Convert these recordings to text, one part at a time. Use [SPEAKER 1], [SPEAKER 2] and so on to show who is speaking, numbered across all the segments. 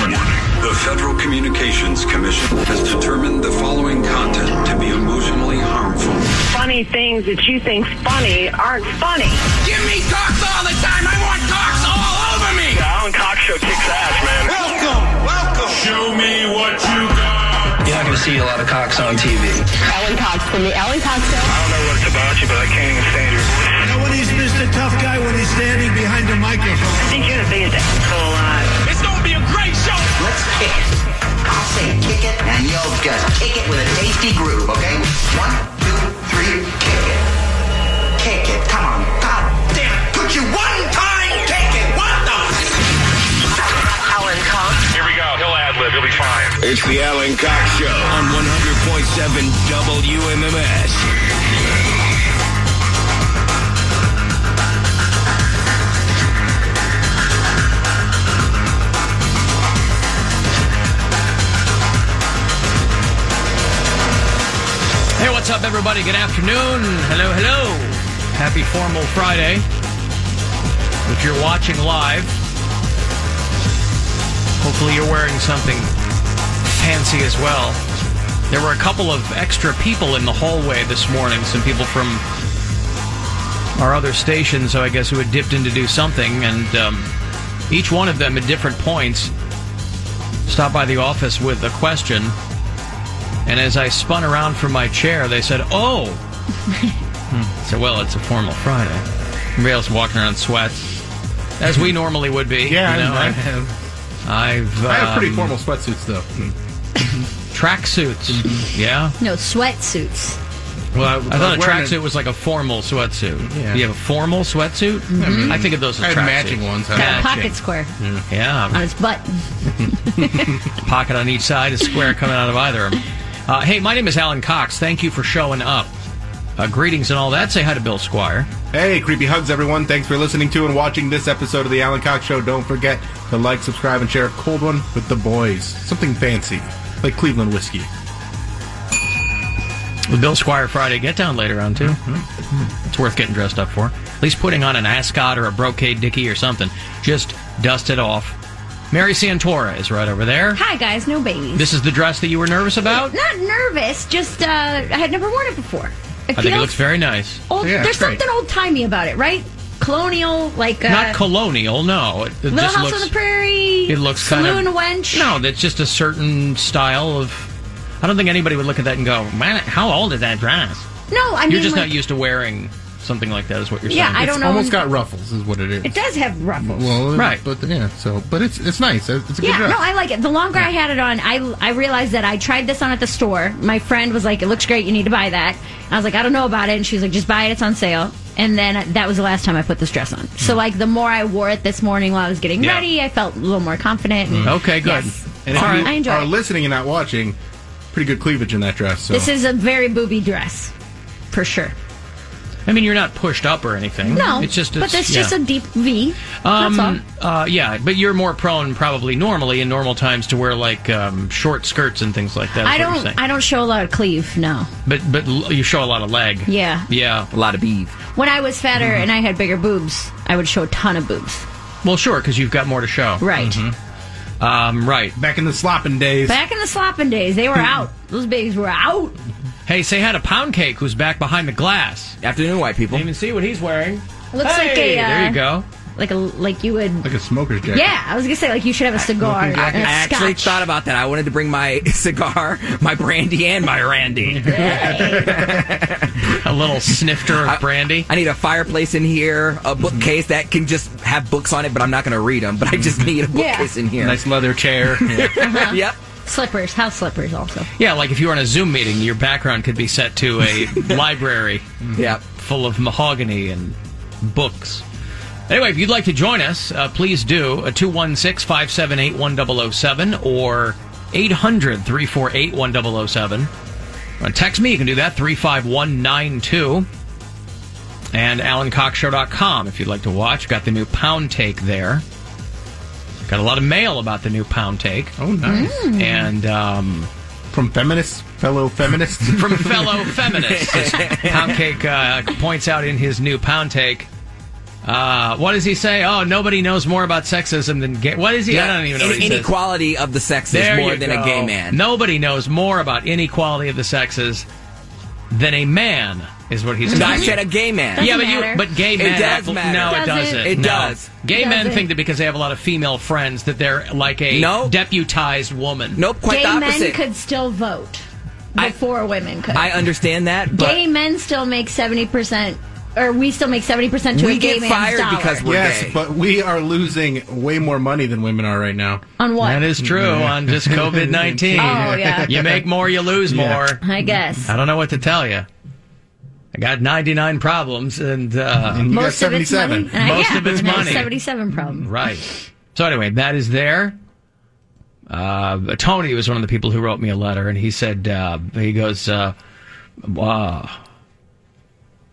[SPEAKER 1] Warning. The Federal Communications Commission has determined the following content to be emotionally harmful.
[SPEAKER 2] funny things that you think funny aren't funny.
[SPEAKER 3] Give me cocks all the time. I want cocks all over me. The Alan Cox Show kicks ass, man. Welcome, welcome. Show me what you got. You're not going to see a lot of cocks on TV.
[SPEAKER 4] Alan Cox from the Alan Cox Show.
[SPEAKER 3] I don't know what it's about you, but I can't even stand your voice.
[SPEAKER 5] You know when he's Mr. Tough Guy when he's standing behind the microphone.
[SPEAKER 2] I think you're the biggest asshole alive.
[SPEAKER 3] It's going to be a great show.
[SPEAKER 6] Let's kick it. I'll say kick it, and you'll just kick it with a tasty groove, okay? One, two, three, kick it. Kick it, come on. God damn it. Put you one time, kick it. What the?
[SPEAKER 2] Alan Cox.
[SPEAKER 3] Here we go. He'll ad lib. He'll be fine.
[SPEAKER 1] It's the Alan Cox Show on 100.7 WMMS.
[SPEAKER 7] Hey, what's up, everybody? Good afternoon. Hello, hello. Happy Formal Friday. If you're watching live, hopefully you're wearing something fancy as well. There were a couple of extra people in the hallway this morning, some people from our other station, so I guess who had dipped in to do something, and um, each one of them at different points stopped by the office with a question. And as I spun around from my chair, they said, "Oh." Hmm. So well, it's a formal Friday. Everybody else walking around in sweats, as we normally would be.
[SPEAKER 8] Yeah,
[SPEAKER 7] you know,
[SPEAKER 8] I-
[SPEAKER 7] I've, I've
[SPEAKER 8] I have pretty
[SPEAKER 7] um,
[SPEAKER 8] formal sweatsuits though. Hmm.
[SPEAKER 7] tracksuits.
[SPEAKER 8] Mm-hmm.
[SPEAKER 7] Yeah.
[SPEAKER 4] No, sweatsuits.
[SPEAKER 7] Well, I, thought a
[SPEAKER 8] wearing a-
[SPEAKER 7] tracksuit was like a formal sweatsuit.
[SPEAKER 8] Yeah. Mm-hmm.
[SPEAKER 7] You have a formal sweatsuit. I think of those
[SPEAKER 8] I
[SPEAKER 7] as
[SPEAKER 8] had
[SPEAKER 7] tracksuits.
[SPEAKER 8] matching ones.
[SPEAKER 4] Got
[SPEAKER 8] I
[SPEAKER 4] a
[SPEAKER 7] Matching.
[SPEAKER 4] pocket square
[SPEAKER 7] Yeah.
[SPEAKER 4] on his butt.
[SPEAKER 7] pocket on each side, a square coming out of either of them. Uh, hey, my name is Alan Cox. Thank you for showing up. Uh, greetings and all that. Say hi to Bill Squire.
[SPEAKER 8] Hey, creepy hugs, everyone! Thanks for listening to and watching this episode of the Alan Cox Show. Don't forget to like, subscribe, and share a cold one with the boys. Something fancy, like Cleveland whiskey.
[SPEAKER 7] With Bill Squire Friday. Get down later on, too.
[SPEAKER 8] Mm-hmm.
[SPEAKER 7] It's worth getting dressed up for. At least putting on an ascot or a brocade dicky or something. Just dust it off. Mary Santora is right over there.
[SPEAKER 4] Hi, guys. No babies.
[SPEAKER 7] This is the dress that you were nervous about.
[SPEAKER 4] Not nervous. Just uh, I had never worn it before. It
[SPEAKER 7] I think it
[SPEAKER 4] feels
[SPEAKER 7] looks very nice.
[SPEAKER 4] old.
[SPEAKER 8] Yeah,
[SPEAKER 4] there's
[SPEAKER 8] it's great.
[SPEAKER 4] something old timey about it, right? Colonial, like uh,
[SPEAKER 7] Not colonial, no. It, it
[SPEAKER 4] Little
[SPEAKER 7] just
[SPEAKER 4] House
[SPEAKER 7] looks,
[SPEAKER 4] on the Prairie.
[SPEAKER 7] It looks
[SPEAKER 4] saloon
[SPEAKER 7] kind of
[SPEAKER 4] wench.
[SPEAKER 7] No, that's just a certain style of. I don't think anybody would look at that and go, "Man, how old is that dress?"
[SPEAKER 4] no. I mean,
[SPEAKER 7] You're just
[SPEAKER 4] like,
[SPEAKER 7] not used to wearing something like that, is what you're
[SPEAKER 4] Yeah,
[SPEAKER 7] saying.
[SPEAKER 4] I
[SPEAKER 8] It's
[SPEAKER 4] don't know.
[SPEAKER 8] almost got ruffles, is what it is.
[SPEAKER 4] It does have ruffles.
[SPEAKER 8] Well, uh,
[SPEAKER 7] Right.
[SPEAKER 8] but yeah. So, but it's it's nice. It's a good
[SPEAKER 4] Yeah,
[SPEAKER 8] dress.
[SPEAKER 4] no, I like it. The longer I had it on, I I realized that I tried this on at the store. My friend was like, "It looks great. You need to buy that." I was like, "I don't know about it," and she was like, "Just buy it. It's on sale." And then that was the last time I put this dress on. So like, the more I wore it this morning while I was getting
[SPEAKER 7] Mm. Yeah. Mm.
[SPEAKER 4] ready, I felt a little more confident. and-
[SPEAKER 7] Okay, good.
[SPEAKER 4] Yes.
[SPEAKER 8] and if
[SPEAKER 4] All
[SPEAKER 8] you
[SPEAKER 4] right. I enjoy
[SPEAKER 8] are
[SPEAKER 4] it.
[SPEAKER 8] listening and not watching, pretty good cleavage in that dress. So.
[SPEAKER 4] This is a very booby dress, for sure.
[SPEAKER 7] I mean, you're not pushed up or anything.
[SPEAKER 4] No,
[SPEAKER 7] Mm-hmm. it's just,
[SPEAKER 4] but
[SPEAKER 7] it's,
[SPEAKER 4] that's just
[SPEAKER 7] yeah.
[SPEAKER 4] a deep V.
[SPEAKER 7] Um,
[SPEAKER 4] that's all.
[SPEAKER 7] Uh, yeah, but you're more prone, probably normally in normal times, to wear like um, short skirts and things like that. is
[SPEAKER 4] I
[SPEAKER 7] what you're
[SPEAKER 4] don't.
[SPEAKER 7] saying.
[SPEAKER 4] I don't show a lot of cleave. No.
[SPEAKER 7] But but l- you show a lot of leg.
[SPEAKER 4] Yeah.
[SPEAKER 7] Yeah.
[SPEAKER 9] A lot of beef.
[SPEAKER 4] When I was fatter
[SPEAKER 7] Mm-hmm.
[SPEAKER 4] and I had bigger boobs, I would show a ton of boobs.
[SPEAKER 7] Well, sure, because you've got more to show.
[SPEAKER 4] Right.
[SPEAKER 7] Um, right.
[SPEAKER 8] back in the slopping days.
[SPEAKER 4] Back in the slopping days, they were out. Those babies were out.
[SPEAKER 7] Hey, say hi to Pound Cake, who's back behind the glass.
[SPEAKER 9] Afternoon, white people.
[SPEAKER 7] Can't even see what he's wearing.
[SPEAKER 4] Looks
[SPEAKER 7] hey,
[SPEAKER 4] like a, uh,
[SPEAKER 7] there you go.
[SPEAKER 4] Like a like you would.
[SPEAKER 8] like a smoker's jacket.
[SPEAKER 4] Yeah, I was gonna say like you should have a cigar.
[SPEAKER 8] I-
[SPEAKER 4] and
[SPEAKER 9] I, I
[SPEAKER 4] a
[SPEAKER 9] actually
[SPEAKER 4] scotch.
[SPEAKER 9] thought about that. I wanted to bring my cigar, my brandy, and my randy.
[SPEAKER 7] A little snifter of brandy.
[SPEAKER 9] I need a fireplace in here, a bookcase that can just have books on it, but I'm not going to read them. But I just need a
[SPEAKER 4] Yeah.
[SPEAKER 9] bookcase in here.
[SPEAKER 8] Nice leather chair.
[SPEAKER 9] yep.
[SPEAKER 4] Uh-huh. slippers, house slippers also.
[SPEAKER 7] Yeah, like if you were in a Zoom meeting, your background could be set to a library
[SPEAKER 9] Yep.
[SPEAKER 7] full of mahogany and books. Anyway, if you'd like to join us, uh, please do. 216 578 1007 or 800 348 1007. Uh, Text me, you can do that, 35192. And AlanCockShow.com if you'd like to watch. Got the new pound take there. Got a lot of mail about the new pound take. Oh,
[SPEAKER 8] nice. Mm.
[SPEAKER 7] And um,
[SPEAKER 8] From feminists, fellow feminists.
[SPEAKER 7] from fellow feminists. As Poundcake uh, points out in his new Pound Take. Uh, what does he say? Oh, nobody knows more about sexism than gay. What is he? I don't even know.
[SPEAKER 10] In-
[SPEAKER 7] what he says.
[SPEAKER 10] inequality of the sexes
[SPEAKER 7] There
[SPEAKER 10] more
[SPEAKER 7] you
[SPEAKER 10] than a
[SPEAKER 7] go.
[SPEAKER 10] gay man.
[SPEAKER 7] Nobody knows more about inequality of the sexes than a man. Is what he's.
[SPEAKER 10] No, I said a gay man. Doesn't
[SPEAKER 7] yeah, but
[SPEAKER 10] matter.
[SPEAKER 7] you. But gay
[SPEAKER 10] It
[SPEAKER 7] men.
[SPEAKER 10] does matter.
[SPEAKER 7] No, it
[SPEAKER 10] Does
[SPEAKER 7] doesn't.
[SPEAKER 10] it? It
[SPEAKER 7] No.
[SPEAKER 10] does.
[SPEAKER 7] Gay
[SPEAKER 10] Does
[SPEAKER 7] men
[SPEAKER 10] it?
[SPEAKER 7] think that because they have a lot of female friends that they're like a
[SPEAKER 10] Nope.
[SPEAKER 7] deputized woman.
[SPEAKER 10] Nope.
[SPEAKER 4] gay
[SPEAKER 10] Quite the
[SPEAKER 4] men
[SPEAKER 10] opposite.
[SPEAKER 4] could still vote before women could.
[SPEAKER 10] I understand that, but
[SPEAKER 4] gay men still make seventy percent, or we still make seventy percent to a gay man's dollar.
[SPEAKER 8] yes, but we are losing way more money than women are right now.
[SPEAKER 4] On what?
[SPEAKER 7] That is true on just COVID 19.
[SPEAKER 4] Oh, yeah.
[SPEAKER 7] You make more, you lose more.
[SPEAKER 8] Yeah.
[SPEAKER 4] I guess.
[SPEAKER 7] I don't know what to tell you. I got 99 problems and, uh,
[SPEAKER 8] And you
[SPEAKER 4] Most of it's money. And I-
[SPEAKER 7] Most
[SPEAKER 4] yeah,
[SPEAKER 7] of it's
[SPEAKER 4] and I have
[SPEAKER 7] money.
[SPEAKER 4] Seventy-seven problem.
[SPEAKER 7] Um, Right. So anyway, that is there. Uh, Tony was one of the people who wrote me a letter, and he said uh, he goes, uh, uh,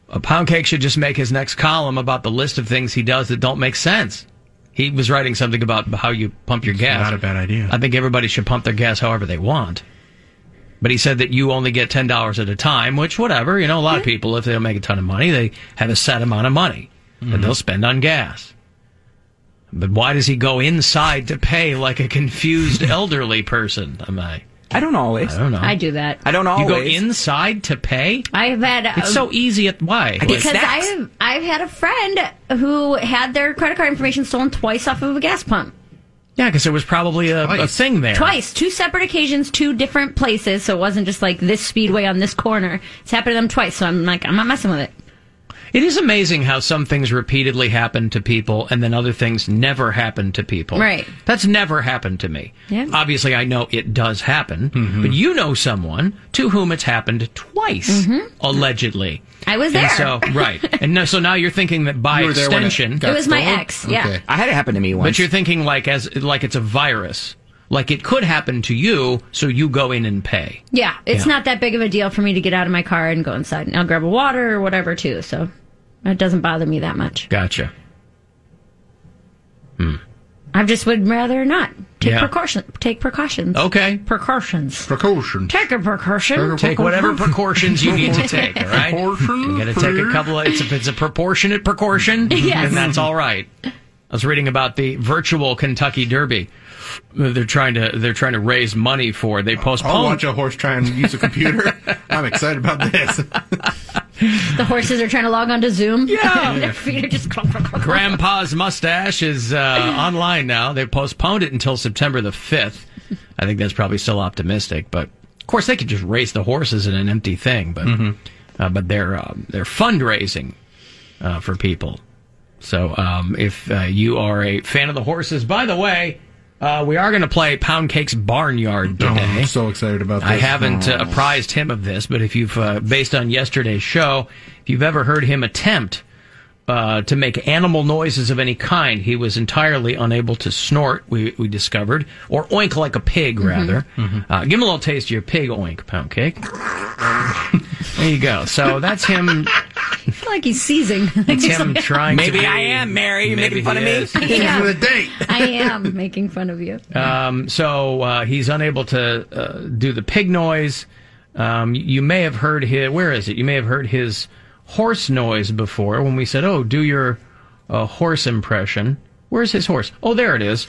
[SPEAKER 7] "A pound cake should just make his next column about the list of things he does that don't make sense." He was writing something about how you pump your gas. Not a bad idea. I think everybody should pump their gas however they want. But he said that you only get ten dollars at a time, which whatever, you know, a lot of people if they don't make a ton of money, they have a set amount of money that they'll spend on gas. But why does he go inside to pay like a confused elderly person? Am I?
[SPEAKER 10] I don't always.
[SPEAKER 7] I don't know.
[SPEAKER 4] I do that.
[SPEAKER 7] You go inside to pay?
[SPEAKER 4] I've had. uh,
[SPEAKER 7] It's so easy. At why?
[SPEAKER 4] because I've I've had a friend who had their credit card information stolen twice off of a gas pump.
[SPEAKER 7] yeah, because there was probably a, a thing there.
[SPEAKER 4] Twice, two separate occasions, two different places. So it wasn't just like this speedway on this corner. It's happened to them twice. So I'm like, I'm not messing with it.
[SPEAKER 7] It is amazing how some things repeatedly happen to people, and then other things never happen to people.
[SPEAKER 4] Right.
[SPEAKER 7] That's never happened to me.
[SPEAKER 4] Yeah.
[SPEAKER 7] Obviously, I know it does happen,
[SPEAKER 10] Mm-hmm.
[SPEAKER 7] but you know someone to whom it's happened twice,
[SPEAKER 10] Mm-hmm.
[SPEAKER 7] allegedly.
[SPEAKER 4] I was there.
[SPEAKER 7] And so right, and no, so now you're thinking that by
[SPEAKER 10] You were there when it
[SPEAKER 7] extension,
[SPEAKER 10] got It was my stolen? ex, yeah. Okay. I had it happen to me
[SPEAKER 7] But
[SPEAKER 10] once.
[SPEAKER 7] you're thinking like as like it's a virus, like it could happen to you, so you go in and pay.
[SPEAKER 4] Yeah, it's
[SPEAKER 7] Yeah.
[SPEAKER 4] not that big of a deal for me to get out of my car and go inside, and I'll grab a water or whatever too. So it doesn't bother me that much.
[SPEAKER 7] Gotcha.
[SPEAKER 4] I just would rather not take
[SPEAKER 7] Yeah.
[SPEAKER 4] precaution. Take precautions.
[SPEAKER 7] Okay.
[SPEAKER 4] Precautions.
[SPEAKER 8] Precautions.
[SPEAKER 4] Take a precaution.
[SPEAKER 7] Take whatever precautions you need to take. All right, you're gonna take a couple. Of, it's a, it's a proportionate precaution,
[SPEAKER 4] Yes.
[SPEAKER 7] and that's all right. I was reading about the virtual Kentucky Derby. They're trying to they're trying to raise money for. They
[SPEAKER 8] I'll
[SPEAKER 7] postponed
[SPEAKER 8] watch a horse try and use a computer. I'm excited about this.
[SPEAKER 4] The horses are trying to log on to Zoom.
[SPEAKER 7] Yeah.
[SPEAKER 4] Their feet are just clunk, clunk, clunk, clunk.
[SPEAKER 7] Grandpa's mustache is uh, online now. They postponed it until September the 5th. I think that's probably still optimistic, but of course they could just race the horses in an empty thing, but uh, but they're um, they're fundraising uh, for people. So um, if uh, you are a fan of the horses, by the way, uh, we are going to play Pound Cake's Barnyard today. I'm
[SPEAKER 8] Oh, so excited about
[SPEAKER 7] I
[SPEAKER 8] this.
[SPEAKER 7] haven't uh,
[SPEAKER 8] Oh.
[SPEAKER 7] apprised him of this, but if you've, uh, based on yesterday's show, if you've ever heard him attempt uh, to make animal noises of any kind, he was entirely unable to snort, we, we discovered, or oink like a pig, rather. Uh, give him a little taste of your pig oink, pound cake. there you go. So that's him.
[SPEAKER 4] I feel like he's seizing.
[SPEAKER 7] That's him trying to
[SPEAKER 10] Maybe
[SPEAKER 7] be-
[SPEAKER 10] I am, Mary. You're
[SPEAKER 7] Maybe
[SPEAKER 10] making fun
[SPEAKER 7] he
[SPEAKER 10] of me?
[SPEAKER 7] is.
[SPEAKER 4] I am making fun of you.
[SPEAKER 7] Um, so uh, he's unable to uh, do the pig noise. Um, you may have heard his. Where is it? You may have heard his horse noise before when we said, "Oh, do your uh, horse impression." Where's his horse? Oh, there it is.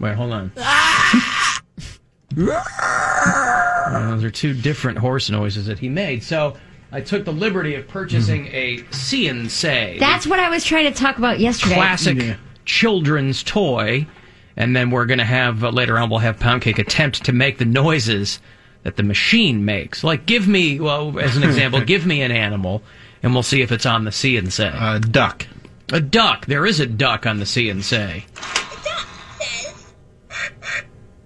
[SPEAKER 7] Wait, hold on. Uh, those are two different horse noises that he made. So I took the liberty of purchasing a see and say
[SPEAKER 4] That's what I was trying to talk about yesterday.
[SPEAKER 7] classic children's toy. And then we're going to have uh, later on, we'll have Pound Cake attempt to make the noises that the machine makes. Like, give me, well, as an example, give me an animal, and we'll see if it's on the sea and say. A duck. A duck. There is a duck on the sea and say.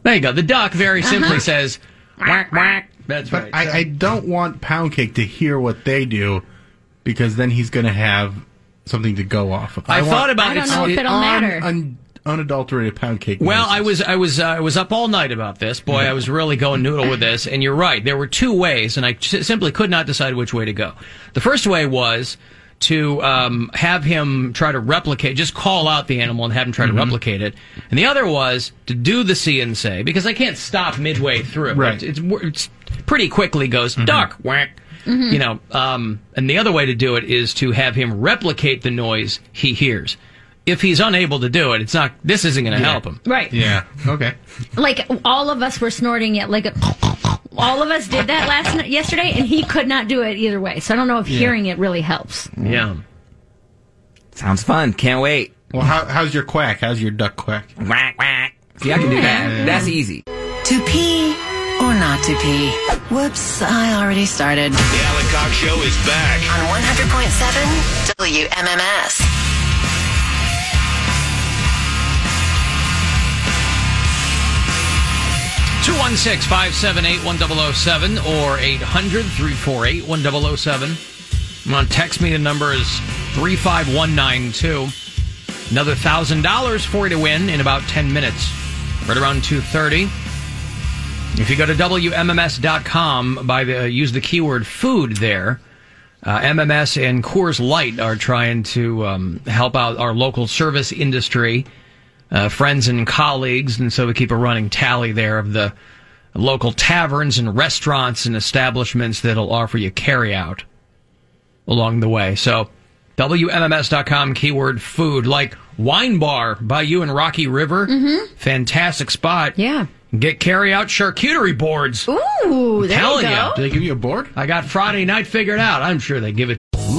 [SPEAKER 7] There you go. The duck very simply
[SPEAKER 8] Uh-huh.
[SPEAKER 7] says, whack, whack. That's
[SPEAKER 8] But
[SPEAKER 7] right.
[SPEAKER 8] I, I don't want Pound Cake to hear what they do because then he's going to have something to go off of.
[SPEAKER 7] I thought about I don't
[SPEAKER 8] it.
[SPEAKER 7] know if it'll
[SPEAKER 8] un-
[SPEAKER 7] matter.
[SPEAKER 8] un- unadulterated pound cake.
[SPEAKER 7] Well, I was I was uh, I was up all night about this. Boy, I was really going noodle with this. And you're right. There were two ways, and I s- simply could not decide which way to go. The first way was to um, have him try to replicate, just call out the animal and have him try
[SPEAKER 8] Mhm.
[SPEAKER 7] to replicate it. And the other was to do the see and say because I can't stop midway through.
[SPEAKER 8] Right.
[SPEAKER 7] It's, it's, it's pretty quickly goes duck whack.
[SPEAKER 3] Mhm.
[SPEAKER 7] You know, um, and the other way to do it is to have him replicate the noise he hears. If he's unable to do it, it's not. This isn't going to help him.
[SPEAKER 4] Right.
[SPEAKER 8] Yeah. Okay.
[SPEAKER 4] Like all of us were snorting it. Like all of us did that last night, yesterday, and he could not do it either way. So I don't know if
[SPEAKER 8] Yeah.
[SPEAKER 4] hearing it really helps.
[SPEAKER 7] Yeah.
[SPEAKER 11] Sounds fun. Can't wait.
[SPEAKER 8] Well, how, how's your quack? How's your duck quack?
[SPEAKER 11] Quack quack. See, I can do that. That's easy.
[SPEAKER 12] To pee or not to pee? Whoops, I already started.
[SPEAKER 3] The Alan Cox Show is back.
[SPEAKER 12] On 100.7 WMMS.
[SPEAKER 7] Two one six five seven eight one double zero seven or 800 348 1007. On text me, the number is 35192. Another $1,000 for you to win in about 10 minutes, right around 2.30. If you go to WMMS.com, by the, uh, use the keyword food there. Uh, MMS and Coors Light are trying to um, help out our local service industry, uh, friends and colleagues, and so we keep a running tally there of the local taverns and restaurants and establishments that'll offer you carry out along the way. So, WMMS.com, keyword food, like Wine Bar by you in Rocky River. Mm-hmm. Fantastic spot. Yeah. Get carry out charcuterie boards.
[SPEAKER 4] Ooh,
[SPEAKER 3] there you go.
[SPEAKER 7] they give you a board? I got Friday night figured out. I'm sure they give it.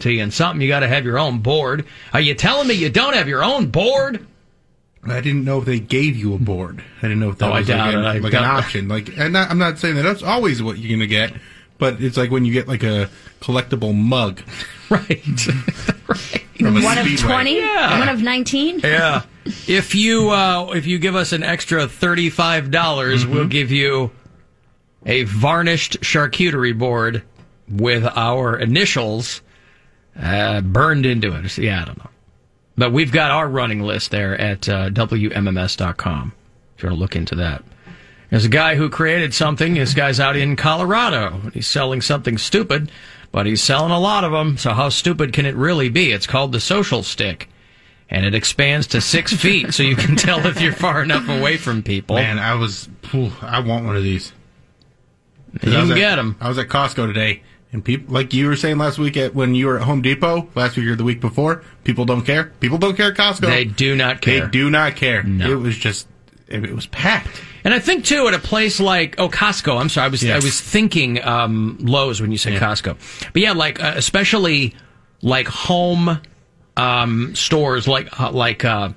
[SPEAKER 7] to you and something. You got to have your own board. Are you telling me you don't have your own board?
[SPEAKER 8] I didn't know if they gave you a board. I didn't know if that
[SPEAKER 7] Oh, I
[SPEAKER 8] was
[SPEAKER 7] doubt
[SPEAKER 8] like, an-
[SPEAKER 7] it. I
[SPEAKER 8] like an
[SPEAKER 7] doubt-
[SPEAKER 8] option. Like, and not, I'm not saying that that's always what you're gonna get, but it's like when you get like a collectible mug,
[SPEAKER 7] right?
[SPEAKER 8] From a
[SPEAKER 4] One of
[SPEAKER 8] Speedway.
[SPEAKER 4] twenty.
[SPEAKER 7] Yeah.
[SPEAKER 4] One of nineteen.
[SPEAKER 7] Yeah. if you uh, if you give us an extra thirty five dollars, we'll give you a varnished charcuterie board with our initials uh, burned into it. Yeah, I don't know, but we've got our running list there at uh, wmms.com. If you want to look into that. There's a guy who created something. This guy's out in Colorado. He's selling something stupid, but he's selling a lot of them. So how stupid can it really be? It's called the social stick, and it expands to six feet, so you can tell if you're far enough away from people.
[SPEAKER 8] Man, I was. phew, I want one of these.
[SPEAKER 7] You
[SPEAKER 8] I was
[SPEAKER 7] can
[SPEAKER 8] at-
[SPEAKER 7] get 'em.
[SPEAKER 8] I was at Costco today, and people, like you were saying last week, at when you were at Home Depot last week or the week before, people don't care. People don't care at Costco.
[SPEAKER 7] They do not care.
[SPEAKER 8] They do not care. It was just. It, it was packed.
[SPEAKER 7] And I think too at a place like oh Costco. I'm sorry, I was
[SPEAKER 8] Yeah.
[SPEAKER 7] I was thinking um, Lowe's when you said Costco, but yeah, like uh, especially like home um, stores like uh, like uh,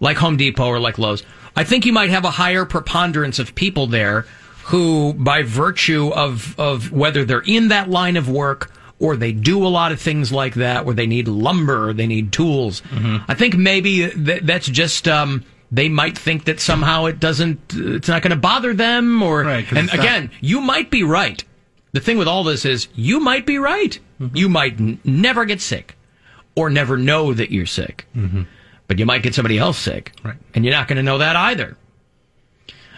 [SPEAKER 7] like Home Depot or like Lowe's. I think you might have a higher preponderance of people there who, by virtue of of whether they're in that line of work or they do a lot of things like that, where they need lumber, or they need tools.
[SPEAKER 8] Mm-hmm.
[SPEAKER 7] I think maybe th- that's just um, they might think that somehow it doesn't, it's not going to bother them, or
[SPEAKER 8] 'cause
[SPEAKER 7] and
[SPEAKER 8] it's not-
[SPEAKER 7] again, you might be right. The thing with all this is you might be right.
[SPEAKER 8] Mm-hmm.
[SPEAKER 7] You might n- never get sick, or never know that you're sick, but you might get somebody else sick, right? And you're not going to know that either.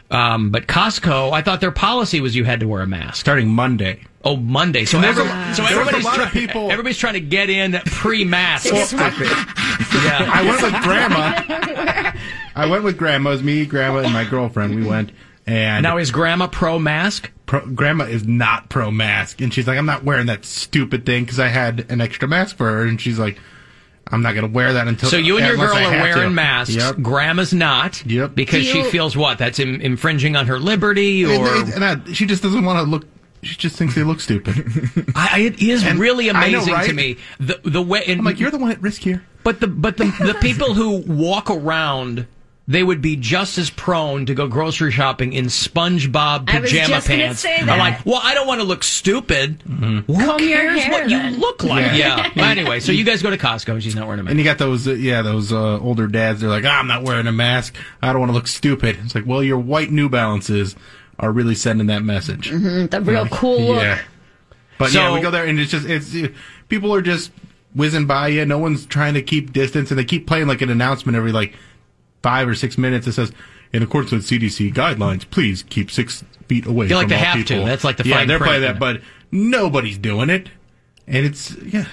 [SPEAKER 7] Um, but Costco, I thought their policy was you had to wear a mask starting Monday. Oh, Monday. So,
[SPEAKER 8] And there's a-
[SPEAKER 7] every- so
[SPEAKER 8] there was a
[SPEAKER 7] everybody's
[SPEAKER 8] lot of
[SPEAKER 7] try-
[SPEAKER 8] people-
[SPEAKER 7] Everybody's trying to get in pre-mask.
[SPEAKER 8] Well,
[SPEAKER 7] yeah,
[SPEAKER 8] I went with grandma. I went with grandma. It was me, grandma, and my girlfriend. We went. And now
[SPEAKER 7] is grandma pro mask?
[SPEAKER 8] Pro, grandma is not pro mask, and she's like, "I'm not wearing that stupid thing because I had an extra mask for her." And she's like, "I'm not gonna wear that until."
[SPEAKER 7] So you and your
[SPEAKER 8] unless
[SPEAKER 7] girl
[SPEAKER 8] I
[SPEAKER 7] are
[SPEAKER 8] have
[SPEAKER 7] wearing
[SPEAKER 8] to."
[SPEAKER 7] masks.
[SPEAKER 8] Yep.
[SPEAKER 7] Grandma's not. Yep. Because
[SPEAKER 8] Do
[SPEAKER 7] she
[SPEAKER 8] you-
[SPEAKER 7] feels what? That's in, infringing on her liberty or.
[SPEAKER 8] And, and I- she just doesn't want to look. She just thinks they look stupid.
[SPEAKER 7] I, I- it is
[SPEAKER 8] And
[SPEAKER 7] really
[SPEAKER 8] I know,
[SPEAKER 7] amazing to
[SPEAKER 8] right?
[SPEAKER 7] me the the way. And,
[SPEAKER 8] I'm like, you're the one at risk here.
[SPEAKER 7] But the but the the people who walk around. They would be just as prone to go grocery shopping in SpongeBob
[SPEAKER 3] I was
[SPEAKER 7] pajama
[SPEAKER 3] just gonna
[SPEAKER 7] pants.
[SPEAKER 3] say
[SPEAKER 7] I'm
[SPEAKER 3] that.
[SPEAKER 7] like, well, I don't want to look stupid.
[SPEAKER 8] Mm-hmm.
[SPEAKER 7] Who cares what you look like? Yeah.
[SPEAKER 8] Yeah.
[SPEAKER 7] Well, anyway, so you guys go to Costco and she's not wearing a mask.
[SPEAKER 8] And you got those, uh, yeah, those uh, older dads. They're like, "Ah, I'm not wearing a mask. I don't want to look stupid. It's like, well, your white New Balances are really sending that message.
[SPEAKER 4] Mm-hmm, the real cool look.
[SPEAKER 8] Yeah. But
[SPEAKER 7] So-
[SPEAKER 8] yeah, we go there and it's just it's uh, people are just whizzing by you. No one's trying to keep distance, and they keep playing like an announcement every like five or six minutes that says, "In accordance with CDC guidelines, please keep six feet away."
[SPEAKER 7] They like
[SPEAKER 8] from
[SPEAKER 7] to
[SPEAKER 8] all
[SPEAKER 7] have to.
[SPEAKER 8] people."
[SPEAKER 7] That's like the
[SPEAKER 8] yeah,
[SPEAKER 7] fine
[SPEAKER 8] they're playing
[SPEAKER 7] print.
[SPEAKER 8] that, but nobody's doing it, and it's yeah.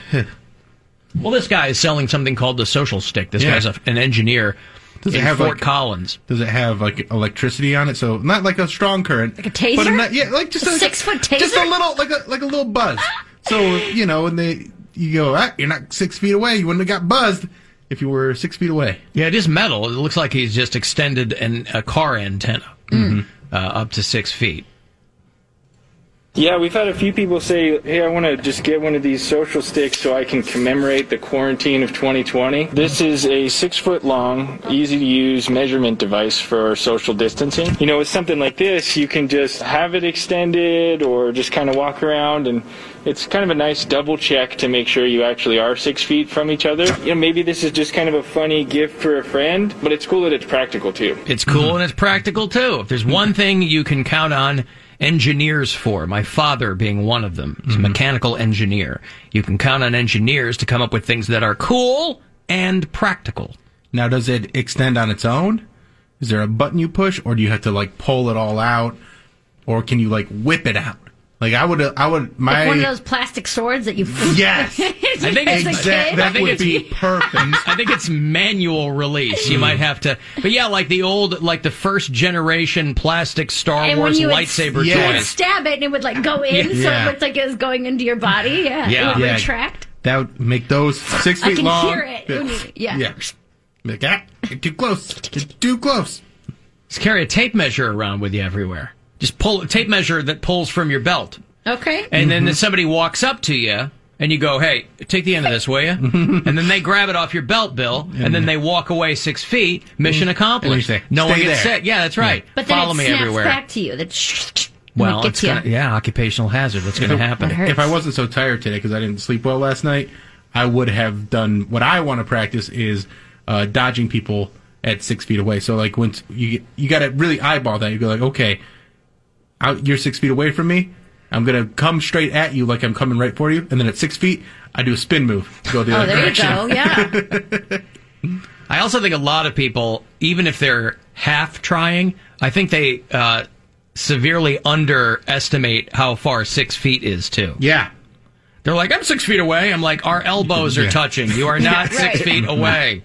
[SPEAKER 7] Well, this guy is selling something called the social stick. This
[SPEAKER 8] Yeah.
[SPEAKER 7] guy's a, an engineer
[SPEAKER 8] Does it
[SPEAKER 7] in
[SPEAKER 8] have,
[SPEAKER 7] Fort
[SPEAKER 8] like-
[SPEAKER 7] Collins.
[SPEAKER 8] Does it have like electricity on it? So not like a strong current, like a
[SPEAKER 4] taser?
[SPEAKER 8] but a ni- yeah, like just
[SPEAKER 4] A
[SPEAKER 8] like
[SPEAKER 4] six-foot taser?
[SPEAKER 8] just a little like a like a little buzz. so you know, and they you go, ah, you're not six feet away. You wouldn't have got buzzed if you were six feet away.
[SPEAKER 7] Yeah, it is metal. It looks like he's just extended an, a car antenna
[SPEAKER 4] Hmm.
[SPEAKER 7] uh, up to six feet.
[SPEAKER 13] Yeah, we've had a few people say, hey, I want to just get one of these social sticks so I can commemorate the quarantine of 2020. This is a six foot long, easy to use measurement device for social distancing. You know, with something like this, you can just have it extended or just kind of walk around and it's kind of a nice double check to make sure you actually are six feet from each other. You know, maybe this is just kind of a funny gift for a friend, but it's cool that it's practical too.
[SPEAKER 7] It's cool
[SPEAKER 4] Mm-hmm.
[SPEAKER 7] and it's practical too. If there's one thing you can count on engineers for, my father being one of them,
[SPEAKER 4] Mm-hmm.
[SPEAKER 7] he's a mechanical engineer. You can count on engineers to come up with things that are cool and practical.
[SPEAKER 8] Now, does it extend on its own? Is there a button you push, or do you have to like pull it all out, or can you like whip it out? Like I would, I would my
[SPEAKER 4] like one of those plastic swords that you.
[SPEAKER 8] Yes.
[SPEAKER 4] I
[SPEAKER 7] think
[SPEAKER 4] as a
[SPEAKER 7] exact-
[SPEAKER 4] kid.
[SPEAKER 7] that I think would it's- be
[SPEAKER 8] perfect.
[SPEAKER 7] I think it's manual release.
[SPEAKER 4] Mm.
[SPEAKER 7] You might have to, but yeah, like the old, like the first generation plastic Star
[SPEAKER 4] And
[SPEAKER 7] Wars
[SPEAKER 4] when you would-
[SPEAKER 7] lightsaber
[SPEAKER 4] you would
[SPEAKER 7] toys.
[SPEAKER 4] stab it and it would like go in, so
[SPEAKER 8] Yeah.
[SPEAKER 4] it looked like it was going into your body. Yeah,
[SPEAKER 8] Yeah.
[SPEAKER 4] it would
[SPEAKER 8] Yeah.
[SPEAKER 4] retract.
[SPEAKER 8] that would make those six
[SPEAKER 4] I
[SPEAKER 8] feet
[SPEAKER 4] can
[SPEAKER 8] long.
[SPEAKER 4] hear it. It would- yeah.
[SPEAKER 8] Like, ah, you're too close. You're too close.
[SPEAKER 7] Just carry a tape measure around with you everywhere. Just pull a tape measure that pulls from your belt,
[SPEAKER 4] Okay.
[SPEAKER 7] and
[SPEAKER 8] Mm-hmm.
[SPEAKER 7] then if somebody walks up to you. And you go, hey, take the end of this, will you? and then they grab it off your belt, Bill, and, then they walk away six feet. Mission accomplished.
[SPEAKER 8] Mm. And you say,
[SPEAKER 7] no one
[SPEAKER 8] "Stay
[SPEAKER 7] gets
[SPEAKER 8] there."
[SPEAKER 7] sick. Uh, Yeah, that's right.
[SPEAKER 4] But then
[SPEAKER 7] Follow
[SPEAKER 4] it
[SPEAKER 7] me
[SPEAKER 4] snaps
[SPEAKER 7] everywhere.
[SPEAKER 4] back to you. That
[SPEAKER 7] well,
[SPEAKER 4] it
[SPEAKER 7] it's
[SPEAKER 4] gets you.
[SPEAKER 7] gonna, yeah, occupational hazard. That's going to
[SPEAKER 8] If it-
[SPEAKER 7] happen.
[SPEAKER 8] If I wasn't so tired today because I didn't sleep well last night, I would have done what I want to practice is uh, dodging people at six feet away. So like once you you got to really eyeball that. You go like, okay, out, you're six feet away from me. I'm gonna come straight at you like I'm coming right for you, and then at six feet, I do a spin move, to go the
[SPEAKER 4] Oh,
[SPEAKER 8] other
[SPEAKER 4] there you
[SPEAKER 8] direction.
[SPEAKER 4] go. Yeah.
[SPEAKER 7] I also think a lot of people, even if they're half trying, I think they uh, severely underestimate how far six feet is too.
[SPEAKER 8] Yeah.
[SPEAKER 7] They're like, I'm six feet away. I'm like, our elbows are
[SPEAKER 8] Yeah.
[SPEAKER 7] touching. You are not
[SPEAKER 8] Yeah,
[SPEAKER 7] six
[SPEAKER 8] right.
[SPEAKER 7] feet away.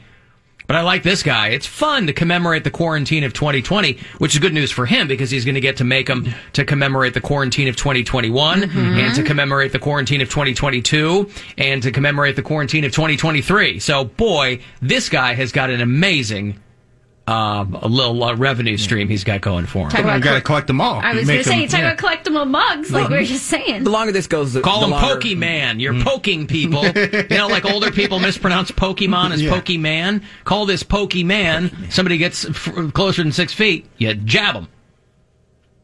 [SPEAKER 7] But I like this guy. It's fun to commemorate the quarantine of 2020, which is good news for him because he's going to get to make them to commemorate the quarantine of 2021
[SPEAKER 8] Mm-hmm.
[SPEAKER 7] and to commemorate the quarantine of 2022 and to commemorate the quarantine of 2023. So, boy, this guy has got an amazing um, a little uh, revenue stream he's got going for him.
[SPEAKER 4] Talk about We've gotta cl-
[SPEAKER 8] collect them all.
[SPEAKER 4] I was going to say, you talk about collectible mugs, like we were just saying.
[SPEAKER 9] The longer this goes, the, Mm.
[SPEAKER 7] Call
[SPEAKER 9] the
[SPEAKER 7] him
[SPEAKER 9] longer-
[SPEAKER 7] Pokemon. You're poking people. you know, like older people mispronounce Pokemon as
[SPEAKER 9] Yeah.
[SPEAKER 7] Pokemon. Call this Pokemon. Somebody gets f- closer than six feet, you jab them.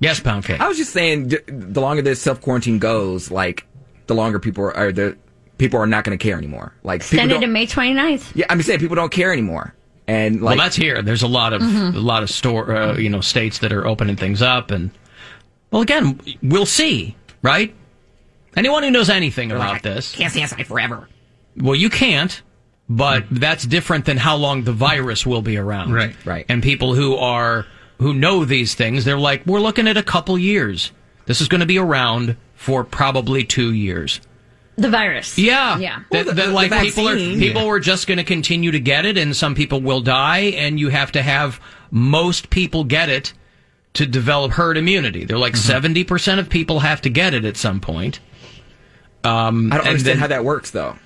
[SPEAKER 7] Yes, pound cake.
[SPEAKER 9] I was just saying, j- the longer this self quarantine goes, like the longer people are, are the people are not going to care anymore. Like
[SPEAKER 4] Extended
[SPEAKER 9] people
[SPEAKER 4] to
[SPEAKER 9] don't,
[SPEAKER 4] May 29th.
[SPEAKER 9] yeah, I'm saying people don't care anymore. And like,
[SPEAKER 7] well, that's here. There's a lot of
[SPEAKER 4] Mhm.
[SPEAKER 7] a lot of store, uh, you know, states that are opening things up, and well, again, we'll see, right? Anyone who knows anything about this
[SPEAKER 9] can't stay outside forever.
[SPEAKER 7] Well, you can't, but that's different than how long the virus will be around. Right, right. And people who are who know these things, they're like, we're looking at a couple years. This is going to be around for probably two years.
[SPEAKER 4] The virus.
[SPEAKER 7] Yeah.
[SPEAKER 4] Yeah.
[SPEAKER 7] That, that, like people are people are just going to continue to get it, and some people will die, and you have to have most people get it to develop herd immunity. They're like 70 percent of people have to get it at some point. Um,
[SPEAKER 9] I don't
[SPEAKER 7] and
[SPEAKER 9] understand
[SPEAKER 7] then-
[SPEAKER 9] how that works, though.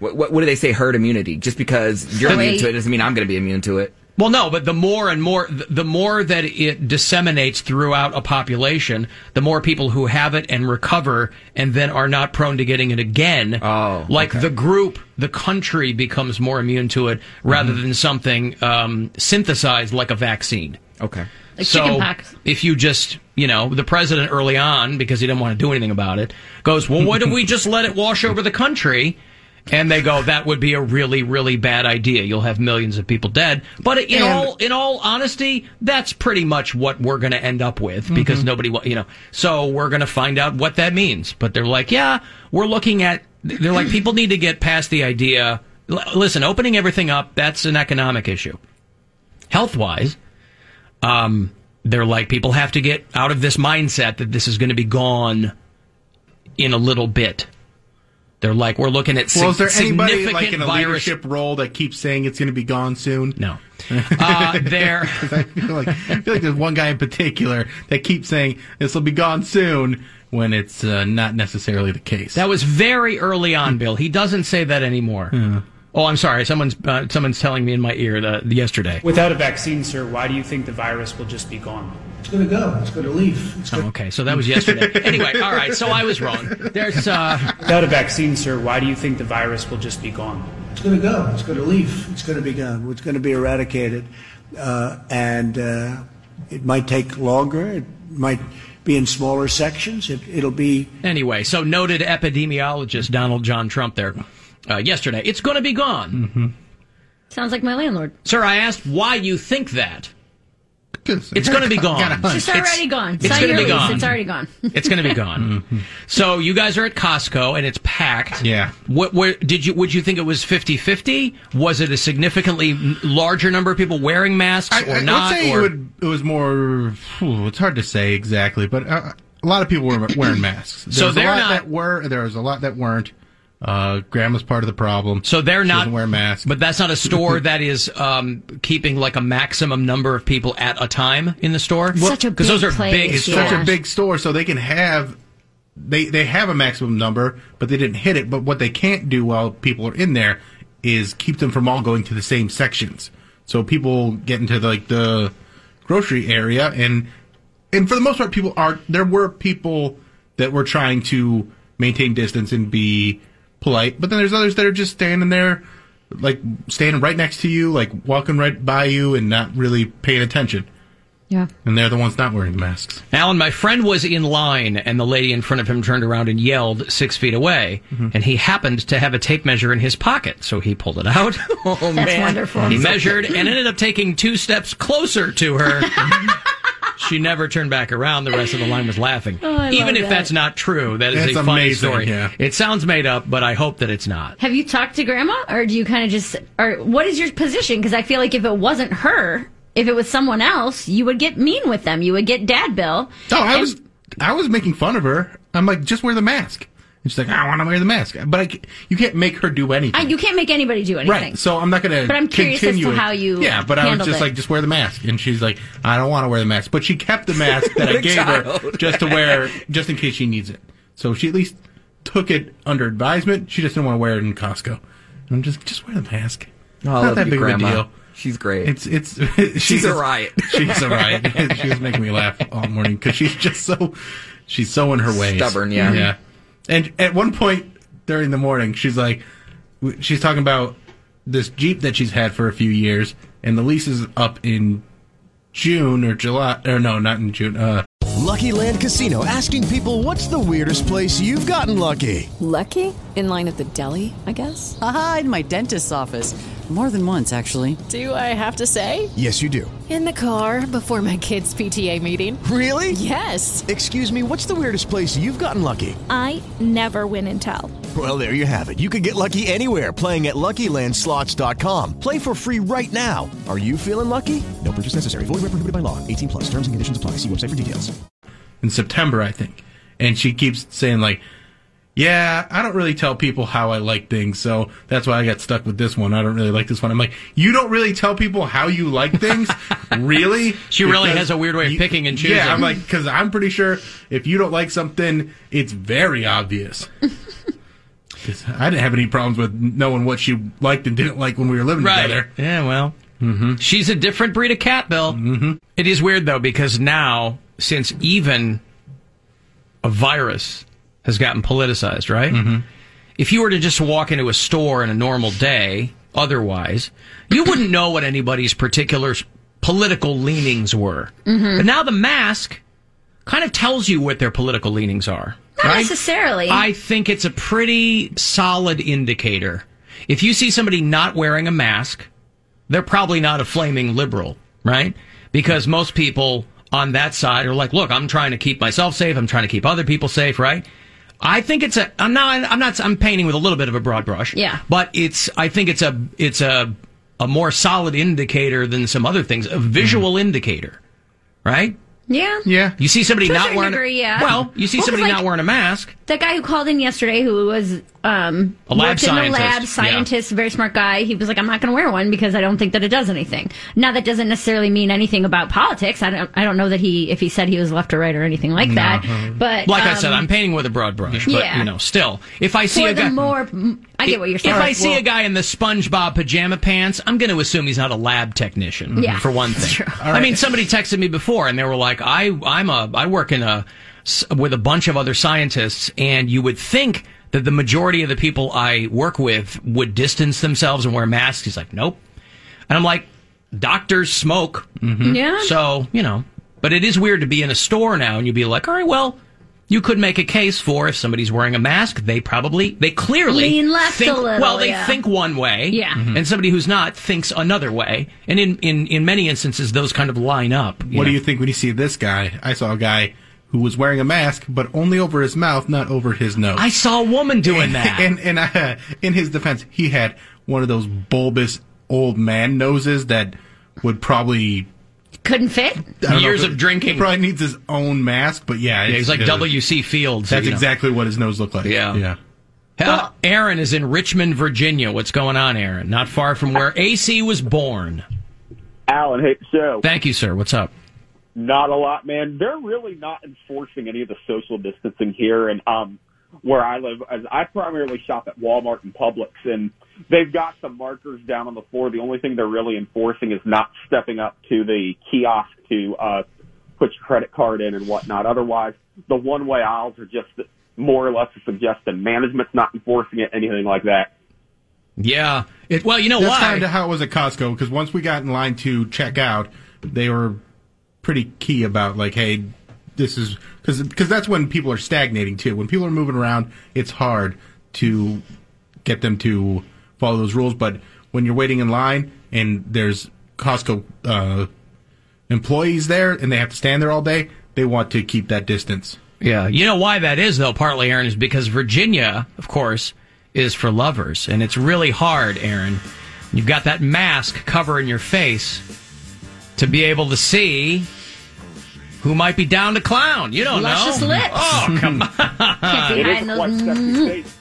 [SPEAKER 9] What, what, what do they say? Herd immunity. Just because you're
[SPEAKER 7] The way-
[SPEAKER 9] immune to it doesn't mean I'm going to be immune to it.
[SPEAKER 7] Well, no, but the more and more, th- the more that it disseminates throughout a population, the more people who have it and recover and then are not prone to getting it again. Oh, like the group, the country becomes more immune to it rather than something um, synthesized like a vaccine.
[SPEAKER 9] Okay.
[SPEAKER 4] Like
[SPEAKER 7] so
[SPEAKER 4] chickenpox.
[SPEAKER 7] if you just, you know, the president early on because he didn't want to do anything about it goes, well, what if we just let it wash over the country? And they go, that would be a really, really bad idea. You'll have millions of people dead. But in
[SPEAKER 3] And-
[SPEAKER 7] all, in all honesty, that's pretty much what we're going to end up with because
[SPEAKER 8] Mm-hmm.
[SPEAKER 7] nobody, wa- you know. So we're going to find out what that means. But they're like, yeah, we're looking at. They're like, people need to get past the idea. L- listen, opening everything up, that's an economic issue health wise, um, they're like people have to get out of this mindset that this is going to be gone in a little bit. They're like we're looking at sig-
[SPEAKER 8] Well, is there anybody
[SPEAKER 7] significant
[SPEAKER 8] like in a
[SPEAKER 7] virus.
[SPEAKER 8] leadership role that keeps saying it's going to be gone soon?
[SPEAKER 7] No. Uh, there.
[SPEAKER 8] I feel like I feel like there's one guy in particular that keeps saying this will be gone soon when it's uh, not necessarily the case.
[SPEAKER 7] That was very early on, Bill. He doesn't say that anymore. Oh, I'm sorry. Someone's uh, someone's telling me in my ear the, the yesterday.
[SPEAKER 14] Without a vaccine, sir, why do you think the virus will just be gone?
[SPEAKER 15] It's going to go. It's going to leave. It's
[SPEAKER 7] Oh, okay, so that was yesterday. anyway, all right. So I was wrong. There's uh,
[SPEAKER 14] Without a vaccine, sir, why do you think the virus will just be gone?
[SPEAKER 15] going to go. It's going to leave. It's going to be gone. It's going to be eradicated, uh, and uh, it might take longer. It might be in smaller sections. It, it'll be
[SPEAKER 7] Anyway, so noted epidemiologist Donald John Trump there uh, yesterday. It's going to be gone.
[SPEAKER 14] Mm-hmm.
[SPEAKER 4] Sounds like my landlord.
[SPEAKER 7] Sir, I asked why you think that. It's going to be gone.
[SPEAKER 4] It's already gone.
[SPEAKER 7] it's
[SPEAKER 4] Sign
[SPEAKER 7] gonna
[SPEAKER 4] your
[SPEAKER 7] be
[SPEAKER 4] lease.
[SPEAKER 7] gone.
[SPEAKER 4] It's already gone.
[SPEAKER 7] It's going to be gone.
[SPEAKER 8] Mm-hmm.
[SPEAKER 7] So you guys are at Costco and it's packed. Yeah. What, where, did you? Would you think it was 50-50? Was it a significantly larger number of people wearing masks
[SPEAKER 8] I
[SPEAKER 7] or not?
[SPEAKER 8] would say
[SPEAKER 7] or,
[SPEAKER 8] it, would, it was more. phew, it's hard to say exactly, but uh, a lot of people were wearing masks.
[SPEAKER 7] So
[SPEAKER 8] was a
[SPEAKER 7] they're
[SPEAKER 8] lot
[SPEAKER 7] not-
[SPEAKER 8] that were. There was a lot that weren't. Uh, grandma's part of the problem.
[SPEAKER 7] So they're not
[SPEAKER 8] wear masks.
[SPEAKER 7] But that's not a store that is um, keeping like a maximum number of people at a time in the store. because those are big
[SPEAKER 8] It's
[SPEAKER 7] stores.
[SPEAKER 8] such a big store, so they can have they they have a maximum number, but they didn't hit it. But what they can't do while people are in there is keep them from all going to the same sections. So people get into like the grocery area, and and for the most part, people are there were people that were trying to maintain distance and be polite, but then there's others that are just standing there. Like standing right next to you, like walking right by you, and not really paying attention.
[SPEAKER 4] Yeah.
[SPEAKER 8] And they're the ones not wearing the masks.
[SPEAKER 7] Alan, my friend was in line, and the lady in front of him turned around and yelled six feet away.
[SPEAKER 8] Mm-hmm.
[SPEAKER 7] And he happened to have a tape measure in his pocket, so he pulled it out. Oh, That's
[SPEAKER 3] man. wonderful.
[SPEAKER 7] He measured and ended up taking two steps closer to her. she never turned back around. The rest of the line was laughing.
[SPEAKER 4] Oh, I love
[SPEAKER 7] Even if
[SPEAKER 4] that.
[SPEAKER 7] that's not true, that is
[SPEAKER 8] That's
[SPEAKER 7] a funny
[SPEAKER 8] amazing,
[SPEAKER 7] story.
[SPEAKER 8] yeah.
[SPEAKER 7] It sounds made up, but I hope that it's not.
[SPEAKER 4] Have you talked to grandma, or do you kind of just, or what is your position? Because I feel like if it wasn't her, if it was someone else, you would get mean with them. You would get dad bill.
[SPEAKER 8] No, Oh, I was I was making fun of her. I'm like, just wear the mask. And she's like, I want to wear the mask, but I, ca- you can't make her do anything.
[SPEAKER 4] I, you can't make anybody do anything.
[SPEAKER 8] Right, so I'm not gonna.
[SPEAKER 4] But I'm curious as to
[SPEAKER 8] continue it.
[SPEAKER 4] how you
[SPEAKER 8] Yeah, but I was
[SPEAKER 4] handled
[SPEAKER 8] just
[SPEAKER 4] it.
[SPEAKER 8] like, just wear the mask, and she's like, I don't want to wear the mask, but she kept the mask that I
[SPEAKER 3] What a
[SPEAKER 8] gave her
[SPEAKER 3] child.
[SPEAKER 8] just to wear, just in case she needs it. So she at least took it under advisement. She just didn't want to wear it in Costco. I'm just, just wear the mask.
[SPEAKER 9] Oh, I
[SPEAKER 8] Not
[SPEAKER 9] love
[SPEAKER 8] that
[SPEAKER 9] you,
[SPEAKER 8] big
[SPEAKER 9] Grandma.
[SPEAKER 8] of a deal.
[SPEAKER 9] She's great.
[SPEAKER 8] It's it's
[SPEAKER 9] She's a riot.
[SPEAKER 8] She's a riot. she was making me laugh all morning because she's just so she's so in her ways.
[SPEAKER 9] Stubborn, yeah.
[SPEAKER 8] Yeah. And at one point during the morning, she's like, w- she's talking about this Jeep that she's had for a few years, and the lease is up in June or July, or no, not in June. Uh,
[SPEAKER 16] Lucky Land Casino asking people what's the weirdest place you've gotten lucky?
[SPEAKER 17] Lucky? In line at the deli, I guess?
[SPEAKER 18] Haha, in my dentist's office. More than once, actually.
[SPEAKER 17] Do I have to say?
[SPEAKER 16] Yes, you do.
[SPEAKER 17] In the car before my kids' PTA meeting.
[SPEAKER 16] Really?
[SPEAKER 17] Yes.
[SPEAKER 16] Excuse me, what's the weirdest place you've gotten lucky?
[SPEAKER 2] I never win and tell.
[SPEAKER 16] Well, there you have it. You can get lucky anywhere playing at LuckyLandSlots.com. Play for free right now. Are you feeling lucky? No purchase necessary. Void where prohibited by law. 18 plus. Terms and conditions apply. See website for details.
[SPEAKER 8] in September, I think. And she keeps saying like, "Yeah, I don't really tell people how I like things, so that's why I got stuck with this one. I don't really like this one." I'm like, "You don't really tell people how you like things, really?"
[SPEAKER 7] She really has a weird way of picking and choosing.
[SPEAKER 8] Yeah, I'm like, because I'm pretty sure if you don't like something, it's very obvious. 'Cause I didn't have any problems with knowing what she liked and didn't like when we were living
[SPEAKER 7] Right.
[SPEAKER 8] together. Mm-hmm.
[SPEAKER 7] Yeah, well, she's a different breed of cat, Bill. Mm-hmm. is weird though because now, since even a virus has gotten politicized, right?
[SPEAKER 8] Mm-hmm.
[SPEAKER 7] If you were to just walk into a store in a normal day, otherwise, you wouldn't know what anybody's particular s- political leanings were.
[SPEAKER 4] Mhm.
[SPEAKER 7] But now the mask kind of tells you what their political leanings are.
[SPEAKER 4] Not necessarily.
[SPEAKER 7] I think it's a pretty solid indicator. If you see somebody not wearing a mask, they're probably not a flaming liberal, right? Because most people on that side are like, look, I'm trying to keep myself safe. I'm trying to keep other people safe, right? I think it's a. I'm not. I'm not. I'm painting with a little bit of a broad brush.
[SPEAKER 4] Yeah.
[SPEAKER 7] But it's. I think it's a. It's a. A more solid indicator than some other things. A visual
[SPEAKER 4] Mm-hmm.
[SPEAKER 7] indicator, right?
[SPEAKER 4] yeah.
[SPEAKER 8] Yeah.
[SPEAKER 7] You see somebody
[SPEAKER 4] To a
[SPEAKER 7] not
[SPEAKER 4] certain
[SPEAKER 7] wearing.
[SPEAKER 4] degree, yeah.
[SPEAKER 7] Well, you see
[SPEAKER 4] Well, 'cause
[SPEAKER 7] somebody
[SPEAKER 4] like-
[SPEAKER 7] not wearing a mask.
[SPEAKER 4] That guy who called in yesterday, who was um,
[SPEAKER 7] A lab
[SPEAKER 4] worked in the lab
[SPEAKER 7] scientist, yeah.
[SPEAKER 4] scientist, very smart guy, he was like, "I'm not going to wear one because I don't think that it does anything." Now that doesn't necessarily mean anything about politics. I don't, I don't know that he, if he said he was left or right or anything like
[SPEAKER 7] No.
[SPEAKER 4] that. But
[SPEAKER 7] like I
[SPEAKER 4] um,
[SPEAKER 7] said, I'm painting with a broad brush, but
[SPEAKER 4] Yeah.
[SPEAKER 7] you know, still, if I see
[SPEAKER 4] for
[SPEAKER 7] a guy,
[SPEAKER 4] the more, I get what you're saying.
[SPEAKER 7] If I see a guy in the SpongeBob pajama pants, I'm going to assume he's not a lab technician.
[SPEAKER 4] Yeah.
[SPEAKER 7] for one thing. I mean, somebody texted me before, and they were like, "I, I'm a, I work in a s- with a bunch of other scientists, and you would think." That the majority of the people I work with would distance themselves and wear masks. He's like, nope. And I'm like, doctors smoke. Mm-hmm.
[SPEAKER 4] Yeah.
[SPEAKER 7] So, you know, but it is weird to be in a store now and you'd be like, all right, well, you could make a case for if somebody's wearing a mask, they probably, they clearly
[SPEAKER 4] Lean left
[SPEAKER 7] think,
[SPEAKER 4] a little,
[SPEAKER 7] well, they
[SPEAKER 4] yeah.
[SPEAKER 7] think one way. Mm-hmm.
[SPEAKER 4] Yeah.
[SPEAKER 8] Mm-hmm.
[SPEAKER 4] Mhm.
[SPEAKER 7] And somebody who's not thinks another way. And in, in, in many instances, those kind of line up.
[SPEAKER 8] What do you think when you see this guy? I saw a guy who was wearing a mask, but only over his mouth, not over his nose.
[SPEAKER 7] I saw a woman doing that.
[SPEAKER 8] And and I, in his defense, he had one of those bulbous old man noses that would probably
[SPEAKER 4] couldn't fit.
[SPEAKER 8] I don't know
[SPEAKER 7] Years
[SPEAKER 8] if it-
[SPEAKER 7] of drinking.
[SPEAKER 8] He probably needs his own mask, but yeah,
[SPEAKER 7] Yeah, he's
[SPEAKER 8] it's-
[SPEAKER 7] like
[SPEAKER 8] it-
[SPEAKER 7] W.C. Fields.
[SPEAKER 8] That's
[SPEAKER 7] you know.
[SPEAKER 8] exactly what his nose looked like.
[SPEAKER 7] Yeah.
[SPEAKER 8] yeah.
[SPEAKER 7] Uh, Aaron is in Richmond, Virginia. What's going on, Aaron? Not far from where AC was born.
[SPEAKER 19] Alan, hey, so
[SPEAKER 7] Thank you, sir. What's up?
[SPEAKER 19] not a lot, man. They're really not enforcing any of the social distancing here, and um, where I live, as I primarily shop at Walmart and Publix, and they've got some markers down on the floor. The only thing they're really enforcing is not stepping up to the kiosk to uh, put your credit card in and whatnot. Otherwise, the one-way aisles are just more or less a suggestion. Management's not enforcing it, anything like that.
[SPEAKER 7] Yeah. It, well, you know
[SPEAKER 8] That's
[SPEAKER 7] why?
[SPEAKER 8] kind of how it was at Costco because once we got in line to check out, they were pretty key about like, hey, this is because that's when people are stagnating too. When people are moving around, it's hard to get them to follow those rules. But when you're waiting in line and there's Costco uh, employees there and they have to stand there all day, they want to keep that distance.
[SPEAKER 7] Yeah, Uh, you know why that is, though, partly, Aaron, is because Virginia, of course, is for lovers. And it's really hard, Aaron. You've got that mask covering your face to be able to see who might be down to clown. You don't
[SPEAKER 4] Luscious
[SPEAKER 7] know.
[SPEAKER 4] lips.
[SPEAKER 7] Oh, come on.
[SPEAKER 4] Can't Mm-hmm. be
[SPEAKER 7] It is
[SPEAKER 4] hiding those.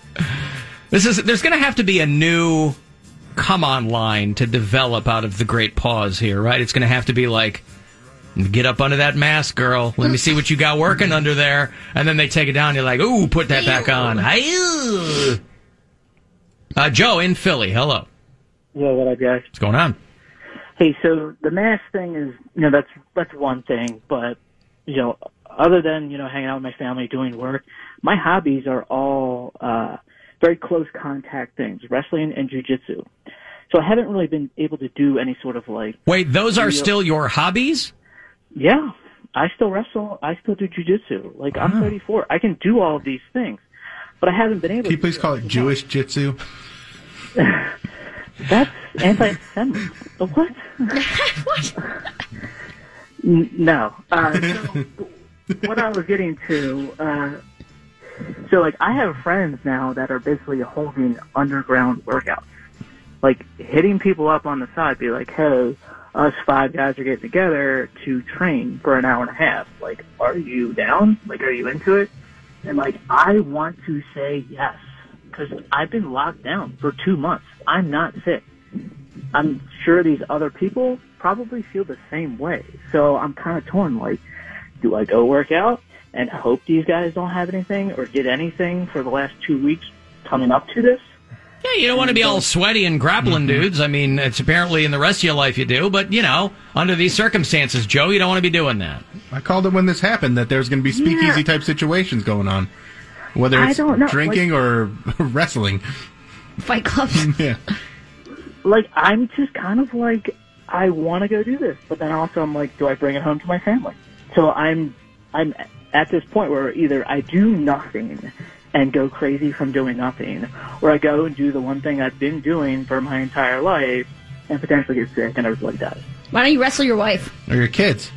[SPEAKER 7] This is there's going to have to be a new come on line to develop out of the great pause here, right? It's going to have to be like get up under that mask, girl. Let me see what you got working under there, and then they take it down. You're like, ooh, put that back on. Ew. Uh, Joe in Philly, hello.
[SPEAKER 20] Yeah, what up, guys?
[SPEAKER 7] What's going on?
[SPEAKER 20] Hey, so the mask thing is, you know, that's that's one thing, but you know, other than you know hanging out with my family, doing work, my hobbies are all uh, very close contact things: wrestling and jujitsu. So I haven't really been able to do any sort of like.
[SPEAKER 7] Wait, those are
[SPEAKER 20] real-
[SPEAKER 7] still your hobbies?
[SPEAKER 20] Yeah, I still wrestle. I still do jujitsu. Like I'm 34, I can do all of these things, but I haven't been able.
[SPEAKER 8] Can you please call it Jewish Jitsu?
[SPEAKER 20] That's anti-Semitic. what? what? No. Uh, so what I was getting to, uh, so like I have friends now that are basically holding underground workouts, like hitting people up on the side, be like, "Hey, us five guys are getting together to train for an hour and a half. Like, are you down? Like, are you into it? And like, I want to say yes because I've been locked down for two months. I'm not sick. I'm sure these other people probably feel the same way. So I'm kind of torn. Like, do I go work out and hope these guys don't have anything or get anything for the last two weeks coming up to this?
[SPEAKER 7] Yeah, you don't want to be all sweaty and grappling, dudes. I mean, it's apparently in the rest of your life you do, but you know, under these circumstances, Joe, you don't want to be doing that.
[SPEAKER 8] I called it when this happened that there's going to be speakeasy type situations going on, whether
[SPEAKER 20] I
[SPEAKER 8] it's
[SPEAKER 20] don't know,
[SPEAKER 8] drinking
[SPEAKER 20] like-
[SPEAKER 8] or wrestling.
[SPEAKER 4] Fight clubs.
[SPEAKER 8] yeah.
[SPEAKER 20] like I'm just kind of like I want to go do this, but then also I'm like, do I bring it home to my family? So I'm I'm at this point where either I do nothing and go crazy from doing nothing, or I go and do the one thing I've been doing for my entire life and potentially get sick and everybody dies.
[SPEAKER 4] Why don't you wrestle your wife?
[SPEAKER 8] Or your kids.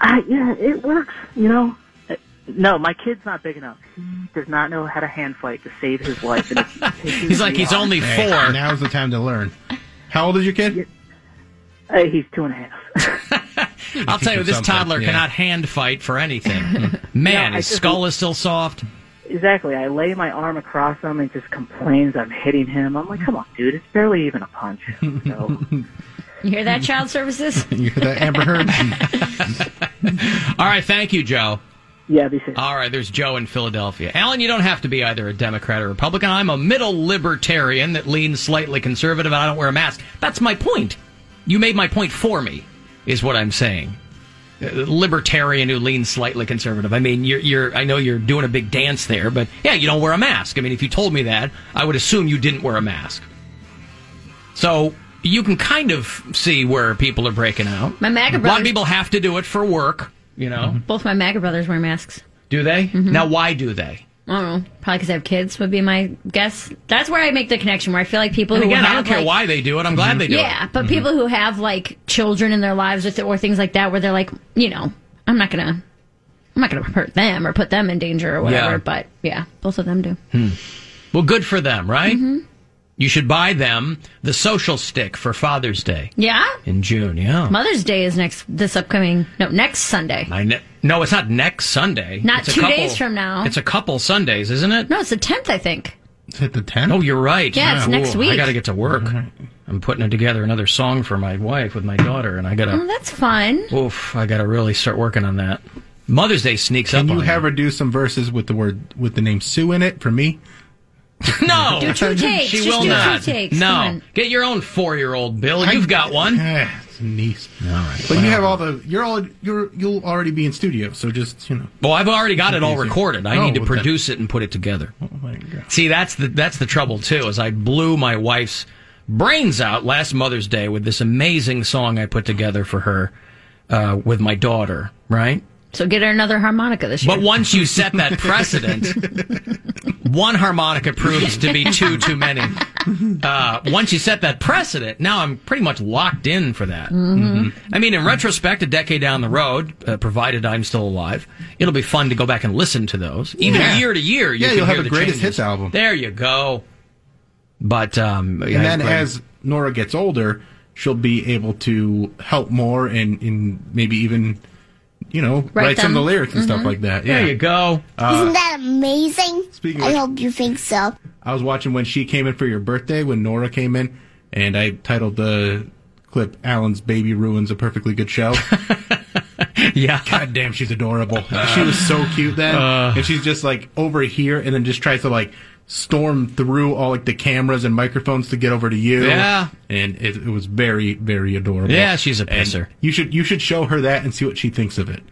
[SPEAKER 20] I, yeah, it works, you know. Uh, No, my kid's not big enough. He does not know how to hand fight to save his life. And it's pissing me off.
[SPEAKER 8] Hey, Now's the time to learn. How old is your kid?
[SPEAKER 20] Uh, he's two and a half.
[SPEAKER 7] I'll tell you, this
[SPEAKER 8] Something,
[SPEAKER 7] toddler
[SPEAKER 8] yeah.
[SPEAKER 7] cannot hand fight for anything. Man,
[SPEAKER 20] No, I
[SPEAKER 7] his
[SPEAKER 20] just-
[SPEAKER 7] skull is still soft.
[SPEAKER 20] Exactly. I lay my arm across him and just complains I'm hitting him. I'm like, come on, dude, it's barely even a punch. So,
[SPEAKER 4] You hear that, child services?
[SPEAKER 8] you hear that, Amber Heard?
[SPEAKER 7] All right, thank you, Joe.
[SPEAKER 20] Yeah, be safe.
[SPEAKER 7] All right, there's Joe in Philadelphia. Alan, you don't have to be either a Democrat or Republican. I'm a middle libertarian that leans slightly conservative, and I don't wear a mask. That's my point. You made my point for me, is what I'm saying. Uh, Libertarian who leans slightly conservative. I mean, you're, you're. I know you're doing a big dance there, but yeah, you don't wear a mask. I mean, if you told me that, I would assume you didn't wear a mask. So you can kind of see where people are breaking out.
[SPEAKER 4] My MAGA
[SPEAKER 7] A lot of
[SPEAKER 4] brothers-
[SPEAKER 7] people have to do it for work. You know,
[SPEAKER 4] Both my MAGA brothers wear masks.
[SPEAKER 7] do they?
[SPEAKER 4] Mm-hmm.
[SPEAKER 7] Now, why do they?
[SPEAKER 4] I don't know. Probably because I have kids would be my guess. That's where I make the connection. Where I feel like people
[SPEAKER 7] And
[SPEAKER 4] who
[SPEAKER 7] again,
[SPEAKER 4] have
[SPEAKER 7] I don't care
[SPEAKER 4] like- Mm-hmm.
[SPEAKER 7] why they do it. I'm glad they do
[SPEAKER 4] yeah,
[SPEAKER 7] it. Mm-hmm.
[SPEAKER 4] but people who have like children in their lives with it or things like that, where they're like, you know, I'm not gonna, I'm not gonna hurt them or put them in danger or whatever.
[SPEAKER 7] Yeah.
[SPEAKER 4] But yeah, both of them do.
[SPEAKER 7] Hmm. Well, good for them, right?
[SPEAKER 4] Mm-hmm.
[SPEAKER 7] You should buy them the social stick for Father's Day
[SPEAKER 4] Yeah,
[SPEAKER 7] in June. Yeah.
[SPEAKER 4] Mother's Day is next this upcoming no next Sunday.
[SPEAKER 7] I ne- no, it's not next Sunday.
[SPEAKER 4] Not
[SPEAKER 7] It's a
[SPEAKER 4] two
[SPEAKER 7] couple-
[SPEAKER 4] days from now.
[SPEAKER 7] It's a couple Sundays, isn't it?
[SPEAKER 4] No, it's the 10th, I think.
[SPEAKER 8] Is it the 10th?
[SPEAKER 7] Oh, you're right.
[SPEAKER 4] Yeah, it's next
[SPEAKER 7] Ooh, I
[SPEAKER 4] week.
[SPEAKER 7] got to get to work. I'm putting together another song for my wife with my daughter, and I got
[SPEAKER 4] Oh,
[SPEAKER 7] to.
[SPEAKER 4] that's fun.
[SPEAKER 7] Oof, I got to really start working on that. Mother's Day sneaks
[SPEAKER 8] Can
[SPEAKER 7] up
[SPEAKER 8] you
[SPEAKER 7] on
[SPEAKER 8] have her do some verses with the word with the name Sue in it for me?
[SPEAKER 7] No,
[SPEAKER 8] Do two takes.
[SPEAKER 7] She
[SPEAKER 8] Just
[SPEAKER 7] will
[SPEAKER 8] do two
[SPEAKER 7] not.
[SPEAKER 8] takes. Come
[SPEAKER 7] No,
[SPEAKER 8] on.
[SPEAKER 7] get your own four-year-old, Bill. You've got one.
[SPEAKER 8] Ah, it's a niece.
[SPEAKER 7] All right,
[SPEAKER 8] But you have all the you're all you're you'll already be in studio, so just you know.
[SPEAKER 7] Well, I've already got it all recorded. I
[SPEAKER 8] Oh,
[SPEAKER 7] need to
[SPEAKER 8] that-
[SPEAKER 7] produce it and put it together. See, that's the that's the trouble too. Is I blew my wife's brains out last Mother's Day with this amazing song I put together for her uh, with my daughter. Right.
[SPEAKER 4] So get her another harmonica this year.
[SPEAKER 7] But once you set that precedent, one harmonica proves to be two too many. Uh, once you set that precedent, now I'm pretty much locked in for that.
[SPEAKER 8] Mm-hmm.
[SPEAKER 21] Mhm.
[SPEAKER 7] I mean, in retrospect, a decade down the road, uh, provided I'm still alive, it'll be fun to go back and listen to those. Even
[SPEAKER 8] Yeah.
[SPEAKER 7] year to year, you
[SPEAKER 8] Yeah,
[SPEAKER 7] can
[SPEAKER 8] you'll
[SPEAKER 7] hear
[SPEAKER 8] have a
[SPEAKER 7] the
[SPEAKER 8] greatest
[SPEAKER 7] changes.
[SPEAKER 8] hits album.
[SPEAKER 7] There you go. But um,
[SPEAKER 8] And then as Nora gets older, she'll be able to help more and, and maybe even you know write, some of the
[SPEAKER 3] them.
[SPEAKER 8] lyrics and stuff
[SPEAKER 3] Mhm.
[SPEAKER 8] like that.
[SPEAKER 7] There
[SPEAKER 8] yeah. Uh,
[SPEAKER 7] you go.
[SPEAKER 3] Isn't that amazing?
[SPEAKER 8] speaking of
[SPEAKER 3] I
[SPEAKER 8] which-
[SPEAKER 3] hope you think so.
[SPEAKER 8] I was watching when she came in for your birthday when Nora came in, and I titled the clip "Alan's Baby Ruins a Perfectly Good Show."
[SPEAKER 7] yeah, Uh.
[SPEAKER 8] God damn, she's adorable. she was so cute then, and she's just like over here, and then just tries to like storm through all like the cameras and microphones to get over to you.
[SPEAKER 7] Yeah.
[SPEAKER 8] and it, it was very, very adorable.
[SPEAKER 7] Yeah, she's a
[SPEAKER 8] And
[SPEAKER 7] pisser.
[SPEAKER 8] you should you should show her that and see what she thinks of it,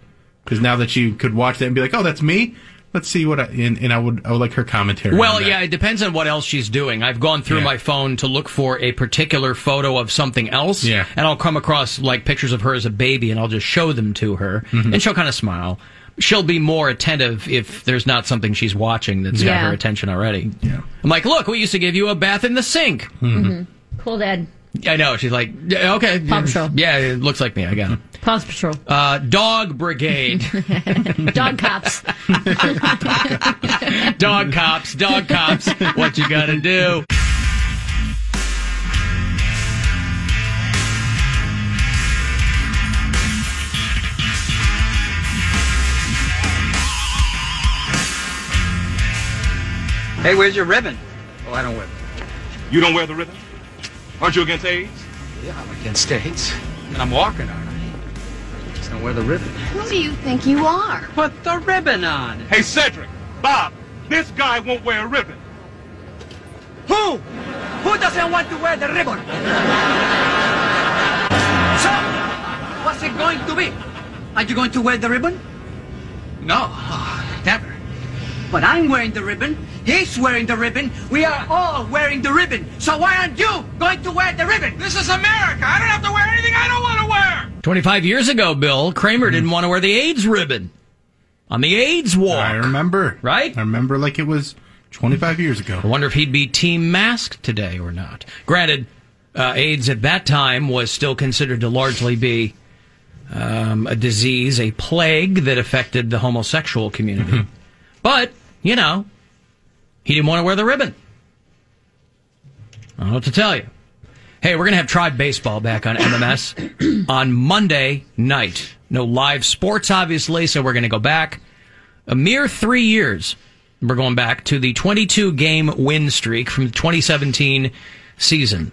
[SPEAKER 8] because now that she could watch that and be like, "Oh, that's me." Let's see what I and, and I would I would like her commentary. on
[SPEAKER 7] Well,
[SPEAKER 8] that.
[SPEAKER 7] yeah, it depends on what else she's doing. I've gone through
[SPEAKER 8] Yeah.
[SPEAKER 7] my phone to look for a particular photo of something else,
[SPEAKER 8] Yeah.
[SPEAKER 7] and I'll come across like pictures of her as a baby, and I'll just show them to her,
[SPEAKER 8] Mhm.
[SPEAKER 7] and she'll kind of smile. She'll be more attentive if there's not something she's watching that's got
[SPEAKER 4] Yeah.
[SPEAKER 7] her attention already. Yeah. I'm like, look, we used to give you a bath in the sink.
[SPEAKER 8] Mm-hmm.
[SPEAKER 7] Mm-hmm.
[SPEAKER 4] Mhm. Cool, Dad.
[SPEAKER 7] I know. She's like, yeah, okay,
[SPEAKER 4] Paw Patrol.
[SPEAKER 7] yeah, it looks like me. I got it.
[SPEAKER 4] Paws Patrol.
[SPEAKER 7] Uh, dog brigade.
[SPEAKER 4] Dog cops.
[SPEAKER 7] dog cops, dog cops, what you gotta do.
[SPEAKER 3] Hey, where's your ribbon? Oh, I don't wear it.
[SPEAKER 19] You don't wear the ribbon? Aren't you against AIDS?
[SPEAKER 3] Yeah, I'm against AIDS. And I'm walking on it. Just don't wear the ribbon.
[SPEAKER 14] Who do you think you are?
[SPEAKER 3] Put the ribbon on.
[SPEAKER 19] Hey, Cedric, Bob, this guy won't wear a ribbon.
[SPEAKER 3] Who? Who doesn't want to wear the ribbon? so, what's it going to be? Are you going to wear the ribbon? No, oh, never. But I'm wearing the ribbon. He's wearing the ribbon. We are all wearing the ribbon. So why aren't you going to wear the ribbon? This is America. I don't have to wear anything I don't want to wear.
[SPEAKER 7] 25 years ago, Bill,
[SPEAKER 8] Mm-hmm.
[SPEAKER 7] Kramer didn't want to wear the AIDS ribbon on the AIDS walk. I
[SPEAKER 8] remember.
[SPEAKER 7] Right?
[SPEAKER 8] I remember like it was 25 years ago. I
[SPEAKER 7] wonder if he'd be team masked today or not. Granted, uh, AIDS at that time was still considered to largely be um, a disease, a plague that affected the homosexual
[SPEAKER 8] Mm-hmm.
[SPEAKER 7] community. but, you know, he didn't want to wear the ribbon. I don't know what to tell you. Hey, we're going to have Tribe Baseball back on MMS on Monday night. No live sports, obviously, so we're going to go back a mere three years. We're going back to the 22 game win streak from the 2017 season.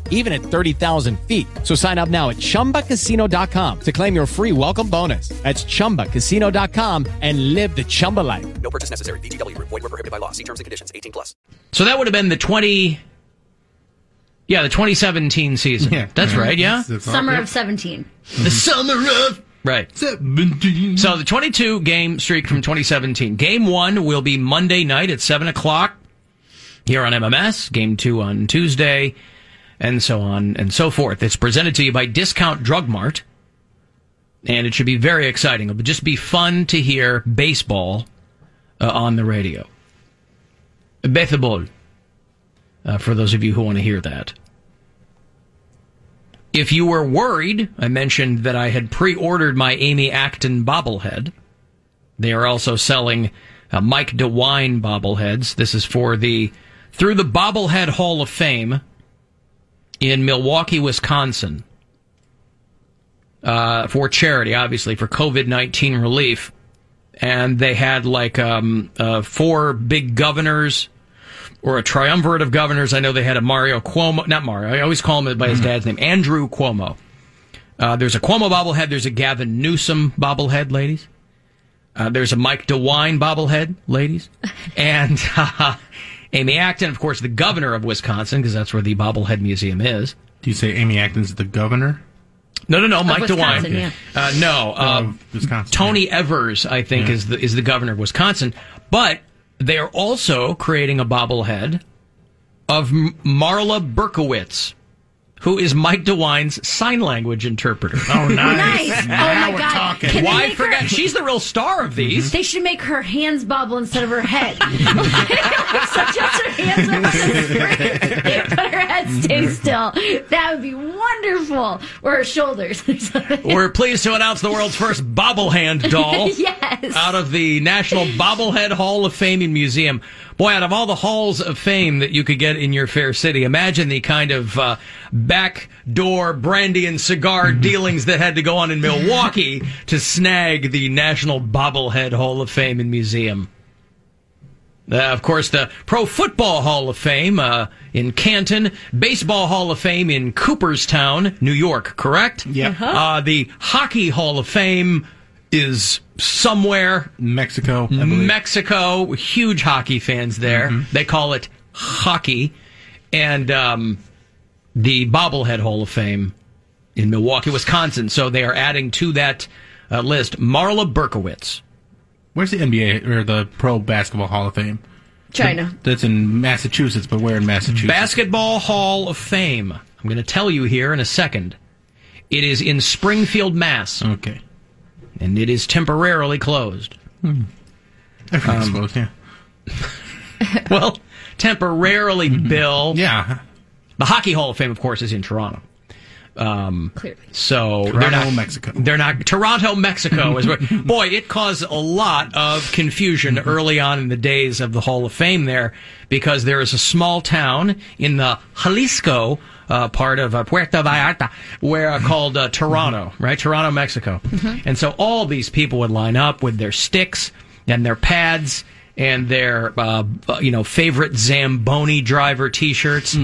[SPEAKER 10] even at 30,000 feet. So sign up now at ChumbaCasino.com to claim your free welcome bonus. That's ChumbaCasino.com and live the Chumba life.
[SPEAKER 22] No purchase necessary. VGW Group. Void were prohibited by law. See terms and conditions. 18 plus.
[SPEAKER 7] So that would have been the 20. Yeah, the 2017 season. Yeah, that's right. Yeah, Mm-hmm.
[SPEAKER 4] Summer of 17.
[SPEAKER 7] the summer of right. 17. So the 22 game streak from 2017. Game one will be Monday night at seven o'clock here on MMS. Game two on Tuesday, and so on and so forth. It's presented to you by Discount Drug Mart, and it should be very exciting. It'll just be fun to hear baseball uh, on the radio. Bethebol, uh, for those of you who want to hear that. If you were worried, I mentioned that I had pre ordered my Amy Acton bobblehead. They are also selling uh, Mike DeWine bobbleheads. This is for the Through the Bobblehead Hall of Fame in Milwaukee, Wisconsin. Uh, for charity, obviously, for COVID 19 relief and they had like um, uh, four big governors or a triumvirate of governors. I know they had a Mario Cuomo, not Mario. I always call him by his dad's name, Andrew Cuomo. Uh, there's a Cuomo bobblehead. There's a Gavin Newsom bobblehead, ladies. Uh, there's a Mike DeWine bobblehead, ladies, and uh, Amy Acton, of course, the governor of Wisconsin, because that's where the bobblehead museum is.
[SPEAKER 8] Do you say Amy Acton's the governor?
[SPEAKER 7] No, no, no,
[SPEAKER 8] Of
[SPEAKER 7] Mike
[SPEAKER 8] Wisconsin,
[SPEAKER 7] DeWine.
[SPEAKER 8] yeah.
[SPEAKER 7] Uh, no, uh, Tony Evers, I think,
[SPEAKER 8] Yeah.
[SPEAKER 7] is the is the governor of Wisconsin. But they are also creating a bobblehead of M- Marla Berkowitz, who is Mike DeWine's sign language interpreter. Oh,
[SPEAKER 8] nice.
[SPEAKER 4] Nice. Oh my god. Can they
[SPEAKER 7] Why
[SPEAKER 4] make
[SPEAKER 7] forget?
[SPEAKER 4] her-
[SPEAKER 7] She's the real star of these.
[SPEAKER 4] They should make her hands bobble instead of her head. so just her hands are on the screen, but her head stays still. That would be wonderful. Or her shoulders. or something.
[SPEAKER 7] We're pleased to announce the world's first bobblehand doll
[SPEAKER 4] Yes.
[SPEAKER 7] out of the National Bobblehead Hall of Fame and Museum. Boy, out of all the halls of fame that you could get in your fair city, imagine the kind of uh, backdoor brandy and
[SPEAKER 4] Mm-hmm.
[SPEAKER 7] cigar dealings that had to go on in Milwaukee to snag the National Bobblehead Hall of Fame and Museum. Uh, of course, the Pro Football Hall of Fame uh, in Canton, Baseball Hall of Fame in Cooperstown, New York, correct? Yeah.
[SPEAKER 8] Uh-huh.
[SPEAKER 7] Uh, the Hockey Hall of Fame is somewhere.
[SPEAKER 8] Mexico.
[SPEAKER 7] Mexico. Huge hockey fans there. They call it hockey. And um, the Bobblehead Hall of Fame in Milwaukee, Wisconsin. So they are adding to that uh, list Marla Berkowitz.
[SPEAKER 8] Where's the NBA or the Pro Basketball Hall of Fame?
[SPEAKER 4] China.
[SPEAKER 8] That's in Massachusetts, but where in Massachusetts?
[SPEAKER 7] Basketball Hall of Fame. I'm going to tell you here in a second. It is in Springfield, Mass.
[SPEAKER 8] Okay.
[SPEAKER 7] And it is temporarily closed.
[SPEAKER 8] Hmm. Everything's
[SPEAKER 7] Um,
[SPEAKER 8] closed, yeah.
[SPEAKER 7] well,
[SPEAKER 8] Mm-hmm.
[SPEAKER 7] temporarily, Bill. Yeah. The Hockey Hall of Fame, of course, is in Toronto. Um, so they're
[SPEAKER 8] Toronto,
[SPEAKER 7] not Mexico. They're not Toronto, Mexico is where. boy, it caused a lot of confusion early on in the days of the Hall of Fame there because there is a small town in the Jalisco uh, part of uh, Puerto Vallarta where uh, called uh, Toronto, right? Toronto, Mexico. And so all these people would line up with their sticks and their pads and their uh, you know favorite Zamboni driver T-shirts,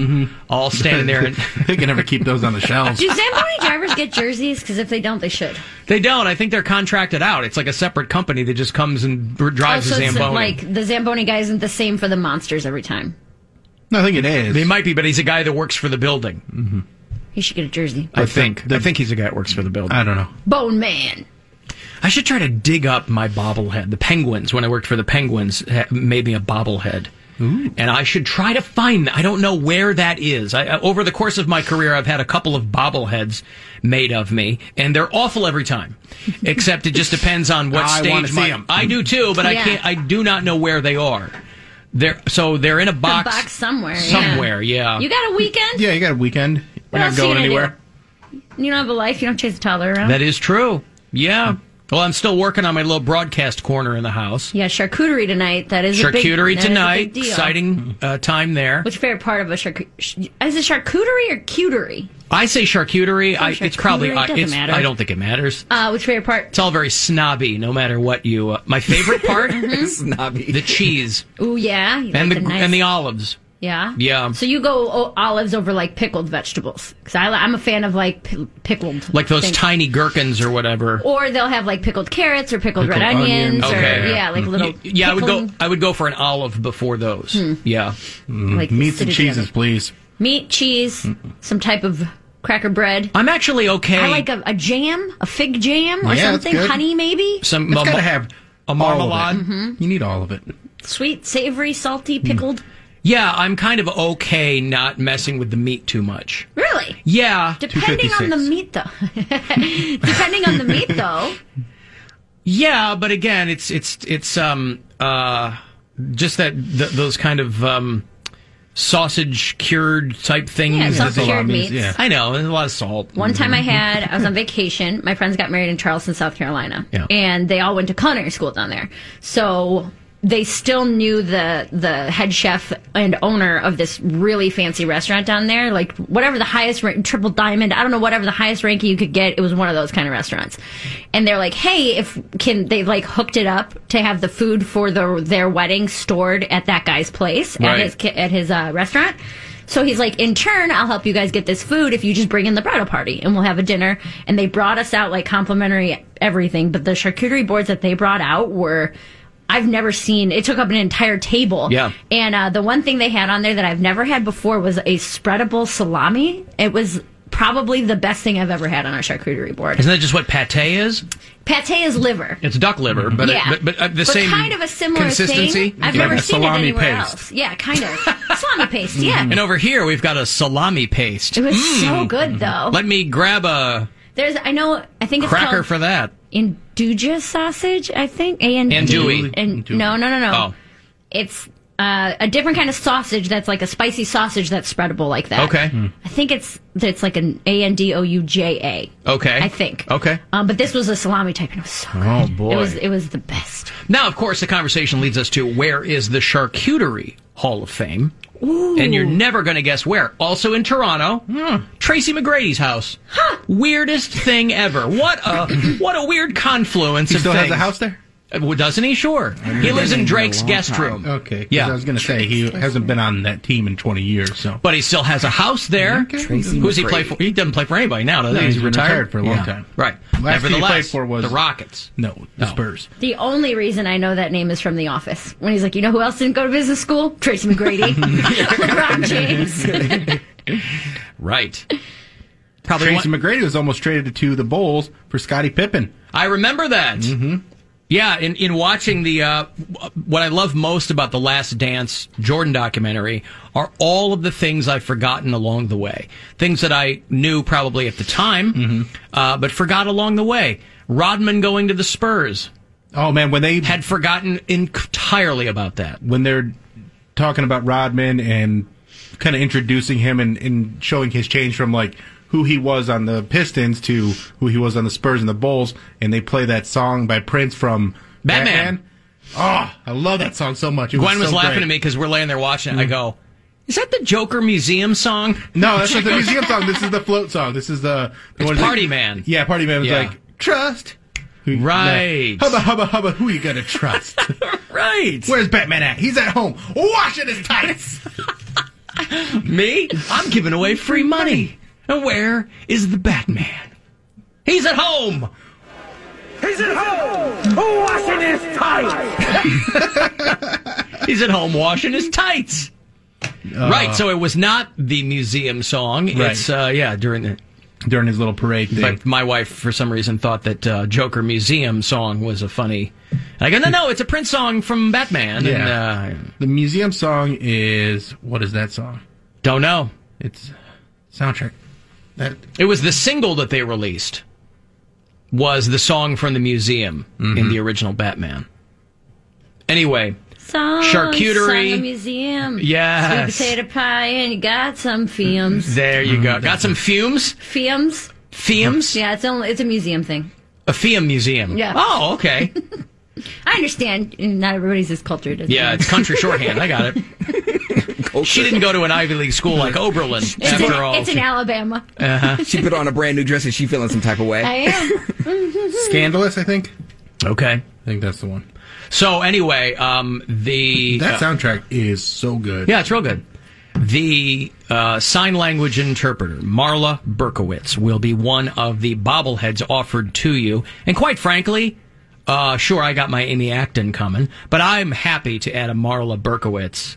[SPEAKER 7] all standing there. And Mm-hmm. they can never keep those on the shelves.
[SPEAKER 4] Do Zamboni drivers get jerseys? Because if they don't, they should.
[SPEAKER 7] They don't. I think they're contracted out. It's like a separate company that just comes and br- drives
[SPEAKER 4] oh, so
[SPEAKER 7] the
[SPEAKER 4] it's
[SPEAKER 7] Zamboni.
[SPEAKER 4] like the Zamboni guy isn't the same for the monsters every time.
[SPEAKER 7] no, I think it is. Mm-hmm. He might be, but he's a guy that works for the building.
[SPEAKER 4] He should get a jersey.
[SPEAKER 7] I think. I think he's a guy that works for the building. I don't know.
[SPEAKER 4] Bone Man.
[SPEAKER 7] I should try to dig up my bobblehead. The Penguins, when I worked for the Penguins, ha- made me a bobblehead. And I should try to find that. I don't know where that is. I, I- over the course of my career, I've had a couple of bobbleheads made of me, and they're awful every time. Except it just depends on what
[SPEAKER 8] I wanna
[SPEAKER 7] stage.
[SPEAKER 8] see
[SPEAKER 7] my-
[SPEAKER 8] 'em.
[SPEAKER 7] I do too, but I
[SPEAKER 4] Yeah.
[SPEAKER 7] can't. I do not know where they are. They're so they're in a
[SPEAKER 4] A
[SPEAKER 7] box,
[SPEAKER 4] box somewhere. yeah.
[SPEAKER 7] somewhere. Yeah.
[SPEAKER 4] You got a weekend?
[SPEAKER 7] yeah, you got a weekend.
[SPEAKER 4] What else you gonna do? You don't have a life. You don't chase a toddler around.
[SPEAKER 7] That is true. Yeah. Well, I'm still working on my little broadcast corner in the house.
[SPEAKER 4] yeah, charcuterie tonight. That is a big-
[SPEAKER 7] Charcuterie
[SPEAKER 4] that is a big
[SPEAKER 7] tonight.
[SPEAKER 4] deal. Mm-hmm.
[SPEAKER 7] Exciting uh, time there.
[SPEAKER 4] What's your favorite part of a charcuterie? Is it charcuterie or cuterie?
[SPEAKER 7] I say charcuterie. I, it's probably.
[SPEAKER 4] Oh, charcuterie,
[SPEAKER 7] I,
[SPEAKER 4] doesn't
[SPEAKER 7] it's,
[SPEAKER 4] matter.
[SPEAKER 7] I don't think it matters.
[SPEAKER 4] Uh, what's your favorite part?
[SPEAKER 7] It's all very snobby, no matter what you. Uh, my favorite part, snobby, the cheese
[SPEAKER 4] Ooh, yeah. Mm-hmm. You
[SPEAKER 7] and
[SPEAKER 4] like
[SPEAKER 7] the
[SPEAKER 4] nice-
[SPEAKER 7] and the olives.
[SPEAKER 4] Yeah.
[SPEAKER 7] Yeah,
[SPEAKER 4] So you go o- olives over like pickled vegetables because I'm a fan of like pi- pickled,
[SPEAKER 7] like those
[SPEAKER 4] things.
[SPEAKER 7] tiny gherkins or whatever.
[SPEAKER 4] Or they'll have like pickled carrots or pickled, red onions, or yeah, like
[SPEAKER 7] Mm.
[SPEAKER 4] little.
[SPEAKER 7] Y- Yeah, I would go.
[SPEAKER 4] pickling-
[SPEAKER 7] I would go for an olive before those.
[SPEAKER 4] Hmm.
[SPEAKER 7] Yeah,
[SPEAKER 4] Like Meats and acidity of cheeses,
[SPEAKER 7] please.
[SPEAKER 4] meat, cheese, some type of cracker bread.
[SPEAKER 7] I'm actually okay.
[SPEAKER 4] I like a, a jam, a fig jam or
[SPEAKER 7] Yeah, that's
[SPEAKER 4] something,
[SPEAKER 7] good.
[SPEAKER 4] honey maybe.
[SPEAKER 7] Some um, it's
[SPEAKER 8] gotta have
[SPEAKER 7] a marmalade. You need all of it.
[SPEAKER 4] sweet, savory, salty, pickled.
[SPEAKER 7] Yeah, I'm kind of okay not messing with the meat too much.
[SPEAKER 4] Really?
[SPEAKER 7] Yeah,
[SPEAKER 4] Depending on the meat though. Depending on the meat though.
[SPEAKER 7] Yeah, but again, it's it's it's um uh just that th- those kind of um sausage cured type things.
[SPEAKER 4] Yeah, sausage-cured meats. Yeah.
[SPEAKER 7] I know, and a lot of salt. Mm-hmm.
[SPEAKER 4] One time I had, I was on vacation. My friends got married in Charleston, South Carolina,
[SPEAKER 7] Yeah.
[SPEAKER 4] and they all went to culinary school down there. So they still knew the the head chef and owner of this really fancy restaurant down there, like whatever the highest rank, triple diamond. I don't know whatever the highest ranking you could get. It was one of those kind of restaurants, and they're like, "Hey, if can they like hooked it up to have the food for the, their wedding stored at that guy's place
[SPEAKER 12] Right.
[SPEAKER 4] at his ki- at his uh, restaurant?" So he's like, in turn, I'll help you guys get this food if you just bring in the bridal party and we'll have a dinner. And they brought us out like complimentary everything, but the charcuterie boards that they brought out were. I've never seen it took up an entire table.
[SPEAKER 12] Yeah.
[SPEAKER 4] And uh, the one thing they had on there that I've never had before was a spreadable salami. It was probably the best thing I've ever had on a charcuterie board.
[SPEAKER 7] Isn't that just what pate is?
[SPEAKER 4] Pate is liver.
[SPEAKER 7] It's duck liver, but
[SPEAKER 4] Yeah.
[SPEAKER 7] it, but, but uh, the same
[SPEAKER 4] kind of a similar
[SPEAKER 7] consistency.
[SPEAKER 4] thing. I've
[SPEAKER 7] Yeah.
[SPEAKER 4] never seen it
[SPEAKER 7] Salami
[SPEAKER 4] anywhere
[SPEAKER 7] paste.
[SPEAKER 4] else. Yeah, kind of salami paste. Yeah,
[SPEAKER 7] And over here we've got a salami paste.
[SPEAKER 4] it was
[SPEAKER 7] Mm.
[SPEAKER 4] so good though.
[SPEAKER 7] Let me grab a
[SPEAKER 4] There's, I know, I think it's
[SPEAKER 7] cracker
[SPEAKER 4] called
[SPEAKER 7] for that.
[SPEAKER 4] Induja sausage. I think A and
[SPEAKER 7] Andouille.
[SPEAKER 4] And no, no, no, no.
[SPEAKER 7] Oh.
[SPEAKER 4] It's uh, a different kind of sausage that's like a spicy sausage that's spreadable like that.
[SPEAKER 7] Okay.
[SPEAKER 4] I think it's it's like an A N D O U J A.
[SPEAKER 7] Okay.
[SPEAKER 4] I think.
[SPEAKER 7] Okay.
[SPEAKER 4] Um, but this was a salami type, and it was so good.
[SPEAKER 7] Oh, boy.
[SPEAKER 4] It was it was the best.
[SPEAKER 7] Now, of course, the conversation leads us to where is the charcuterie Hall of Fame?
[SPEAKER 4] Ooh. Hmm.
[SPEAKER 7] And you're never going to guess where. Also in Toronto, Tracy McGrady's house. Weirdest thing ever. What a what a weird confluence
[SPEAKER 8] He
[SPEAKER 7] of
[SPEAKER 8] still has
[SPEAKER 7] things.
[SPEAKER 8] a house there?
[SPEAKER 7] Uh, well, doesn't he? Sure. He lives in Drake's guest room.
[SPEAKER 8] Okay. 'cause
[SPEAKER 7] Yeah.
[SPEAKER 8] I was going to say he hasn't been on that team in 20 years, so.
[SPEAKER 7] But he still has a house there.
[SPEAKER 8] Tracy
[SPEAKER 7] Who's he
[SPEAKER 8] McGrady.
[SPEAKER 7] play for? He doesn't play for anybody now, does
[SPEAKER 8] No,
[SPEAKER 7] he?
[SPEAKER 8] he's been retired for a long
[SPEAKER 7] Yeah.
[SPEAKER 8] time.
[SPEAKER 7] Right.
[SPEAKER 8] Last team he
[SPEAKER 7] Nevertheless,
[SPEAKER 8] played for was-
[SPEAKER 7] the Rockets. Oh.
[SPEAKER 8] No, the Spurs.
[SPEAKER 4] The only reason I know that name is from The Office. When he's like, you know who else didn't go to business school? Tracy McGrady, LeBron James.
[SPEAKER 7] Right. Probably
[SPEAKER 8] Tracy McGrady was almost traded to the Bulls for Scottie Pippen.
[SPEAKER 7] I remember that. Mm-hmm. Yeah, in, in watching the uh, what I love most about the Last Dance Jordan documentary are all of the things I've forgotten along the way, things that I knew probably at the time,
[SPEAKER 8] Mm-hmm.
[SPEAKER 7] uh, but forgot along the way. Rodman going to the Spurs.
[SPEAKER 8] Oh man, when they
[SPEAKER 7] had forgotten entirely about that.
[SPEAKER 8] When they're talking about Rodman and kind of introducing him and, and showing his change from like who he was on the Pistons to who he was on the Spurs and the Bulls, and they play that song by Prince from
[SPEAKER 7] Batman.
[SPEAKER 8] Oh, I love that song so much. It
[SPEAKER 7] Gwen was
[SPEAKER 8] so
[SPEAKER 7] laughing
[SPEAKER 8] great. Mm.
[SPEAKER 7] at me because we're laying there watching it. I go, is that the Joker Museum song?
[SPEAKER 8] No, that's not the museum song. This is the float song. This is the, the
[SPEAKER 7] It's
[SPEAKER 8] one-
[SPEAKER 7] Party Man.
[SPEAKER 8] Yeah, Party Man was
[SPEAKER 7] Yeah.
[SPEAKER 8] like trust. Who-
[SPEAKER 7] Right.
[SPEAKER 8] yeah. Hubba hubba hubba. Who you gonna trust?
[SPEAKER 7] right.
[SPEAKER 8] Where's Batman at? He's at home washing his tights.
[SPEAKER 7] Me? I'm giving away free money. And where is the Batman? He's at home.
[SPEAKER 23] He's at home! Who washing his tights?
[SPEAKER 7] He's at home washing his tights. right. So it was not the museum song.
[SPEAKER 8] Uh. Right.
[SPEAKER 7] It's uh, yeah during the
[SPEAKER 8] during his little parade thing.
[SPEAKER 7] But my wife, for some reason, thought that uh, Joker Museum song was a funny. I go, no, no, it's a Prince song from Batman.
[SPEAKER 8] Yeah.
[SPEAKER 7] And, uh,
[SPEAKER 8] the museum song is what is that song?
[SPEAKER 7] Don't know.
[SPEAKER 8] It's soundtrack. That
[SPEAKER 7] it was the single that they released. Was the song from the museum
[SPEAKER 8] Mm-hmm.
[SPEAKER 7] in the original Batman? Anyway,
[SPEAKER 4] Song,
[SPEAKER 7] Charcuterie.
[SPEAKER 4] Song of museum.
[SPEAKER 7] Yes.
[SPEAKER 4] Sweet potato pie, and you got some fumes.
[SPEAKER 7] there
[SPEAKER 8] Mm-hmm.
[SPEAKER 7] you go. Got some fumes.
[SPEAKER 4] Fumes.
[SPEAKER 7] Fumes?
[SPEAKER 4] Yeah, it's only it's a museum thing.
[SPEAKER 7] A fume museum.
[SPEAKER 4] Yeah.
[SPEAKER 7] Oh, okay.
[SPEAKER 4] I understand. Not everybody's as cultured as
[SPEAKER 7] Yeah,
[SPEAKER 4] me.
[SPEAKER 7] it's country shorthand. I got it. she didn't go to an Ivy League school like Oberlin.
[SPEAKER 4] It's,
[SPEAKER 9] After
[SPEAKER 4] in,
[SPEAKER 9] all,
[SPEAKER 4] it's in Alabama.
[SPEAKER 7] Uh-huh.
[SPEAKER 9] She put on a brand new dress and she feeling some type of way.
[SPEAKER 4] I am.
[SPEAKER 8] Scandalous, I think.
[SPEAKER 7] Okay. I
[SPEAKER 8] think that's the one.
[SPEAKER 7] So anyway, um, the
[SPEAKER 8] That
[SPEAKER 7] uh,
[SPEAKER 8] soundtrack is so good.
[SPEAKER 7] yeah, it's real good. The uh, sign language interpreter Marla Berkowitz will be one of the bobbleheads offered to you, and quite frankly, uh, sure I got my Amy Acton coming, but I'm happy to add a Marla Berkowitz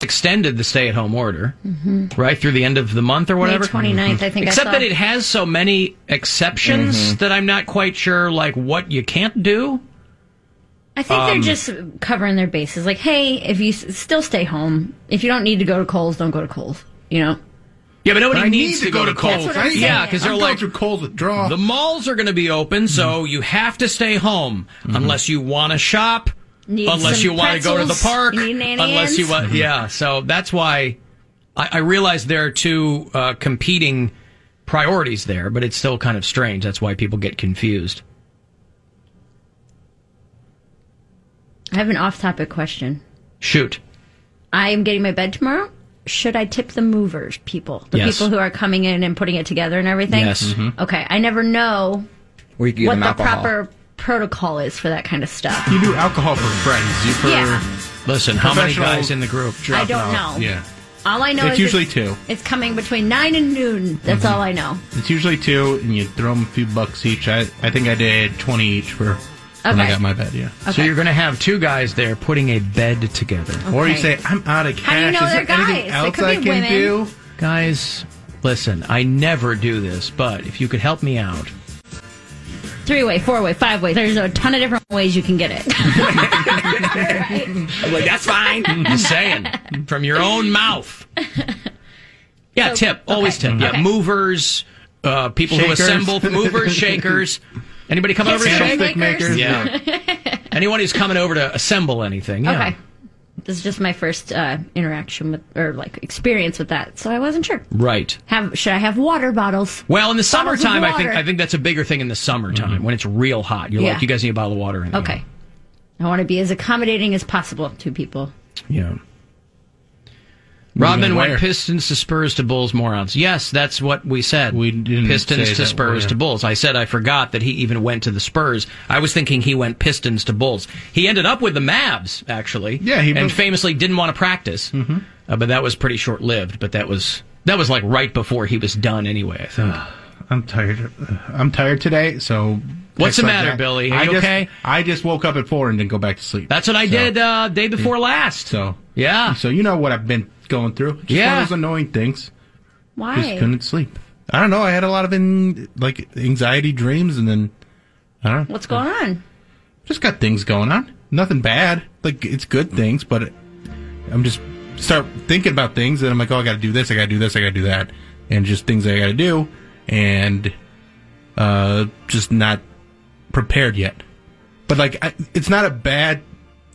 [SPEAKER 7] extended the stay-at-home order
[SPEAKER 9] Mm-hmm.
[SPEAKER 4] Mhm.
[SPEAKER 7] right through the end of the month or whatever
[SPEAKER 4] May 29th, I think I
[SPEAKER 7] except
[SPEAKER 4] saw.
[SPEAKER 7] that it has so many exceptions
[SPEAKER 4] Mhm.
[SPEAKER 7] that i'm not quite sure like what you can't do
[SPEAKER 4] I think
[SPEAKER 7] Um,
[SPEAKER 4] they're just covering their bases. Like, hey, if you s- still stay home, if you don't need to go to Kohl's, don't go to Kohl's. You know.
[SPEAKER 7] yeah but nobody
[SPEAKER 4] But I
[SPEAKER 7] needs
[SPEAKER 4] need to go to Kohl's. That's what I'm
[SPEAKER 7] yeah
[SPEAKER 4] saying.
[SPEAKER 7] because they're
[SPEAKER 4] I'm going
[SPEAKER 7] like
[SPEAKER 8] through Kohl's withdrawal
[SPEAKER 7] the malls are going to be open so
[SPEAKER 4] Mm-hmm.
[SPEAKER 7] you have to stay home unless you want to shop
[SPEAKER 4] Need
[SPEAKER 7] unless
[SPEAKER 4] some
[SPEAKER 7] you want to go to the
[SPEAKER 4] pretzels.
[SPEAKER 7] park
[SPEAKER 4] You need nanny
[SPEAKER 7] unless you
[SPEAKER 4] ants.
[SPEAKER 7] want
[SPEAKER 4] Mhm.
[SPEAKER 7] yeah so that's why i, I realize there are two uh, competing priorities there but it's still kind of strange that's why people get confused
[SPEAKER 4] I have an off-topic question.
[SPEAKER 7] shoot
[SPEAKER 4] I am getting my bed tomorrow. Should I tip the movers people, the
[SPEAKER 9] Yes.
[SPEAKER 4] people who are coming in and putting it together and everything?
[SPEAKER 9] Yes.
[SPEAKER 7] Mm-hmm.
[SPEAKER 9] Mhm.
[SPEAKER 4] Okay, I never know
[SPEAKER 9] Or you can give
[SPEAKER 4] what
[SPEAKER 9] them
[SPEAKER 4] the
[SPEAKER 9] alcohol.
[SPEAKER 4] proper protocol is for that kind of stuff.
[SPEAKER 8] You do alcohol for friends. You for
[SPEAKER 4] Yeah.
[SPEAKER 7] Listen, how many
[SPEAKER 8] professional
[SPEAKER 7] guys in the group?
[SPEAKER 4] I don't
[SPEAKER 8] dropouts.
[SPEAKER 4] know.
[SPEAKER 8] Yeah.
[SPEAKER 4] All I know
[SPEAKER 8] It's
[SPEAKER 4] is
[SPEAKER 8] usually two.
[SPEAKER 4] It's coming between nine and noon. That's
[SPEAKER 7] Mm-hmm.
[SPEAKER 4] all I know.
[SPEAKER 8] It's usually two, and you throw them a few bucks each. I, I think I did 20 each for when I
[SPEAKER 4] Okay.
[SPEAKER 8] got my bed. Yeah.
[SPEAKER 4] Okay.
[SPEAKER 7] So you're going to have two guys there putting a bed together.
[SPEAKER 8] Or you say, I'm out of cash.
[SPEAKER 4] How do you know
[SPEAKER 8] Is
[SPEAKER 4] they're
[SPEAKER 8] there anything
[SPEAKER 4] guys? They
[SPEAKER 8] else
[SPEAKER 4] could
[SPEAKER 8] I
[SPEAKER 4] be
[SPEAKER 8] can
[SPEAKER 4] women.
[SPEAKER 8] do?
[SPEAKER 7] Guys, listen, I never do this, but if you could help me out.
[SPEAKER 4] Three way, four way, five way. There's a ton of different ways you can get it.
[SPEAKER 7] I'm like, that's fine. Just saying. From your own mouth. Yeah, tip. Always tip. Yeah,
[SPEAKER 4] Okay.
[SPEAKER 7] movers, uh, people
[SPEAKER 8] Shakers.
[SPEAKER 7] who assemble, movers, shakers. Anybody coming over to shake?
[SPEAKER 4] Candlestick makers.
[SPEAKER 7] Yeah. Anyone who's coming over to assemble anything. Yeah.
[SPEAKER 4] Okay. This is just my first uh, interaction with, or like experience with that, so I wasn't sure.
[SPEAKER 7] Right.
[SPEAKER 4] Have should I have water bottles?
[SPEAKER 7] Well, in the
[SPEAKER 4] Bottles of
[SPEAKER 7] summertime, I think
[SPEAKER 4] water. Mm-hmm.
[SPEAKER 7] I think that's a bigger thing in the summertime when it's real hot. You're
[SPEAKER 4] Yeah.
[SPEAKER 7] like, you guys need a bottle of water. In there.
[SPEAKER 4] Okay. I want to be as accommodating as possible to people.
[SPEAKER 7] Yeah. Rodman
[SPEAKER 8] Moving
[SPEAKER 7] went
[SPEAKER 8] where?
[SPEAKER 7] Pistons to Spurs to Bulls morons. Yes, that's what we said. We didn't Pistons
[SPEAKER 8] say
[SPEAKER 7] to
[SPEAKER 8] that,
[SPEAKER 7] Spurs
[SPEAKER 8] yeah.
[SPEAKER 7] to Bulls. I said I forgot that he even went to the Spurs. I was thinking he went Pistons to Bulls. He ended up with the Mavs actually. Yeah,
[SPEAKER 8] he
[SPEAKER 7] and
[SPEAKER 8] was-
[SPEAKER 7] famously didn't want to practice. Mm-hmm. Uh, but that was pretty short lived. But that was that was like right before he was done anyway. I think.
[SPEAKER 8] I'm tired. I'm tired today. So
[SPEAKER 7] What's
[SPEAKER 8] text
[SPEAKER 7] the
[SPEAKER 8] like
[SPEAKER 7] matter,
[SPEAKER 8] that.
[SPEAKER 7] Billy? Are
[SPEAKER 8] I
[SPEAKER 7] you
[SPEAKER 8] just,
[SPEAKER 7] okay?
[SPEAKER 8] I just woke up at four and didn't go back to sleep.
[SPEAKER 7] That's what I did uh, day before last.
[SPEAKER 8] So
[SPEAKER 7] yeah.
[SPEAKER 8] So you know what I've been going through. Just
[SPEAKER 7] Yeah.
[SPEAKER 8] One of those annoying things.
[SPEAKER 4] Why?
[SPEAKER 8] Just couldn't sleep. I don't know. I had a lot of in, like anxiety dreams, and then I don't. know.
[SPEAKER 4] What's going on?
[SPEAKER 8] Just got things going on. Nothing bad. Like it's good things, but it, I'm just start thinking about things, and I'm like, oh, I got to do this. I got to do this. I got to do that, and just things I got to do, and uh, just not prepared yet. But like, I, it's not a bad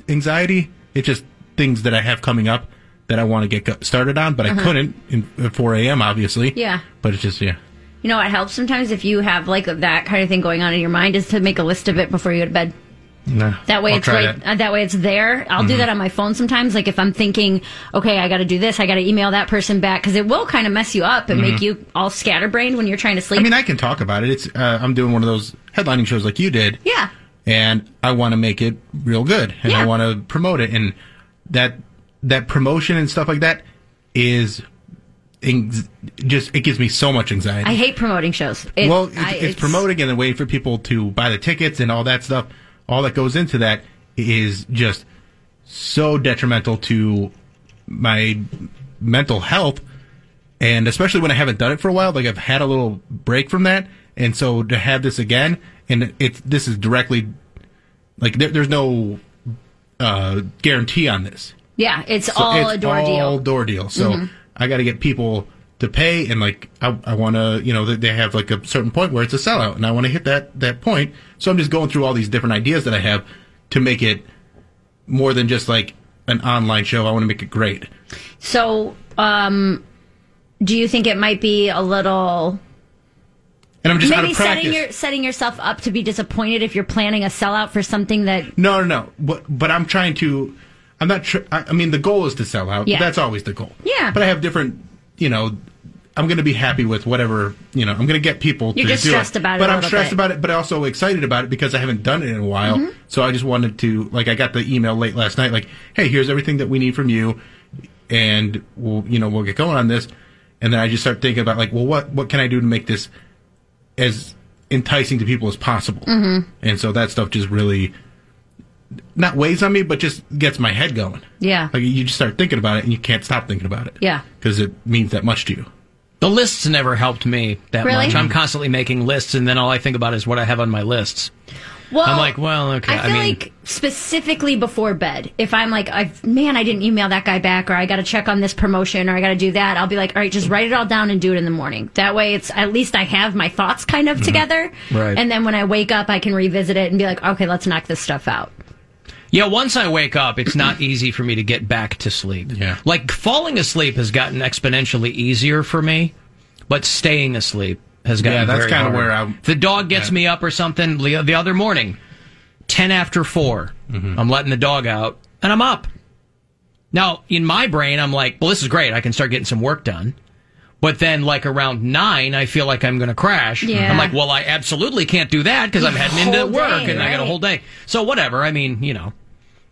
[SPEAKER 8] anxiety. It's just things that I have coming up that I want to get go- started on, but
[SPEAKER 4] Uh-huh.
[SPEAKER 8] I couldn't in, at 4 a.m. Obviously.
[SPEAKER 4] Yeah.
[SPEAKER 8] But it's just yeah.
[SPEAKER 4] You know what helps sometimes if you have like that kind of thing going on in your mind is to make a list of it before you go to bed.
[SPEAKER 8] Nah,
[SPEAKER 4] That way
[SPEAKER 8] I'll
[SPEAKER 4] it's
[SPEAKER 8] try
[SPEAKER 4] right. uh, that way it's there. I'll do
[SPEAKER 8] Mhm.
[SPEAKER 4] that on my phone sometimes. Like if I'm thinking, okay, I got to do this, I got to email that person back because it will kind of mess you up and make
[SPEAKER 8] Mhm.
[SPEAKER 4] you all scatterbrained when you're trying to sleep.
[SPEAKER 8] I mean, I can talk about it. It's uh, I'm doing one of those headlining shows like you did.
[SPEAKER 4] Yeah.
[SPEAKER 8] And I want to make it real good, and I want to promote it, and that that promotion and stuff like that is anx- just it gives me so much anxiety.
[SPEAKER 4] I hate promoting shows. It-
[SPEAKER 8] well, it's,
[SPEAKER 4] I-
[SPEAKER 8] it's, promoting and the way for people to buy the tickets and all that stuff. All that goes into that is just so detrimental to my mental health, and especially when I haven't done it for a while. Like I've had a little break from that, and so to have this again, and it's this is directly like there, there's no uh, guarantee on this.
[SPEAKER 4] Yeah, it's
[SPEAKER 8] So
[SPEAKER 4] all a door
[SPEAKER 8] all
[SPEAKER 4] deal.
[SPEAKER 8] door deal. So
[SPEAKER 4] Mhm.
[SPEAKER 8] I got to get people to pay, and like I, I want to, you know, they- they have like a certain point where it's a sellout, and I want to hit that that point. So I'm just going through all these different ideas that I have to make it more than just like an online show. I want to make it great.
[SPEAKER 4] So, um, do you think it might be a little
[SPEAKER 8] And I'm just out
[SPEAKER 4] maybe
[SPEAKER 8] of practice.
[SPEAKER 4] setting your setting yourself up to be disappointed if you're planning a sellout for something that
[SPEAKER 8] no, no, no. But but I'm trying to. I'm not. Tr- I, I mean, the goal is to sell out.
[SPEAKER 4] Yeah.
[SPEAKER 8] That's always the goal.
[SPEAKER 4] Yeah.
[SPEAKER 8] But I have different. You know, I'm going to be happy with whatever. You know, I'm going to get people.
[SPEAKER 4] You're
[SPEAKER 8] to
[SPEAKER 4] just
[SPEAKER 8] do
[SPEAKER 4] stressed
[SPEAKER 8] it.
[SPEAKER 4] about it
[SPEAKER 8] But
[SPEAKER 4] a
[SPEAKER 8] I'm
[SPEAKER 4] little
[SPEAKER 8] stressed
[SPEAKER 4] bit.
[SPEAKER 8] about it, but also excited about it because I haven't done it in a while.
[SPEAKER 4] Mhm.
[SPEAKER 8] So I just wanted to. Like, I got the email late last night. Like, hey, here's everything that we need from you, and we'll you know we'll get going on this. And then I just start thinking about like, well, what what can I do to make this as enticing to people as possible?
[SPEAKER 4] Mhm.
[SPEAKER 8] And so that stuff just really not weighs on me, but just gets my head going.
[SPEAKER 4] yeah
[SPEAKER 8] Like you just start thinking about it and you can't stop thinking about it
[SPEAKER 4] yeah
[SPEAKER 8] because it means that much to you.
[SPEAKER 7] The lists never helped me that
[SPEAKER 4] Really?
[SPEAKER 7] much. I'm constantly making lists, and then all I think about is what I have on my lists.
[SPEAKER 4] Well,
[SPEAKER 7] I'm like, well, okay.
[SPEAKER 4] I feel
[SPEAKER 7] mean,
[SPEAKER 4] like specifically before bed, if I'm like, I man, I didn't email that guy back, or I got to check on this promotion, or I got to do that, I'll be like, all right, just write it all down and do it in the morning. That way, it's at least I have my thoughts kind of together,
[SPEAKER 7] Mm-hmm. Right.
[SPEAKER 4] And then when I wake up, I can revisit it and be like, okay, let's knock this stuff out.
[SPEAKER 7] yeah. Once I wake up, it's not easy for me to get back to sleep. Yeah, like falling asleep has gotten exponentially easier for me, but staying asleep has gotten
[SPEAKER 8] Yeah, that's
[SPEAKER 7] very
[SPEAKER 8] kinda
[SPEAKER 7] hard.
[SPEAKER 8] where I'm-
[SPEAKER 7] If the dog gets me up or something. The the other morning, ten after 4
[SPEAKER 8] Mm-hmm.
[SPEAKER 7] i I'm letting the dog out, and I'm up. Now, in my brain, I'm like, well, this is great. I can start getting some work done. But then, like around nine, I feel like I'm going to crash.
[SPEAKER 12] Yeah.
[SPEAKER 7] I'm like, well, I absolutely can't do that because I'm heading into
[SPEAKER 4] Whole
[SPEAKER 7] work
[SPEAKER 4] day,
[SPEAKER 7] and I got a
[SPEAKER 4] right.
[SPEAKER 7] whole day. So, whatever. I mean, you know.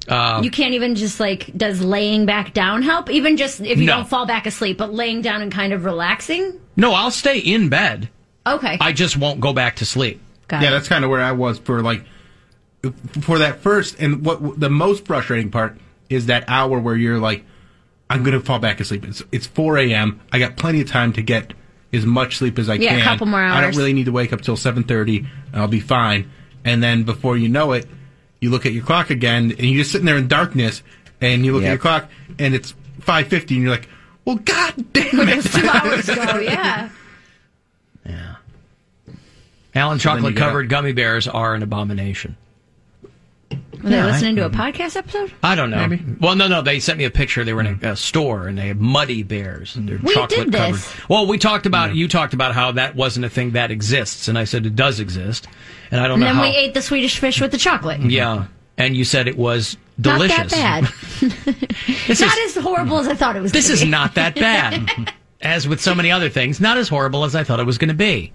[SPEAKER 7] Uh,
[SPEAKER 4] you can't even just like, does laying back down help? Even just if you
[SPEAKER 7] No.
[SPEAKER 4] don't fall back asleep, but laying down and kind of relaxing.
[SPEAKER 7] no, I'll stay in bed.
[SPEAKER 4] Okay,
[SPEAKER 7] I just won't go back to sleep.
[SPEAKER 4] Got
[SPEAKER 8] yeah, that's kind of where I was for like for that first and what the most frustrating part is that hour where you're like, I'm gonna fall back asleep. It's it's 4 a.m. I got plenty of time to get as much sleep as I
[SPEAKER 4] Yeah, a
[SPEAKER 8] can.
[SPEAKER 4] couple more
[SPEAKER 8] I don't
[SPEAKER 4] hours.
[SPEAKER 8] really need to wake up till 7:30. I'll be fine. And then before you know it, you look at your clock again, and you're just sitting there in darkness, and you look at
[SPEAKER 12] Yep.
[SPEAKER 8] your clock, and it's 5:50, and you're like, well, God damn
[SPEAKER 4] it. There's two hours ago, yeah.
[SPEAKER 7] Alan
[SPEAKER 8] So then you
[SPEAKER 7] chocolate covered
[SPEAKER 8] get
[SPEAKER 7] gummy bears are an abomination.
[SPEAKER 4] Were they
[SPEAKER 7] Yeah, I- Mm-hmm.
[SPEAKER 4] listening to a podcast episode?
[SPEAKER 7] I don't know.
[SPEAKER 4] Maybe.
[SPEAKER 7] Well, no, no. They sent me a picture. They were
[SPEAKER 8] Hmm.
[SPEAKER 7] in a, a store and they had muddy bears. And they're
[SPEAKER 4] We did
[SPEAKER 7] chocolate
[SPEAKER 4] this.
[SPEAKER 7] covered. Well, we talked about you talked about how that wasn't a thing that exists, and I said it does exist, and I don't
[SPEAKER 4] And
[SPEAKER 7] know
[SPEAKER 4] then
[SPEAKER 7] how.
[SPEAKER 4] we ate the Swedish fish with the chocolate.
[SPEAKER 7] yeah, and you said it was delicious.
[SPEAKER 4] Not that bad. it's not as horrible as I thought it was.
[SPEAKER 7] This
[SPEAKER 4] gonna
[SPEAKER 7] is
[SPEAKER 4] be.
[SPEAKER 7] not that bad. as with so many other things, not as horrible as I thought it was going to be.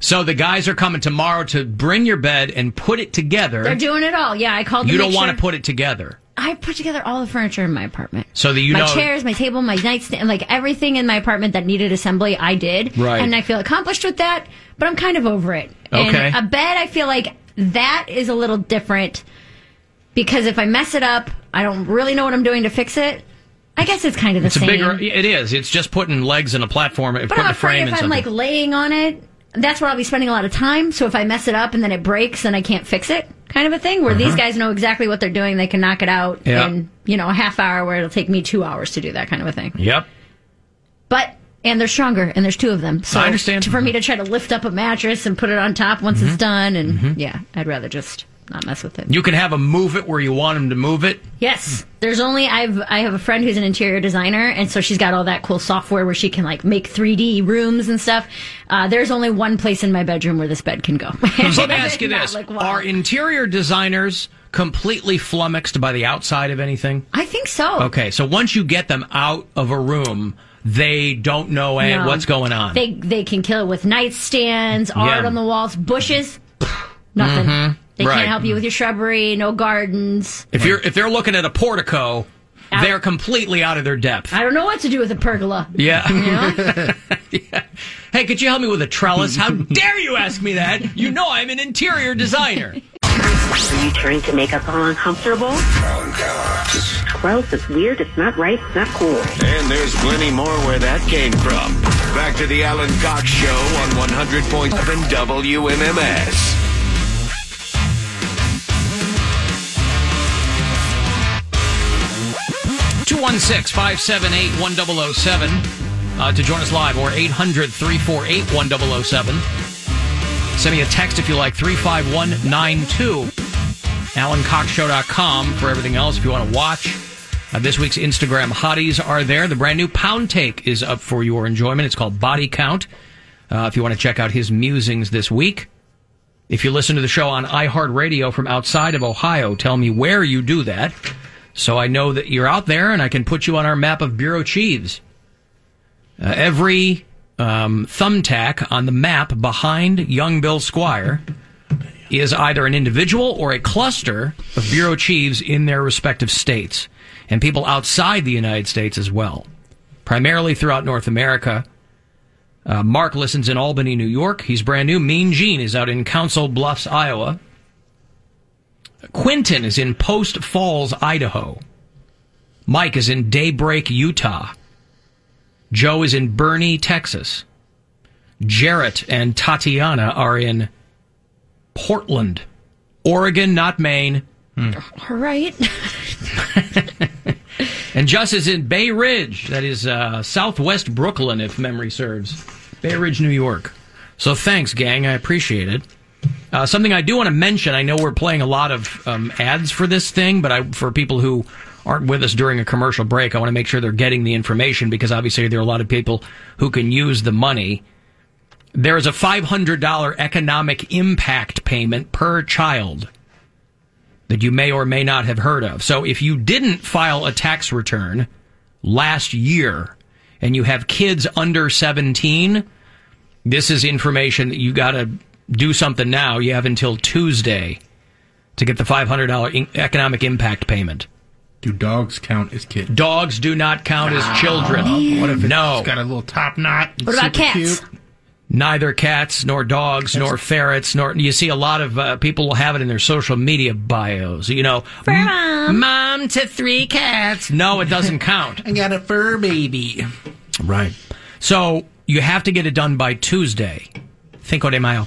[SPEAKER 7] So the guys are coming tomorrow to bring your bed and put it together.
[SPEAKER 4] They're doing it all. Yeah, I called.
[SPEAKER 7] you don't
[SPEAKER 4] want
[SPEAKER 7] want to put it together.
[SPEAKER 4] I put together all the furniture in my apartment.
[SPEAKER 7] So that you
[SPEAKER 4] my
[SPEAKER 7] know
[SPEAKER 4] chairs, my table, my nightstand, like everything in my apartment that needed assembly, I did.
[SPEAKER 7] Right.
[SPEAKER 4] And I feel accomplished with that, but I'm kind of over it. And
[SPEAKER 7] Okay.
[SPEAKER 4] a bed, I feel like that is a little different because if I mess it up, I don't really know what I'm doing to fix it. I guess it's kind of the
[SPEAKER 7] It's a
[SPEAKER 4] same.
[SPEAKER 7] bigger. It is. It's just putting legs in a platform,
[SPEAKER 4] but
[SPEAKER 7] putting
[SPEAKER 4] I'm
[SPEAKER 7] a frame
[SPEAKER 4] afraid
[SPEAKER 7] in
[SPEAKER 4] if I'm
[SPEAKER 7] something.
[SPEAKER 4] like laying on it, that's where I'll be spending a lot of time. So if I mess it up and then it breaks, then I can't fix it, kind of a thing. Where these
[SPEAKER 7] Uh-huh.
[SPEAKER 4] guys know exactly what they're doing, they can knock it out
[SPEAKER 7] Yeah.
[SPEAKER 4] in you know a half hour, where it'll take me two hours to do that kind of a thing.
[SPEAKER 7] Yep.
[SPEAKER 4] But and they're stronger, and there's two of them. So
[SPEAKER 7] I understand. Mm-hmm.
[SPEAKER 4] to- for me to try to lift up a mattress and put it on top once it's done, and yeah, I'd rather just not mess with it.
[SPEAKER 7] You can have them move it where you want them to move it.
[SPEAKER 4] Yes, there's only I've I have a friend who's an interior designer, and so she's got all that cool software where she can like make 3D rooms and stuff. Uh, there's only one place in my bedroom where this bed can go.
[SPEAKER 7] Let me ask you this: Are interior designers completely flummoxed by the outside of anything?
[SPEAKER 4] I think so.
[SPEAKER 7] Okay, so once you get them out of a room, they don't know eh,
[SPEAKER 4] No.
[SPEAKER 7] what's going on.
[SPEAKER 4] They they can kill it with nightstands, art
[SPEAKER 7] Yeah.
[SPEAKER 4] on the walls, bushes, nothing.
[SPEAKER 7] Mhm.
[SPEAKER 4] They
[SPEAKER 7] Right.
[SPEAKER 4] can't help you with your shrubbery, no gardens.
[SPEAKER 7] if you're if they're looking at a portico, they're completely out of their depth.
[SPEAKER 4] I don't know what to do with a pergola.
[SPEAKER 7] Yeah.
[SPEAKER 4] You
[SPEAKER 7] Yeah. Hey, could you help me with a trellis? How dare you ask me that? You know I'm an interior designer.
[SPEAKER 24] Are you trying to make us all uncomfortable? Gross, it's weird, it's not right, it's not cool.
[SPEAKER 25] And there's plenty more where that came from. Back to the Alan Cox Show on 100.7 WMMS.
[SPEAKER 7] Two one six five seven eight one zero zero seven uh, to join us live or 800 348 1007. Send me a text if you like 35192. AlanCockShow.com for everything else if you want to watch. Uh, this week's Instagram hotties are there. The brand new Pound Take is up for your enjoyment. It's called Body Count. Uh, if you want to check out his musings this week. If you listen to the show on iHeartRadio from outside of Ohio, tell me where you do that so I know that you're out there and I can put you on our map of Bureau Chiefs. Uh, every um, thumbtack on the map behind Young Bill Squire is either an individual or a cluster of Bureau Chiefs in their respective states and people outside the United States as well, primarily throughout North America. Uh, Mark listens in Albany, New York. He's brand new. Mean Gene is out in Council Bluffs, Iowa. Quinton is in Post Falls, Idaho. Mike is in Daybreak, Utah. Joe is in Bernie, Texas. Jarrett and Tatiana are in Portland, Oregon, not Maine.
[SPEAKER 4] All right.
[SPEAKER 7] And Just is in Bay Ridge. That is uh, southwest Brooklyn, if memory serves. Bay Ridge, New York. So thanks, gang. I appreciate it. Uh, something I do want to mention. I know we're playing a lot of um, ads for this thing, but I, for people who aren't with us during a commercial break, I want to make sure they're getting the information because obviously there are a lot of people who can use the money. There is a $500 economic impact payment per child that you may or may not have heard of. So if you didn't file a tax return last year and you have kids under 17, this is information that you got to do something now. You have until Tuesday to get the $500 in- economic impact payment.
[SPEAKER 8] Do dogs count as kids?
[SPEAKER 7] Dogs do not count as children.
[SPEAKER 8] What if it's
[SPEAKER 7] no.
[SPEAKER 8] just got a little top knot? and
[SPEAKER 4] What about
[SPEAKER 8] super
[SPEAKER 4] cats?
[SPEAKER 8] cute?
[SPEAKER 7] Neither cats nor dogs nor ferrets nor you see a lot of uh, people will have it in their social media bios. You know,
[SPEAKER 23] mom.
[SPEAKER 7] Mom to three cats. No, it doesn't count.
[SPEAKER 8] I got a fur baby.
[SPEAKER 7] Right. So you have to get it done by Tuesday, Cinco de Mayo,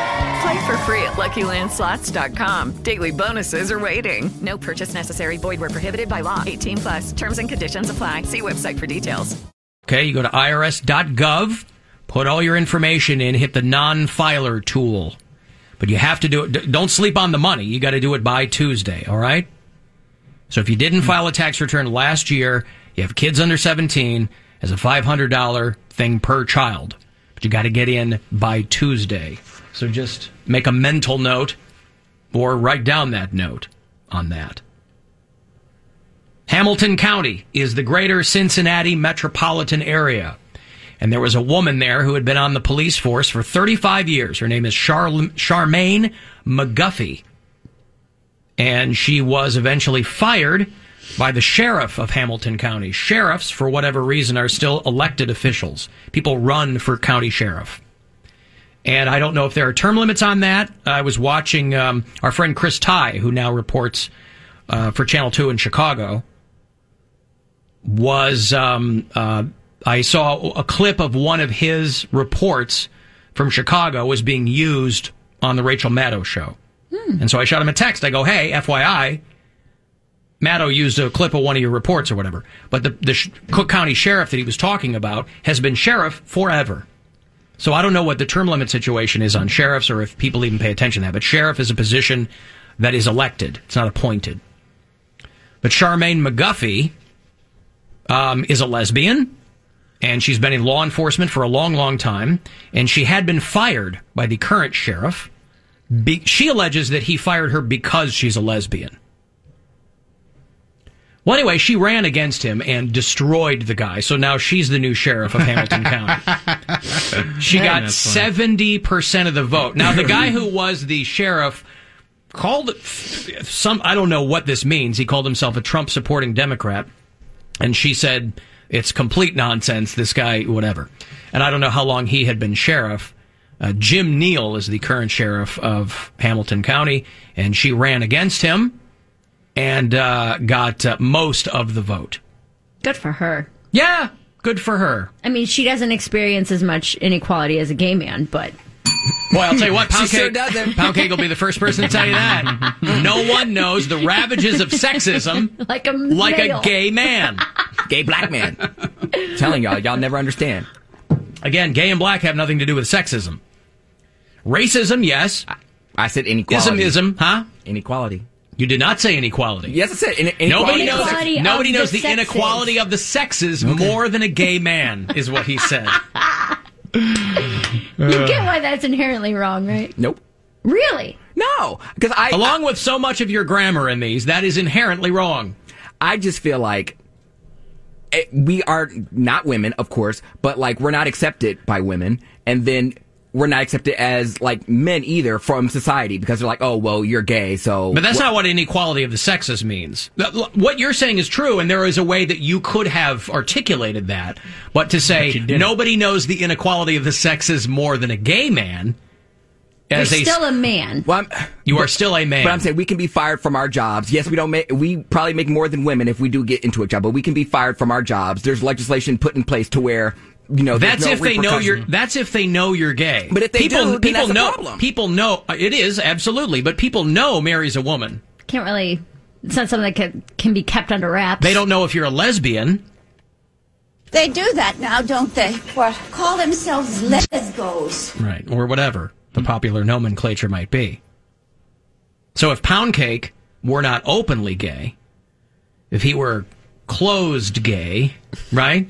[SPEAKER 12] Play for free at LuckyLandSlots.com. Daily bonuses are waiting.
[SPEAKER 26] No purchase necessary. Void where prohibited by law.
[SPEAKER 12] 18 plus terms and conditions apply. See website for details.
[SPEAKER 7] Okay, you go to irs.gov, put all your information in, hit the non-filer tool. But you have to do it. d- Don't sleep on the money. You got to do it by Tuesday, all right? So if you didn't file a tax return last year, you have kids under 17 as a $500 thing per child. But you got to get in by Tuesday. So just make a mental note or write down that note on that. Hamilton County is the greater Cincinnati metropolitan area. And there was a woman there who had been on the police force for 35 years. Her name is Charl- Charmaine McGuffey. And she was eventually fired by the sheriff of Hamilton County. Sheriffs, for whatever reason, are still elected officials. People run for county sheriff. And I don't know if there are term limits on that. I was watching um, our friend Chris Ty, who now reports uh, for Channel 2 in Chicago, was um, uh, I saw a clip of one of his reports from Chicago was being used on the Rachel Maddow show. And so I shot him a text. I go, hey, FYI, Maddow used a clip of one of your reports or whatever. But the, the sh- Cook County sheriff that he was talking about has been sheriff forever. So I don't know what the term limit situation is on sheriffs or if people even pay attention to that. But sheriff is a position that is elected. It's not appointed. But Charmaine McGuffey um, is a lesbian, and she's been in law enforcement for a long, long time. And she had been fired by the current sheriff. Be- she alleges that he fired her because she's a lesbian. Well, anyway, she ran against him and destroyed the guy. So now she's the new sheriff of Hamilton County. She
[SPEAKER 23] Man,
[SPEAKER 7] got
[SPEAKER 23] that's funny.
[SPEAKER 7] seventy percent of the vote. Now the guy who was the sheriff called some I don't know what this means. He called himself a Trump supporting Democrat, and she said it's complete nonsense. This guy, whatever. And I don't know how long he had been sheriff. Uh, Jim Neal is the current sheriff of Hamilton County, and she ran against him and uh, got uh, most of the vote.
[SPEAKER 4] Good for her.
[SPEAKER 7] Yeah, good for her.
[SPEAKER 4] I mean, she doesn't experience as much inequality as a gay man, but
[SPEAKER 7] Boy, I'll tell you what,
[SPEAKER 4] She
[SPEAKER 7] Pound
[SPEAKER 4] sure
[SPEAKER 7] Cake,
[SPEAKER 4] doesn't.
[SPEAKER 7] Pound Cake will be the first person to tell you that. No one knows the ravages of sexism
[SPEAKER 4] like a
[SPEAKER 7] like
[SPEAKER 4] male.
[SPEAKER 7] a gay man.
[SPEAKER 9] Gay black man. Telling y'all, y'all never understand.
[SPEAKER 7] Again, gay and black have nothing to do with sexism. Racism, yes.
[SPEAKER 9] I said inequality.
[SPEAKER 7] Ism, ism, huh?
[SPEAKER 9] Inequality.
[SPEAKER 7] You did not say inequality.
[SPEAKER 9] Yes, I said in- inequality.
[SPEAKER 7] Nobody knows,
[SPEAKER 9] Inequality of
[SPEAKER 7] nobody
[SPEAKER 9] the
[SPEAKER 7] knows the
[SPEAKER 9] sexes.
[SPEAKER 7] inequality of the sexes more than a gay man, is what he said.
[SPEAKER 4] you get why that's inherently wrong, right?
[SPEAKER 9] Nope.
[SPEAKER 4] Really?
[SPEAKER 9] No, because I
[SPEAKER 7] along with so much of your grammar in these, that is inherently wrong.
[SPEAKER 9] I just feel like eh, we are not women, of course, but like we're not accepted by women, and then we're not accepted as like men either from society because they're like, oh well, you're gay, so.
[SPEAKER 7] But that's
[SPEAKER 9] wha-
[SPEAKER 7] not what inequality of the sexes means. That- What you're saying is true, and there is a way that you could have articulated that. But to say nobody knows the inequality of the sexes more than a gay man, as
[SPEAKER 4] You're
[SPEAKER 7] a,
[SPEAKER 4] still a man.
[SPEAKER 9] Well, I'm,
[SPEAKER 7] you are still a man.
[SPEAKER 9] But I'm saying we can be fired from our jobs. Yes, we don't make, we probably make more than women if we do get into a job, but we can be fired from our jobs. There's legislation put in place to where, you know, Oh, there's
[SPEAKER 7] that's
[SPEAKER 9] no
[SPEAKER 7] if they know
[SPEAKER 9] repercussion.
[SPEAKER 7] you're. That's if they know you're gay.
[SPEAKER 9] But if they
[SPEAKER 7] people,
[SPEAKER 9] do, then
[SPEAKER 7] people
[SPEAKER 9] that's a
[SPEAKER 7] know.
[SPEAKER 9] problem.
[SPEAKER 7] People know uh, it is absolutely, but people know Mary's a woman.
[SPEAKER 4] Can't really. It's not something that can, can be kept under wraps.
[SPEAKER 7] They don't know if you're a lesbian.
[SPEAKER 14] They do that now, don't they? What? Call themselves lesbos.
[SPEAKER 7] Right. Or whatever the popular nomenclature might be. So if Pound Cake were not openly gay, if he were closed gay, right?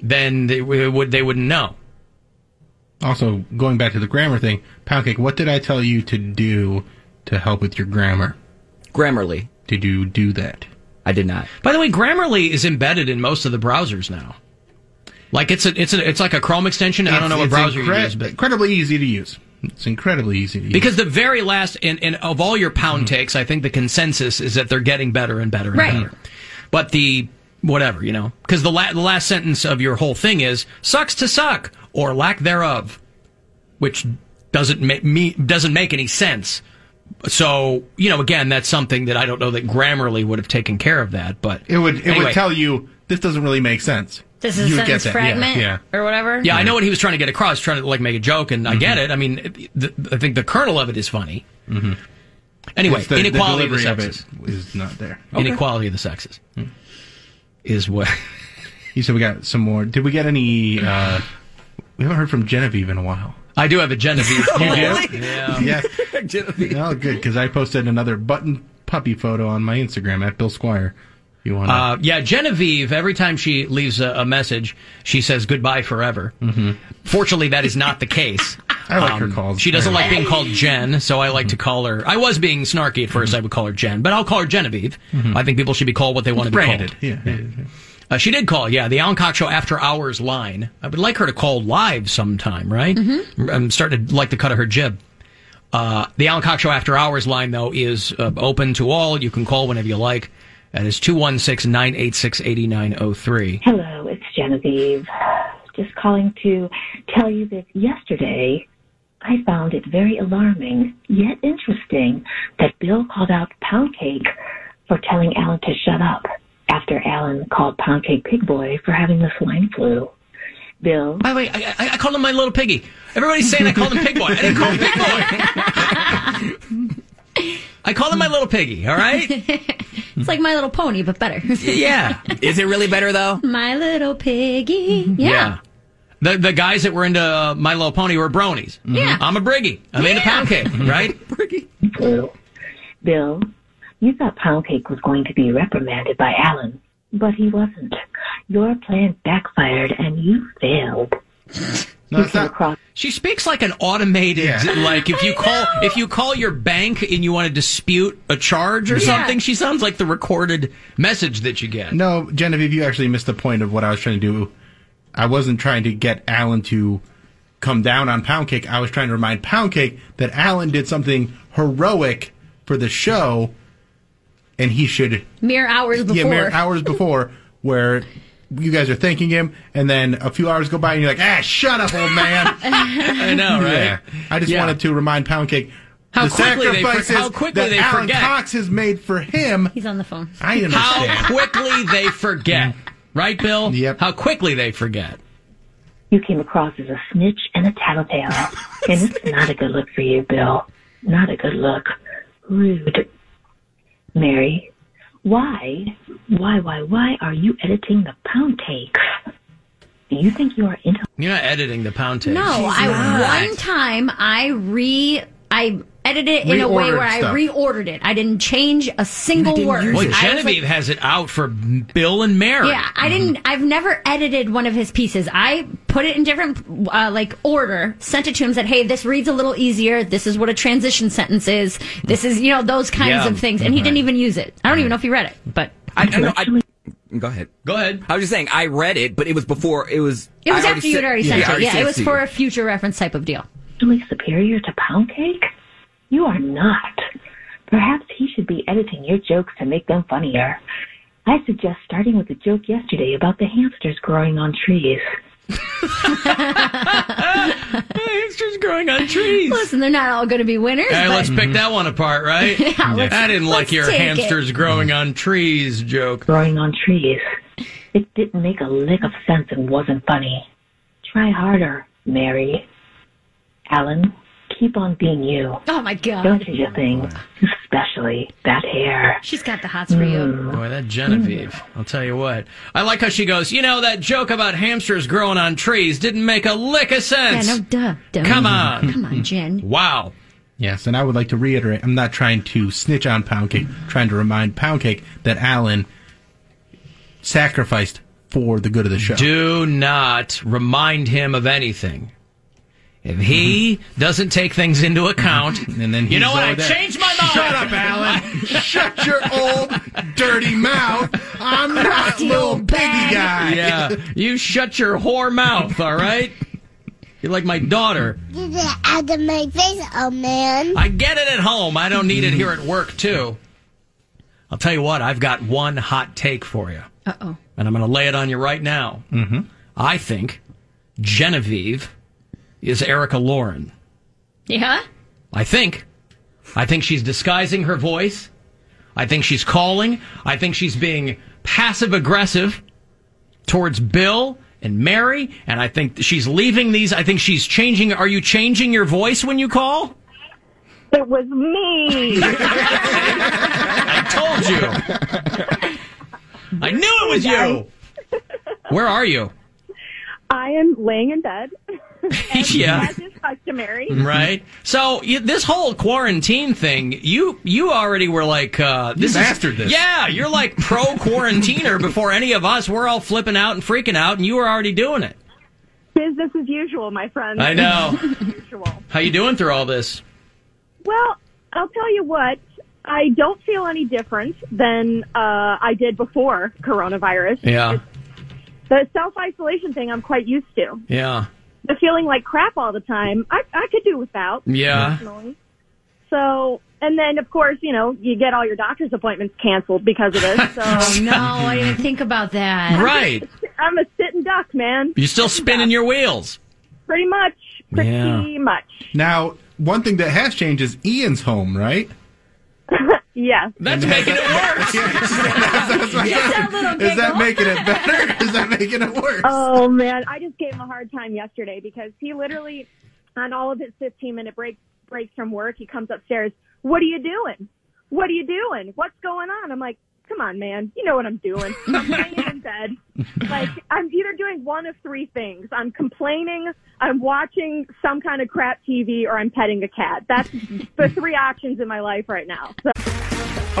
[SPEAKER 7] then they w- would they wouldn't know.
[SPEAKER 8] Also, going back to the grammar thing, Poundcake, what did I tell you to do to help with your grammar?
[SPEAKER 9] Grammarly.
[SPEAKER 8] Did you do that?
[SPEAKER 9] I did not.
[SPEAKER 7] By the way, Grammarly is embedded in most of the browsers now. Like it's a, it's a, it's like a Chrome extension. I don't know what
[SPEAKER 8] It's- it's
[SPEAKER 7] browser you
[SPEAKER 8] incre-
[SPEAKER 7] use, but
[SPEAKER 8] incredibly easy to use. It's incredibly easy to use.
[SPEAKER 7] because the very last and, and of all your pound takes, I think the consensus is that they're getting better and better and
[SPEAKER 8] Mm-hmm. Right.
[SPEAKER 7] better. But the whatever you know, because the, la- the last sentence of your whole thing is "sucks to suck" or lack thereof, which doesn't make me doesn't make any sense. So you know, again, that's something that I don't know that Grammarly would have taken care of that, but
[SPEAKER 8] it would it
[SPEAKER 7] Anyway.
[SPEAKER 8] would tell you this doesn't really make sense.
[SPEAKER 4] This is
[SPEAKER 8] You
[SPEAKER 4] a
[SPEAKER 8] would get
[SPEAKER 4] sentence
[SPEAKER 8] that, yeah,
[SPEAKER 4] fragment
[SPEAKER 8] yeah.
[SPEAKER 4] or whatever.
[SPEAKER 7] Yeah, I know what he was trying to get across, trying to like make a joke, and I
[SPEAKER 8] Mm-hmm.
[SPEAKER 7] get it. I mean, th- th- I think the kernel of it is funny. Mm-hmm. Anyway,
[SPEAKER 8] It's the- the
[SPEAKER 7] inequality of the
[SPEAKER 8] delivery
[SPEAKER 7] sexes.
[SPEAKER 8] it is not there. Hmm.
[SPEAKER 7] Inequality of the sexes is what.
[SPEAKER 8] You said we got some more. Did we get any? Uh, we haven't heard from Genevieve in a while.
[SPEAKER 7] I do have a Genevieve.
[SPEAKER 8] you
[SPEAKER 7] Really?
[SPEAKER 8] do?
[SPEAKER 7] Yeah.
[SPEAKER 8] Genevieve. Oh, good because I posted another button puppy photo on my Instagram at Bill Squire. If you want?
[SPEAKER 7] Uh, yeah, Genevieve. Every time she leaves a, a message, she says goodbye forever. Fortunately, that is not the case.
[SPEAKER 8] Mm-hmm.
[SPEAKER 7] Um,
[SPEAKER 8] I like her calls. Mm-hmm.
[SPEAKER 7] She doesn't
[SPEAKER 8] Very
[SPEAKER 7] like
[SPEAKER 8] much.
[SPEAKER 7] being called Jen, so I like to call her. I was being snarky at 1st
[SPEAKER 8] Mm-hmm.
[SPEAKER 7] I would call her Jen, but I'll call her Genevieve.
[SPEAKER 8] Mhm.
[SPEAKER 7] I think people should be called what they want to be
[SPEAKER 8] branded.
[SPEAKER 7] called.
[SPEAKER 8] Yeah.
[SPEAKER 7] Uh, she did call, yeah, the Alan Cox Show After Hours line. I would like her to call live sometime, right? Mm-hmm. I'm starting to like the cut of her jib. Uh, the Alan Cox Show After Hours line, though, is uh, open to all. You can call whenever you like. That is 216 986 8903.
[SPEAKER 12] Hello, it's Genevieve. Just calling to tell you that yesterday I found it very alarming, yet interesting, that Bill called out Pound Cake for telling Alan to shut up after Alan called Pound Cake Pig Boy for having the swine flu. Bill.
[SPEAKER 7] By the way, I, I, I called him my little piggy. Everybody's saying I called him Pig Boy. I didn't call him Pig Boy. I called him my little piggy, all right?
[SPEAKER 4] It's like My Little Pony, but better.
[SPEAKER 7] Yeah. Is it really better, though?
[SPEAKER 4] My Little Piggy.
[SPEAKER 7] Mm-hmm.
[SPEAKER 4] Yeah.
[SPEAKER 7] The the guys that were into uh, My Little Pony were bronies. Mm-hmm.
[SPEAKER 12] Yeah.
[SPEAKER 7] I'm a briggy. I'm into pound cake, right?
[SPEAKER 12] Bill, Bill, you thought Pound Cake was going to be reprimanded by Alan, but he wasn't. Your plan backfired and you failed. You came across
[SPEAKER 7] She speaks like an automated like if you call if you call your bank and you want to dispute a charge or
[SPEAKER 8] Yeah.
[SPEAKER 7] something, she sounds like the recorded message that you get.
[SPEAKER 8] No, Genevieve, you actually missed the point of what I was trying to do. I wasn't trying to get Alan to come down on Pound Cake. I was trying to remind Pound Cake that Alan did something heroic for the show, and he should
[SPEAKER 4] Mere hours before.
[SPEAKER 8] yeah, mere hours before where you guys are thanking him, and then a few hours go by, and you're like, ah, shut up, old man.
[SPEAKER 7] I know, right?
[SPEAKER 8] Yeah. I just
[SPEAKER 7] Yeah.
[SPEAKER 8] wanted to remind Pound Cake
[SPEAKER 7] How
[SPEAKER 8] the
[SPEAKER 7] quickly they for-
[SPEAKER 8] sacrifices
[SPEAKER 7] how quickly
[SPEAKER 8] that
[SPEAKER 7] they
[SPEAKER 8] Alan
[SPEAKER 7] forget.
[SPEAKER 8] Cox has made for him.
[SPEAKER 4] He's on the phone.
[SPEAKER 8] I understand.
[SPEAKER 7] How quickly they forget. Right, Bill? Mm-hmm. Yep. How quickly they forget.
[SPEAKER 12] you came across as a snitch and a tattletale, and it's not a good look for you, Bill. Not a good look. Rude. Mary, why, why, why, why are you editing the pound cake? Do you think you are into
[SPEAKER 7] You're not editing the pound tape.
[SPEAKER 4] No, I one time I re I edited it in a way
[SPEAKER 7] Reordered
[SPEAKER 4] where I
[SPEAKER 7] stuff.
[SPEAKER 4] reordered it. I didn't change a single word.
[SPEAKER 7] Well,
[SPEAKER 4] I was like-
[SPEAKER 7] Genevieve has it out for Bill and Mary. Mm-hmm.
[SPEAKER 4] yeah, I didn't. I've never edited one of his pieces. I put it in different uh, like order, sent it to him, said, "Hey, this reads a little easier. This is what a transition sentence is. This is you know those kinds
[SPEAKER 9] Yeah.
[SPEAKER 4] of things." And he didn't even use it. I don't even know if he read it, but
[SPEAKER 9] I, I, no, I, go ahead.
[SPEAKER 7] Go ahead.
[SPEAKER 9] I was just saying, I read it, but it was before. It was.
[SPEAKER 4] it was
[SPEAKER 9] I
[SPEAKER 4] after you had
[SPEAKER 9] sent-
[SPEAKER 4] already
[SPEAKER 9] yeah,
[SPEAKER 4] sent
[SPEAKER 9] I
[SPEAKER 4] it. Yeah,
[SPEAKER 9] sent
[SPEAKER 4] it was
[SPEAKER 9] to
[SPEAKER 4] for
[SPEAKER 9] you.
[SPEAKER 4] a future reference type of deal.
[SPEAKER 12] really superior to pound cake? You are not. Perhaps he should be editing your jokes to make them funnier. I suggest starting with the joke yesterday about the hamsters growing on trees.
[SPEAKER 7] hamsters growing on trees.
[SPEAKER 4] Listen, they're not all going to be winners.
[SPEAKER 7] Hey,
[SPEAKER 4] but-
[SPEAKER 7] let's pick that one apart, right?
[SPEAKER 4] Yeah, Yeah. let's-
[SPEAKER 7] I didn't like
[SPEAKER 4] let's
[SPEAKER 7] your
[SPEAKER 4] take it.
[SPEAKER 7] hamsters growing on trees joke.
[SPEAKER 12] Growing on trees. It didn't make a lick of sense and wasn't funny. Try harder, Mary. Alan, keep on being you.
[SPEAKER 4] Oh my god!
[SPEAKER 12] Don't change a thing, especially that hair. Mm.
[SPEAKER 4] She's got the hots for you.
[SPEAKER 7] Boy, that Genevieve. I'll tell you what. I like how she goes, you know, that joke about hamsters growing on trees didn't make a lick
[SPEAKER 4] Yeah,
[SPEAKER 7] of sense.
[SPEAKER 4] no Oh, duh. duh.
[SPEAKER 7] Come on.
[SPEAKER 4] come on, Jen.
[SPEAKER 7] Wow.
[SPEAKER 8] Yes, and I would like to reiterate I'm not trying to snitch on Pound Cake, trying to remind Pound Cake that Alan sacrificed for the good of the show.
[SPEAKER 7] Do not remind him of anything. If he
[SPEAKER 4] Mm-hmm.
[SPEAKER 7] doesn't take things into account, and then you know what? I changed my mind.
[SPEAKER 8] Shut up, Alan. Shut your old dirty mouth. I'm not little piggy guy.
[SPEAKER 7] Yeah, you shut your whore mouth. All right, you're like my daughter.
[SPEAKER 27] Get it out of my face, oh man.
[SPEAKER 7] I get it at home. I don't need it here at work too. I'll tell you what. I've got one hot take for you,
[SPEAKER 4] Uh oh.
[SPEAKER 7] and I'm going to lay it on you right now. Mm-hmm. I think Genevieve is Erica Lauren.
[SPEAKER 4] Yeah?
[SPEAKER 7] I think. I think she's disguising her voice. I think she's calling. I think she's being passive aggressive towards Bill and Mary. And I think she's leaving these. I think she's changing. Are you changing your voice when you call?
[SPEAKER 2] It was me.
[SPEAKER 7] I told you. I knew it was you. Where are you?
[SPEAKER 2] I am laying in bed. And
[SPEAKER 7] Yeah.
[SPEAKER 2] As is customary.
[SPEAKER 7] Right. So you, this whole quarantine thing, you you already were like, uh, this
[SPEAKER 8] You
[SPEAKER 7] is-
[SPEAKER 8] mastered this.
[SPEAKER 7] Yeah, you're like pro quarantiner before any of us. We're all flipping out and freaking out, and you were already doing it.
[SPEAKER 2] Business as usual, my friend.
[SPEAKER 7] I know.
[SPEAKER 2] Business as usual.
[SPEAKER 7] How you doing through all this?
[SPEAKER 2] Well, I'll tell you what. I don't feel any different than uh, I did before coronavirus.
[SPEAKER 7] Yeah,
[SPEAKER 2] The self isolation thing I'm quite used to.
[SPEAKER 7] yeah,
[SPEAKER 2] The feeling like crap all the time, I, I could do without.
[SPEAKER 7] Yeah.
[SPEAKER 2] personally. So, and then of course, you know, you get all your doctor's appointments canceled because of this. So,
[SPEAKER 4] Oh no, I didn't think about that.
[SPEAKER 7] right.
[SPEAKER 2] I'm a sitting duck, man.
[SPEAKER 7] You're still spinning your wheels.
[SPEAKER 2] Pretty much. Pretty
[SPEAKER 8] Yeah.
[SPEAKER 2] much.
[SPEAKER 8] Now, one thing that has changed is Ian's home, right?
[SPEAKER 2] Yeah.
[SPEAKER 7] That's making it worse.
[SPEAKER 8] Is that making it better? Is that making it worse?
[SPEAKER 2] Oh man, I just gave him a hard time yesterday because he literally, on all of his 15 minute breaks breaks from work, he comes upstairs. What are you doing? What are you doing? What's going on? I'm like, come on, man. You know what I'm doing. I'm laying in bed. Like I'm either doing one of three things. I'm complaining. I'm watching some kind of crap TV, or I'm petting a cat. That's the three options in my life right now. So.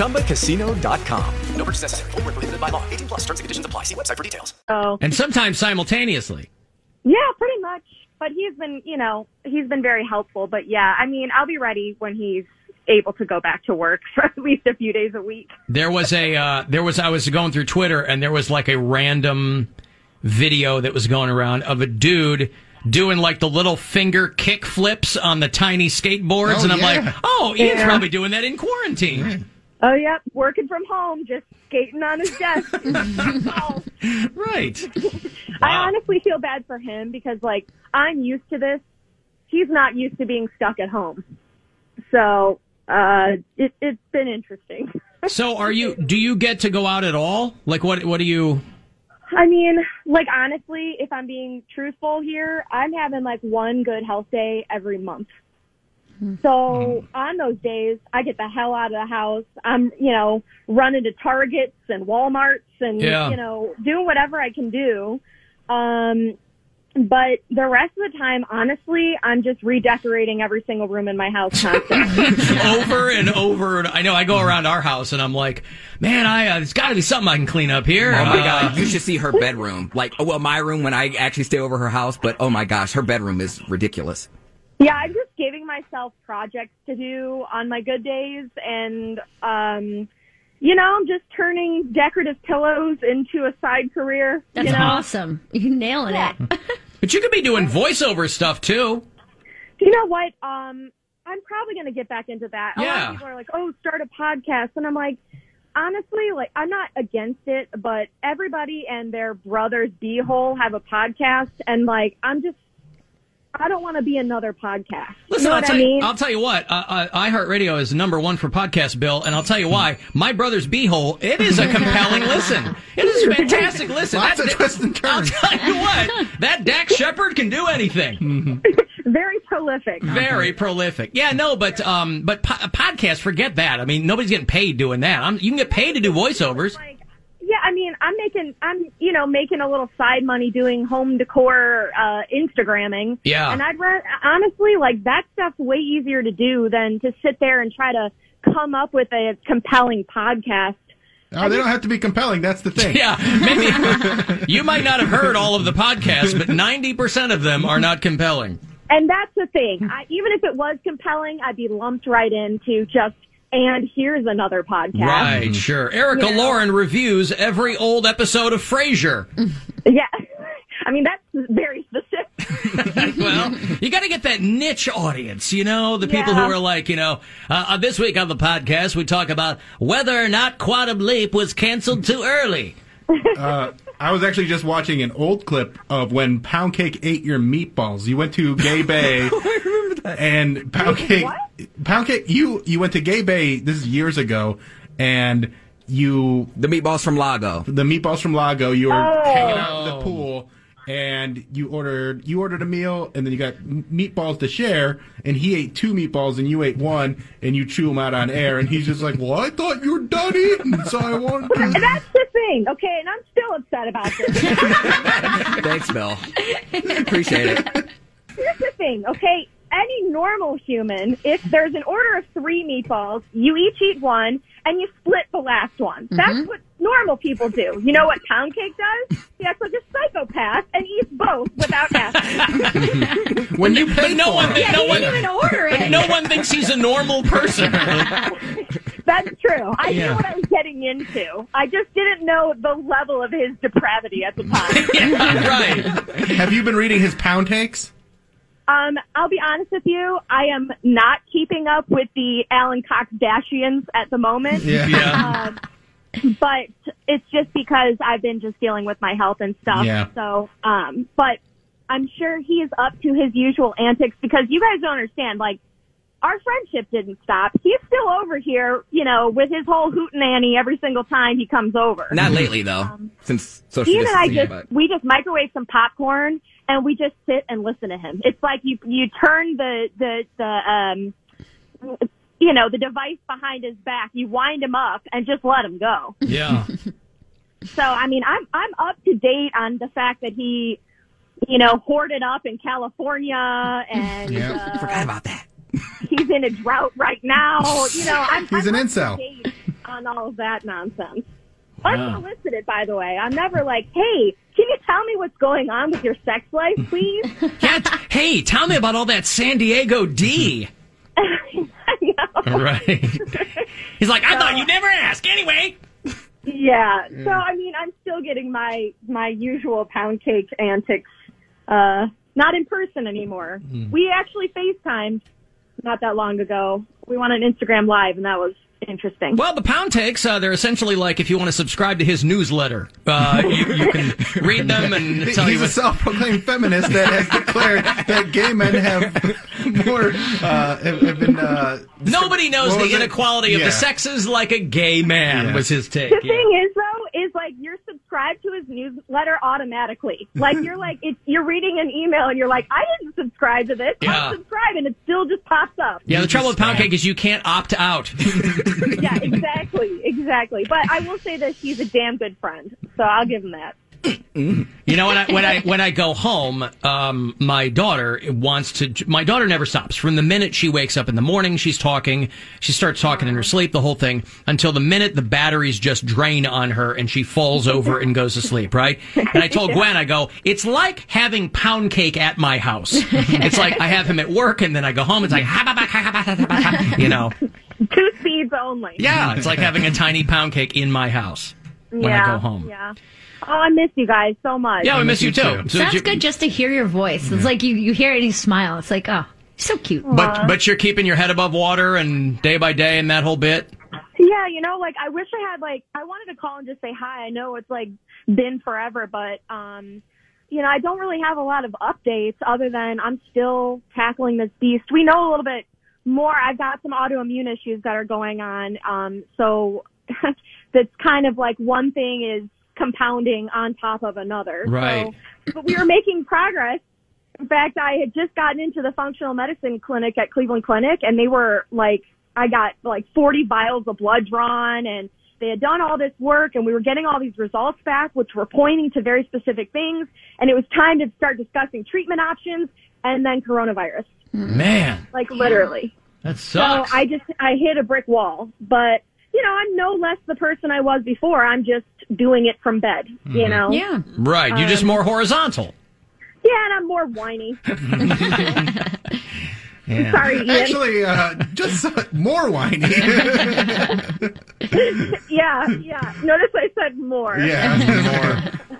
[SPEAKER 19] ChumbaCasino.com.
[SPEAKER 22] No purchase necessary. Void where prohibited by law. 18 plus terms and conditions apply. See website for details.
[SPEAKER 2] so
[SPEAKER 7] And sometimes simultaneously.
[SPEAKER 2] Yeah, pretty much. But he's been, you know, he's been very helpful. But yeah, I mean, I'll be ready when he's able to go back to work for at least a few days a week.
[SPEAKER 7] There was a uh, there was I was going through Twitter and there was like a random video that was going around of a dude doing like the little finger kick flips on the tiny skateboards
[SPEAKER 3] Oh,
[SPEAKER 7] and I'm
[SPEAKER 3] yeah.
[SPEAKER 7] like, "Oh, Ian's
[SPEAKER 2] Yeah.
[SPEAKER 7] probably doing that in quarantine."
[SPEAKER 2] Oh, yep, working from home, just skating on his desk. Oh,
[SPEAKER 7] Right.
[SPEAKER 2] I honestly feel bad for him because, like, I'm used to this. He's not used to being stuck at home. So uh, it, it's been interesting.
[SPEAKER 7] So are you do you get to go out at all? Like what what do you
[SPEAKER 2] I mean, like honestly, if I'm being truthful here, I'm having like one good health day every month. So on those days, I get the hell out of the house. I'm, you know, running to Targets and Walmarts and,
[SPEAKER 28] Yeah.
[SPEAKER 2] you know, doing whatever I can do. Um, but the rest of the time, honestly, I'm just redecorating every single room in my house constantly.
[SPEAKER 7] over and over and I know I go around our house and I'm like, "Man, I uh, there's got to be something I can clean up here."
[SPEAKER 9] Oh my
[SPEAKER 7] Uh,
[SPEAKER 9] god, you should see her bedroom. Like, oh, well, my room when I actually stay over her house, but oh my gosh, her bedroom is ridiculous.
[SPEAKER 2] Yeah, I'm just giving myself projects to do on my good days and um you know, I'm just turning decorative pillows into a side career.
[SPEAKER 4] That's
[SPEAKER 2] you know?
[SPEAKER 4] awesome. You're nailing it.
[SPEAKER 7] But you could be doing voiceover stuff too.
[SPEAKER 2] You know what? Um I'm probably gonna get back into that. A lot
[SPEAKER 7] Yeah.
[SPEAKER 2] of people are like, Oh, start a podcast and I'm like honestly, like I'm not against it, but everybody and their brother's B hole have a podcast and like I'm just I don't wanna be another podcast.
[SPEAKER 7] Listen,
[SPEAKER 2] you know
[SPEAKER 7] I'll,
[SPEAKER 2] what
[SPEAKER 7] tell
[SPEAKER 2] I mean?
[SPEAKER 7] you, I'll tell you what. Uh, uh, iHeartRadio is number one for podcast, Bill, and I'll tell you why. My brother's beehole. It is a compelling listen. It is a fantastic listen.
[SPEAKER 8] Lots of twists
[SPEAKER 7] and turns. I'll tell you what. That Dak Shepard can do anything.
[SPEAKER 2] Very prolific.
[SPEAKER 7] Very prolific. Yeah, no, but um, but po- podcast, forget that. I mean, nobody's getting paid doing that. I'm, you can get paid to do voiceovers.
[SPEAKER 2] Yeah, I mean, I'm making, I'm, you know, making a little side money doing home decor, uh, Instagramming.
[SPEAKER 7] Yeah.
[SPEAKER 2] And I'd rather, honestly, like that stuff's way easier to do than to sit there and try to come up with a compelling podcast.
[SPEAKER 8] Oh, they don't have to be compelling. That's the thing.
[SPEAKER 7] Yeah, maybe you might not have heard all of the podcasts, but ninety percent of them are not compelling.
[SPEAKER 2] And that's the thing. I, even if it was compelling, I'd be lumped right into just, and here's another podcast.
[SPEAKER 8] Mm-hmm.
[SPEAKER 7] Right, sure. Erica
[SPEAKER 2] Yeah.
[SPEAKER 7] Lauren reviews every old episode of Frasier.
[SPEAKER 2] Yeah. I mean, that's very specific.
[SPEAKER 7] well, you got to get that niche audience, you know, the people
[SPEAKER 2] Yeah.
[SPEAKER 7] who are like, you know, uh, uh, this week on the podcast, we talk about whether or not Quantum Leap was canceled too early.
[SPEAKER 8] Uh, I was actually just watching an old clip of when Pound Cake ate your meatballs. You went to Gay Bay. And Pound Cake, Pound Cake, you you went to Gay Bay. This is years ago, and you
[SPEAKER 9] the meatballs from Lago.
[SPEAKER 8] The meatballs from Lago. You were
[SPEAKER 23] Oh.
[SPEAKER 8] hanging out in the pool, and you ordered you ordered a meal, and then you got m- meatballs to share. And he ate two meatballs, and you ate one, and you chew them out on air. And he's just like, "Well, I thought you were done eating, so I wanted to."
[SPEAKER 2] And that's the thing, okay? And I'm still upset about this.
[SPEAKER 9] Thanks, Bill. Appreciate it.
[SPEAKER 2] Here's the thing, okay? Any normal human, if there's an order of three meatballs, you each eat one and you split the last one.
[SPEAKER 7] Mm-hmm.
[SPEAKER 2] That's what normal people do. You know what pound cake does? He acts like a psychopath and eats both without asking.
[SPEAKER 8] When you
[SPEAKER 7] but no one,
[SPEAKER 2] Yeah,
[SPEAKER 7] no
[SPEAKER 2] he
[SPEAKER 7] one,
[SPEAKER 2] didn't even order
[SPEAKER 7] but
[SPEAKER 2] it.
[SPEAKER 7] no one thinks he's a normal person.
[SPEAKER 2] That's true. I
[SPEAKER 7] Yeah.
[SPEAKER 2] knew what I was getting into. I just didn't know the level of his depravity at the time.
[SPEAKER 8] Have you been reading his pound takes?
[SPEAKER 2] Um, I'll be honest with you. I am not keeping up with the Alan Cox Dashians at the moment.
[SPEAKER 23] Yeah. Yeah.
[SPEAKER 2] Um, but it's just because I've been just dealing with my health and stuff.
[SPEAKER 23] Yeah.
[SPEAKER 2] So, um, but I'm sure he is up to his usual antics because you guys don't understand. Like, our friendship didn't stop. He's still over here, you know, with his whole hootenanny every single time he comes over.
[SPEAKER 23] Mm-hmm.
[SPEAKER 9] Not lately though, since social
[SPEAKER 2] Ian and I
[SPEAKER 9] distancing.
[SPEAKER 2] just
[SPEAKER 9] but-
[SPEAKER 2] we just microwave some popcorn and we just sit and listen to him. It's like you you turn the the the um you know the device behind his back. You wind him up and just let him go.
[SPEAKER 7] Yeah.
[SPEAKER 2] So I mean I'm I'm up to date on the fact that he you know hoarded up in California and uh,
[SPEAKER 26] uh,
[SPEAKER 8] Yeah.
[SPEAKER 9] forgot about that.
[SPEAKER 2] he's in a drought right now. You know I'm
[SPEAKER 8] He's
[SPEAKER 2] I'm
[SPEAKER 8] an
[SPEAKER 2] up to
[SPEAKER 8] incel.
[SPEAKER 2] date on all of that nonsense.
[SPEAKER 8] Wow.
[SPEAKER 2] Unsolicited, by the way. I'm never like, hey, can you tell me what's going on with your sex life, please?
[SPEAKER 7] Yeah, t- hey, tell me about all that San Diego D. Right. He's like, I thought you never asked. Anyway.
[SPEAKER 2] yeah.
[SPEAKER 7] Yeah.
[SPEAKER 2] So I mean, I'm still getting my my usual pound cake antics. Uh, not in person anymore.
[SPEAKER 23] Hmm.
[SPEAKER 2] We actually FaceTimed not that long ago. We went on Instagram Live, and that was interesting.
[SPEAKER 7] Well, the pound takes, uh, they're essentially like if you want to subscribe to his newsletter, uh, you, you can read them and
[SPEAKER 8] He's
[SPEAKER 7] tell you.
[SPEAKER 8] a
[SPEAKER 7] what-
[SPEAKER 8] self-proclaimed feminist that has declared that gay men have more uh, have, have been. Uh,
[SPEAKER 7] Nobody knows
[SPEAKER 8] What
[SPEAKER 7] the
[SPEAKER 8] was it?
[SPEAKER 7] inequality of
[SPEAKER 8] Yeah.
[SPEAKER 7] the sexes like a gay man, was his take.
[SPEAKER 2] The
[SPEAKER 7] yeah.
[SPEAKER 2] thing is, though, is like you're subscribed to his newsletter automatically. Like you're like it's, you're reading an email and you're like, I didn't subscribe to this.
[SPEAKER 7] Yeah.
[SPEAKER 2] I'll subscribe, and it still just pops up.
[SPEAKER 7] Yeah, the trouble with pound cake is you can't opt out.
[SPEAKER 2] yeah, exactly, exactly. But I will say that he's a damn good friend, so I'll give him that.
[SPEAKER 7] You know, when I when I when I go home, um, my daughter wants to. My daughter never stops. From the minute she wakes up in the morning, she's talking. She starts talking in her sleep, the whole thing, until the minute the batteries just drain on her and she falls over and goes to sleep. Right? And I told Gwen, I go, it's like having pound cake at my house. It's like I have him at work, and then I go home. It's like, you know,
[SPEAKER 2] Two speeds only.
[SPEAKER 7] yeah, it's like having a tiny pound cake in my house when
[SPEAKER 2] yeah,
[SPEAKER 7] I go home.
[SPEAKER 2] Yeah. Oh, I miss you guys so much.
[SPEAKER 7] Yeah, we I miss miss you you too. too. So
[SPEAKER 4] Sounds
[SPEAKER 7] you-
[SPEAKER 4] good just to hear your voice. It's like you, you hear it and you smile. It's like, oh, so cute.
[SPEAKER 7] But but you're keeping your head above water and day by day and that whole bit.
[SPEAKER 2] Yeah, you know, like I wish I had like I wanted to call and just say hi. I know it's like been forever, but um you know, I don't really have a lot of updates other than I'm still tackling this beast. We know a little bit more. I've got some autoimmune issues that are going on. Um so that's kind of like one thing is compounding on top of another.
[SPEAKER 23] Right.
[SPEAKER 2] So, but we were making progress In fact, I had just gotten into the functional medicine clinic at Cleveland Clinic and they were like, I got like 40 vials of blood drawn and they had done all this work and we were getting all these results back, which were pointing to very specific things. And it was time to start discussing treatment options and then coronavirus.
[SPEAKER 7] Man,
[SPEAKER 2] Like literally.
[SPEAKER 7] that sucks.
[SPEAKER 2] So I just I hit a brick wall, but you know I'm no less the person I was before. I'm just doing it from bed. You
[SPEAKER 7] Mhm.
[SPEAKER 2] know.
[SPEAKER 4] Yeah.
[SPEAKER 7] right, you're just
[SPEAKER 2] Um,
[SPEAKER 7] more horizontal.
[SPEAKER 2] Yeah, and I'm more whiny.
[SPEAKER 7] Yeah.
[SPEAKER 2] Sorry, Ian.
[SPEAKER 8] Actually, uh, just more whiny.
[SPEAKER 2] yeah, yeah. Notice I said more.
[SPEAKER 8] yeah, more.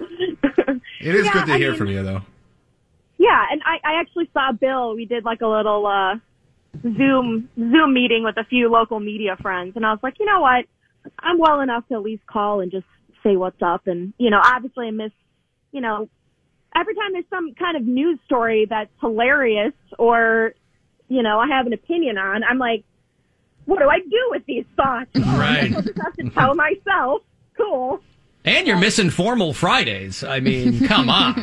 [SPEAKER 8] It is
[SPEAKER 2] Yeah,
[SPEAKER 8] good to
[SPEAKER 2] I
[SPEAKER 8] hear
[SPEAKER 2] mean-
[SPEAKER 8] from you, though.
[SPEAKER 2] Yeah, and I, I actually saw Bill. We did like a little uh Zoom Zoom meeting with a few local media friends, and I was like, you know what, I'm well enough to at least call and just say what's up. And you know, obviously, I miss you know every time there's some kind of news story that's hilarious or you know I have an opinion on, I'm like, what do I do with these thoughts? Oh,
[SPEAKER 7] Right.
[SPEAKER 2] I just have to tell myself. Cool.
[SPEAKER 7] And you're missing formal Fridays. I mean, come on.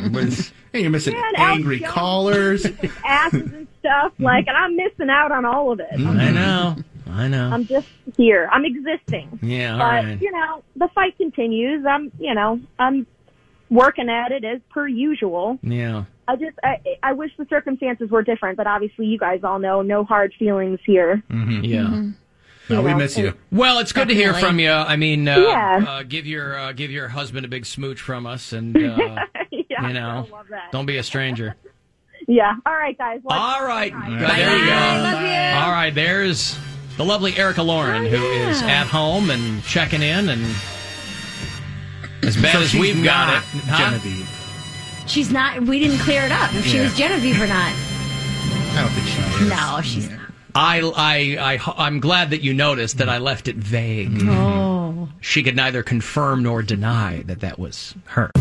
[SPEAKER 8] Hey, you're missing
[SPEAKER 2] Yeah, and Alex Jones.
[SPEAKER 8] callers.
[SPEAKER 2] asses and stuff.
[SPEAKER 7] Mm-hmm.
[SPEAKER 2] Like, and I'm missing out on all of it.
[SPEAKER 7] I know. Mm-hmm. I know.
[SPEAKER 26] Um,
[SPEAKER 2] I'm just here. I'm existing.
[SPEAKER 7] Yeah, all
[SPEAKER 2] but
[SPEAKER 7] right.
[SPEAKER 2] you know, the fight continues. I'm, you know, I'm working at it as per usual.
[SPEAKER 7] Yeah.
[SPEAKER 2] I just, I, I wish the circumstances were different, but obviously, you guys all know no hard feelings here.
[SPEAKER 8] Mm-hmm.
[SPEAKER 7] Yeah.
[SPEAKER 8] No, we miss you.
[SPEAKER 7] Well, it's good to hear from you. I mean, uh,
[SPEAKER 2] Yeah.
[SPEAKER 7] uh, give your uh, give your husband a big smooch from us, and uh,
[SPEAKER 2] yeah,
[SPEAKER 7] you know,
[SPEAKER 2] I love that.
[SPEAKER 7] don't be a stranger.
[SPEAKER 2] Yeah. All right, guys. Well,
[SPEAKER 7] All right.
[SPEAKER 2] Bye.
[SPEAKER 7] Good, there you go. All right, there's the lovely Erica Lauren,
[SPEAKER 2] Oh,
[SPEAKER 7] who is at home and checking in, and as bad
[SPEAKER 8] So
[SPEAKER 7] as
[SPEAKER 8] she's
[SPEAKER 7] we've got
[SPEAKER 8] not
[SPEAKER 7] it, huh?
[SPEAKER 8] Genevieve.
[SPEAKER 4] She's not. We didn't clear it up if she
[SPEAKER 7] Yeah.
[SPEAKER 4] was Genevieve or not.
[SPEAKER 8] I don't think she is.
[SPEAKER 4] No, she's not.
[SPEAKER 7] I, I, I, I'm glad that you noticed that I left it vague.
[SPEAKER 4] Oh.
[SPEAKER 7] She could neither confirm nor deny that that was her.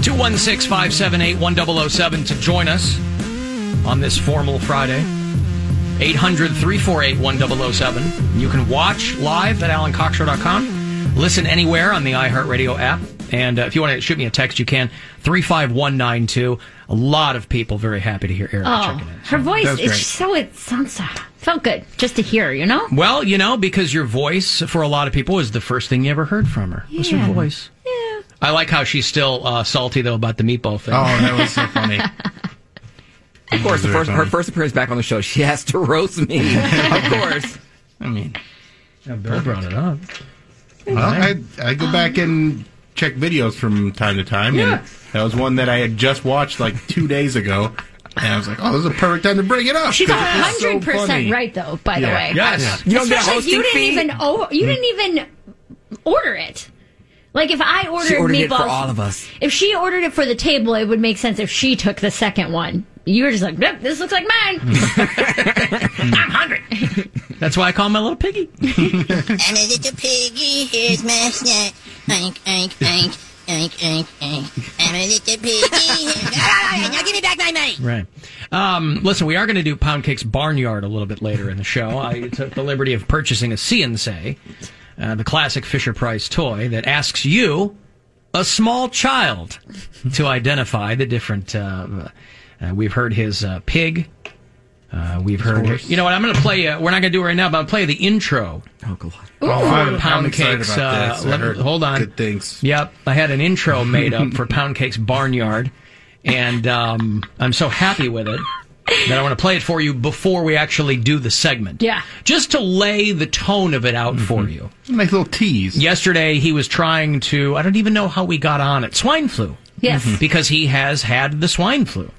[SPEAKER 7] Two one six five seven eight one zero zero seven to join us on this formal Friday. 800 348 1007. You can watch live at alancockshow.com. Listen anywhere on the iHeartRadio app. And uh, if you want to shoot me a text, you can. 35192. A lot of people very happy to hear Erica
[SPEAKER 4] Oh,
[SPEAKER 7] checking
[SPEAKER 4] her voice
[SPEAKER 7] That's
[SPEAKER 4] is
[SPEAKER 7] great.
[SPEAKER 4] so it sounds uh, felt good just to hear, you know.
[SPEAKER 7] in. Well, you know, because your voice for a lot of people is the first thing you ever heard from her. Was her
[SPEAKER 4] Yeah.
[SPEAKER 7] voice. Yeah. I like how she's still uh, salty, though, about the meatball thing.
[SPEAKER 9] Oh, that was so
[SPEAKER 7] funny.
[SPEAKER 9] Of course, the
[SPEAKER 7] Very
[SPEAKER 9] first, her
[SPEAKER 7] funny.
[SPEAKER 9] first appearance back on the show, she has to roast me. of course.
[SPEAKER 7] I mean, Bill brought it up.
[SPEAKER 8] Well, I, I go back and check videos from time to time,
[SPEAKER 7] Yeah.
[SPEAKER 8] and that was one that I had just watched like two days ago, and I was like, "Oh, this is a perfect time to bring it up."
[SPEAKER 4] She's
[SPEAKER 8] 'cause it's so
[SPEAKER 4] hundred percent
[SPEAKER 8] funny.
[SPEAKER 4] right, though. By the
[SPEAKER 8] Yeah.
[SPEAKER 4] way,
[SPEAKER 8] Yes. Yeah.
[SPEAKER 4] You
[SPEAKER 8] You don't get a
[SPEAKER 4] Especially
[SPEAKER 8] hosting
[SPEAKER 4] you didn't
[SPEAKER 8] fee?
[SPEAKER 4] even o- you didn't even order it. Like if I ordered,
[SPEAKER 9] She ordered
[SPEAKER 4] meatballs
[SPEAKER 9] it for all of us.
[SPEAKER 4] If she ordered it for the table, it would make sense if she took the second one. You were just like, nope, this looks like mine.
[SPEAKER 7] That's why I call him my little piggy.
[SPEAKER 27] I'm a little piggy, here's my snack. Oink, oink, oink, oink, oink, oink. I'm a little piggy. here's- Ah, now give me back my money.
[SPEAKER 7] Right. Um, listen, we are going to do Pound Cake's Barnyard a little bit later in the show. I took the liberty of purchasing a CNC, uh, the classic Fisher Price toy that asks you, a small child, to identify the different. Uh, uh, we've heard his uh, pig. Uh, we've heard. You know what? I'm going to play. Uh, we're not going to do it right now, but I'll play the intro.
[SPEAKER 9] Oh, God.
[SPEAKER 8] Oh, I'm-
[SPEAKER 7] for
[SPEAKER 8] I'm
[SPEAKER 7] Pound
[SPEAKER 8] excited
[SPEAKER 7] Cake's.
[SPEAKER 8] about
[SPEAKER 7] Uh,
[SPEAKER 8] this. I
[SPEAKER 7] let me-
[SPEAKER 8] heard
[SPEAKER 7] hold on.
[SPEAKER 8] good things.
[SPEAKER 7] Yep, I had an intro made up for Pound Cake's Barnyard, and um, I'm so happy with it that I want to play it for you before we actually do the segment.
[SPEAKER 4] Yeah.
[SPEAKER 7] just to lay the tone of it out for you.
[SPEAKER 8] Nice Mm-hmm. little tease.
[SPEAKER 7] Yesterday, he was trying to. I don't even know how we got on it. Swine flu.
[SPEAKER 4] Yes. Mhm.
[SPEAKER 7] because he has had the swine flu,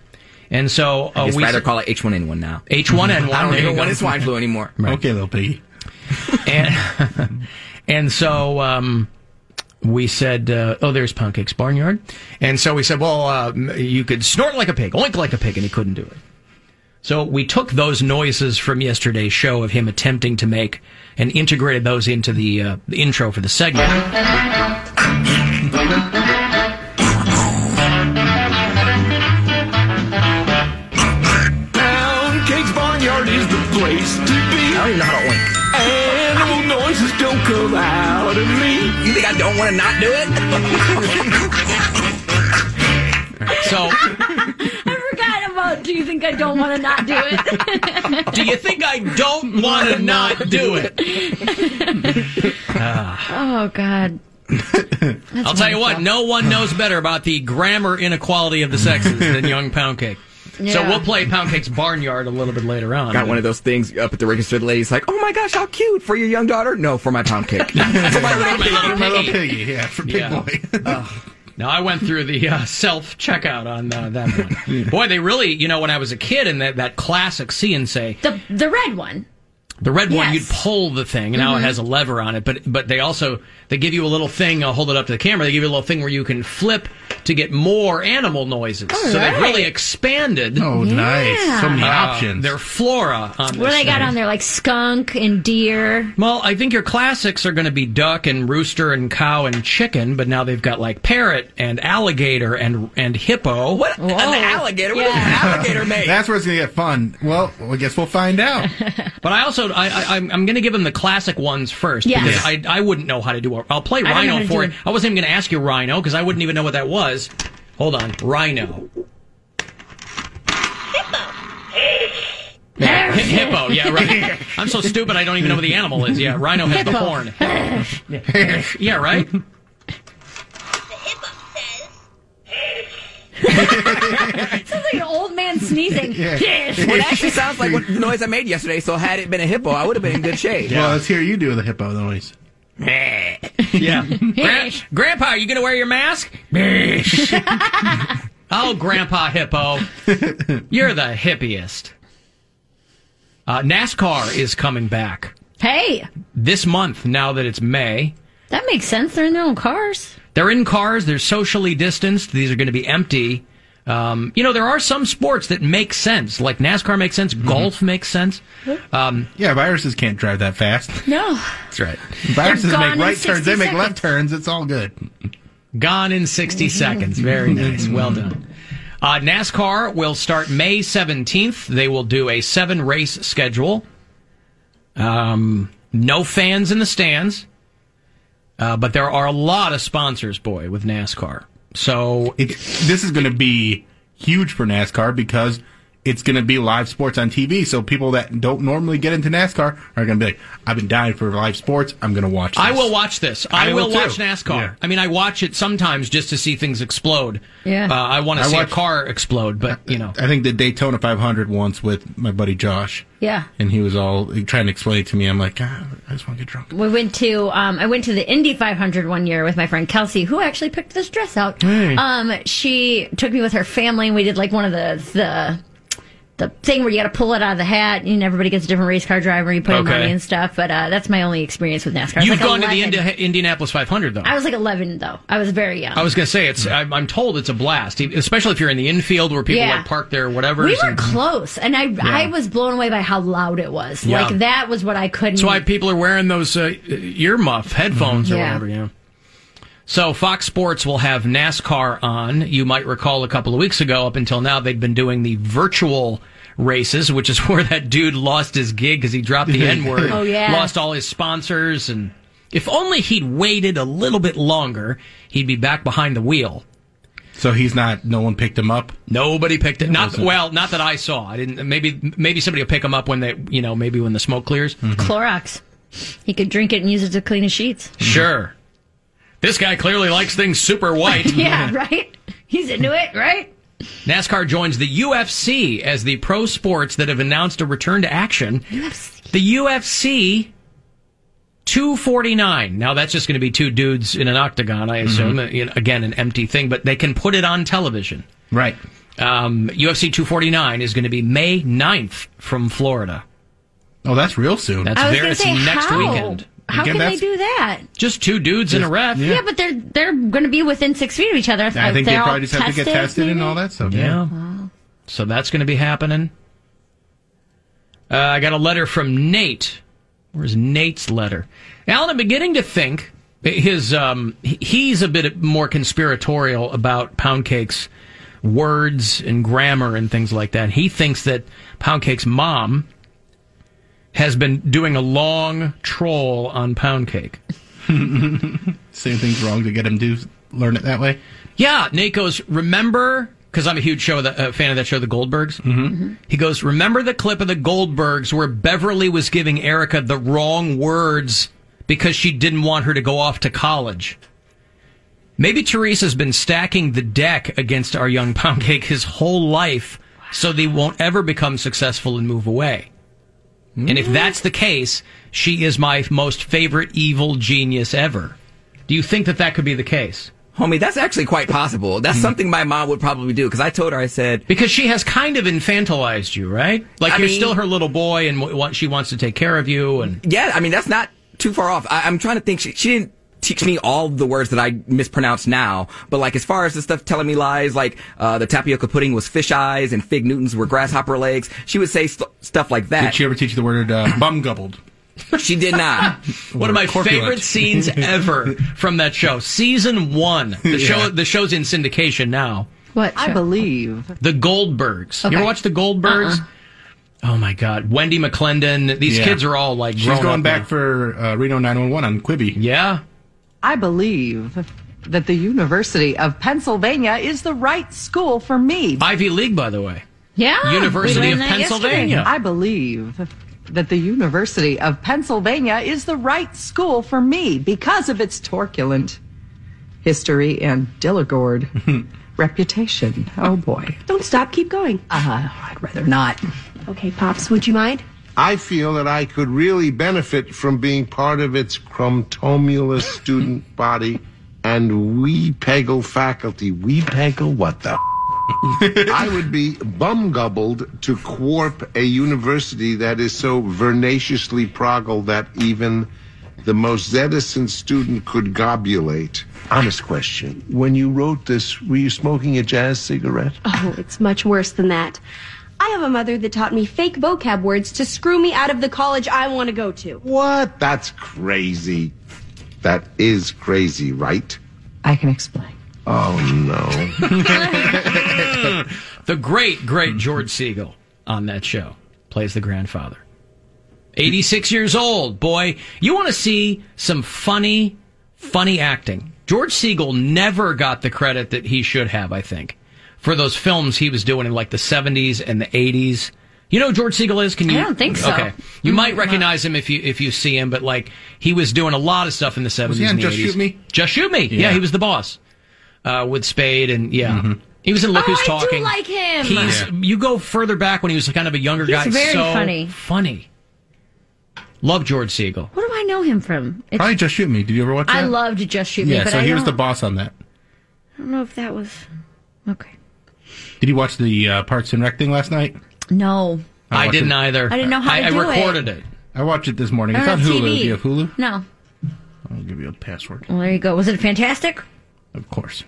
[SPEAKER 7] and so uh,
[SPEAKER 9] I just
[SPEAKER 7] we
[SPEAKER 9] rather call it H1N1 now.
[SPEAKER 7] H1N1.
[SPEAKER 9] I don't
[SPEAKER 7] There you
[SPEAKER 9] even
[SPEAKER 7] go.
[SPEAKER 9] want it's swine flu anymore.
[SPEAKER 8] Okay, little piggy.
[SPEAKER 7] and and so um, we said, uh, "Oh, there's Pound Cake's barnyard," and so we said, "Well, uh, m- you could snort like a pig, oink like a pig," and he couldn't do it. So we took those noises from yesterday's show of him attempting to make and integrated those into the, uh, the intro for the segment.
[SPEAKER 23] Pound Cake's Barnyard is the place to be. I don't even know how to wink. Animal noises don't come
[SPEAKER 9] out of me. You think I don't want to not do it?
[SPEAKER 7] So,
[SPEAKER 4] I forgot about. Do you think I don't want to not do it?
[SPEAKER 7] do you think I don't want to not do it? Ah.
[SPEAKER 4] oh God.
[SPEAKER 7] I'll tell you what, no one knows better about the grammar inequality of the sexes than young pound cake. So
[SPEAKER 9] Yeah.
[SPEAKER 7] we'll play Pound Cake's Barnyard a little bit later on.
[SPEAKER 9] Got one of those things up at the register. The lady's like, "Oh my gosh, how cute for your young daughter." No, for my pound cake.
[SPEAKER 7] My
[SPEAKER 8] little piggy, yeah, for Pig
[SPEAKER 7] Boy. no, I went through the uh, self checkout on uh, that one. Boy, they really, you know, when I was a kid and that, that classic see and say,
[SPEAKER 4] The the red one.
[SPEAKER 7] The red
[SPEAKER 4] Yes.
[SPEAKER 7] one, you'd pull the thing, and now it
[SPEAKER 4] Mhm.
[SPEAKER 7] has a lever on it. But but they also they give you a little thing. I'll hold it up to the camera. They give you a little thing where you can flip to get more animal noises. so they've really expanded.
[SPEAKER 8] Oh, nice. So many
[SPEAKER 7] uh,
[SPEAKER 8] options.
[SPEAKER 7] Their flora on
[SPEAKER 4] What do
[SPEAKER 7] this
[SPEAKER 4] they got
[SPEAKER 7] thing.
[SPEAKER 4] on there? Like skunk and deer.
[SPEAKER 7] Well, I think your classics are going to be duck and rooster and cow and chicken, but now they've got like parrot and alligator and and hippo. What
[SPEAKER 9] An alligator? What is an alligator made?
[SPEAKER 8] That's where it's going to get fun. Well, I guess we'll find out.
[SPEAKER 7] But I also I, I I'm, I'm going to give them the classic ones first
[SPEAKER 8] Yes.
[SPEAKER 7] because I I wouldn't know how to do it. I'll play
[SPEAKER 8] I don't know how
[SPEAKER 7] Rhino
[SPEAKER 8] to
[SPEAKER 7] for
[SPEAKER 8] do
[SPEAKER 7] it. I wasn't even going to ask you Rhino because I wouldn't even know what that was. Hold on, Rhino. Yeah, hi- hippo, yeah, right. I'm so stupid. I don't even know what the animal is. Yeah, rhino has the
[SPEAKER 23] Hippo.
[SPEAKER 7] horn. Yeah. yeah, right.
[SPEAKER 4] Sounds like an old man sneezing.
[SPEAKER 9] Well, it actually sounds like what the noise I made yesterday. So had it been a hippo, I would have been in good shape.
[SPEAKER 8] Well, let's hear you do the hippo noise.
[SPEAKER 7] yeah. Gran- Grandpa, are you going to wear your mask? oh, Grandpa Hippo, you're the hippiest. Uh, NASCAR is coming back
[SPEAKER 4] Hey,
[SPEAKER 7] this month. Now that it's May,
[SPEAKER 4] that makes sense. They're in their own cars.
[SPEAKER 7] they're in cars. They're socially distanced. These are going to be empty. Um, you know, there are some sports that make sense, like NASCAR makes sense, golf makes sense. Um,
[SPEAKER 8] Mm-hmm. yeah, viruses can't drive that fast.
[SPEAKER 4] No.
[SPEAKER 7] That's right.
[SPEAKER 8] Viruses make right turns. They make left turns. It's all good.
[SPEAKER 7] Gone in 60 seconds. Very nice. Well done. Uh, NASCAR will start May 17th. They will do a seven race schedule. Um, no fans in the stands, uh, but there are a lot of sponsors, boy, with NASCAR. So
[SPEAKER 8] it, this is going to be huge for NASCAR because it's going to be live sports on TV. So people that don't normally get into NASCAR are going to be like, "I've been dying for live sports. I'm going to watch." This.
[SPEAKER 7] I will watch this. I,
[SPEAKER 8] I
[SPEAKER 7] will
[SPEAKER 8] will,
[SPEAKER 7] watch
[SPEAKER 8] too.
[SPEAKER 7] NASCAR.
[SPEAKER 8] Yeah.
[SPEAKER 7] I mean, I watch it sometimes just to see things explode.
[SPEAKER 8] Yeah.
[SPEAKER 7] Uh, I want
[SPEAKER 8] I
[SPEAKER 7] to see
[SPEAKER 8] watch-
[SPEAKER 7] a car explode, but, you know.
[SPEAKER 8] I think the Daytona 500 once with my buddy Josh.
[SPEAKER 4] Yeah.
[SPEAKER 8] And he was all trying to explain it to me. I'm like, "God, I just want to get drunk.
[SPEAKER 4] We went to um, I went to the Indy 500 one year with my friend Kelsey, who actually picked this dress out.
[SPEAKER 8] Hey.
[SPEAKER 4] Um, she took me with her family, and we did like one of the the the thing where you got to pull it out of the hat, and everybody gets a different race car driver, you put in
[SPEAKER 7] Okay.
[SPEAKER 4] money and stuff. But uh, that's my only experience with NASCAR. I was
[SPEAKER 7] You've
[SPEAKER 4] like
[SPEAKER 7] gone to the
[SPEAKER 4] 11.
[SPEAKER 7] Indi- Indianapolis 500, though.
[SPEAKER 4] I was like 11 though. I was very young.
[SPEAKER 7] I was going to say it's. I'm, I'm told it's a blast, e- especially if you're in the infield where people
[SPEAKER 4] Yeah.
[SPEAKER 7] like park their whatever.
[SPEAKER 4] we were close, and I I was blown away by how loud it was.
[SPEAKER 7] Yeah.
[SPEAKER 4] Like that was what I couldn't. e-
[SPEAKER 7] That's why people are wearing those uh, earmuff headphones or
[SPEAKER 4] Yeah.
[SPEAKER 7] whatever. Yeah. So Fox Sports will have NASCAR on. You might recall a couple of weeks ago, up until now, they'd been doing the virtual races, which is where that dude lost his gig because he dropped the N word.
[SPEAKER 23] Oh, yeah.
[SPEAKER 7] Lost all his sponsors, and if only he'd waited a little bit longer, he'd be back behind the wheel.
[SPEAKER 8] So he's not. No one picked him up.
[SPEAKER 7] Nobody picked it. Not
[SPEAKER 8] wasn't.
[SPEAKER 7] well. Not that I saw. I didn't. Maybe maybe somebody will pick them up when they you know maybe when the smoke clears.
[SPEAKER 8] Mm-hmm.
[SPEAKER 4] Clorox. He could drink it and use it to clean his sheets.
[SPEAKER 7] Sure. This guy clearly likes things super white.
[SPEAKER 4] yeah, right. He's into it, right?
[SPEAKER 7] NASCAR joins the UFC as the pro sports that have announced a return to action. UFC. The UFC 249. Now that's just going to be two dudes in an octagon, I assume.
[SPEAKER 4] Mm-hmm.
[SPEAKER 8] Mhm.
[SPEAKER 7] You know, Again, an empty thing, but they can put it on television.
[SPEAKER 8] Right.
[SPEAKER 7] Um, UFC 249 is going to be May 9th from Florida.
[SPEAKER 8] Oh, that's real soon.
[SPEAKER 7] That's
[SPEAKER 4] I was
[SPEAKER 7] very
[SPEAKER 4] gonna
[SPEAKER 7] it's
[SPEAKER 4] say
[SPEAKER 7] next
[SPEAKER 4] how.
[SPEAKER 7] weekend.
[SPEAKER 4] How can they do that?
[SPEAKER 7] Just two dudes and a ref.
[SPEAKER 4] Yeah, but they're they're going to be within six feet of each other.
[SPEAKER 7] I think
[SPEAKER 4] They're
[SPEAKER 7] they
[SPEAKER 4] all
[SPEAKER 7] probably just have to get tested
[SPEAKER 8] and
[SPEAKER 4] maybe?
[SPEAKER 8] all that stuff,
[SPEAKER 7] Yeah.
[SPEAKER 8] yeah.
[SPEAKER 7] So that's going to be happening. Uh, I got a letter from Nate. Where's Nate's letter? Alan, I'm beginning to think his um, he- he's a bit more conspiratorial about pound cake's words and grammar and things like that. He thinks that pound cake's mom has been doing a long troll on pound cake.
[SPEAKER 8] Same thing's wrong to get him to learn it that way.
[SPEAKER 7] Yeah, Nate goes, remember, because I'm a huge show of the, uh, fan of that show, The Goldbergs. Mm-hmm. He goes, remember the clip of The Goldbergs where Beverly was giving Erica the wrong words because she didn't want her to go off to college. Maybe Teresa's been stacking the deck against our young pound cake his whole life so they won't ever become successful and move away. And if that's the case, she is my most favorite evil genius ever. Do you think that that could be the case?
[SPEAKER 9] Homie, that's actually quite possible. That's something my mom would probably do because I told her I said
[SPEAKER 7] because she has kind of infantilized you, right? Like
[SPEAKER 9] I
[SPEAKER 7] you're
[SPEAKER 9] mean-
[SPEAKER 7] still her little boy, and w- what she wants to take care of you, and
[SPEAKER 9] yeah. I mean, that's not too far off. I, I'm trying to think. She, she didn't teach me all the words that I mispronounce now, but like as far as the stuff telling me lies, like uh, the tapioca pudding was fish eyes and fig Newtons were grasshopper legs. She would say st- stuff like that.
[SPEAKER 8] Did she ever teach you the word uh, bum gubbled?
[SPEAKER 9] She did not.
[SPEAKER 7] One of my
[SPEAKER 8] Corpulent.
[SPEAKER 7] favorite scenes ever from that show, season one. The show, the show's in syndication now.
[SPEAKER 29] What? I believe.
[SPEAKER 7] The Goldbergs. You
[SPEAKER 29] Okay.
[SPEAKER 7] ever watch The Goldbergs?
[SPEAKER 29] Uh-uh.
[SPEAKER 9] Uh-huh.
[SPEAKER 7] Oh my God, Wendy McClendon. These
[SPEAKER 8] Yeah.
[SPEAKER 7] kids are all like
[SPEAKER 8] She's
[SPEAKER 7] grown
[SPEAKER 8] going
[SPEAKER 7] up
[SPEAKER 8] back
[SPEAKER 7] now.
[SPEAKER 8] for uh, Reno 911 on Quibi.
[SPEAKER 7] Yeah.
[SPEAKER 29] I believe that the University of Pennsylvania is the right school for me.
[SPEAKER 7] Ivy League, by the way.
[SPEAKER 29] Yeah.
[SPEAKER 7] University we learned of that Pennsylvania. yesterday.
[SPEAKER 29] I believe that the University of Pennsylvania is the right school for me because of its torculent history and Dillagord reputation. Oh boy.
[SPEAKER 15] Don't stop. Keep going.
[SPEAKER 29] Uh, I'd rather not.
[SPEAKER 15] Okay, Pops, would you mind?
[SPEAKER 30] I feel that I could really benefit from being part of its crumtomulous student body and we peggle faculty. We peggle what the? I would be bumgubbled to quarp a university that is so vernaciously proggle that even the most reticent student could gobulate. Honest question. When you wrote this, were you smoking a jazz cigarette?
[SPEAKER 15] Oh, it's much worse than that. I have a mother that taught me fake vocab words to screw me out of the college I want to go to.
[SPEAKER 30] What? That's crazy. That is crazy, right?
[SPEAKER 29] I can explain.
[SPEAKER 30] Oh, no.
[SPEAKER 7] the great, great George Siegel on that show plays the grandfather. 86 years old, boy. You want to see some funny, funny acting. George Siegel never got the credit that he should have, I think, for those films he was doing in like the 70s and the 80s. You know who George Siegel is? Can you?
[SPEAKER 4] I don't think so. Mm,
[SPEAKER 7] Okay, you might recognize him if you if you see him, but like he was doing a lot of stuff in the seventies.
[SPEAKER 8] he on
[SPEAKER 7] and the
[SPEAKER 8] Just
[SPEAKER 7] 80s.
[SPEAKER 8] Shoot Me?
[SPEAKER 7] Just shoot me. Yeah,
[SPEAKER 8] Yeah.
[SPEAKER 7] he was the boss uh, with Spade, and yeah,
[SPEAKER 8] Mm-hmm.
[SPEAKER 7] he was in Look
[SPEAKER 4] Oh,
[SPEAKER 7] Who's
[SPEAKER 4] I do
[SPEAKER 7] Talking.
[SPEAKER 4] like him.
[SPEAKER 7] He's,
[SPEAKER 4] Yeah.
[SPEAKER 7] You go further back when he was kind of a younger
[SPEAKER 4] He's
[SPEAKER 7] guy.
[SPEAKER 4] very
[SPEAKER 7] so
[SPEAKER 4] funny.
[SPEAKER 7] Funny. Love George Siegel.
[SPEAKER 4] What do I know him from? It's,
[SPEAKER 8] Probably Just Shoot Me. Did you ever watch that?
[SPEAKER 4] I loved Just Shoot Me,
[SPEAKER 8] Yeah,
[SPEAKER 4] but
[SPEAKER 8] so
[SPEAKER 4] I
[SPEAKER 8] he was
[SPEAKER 4] don't,
[SPEAKER 8] the boss on that.
[SPEAKER 4] I don't know if that was okay.
[SPEAKER 8] Did you watch the uh, Parks and Rec thing last night?
[SPEAKER 4] No,
[SPEAKER 7] I
[SPEAKER 8] watched
[SPEAKER 7] didn't
[SPEAKER 8] it.
[SPEAKER 7] either.
[SPEAKER 4] I didn't know how to do it.
[SPEAKER 8] I watched it this morning.
[SPEAKER 4] I
[SPEAKER 8] It's on
[SPEAKER 4] don't have
[SPEAKER 8] Hulu.
[SPEAKER 4] TV.
[SPEAKER 8] Do you have Hulu?
[SPEAKER 4] No.
[SPEAKER 8] I'll give you a password.
[SPEAKER 4] Well, there you go. Was it fantastic?
[SPEAKER 8] Of course.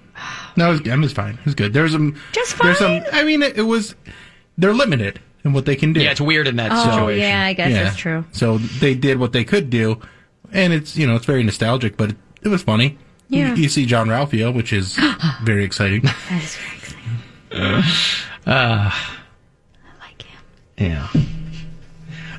[SPEAKER 8] No, it was, it was fine. It was good. There's some. Just fine. There's some. I mean, it, it was. They're limited in what they can do.
[SPEAKER 7] Yeah, it's weird in that
[SPEAKER 4] Oh,
[SPEAKER 7] situation.
[SPEAKER 4] yeah, I guess that's true.
[SPEAKER 8] So they did what they could do, and it's you know it's very nostalgic, but it, it was funny. You-
[SPEAKER 4] Yeah.
[SPEAKER 8] You, see John Ralphio, which is very exciting.
[SPEAKER 4] That is very exciting.
[SPEAKER 7] Uh, Yeah.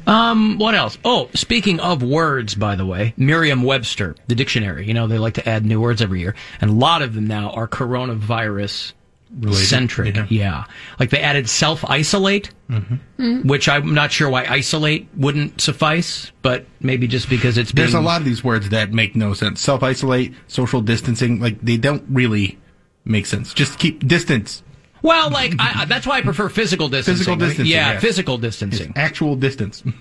[SPEAKER 7] Um, what else? Oh, speaking of words, by the way, Merriam Webster, the dictionary, you know, they like to add new words every year. And a lot of them now are coronavirus
[SPEAKER 8] Related,
[SPEAKER 7] centric. Yeah. Like they added self isolate,
[SPEAKER 8] Mm-hmm.
[SPEAKER 7] which I'm not sure why isolate wouldn't suffice, but maybe just because it's
[SPEAKER 8] There's a
[SPEAKER 7] being-
[SPEAKER 8] lot of these words that make no sense. Self isolate, social distancing, like they don't really make sense. Just keep distance.
[SPEAKER 7] Well, like I, I- that's why I prefer physical distancing.
[SPEAKER 8] Physical
[SPEAKER 7] I mean,
[SPEAKER 8] distancing,
[SPEAKER 7] yeah,
[SPEAKER 8] yeah.
[SPEAKER 7] physical distancing,
[SPEAKER 8] actual distance.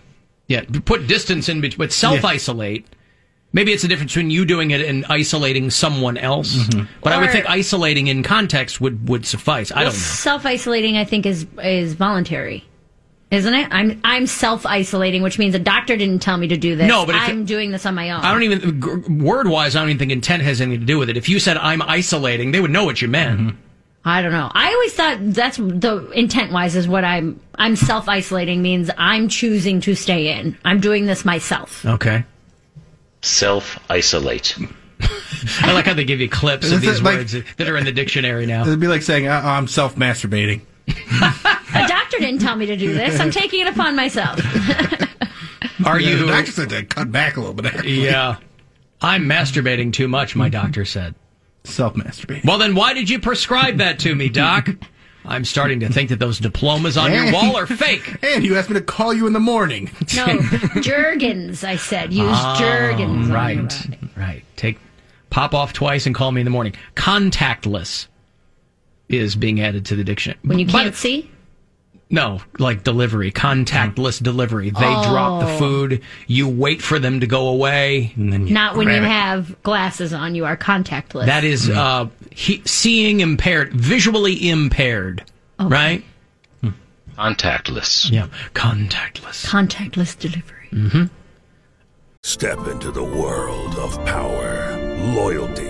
[SPEAKER 7] Yeah, put distance in between, but self isolate. Maybe it's the difference between you doing it and isolating someone else.
[SPEAKER 8] Mm-hmm.
[SPEAKER 7] But I would
[SPEAKER 4] Or-
[SPEAKER 7] think isolating in context would would suffice. I don't know.
[SPEAKER 4] Self isolating, I think, is is voluntary, isn't it? I'm I'm self isolating, which means a doctor didn't tell me to do this.
[SPEAKER 7] No, but if-
[SPEAKER 4] I'm doing this on my own.
[SPEAKER 7] I don't even word wise. I don't even think intent has anything to do with it. If you said I'm isolating, they would know what you meant.
[SPEAKER 8] Mm-hmm.
[SPEAKER 4] I don't know. I always thought that's the intent wise is what I'm I'm self isolating means I'm choosing to stay in. I'm doing this myself.
[SPEAKER 7] Okay.
[SPEAKER 28] Self isolate.
[SPEAKER 7] I like how they give you clips of
[SPEAKER 8] Is it
[SPEAKER 7] these
[SPEAKER 8] like-
[SPEAKER 7] words that are in the dictionary now.
[SPEAKER 8] It'd be like saying uh, I'm self masturbating.
[SPEAKER 4] a doctor didn't tell me to do this. I'm taking it upon myself.
[SPEAKER 7] Are
[SPEAKER 8] Yeah,
[SPEAKER 7] you?
[SPEAKER 8] The doctor said to cut back a little bit. Actually.
[SPEAKER 7] Yeah. I'm masturbating too much, my doctor said.
[SPEAKER 8] Self masturbate.
[SPEAKER 7] Well, then why did you prescribe that to me, Doc? I'm starting to think that those diplomas on your
[SPEAKER 8] And-
[SPEAKER 7] wall are fake.
[SPEAKER 8] And you asked me to call you in the morning.
[SPEAKER 4] No, Jergens, I said. Use
[SPEAKER 7] Ah,
[SPEAKER 4] Jergens. on
[SPEAKER 7] Right, right. Take pop off twice and call me in the morning. Contactless is being added to the dictionary.
[SPEAKER 4] When you
[SPEAKER 7] But-
[SPEAKER 4] can't see?
[SPEAKER 7] No, like delivery, contactless delivery. They drop the
[SPEAKER 4] Oh.
[SPEAKER 7] food. You wait for them to go away. And then
[SPEAKER 4] Not when you have glasses on. You are contactless.
[SPEAKER 7] That is uh, he, seeing impaired, visually impaired, right?
[SPEAKER 28] Contactless.
[SPEAKER 7] Yeah, contactless.
[SPEAKER 4] Contactless delivery.
[SPEAKER 7] Mm-hmm.
[SPEAKER 24] Step into the world of power, loyalty,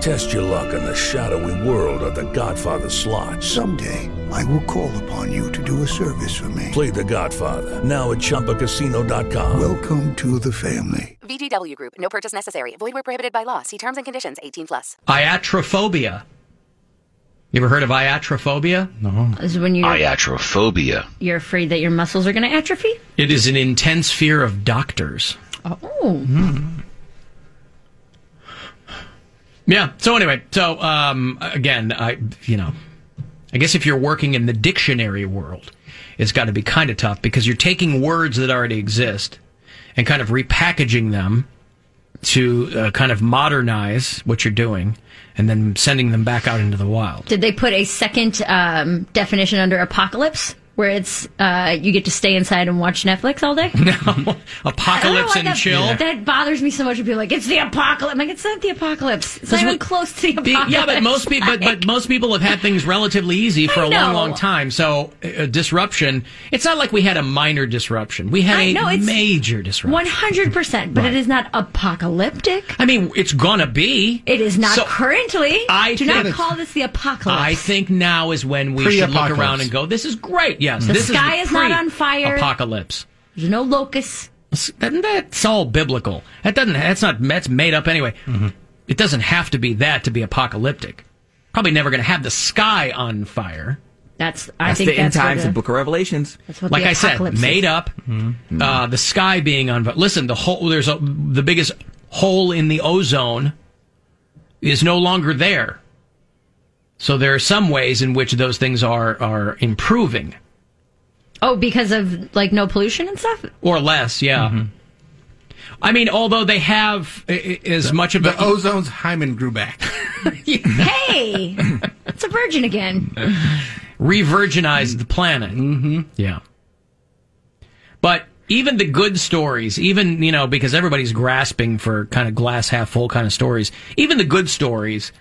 [SPEAKER 24] Test your luck in the shadowy world of The Godfather slot. Someday,
[SPEAKER 25] I will call upon you to do a service for me.
[SPEAKER 24] play The Godfather now at ChumbaCasino.com.
[SPEAKER 25] Welcome to the family.
[SPEAKER 16] VGW Group. No purchase necessary. Void where prohibited by law. See terms and conditions. 18 plus.
[SPEAKER 7] Iatrophobia. You ever heard of iatrophobia?
[SPEAKER 8] No.
[SPEAKER 4] Is when you
[SPEAKER 7] Iatrophobia.
[SPEAKER 4] you're afraid that your muscles are going to atrophy.
[SPEAKER 7] It is an intense fear of doctors.
[SPEAKER 4] Oh.
[SPEAKER 7] Yeah. So anyway, so um, again, I you know, I guess if you're working in the dictionary world, it's got to be kind of tough because you're taking words that already exist and kind of repackaging them to uh, kind of modernize what you're doing and then sending them back out into the wild.
[SPEAKER 4] Did they put a second um, definition under apocalypse, where it's uh, you get to stay inside and watch Netflix all day? Oh, I don't know
[SPEAKER 7] Apocalypse
[SPEAKER 4] why
[SPEAKER 7] and
[SPEAKER 4] that,
[SPEAKER 7] chill.
[SPEAKER 4] That bothers me so much. When people are like it's the apocalypse. I'm like it's not the apocalypse. It's not
[SPEAKER 7] Because
[SPEAKER 4] even
[SPEAKER 7] what-
[SPEAKER 4] close to the
[SPEAKER 7] The-
[SPEAKER 4] apocalypse.
[SPEAKER 7] yeah, but most people, but, but most people have had things relatively easy for
[SPEAKER 4] I
[SPEAKER 7] a long,
[SPEAKER 4] know.
[SPEAKER 7] long time. So uh, disruption. It's not like we had a minor disruption. We had
[SPEAKER 4] I
[SPEAKER 7] a
[SPEAKER 4] know, it's-
[SPEAKER 7] major disruption.
[SPEAKER 4] One hundred percent, but
[SPEAKER 7] Right.
[SPEAKER 4] it is not apocalyptic.
[SPEAKER 7] I mean, it's gonna be.
[SPEAKER 4] It is not
[SPEAKER 7] So-
[SPEAKER 4] currently.
[SPEAKER 7] I
[SPEAKER 4] do not
[SPEAKER 7] think-
[SPEAKER 4] call this the apocalypse.
[SPEAKER 7] I think now is when we should look
[SPEAKER 4] Pre-apocalypse.
[SPEAKER 7] around and go, "This is great." Yes,
[SPEAKER 4] The
[SPEAKER 7] this
[SPEAKER 4] sky is not
[SPEAKER 7] pre-
[SPEAKER 4] on fire.
[SPEAKER 7] Apocalypse.
[SPEAKER 4] There's no locusts.
[SPEAKER 7] That- That's all biblical. That doesn't. That's not. That's made up anyway.
[SPEAKER 9] Mm-hmm.
[SPEAKER 7] It doesn't have to be that to be apocalyptic. Probably never going to have the sky on fire.
[SPEAKER 4] That's.
[SPEAKER 9] I That's think the end that's where times, the- the Book
[SPEAKER 7] of Revelations.
[SPEAKER 4] That's what
[SPEAKER 7] like
[SPEAKER 4] the
[SPEAKER 7] I said,
[SPEAKER 4] apocalypse is.
[SPEAKER 7] made up.
[SPEAKER 8] Hmm.
[SPEAKER 7] Uh, the sky being on. Listen, the whole there's a, the biggest hole in the ozone is no longer there. So there are some ways in which those things are are improving
[SPEAKER 4] Oh, because of like no pollution and stuff.
[SPEAKER 7] or less. Yeah. I mean, although they have i- i- as much of
[SPEAKER 8] Mm-hmm. the
[SPEAKER 7] a
[SPEAKER 8] ozone's hymen grew back.
[SPEAKER 4] hey, it's a virgin again.
[SPEAKER 7] re-virginized the planet. Mm-hmm. Yeah. But even the good stories, even, you know, because everybody's grasping for kind of glass half full kind of stories, even the good stories,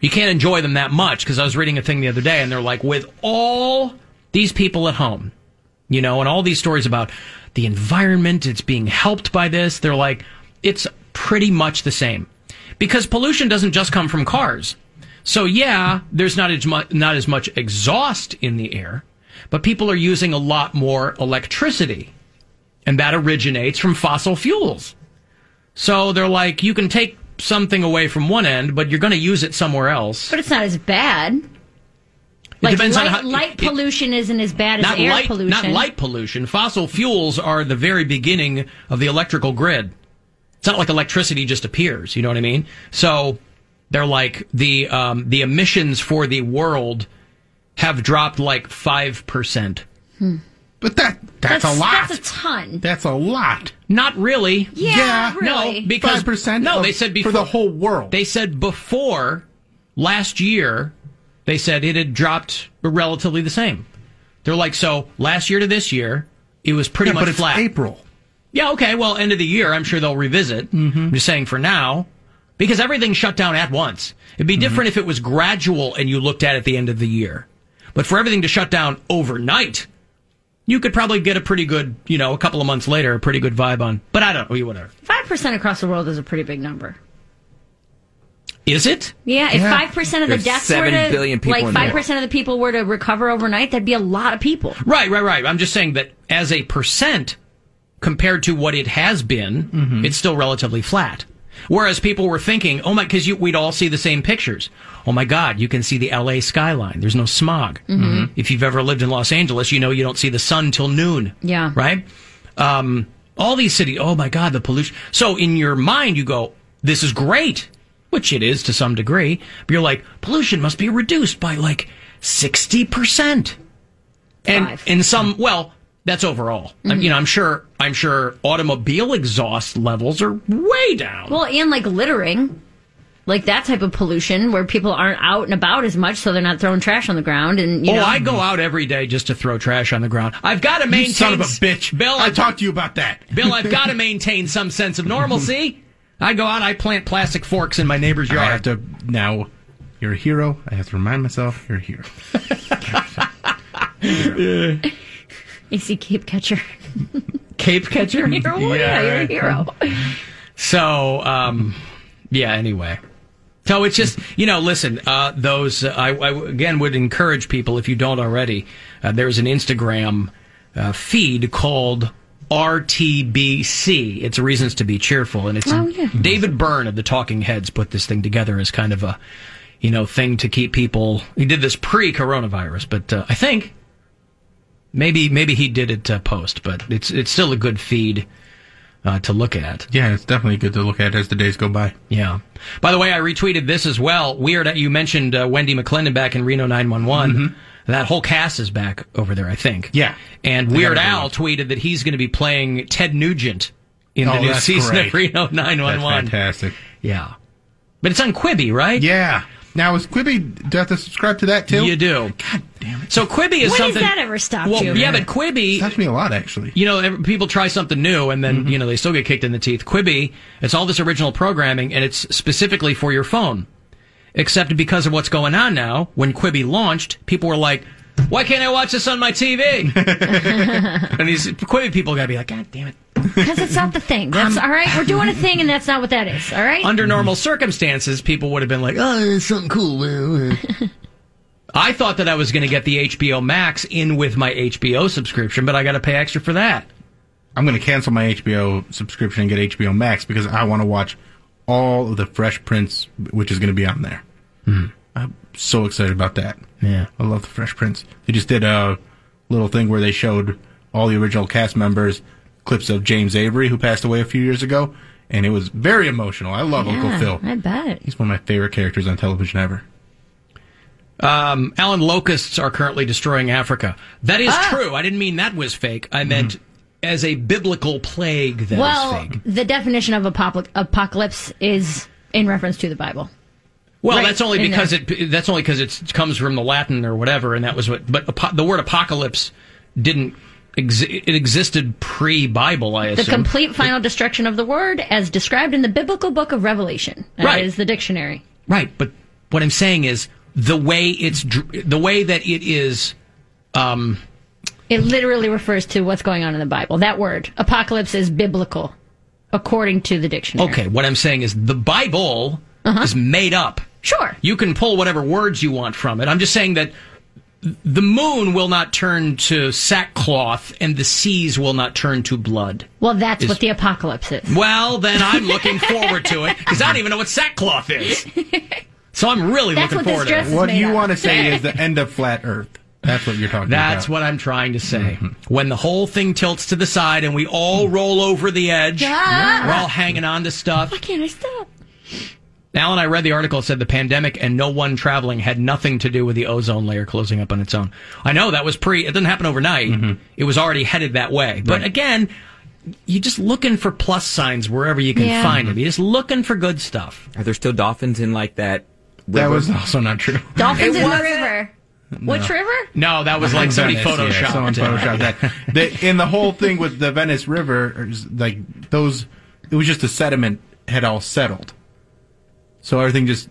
[SPEAKER 7] you can't enjoy them that much because I was reading a thing the other day and they're like, with all these people at home, you know, and all these stories about the environment, it's being helped by this, they're like, it's pretty much the same. Because pollution doesn't just come from cars. So yeah, there's not as much not as much exhaust in the air, but people are using a lot more electricity, and that originates from fossil fuels. So they're like, you can take something away from one end, but you're going to use it somewhere else.
[SPEAKER 4] But it's not as bad.
[SPEAKER 7] It
[SPEAKER 4] Like
[SPEAKER 7] depends on
[SPEAKER 4] light,
[SPEAKER 7] how-
[SPEAKER 4] light
[SPEAKER 7] it-
[SPEAKER 4] pollution is isn't as bad as
[SPEAKER 7] not
[SPEAKER 4] air
[SPEAKER 7] light,
[SPEAKER 4] pollution.
[SPEAKER 7] not light pollution. Fossil fuels are the very beginning of the electrical grid. It's not like electricity just appears. You know what I mean? So they're like the um, the emissions for the world have dropped like five percent.
[SPEAKER 4] Hmm.
[SPEAKER 7] But that
[SPEAKER 4] That's a ton.
[SPEAKER 7] That's a lot. Not really.
[SPEAKER 4] Yeah, Yeah, really.
[SPEAKER 7] No, because
[SPEAKER 8] 5%
[SPEAKER 7] No,
[SPEAKER 8] of-
[SPEAKER 7] they said before for the whole world. They said before last year, they said it had dropped relatively the same. They're like, so last year to this year, it was pretty
[SPEAKER 8] Yeah,
[SPEAKER 7] much
[SPEAKER 8] but it's
[SPEAKER 7] flat. April. Mm-hmm. Yeah. Okay. Well, end of the year, I'm sure they'll revisit. I'm just saying for now, because everything shut down at once. It'd be different if it was gradual and you looked at it at the end of the year. But for everything to shut down overnight, you could probably get a pretty good, you know, a couple of months later, a pretty good vibe on. But I don't know, whatever.
[SPEAKER 4] Five percent across the world is a pretty big number.
[SPEAKER 7] Is it?
[SPEAKER 4] Yeah, if five percent of the
[SPEAKER 7] There's
[SPEAKER 4] deaths were
[SPEAKER 7] seven
[SPEAKER 4] to
[SPEAKER 7] billion people
[SPEAKER 4] like
[SPEAKER 7] in the
[SPEAKER 4] five
[SPEAKER 7] world.
[SPEAKER 4] percent of the people were to recover overnight, that'd be a lot of people.
[SPEAKER 7] Right, right, right. I'm just saying that as a percent, compared to what it has been, it's still relatively flat. Whereas people were thinking, oh my, because we'd all see the same pictures. Oh my God, you can see the LA skyline. There's no smog. Mm-hmm.
[SPEAKER 4] Mhm.
[SPEAKER 7] If you've ever lived in Los Angeles, you know you don't see the sun till noon
[SPEAKER 4] Yeah.
[SPEAKER 7] right? Um, all these cities. Oh my God, the pollution. So in your mind, you go, "This is great," which it is to some degree. But you're like, pollution must be reduced by like sixty percent. And in some, well, that's overall. I'm, you know, I'm sure. I'm sure automobile exhaust levels are way down.
[SPEAKER 4] Well, and like littering, like that type of pollution where people aren't out and about as much, so they're not throwing trash on the ground. And you
[SPEAKER 7] oh,
[SPEAKER 4] know,
[SPEAKER 7] I go out every day just to throw trash on the ground. I've got to maintain.
[SPEAKER 8] You son of a
[SPEAKER 7] bitch, Bill. I talked to you about that, Bill. I've got to maintain some sense of normalcy. I go out. I plant plastic forks in my neighbor's
[SPEAKER 8] I have
[SPEAKER 7] yard.
[SPEAKER 8] to now. You're a hero. I have to remind myself you're a hero.
[SPEAKER 4] AC Cape Catcher.
[SPEAKER 7] Cape catcher.
[SPEAKER 4] Hero? Yeah, you're a hero.
[SPEAKER 7] So, um, yeah. Anyway, so it's just you know, listen. Uh, those uh, I, I again would encourage people if you don't already. Uh, there's an Instagram uh, feed called RTBC. It's reasons to be cheerful, and it's
[SPEAKER 23] Oh, yeah.
[SPEAKER 7] David Byrne of the Talking Heads put this thing together as kind of a you know thing to keep people. He did this pre-coronavirus, but uh, I think Maybe maybe he did it uh, post, but it's it's still a good feed uh, to look at.
[SPEAKER 8] Yeah, it's definitely good to look at as the days go by.
[SPEAKER 7] Yeah. By the way, I retweeted this as well. Weird that you mentioned uh, Wendy McClendon back in Reno 911. That whole cast is back over there, I think. Yeah. And
[SPEAKER 8] Mm-hmm. They
[SPEAKER 7] Weird
[SPEAKER 8] got
[SPEAKER 7] Al tweeted that he's going to be playing Ted Nugent in the
[SPEAKER 8] Oh,
[SPEAKER 7] new
[SPEAKER 8] that's
[SPEAKER 7] season of
[SPEAKER 8] great.
[SPEAKER 7] Reno 911.
[SPEAKER 8] That's fantastic.
[SPEAKER 7] Yeah. But it's on Quibi, right?
[SPEAKER 8] Yeah. Now is Quibi? Do I have to subscribe to that too?
[SPEAKER 7] You do. God damn it. So Quibi
[SPEAKER 4] When
[SPEAKER 7] is
[SPEAKER 4] has
[SPEAKER 7] something.
[SPEAKER 4] that ever stopped
[SPEAKER 7] well,
[SPEAKER 4] you?
[SPEAKER 7] Yeah, but Quibi
[SPEAKER 8] stops me a lot actually.
[SPEAKER 7] You know, ev- people try something new and then you know they still get kicked in the teeth. Quibi, it's all this original programming and it's specifically for your phone. Except because of what's going on now, when Quibi launched, people were like, "Why can't I watch this on my TV?" and these Quibi people gotta be like, "God damn it."
[SPEAKER 4] Because it's not the thing. That's all right. We're doing a thing, and that's not what that is. All right.
[SPEAKER 7] Under normal circumstances, people would have been like, "Oh, it's something cool." I thought that I was going to get the HBO Max in with my HBO subscription, but I got to pay extra for that.
[SPEAKER 8] I'm going to cancel my HBO subscription and get HBO Max because I want to watch all of the Fresh Prince, which is going to be on there.
[SPEAKER 4] Mm-hmm.
[SPEAKER 8] I'm so excited about that.
[SPEAKER 7] Yeah,
[SPEAKER 8] I love the Fresh Prince. They just did a little thing where they showed all the original cast members clips of James Avery, who passed away a few years ago, and it was very emotional. I love Uncle
[SPEAKER 4] Yeah,
[SPEAKER 8] Phil.
[SPEAKER 4] I bet.
[SPEAKER 8] He's one of my favorite characters on television ever.
[SPEAKER 7] Um, Alan, locusts are currently destroying Africa. That is
[SPEAKER 4] Ah.
[SPEAKER 7] true. I didn't mean that was fake. I meant as a biblical plague that
[SPEAKER 4] Mm-hmm.
[SPEAKER 7] is
[SPEAKER 4] well,
[SPEAKER 7] fake.
[SPEAKER 4] the definition of apocalypse, apocalypse is in reference to the Bible.
[SPEAKER 7] Well,
[SPEAKER 4] Right,
[SPEAKER 7] that's only
[SPEAKER 4] in
[SPEAKER 7] because
[SPEAKER 4] there.
[SPEAKER 7] it that's only because it comes from the Latin or whatever, and that was what. But apo- the word apocalypse didn't. Exi- it existed pre-Bible, I
[SPEAKER 4] The
[SPEAKER 12] assume.
[SPEAKER 4] complete final destruction of the word, as described in the biblical book of Revelation, That is
[SPEAKER 7] Right.
[SPEAKER 4] the dictionary.
[SPEAKER 7] Right, but what I'm saying is the way it's dr- the way that it is. Um,
[SPEAKER 4] It literally refers to what's going on in the Bible. That word, apocalypse, is biblical, according to the dictionary.
[SPEAKER 7] okay, what I'm saying is the Bible is made up.
[SPEAKER 4] Uh-huh. Sure.
[SPEAKER 7] You can pull whatever words you want from it. I'm just saying that the moon will not turn to sackcloth and the seas will not turn to blood.
[SPEAKER 4] Well, that's
[SPEAKER 7] Is-
[SPEAKER 4] what the apocalypse is.
[SPEAKER 7] Well, then I'm looking forward to it because I don't even know what sackcloth is. So I'm really
[SPEAKER 4] That's
[SPEAKER 7] looking
[SPEAKER 4] what this
[SPEAKER 7] forward
[SPEAKER 4] dress
[SPEAKER 7] to
[SPEAKER 4] is
[SPEAKER 7] it.
[SPEAKER 4] What made you of. wanna say is
[SPEAKER 8] the end of flat Earth. That's what you're talking Mm-hmm.
[SPEAKER 7] That's what I'm trying to say. When the whole thing tilts to the side and we all roll over the edge,
[SPEAKER 4] Yeah.
[SPEAKER 7] we're all hanging on to stuff.
[SPEAKER 4] Why can't I stop?
[SPEAKER 7] Alan, I read the article. It said the pandemic and no one traveling had nothing to do with the ozone layer closing up on its own. I know that was pre. It didn't happen overnight.
[SPEAKER 9] Mm-hmm.
[SPEAKER 7] It was already headed that way. But again, you're just looking for plus signs wherever you can
[SPEAKER 9] Yeah.
[SPEAKER 7] find them. You're just looking for good stuff.
[SPEAKER 9] Are there still dolphins in like that?
[SPEAKER 7] That was
[SPEAKER 8] also not true.
[SPEAKER 4] Dolphins
[SPEAKER 9] It
[SPEAKER 4] in the
[SPEAKER 9] wasn't.
[SPEAKER 4] river. Which river?
[SPEAKER 7] No, that was like somebody
[SPEAKER 8] Venice, yeah,
[SPEAKER 7] photoshopped.
[SPEAKER 8] someone
[SPEAKER 7] it.
[SPEAKER 8] photoshopped that. The, and the whole thing with the Venice River, or is, like those, it was just the sediment had all settled. So everything just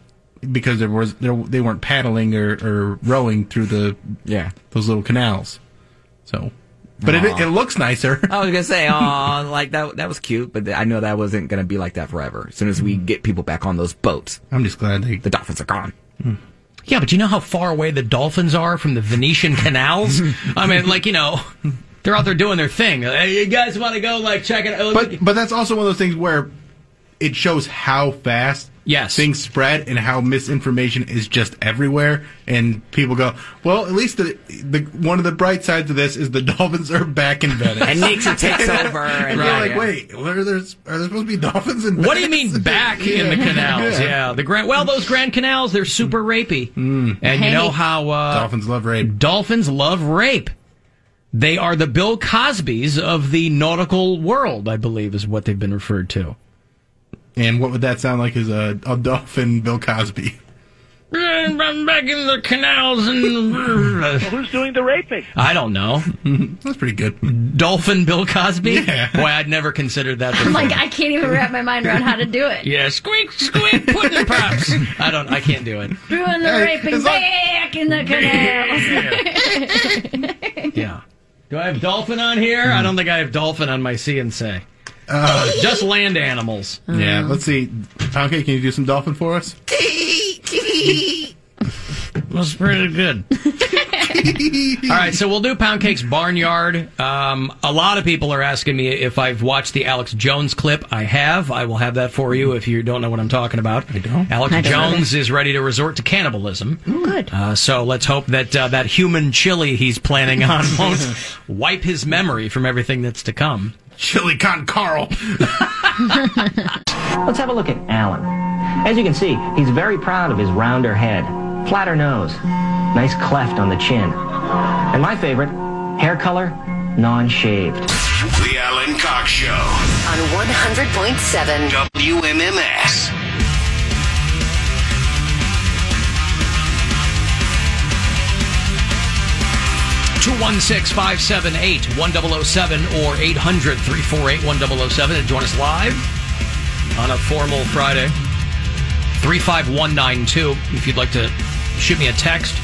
[SPEAKER 8] because there was there, they weren't paddling or, or rowing through the yeah those little canals. So, but it,
[SPEAKER 9] Aw.
[SPEAKER 8] it looks nicer.
[SPEAKER 9] I was gonna say, oh, like that. That was cute, but I know that wasn't gonna be like that forever. As soon as we get people back on those boats,
[SPEAKER 8] Hmm. I'm just glad they
[SPEAKER 9] the dolphins are gone.
[SPEAKER 7] Yeah, but you know how far away the dolphins are from the Venetian canals? I mean, like, you know, They're out there doing their thing. Hey, you guys want to go Oh, like check it out?
[SPEAKER 8] But but that's also one of those things where it shows how fast
[SPEAKER 7] yes.
[SPEAKER 8] things spread and how misinformation is just everywhere. And people go, well, at least the, the one of the bright sides of this is the dolphins are back in Venice,
[SPEAKER 9] And Nixon takes over, and-
[SPEAKER 8] And you're
[SPEAKER 9] Right,
[SPEAKER 8] like,
[SPEAKER 9] yeah.
[SPEAKER 8] wait, what are there? Are there supposed to be dolphins in?
[SPEAKER 7] What do you mean back in the canals? Yeah, the grand. Well, those grand canals they're super rapey, and
[SPEAKER 8] Hey.
[SPEAKER 7] you know how uh, dolphins
[SPEAKER 8] Hmm. love rape.
[SPEAKER 7] Dolphins love rape. They are the Bill Cosbys of the nautical world, I believe, is what they've been referred to.
[SPEAKER 8] And what would that sound like? Is a, a dolphin Bill Cosby?
[SPEAKER 7] I'm back in the canals and.
[SPEAKER 12] who's doing the raping?
[SPEAKER 7] I don't know.
[SPEAKER 8] That's pretty good.
[SPEAKER 7] Dolphin Bill Cosby? Boy, I'd never considered that before.
[SPEAKER 4] I'm like, I can't even wrap my mind around how to do it.
[SPEAKER 7] yeah, squeak, squeak, pudding pops. I don't, I can't do it.
[SPEAKER 4] Doing the
[SPEAKER 7] Hey,
[SPEAKER 4] raping
[SPEAKER 7] it's
[SPEAKER 4] back in the canals.
[SPEAKER 9] Oh,
[SPEAKER 7] Yeah. Do I have dolphin on here? I don't think I have dolphin on my C and say. Uh, just land animals.
[SPEAKER 8] Yeah,
[SPEAKER 17] Oh.
[SPEAKER 8] let's see. Tonka, can you do some dolphin for us?
[SPEAKER 7] was pretty good. All right, so we'll do Pound Cake's Barnyard. Um, a lot of people are asking me if I've watched the Alex Jones clip. I have. I will have that for you if you don't know what I'm talking about. I don't. Alex
[SPEAKER 17] I don't
[SPEAKER 7] Jones is ready to resort to cannibalism. good. Uh, so let's hope that uh, that human chili he's planning on won't wipe his memory from everything that's to come.
[SPEAKER 8] Chili con Carl.
[SPEAKER 26] Let's have a look at Alan. As you can see, he's very proud of his rounder head, flatter nose, nice cleft on the chin. And my favorite, hair color, non-shaved.
[SPEAKER 23] The Alan Cox Show on 100.7 WMMS.
[SPEAKER 7] Two one six five seven eight one zero zero seven or 800 348 1007 and oh join us live on a formal Friday. 35192 if you'd like to shoot me a text.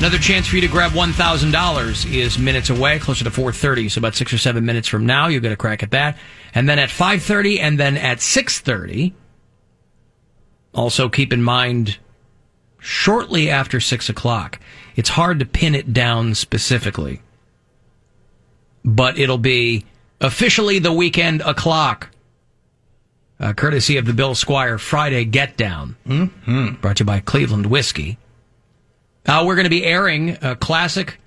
[SPEAKER 7] Another chance for you to grab $1,000 is minutes away, closer to 4:30, so about 6 or 7 minutes from now you'll get a crack at that. And then at 5:30 and then at 6:30 also keep in mind shortly after six o'clock. It's hard to pin it down specifically, but it'll be officially the weekend o'clock, uh, courtesy of the Bill Squire Friday Get Down, Hmm, brought to you by Cleveland Whiskey. Uh, we're going to be airing a classic.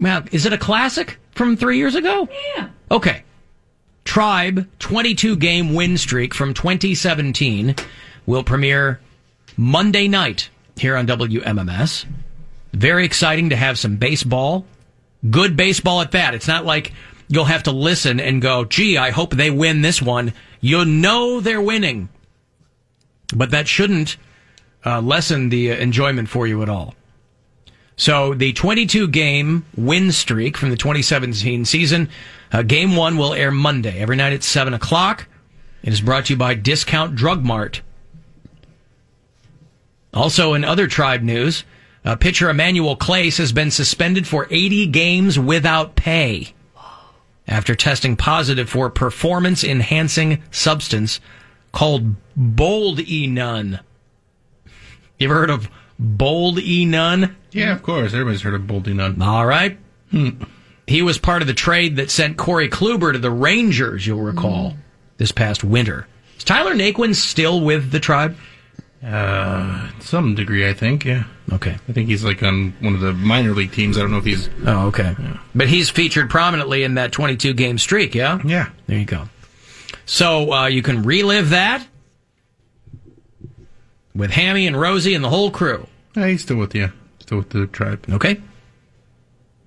[SPEAKER 7] Now, is it a classic from three years ago? Yeah. Okay. Tribe 22 game win streak from 2017 will premiere Monday night here on WMMS. Very exciting to have some baseball. Good baseball at that. It's not like you'll have to listen and go, gee, I hope they win this one. You know they're winning. But that shouldn't uh, lessen the uh, enjoyment for you at all. So the 22 game win streak from the 2017 season, uh, game one will air Monday every night at seven o'clock. It is brought to you by Discount Drug Mart. Also in other tribe news, uh, pitcher Emmanuel Clace has been suspended for 80 games without pay after testing positive for a performance enhancing substance called Bold E Nun. You ever heard of Bold E Nun?
[SPEAKER 8] Yeah, of course. Everybody's heard of Bold E Hmm. Nun.
[SPEAKER 7] All right. He was part of the trade that sent Corey Kluber to the Rangers, you'll recall, this past winter. Is Tyler Naquin still with the tribe?
[SPEAKER 8] Uh, some degree, I think. Yeah.
[SPEAKER 7] Okay.
[SPEAKER 8] I think he's like on one of the minor league teams. I don't know if he's.
[SPEAKER 7] Oh, okay. But he's featured prominently in that 22 game streak, yeah?
[SPEAKER 8] Yeah.
[SPEAKER 7] There you go. So uh, you can relive that with Hammy and Rosie and the whole crew.
[SPEAKER 8] Yeah, he's still with you. Still with the tribe.
[SPEAKER 7] Okay.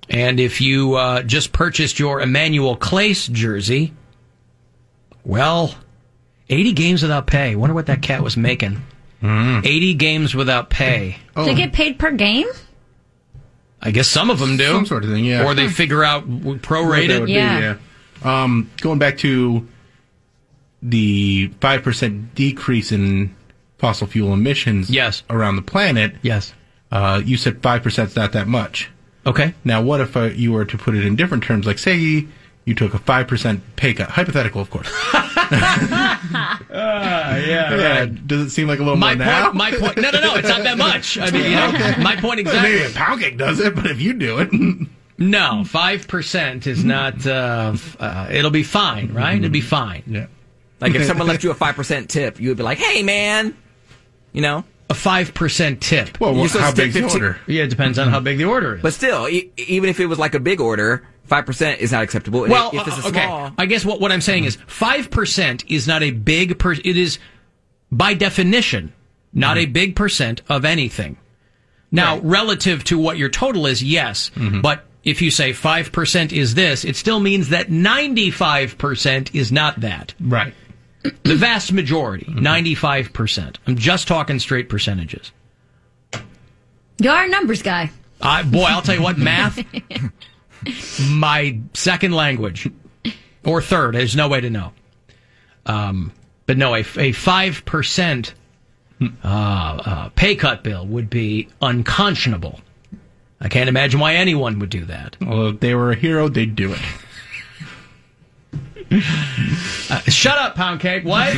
[SPEAKER 7] And if you uh, just purchased your Emmanuel Clace jersey, well, 80 games without pay. Wonder what that cat was making.
[SPEAKER 8] Mm-hmm.
[SPEAKER 7] 80 games without pay.
[SPEAKER 8] Oh.
[SPEAKER 4] They get paid per game?
[SPEAKER 7] I guess some of them do.
[SPEAKER 8] Some sort of thing, yeah.
[SPEAKER 7] Or they figure out w-
[SPEAKER 8] What that
[SPEAKER 7] prorated.
[SPEAKER 8] would be, yeah. Um, going back to the five percent decrease in fossil fuel emissions. Yes. Around the planet.
[SPEAKER 7] Yes.
[SPEAKER 8] Uh, you said five percent's not that much.
[SPEAKER 7] Okay.
[SPEAKER 8] Now, what if uh, you were to put it in different terms? Like, say you took a five percent pay cut. Hypothetical, of course.
[SPEAKER 7] Uh, Ah, yeah,
[SPEAKER 8] Does it seem like a little
[SPEAKER 7] My
[SPEAKER 8] more
[SPEAKER 7] point,
[SPEAKER 8] now?
[SPEAKER 7] my point. No, no, no. It's not that much. I mean, you know,
[SPEAKER 8] Okay.
[SPEAKER 7] my point
[SPEAKER 8] Maybe
[SPEAKER 7] exactly.
[SPEAKER 8] a pound cake does it, but if you do it,
[SPEAKER 7] No, five percent is not. Uh, f- uh, it'll be fine, right? It'll be fine. Yeah.
[SPEAKER 9] Like if someone left you a five percent tip, you would be like, "Hey, man," you know,
[SPEAKER 7] a five percent tip.
[SPEAKER 9] Well,
[SPEAKER 7] wh- how big's the order? Yeah, it depends on how big the order is.
[SPEAKER 9] But still, e- even if it was like a big order, five percent is not acceptable. And
[SPEAKER 7] Well,
[SPEAKER 9] if it's a
[SPEAKER 7] uh, okay.
[SPEAKER 9] small,
[SPEAKER 7] I guess what what I'm saying is five percent is not a big per. It is by definition not
[SPEAKER 9] Mm-hmm.
[SPEAKER 7] a big percent of anything. Now, relative to what your total is, yes,
[SPEAKER 9] Mm-hmm.
[SPEAKER 7] but. If you say 5% is this, it still means that 95% is not that.
[SPEAKER 8] Right.
[SPEAKER 7] The vast majority,
[SPEAKER 9] Mm-hmm.
[SPEAKER 7] 95%. I'm just talking straight percentages.
[SPEAKER 4] You're our numbers guy.
[SPEAKER 7] I, boy, I'll tell you what, math, my second language, or third. There's no way to know. Um, but no, a five percent uh, uh, pay cut bill would be unconscionable. I can't imagine why anyone would do that.
[SPEAKER 8] Well, if they were a hero, they'd do it.
[SPEAKER 7] Uh, shut up, pound cake. What?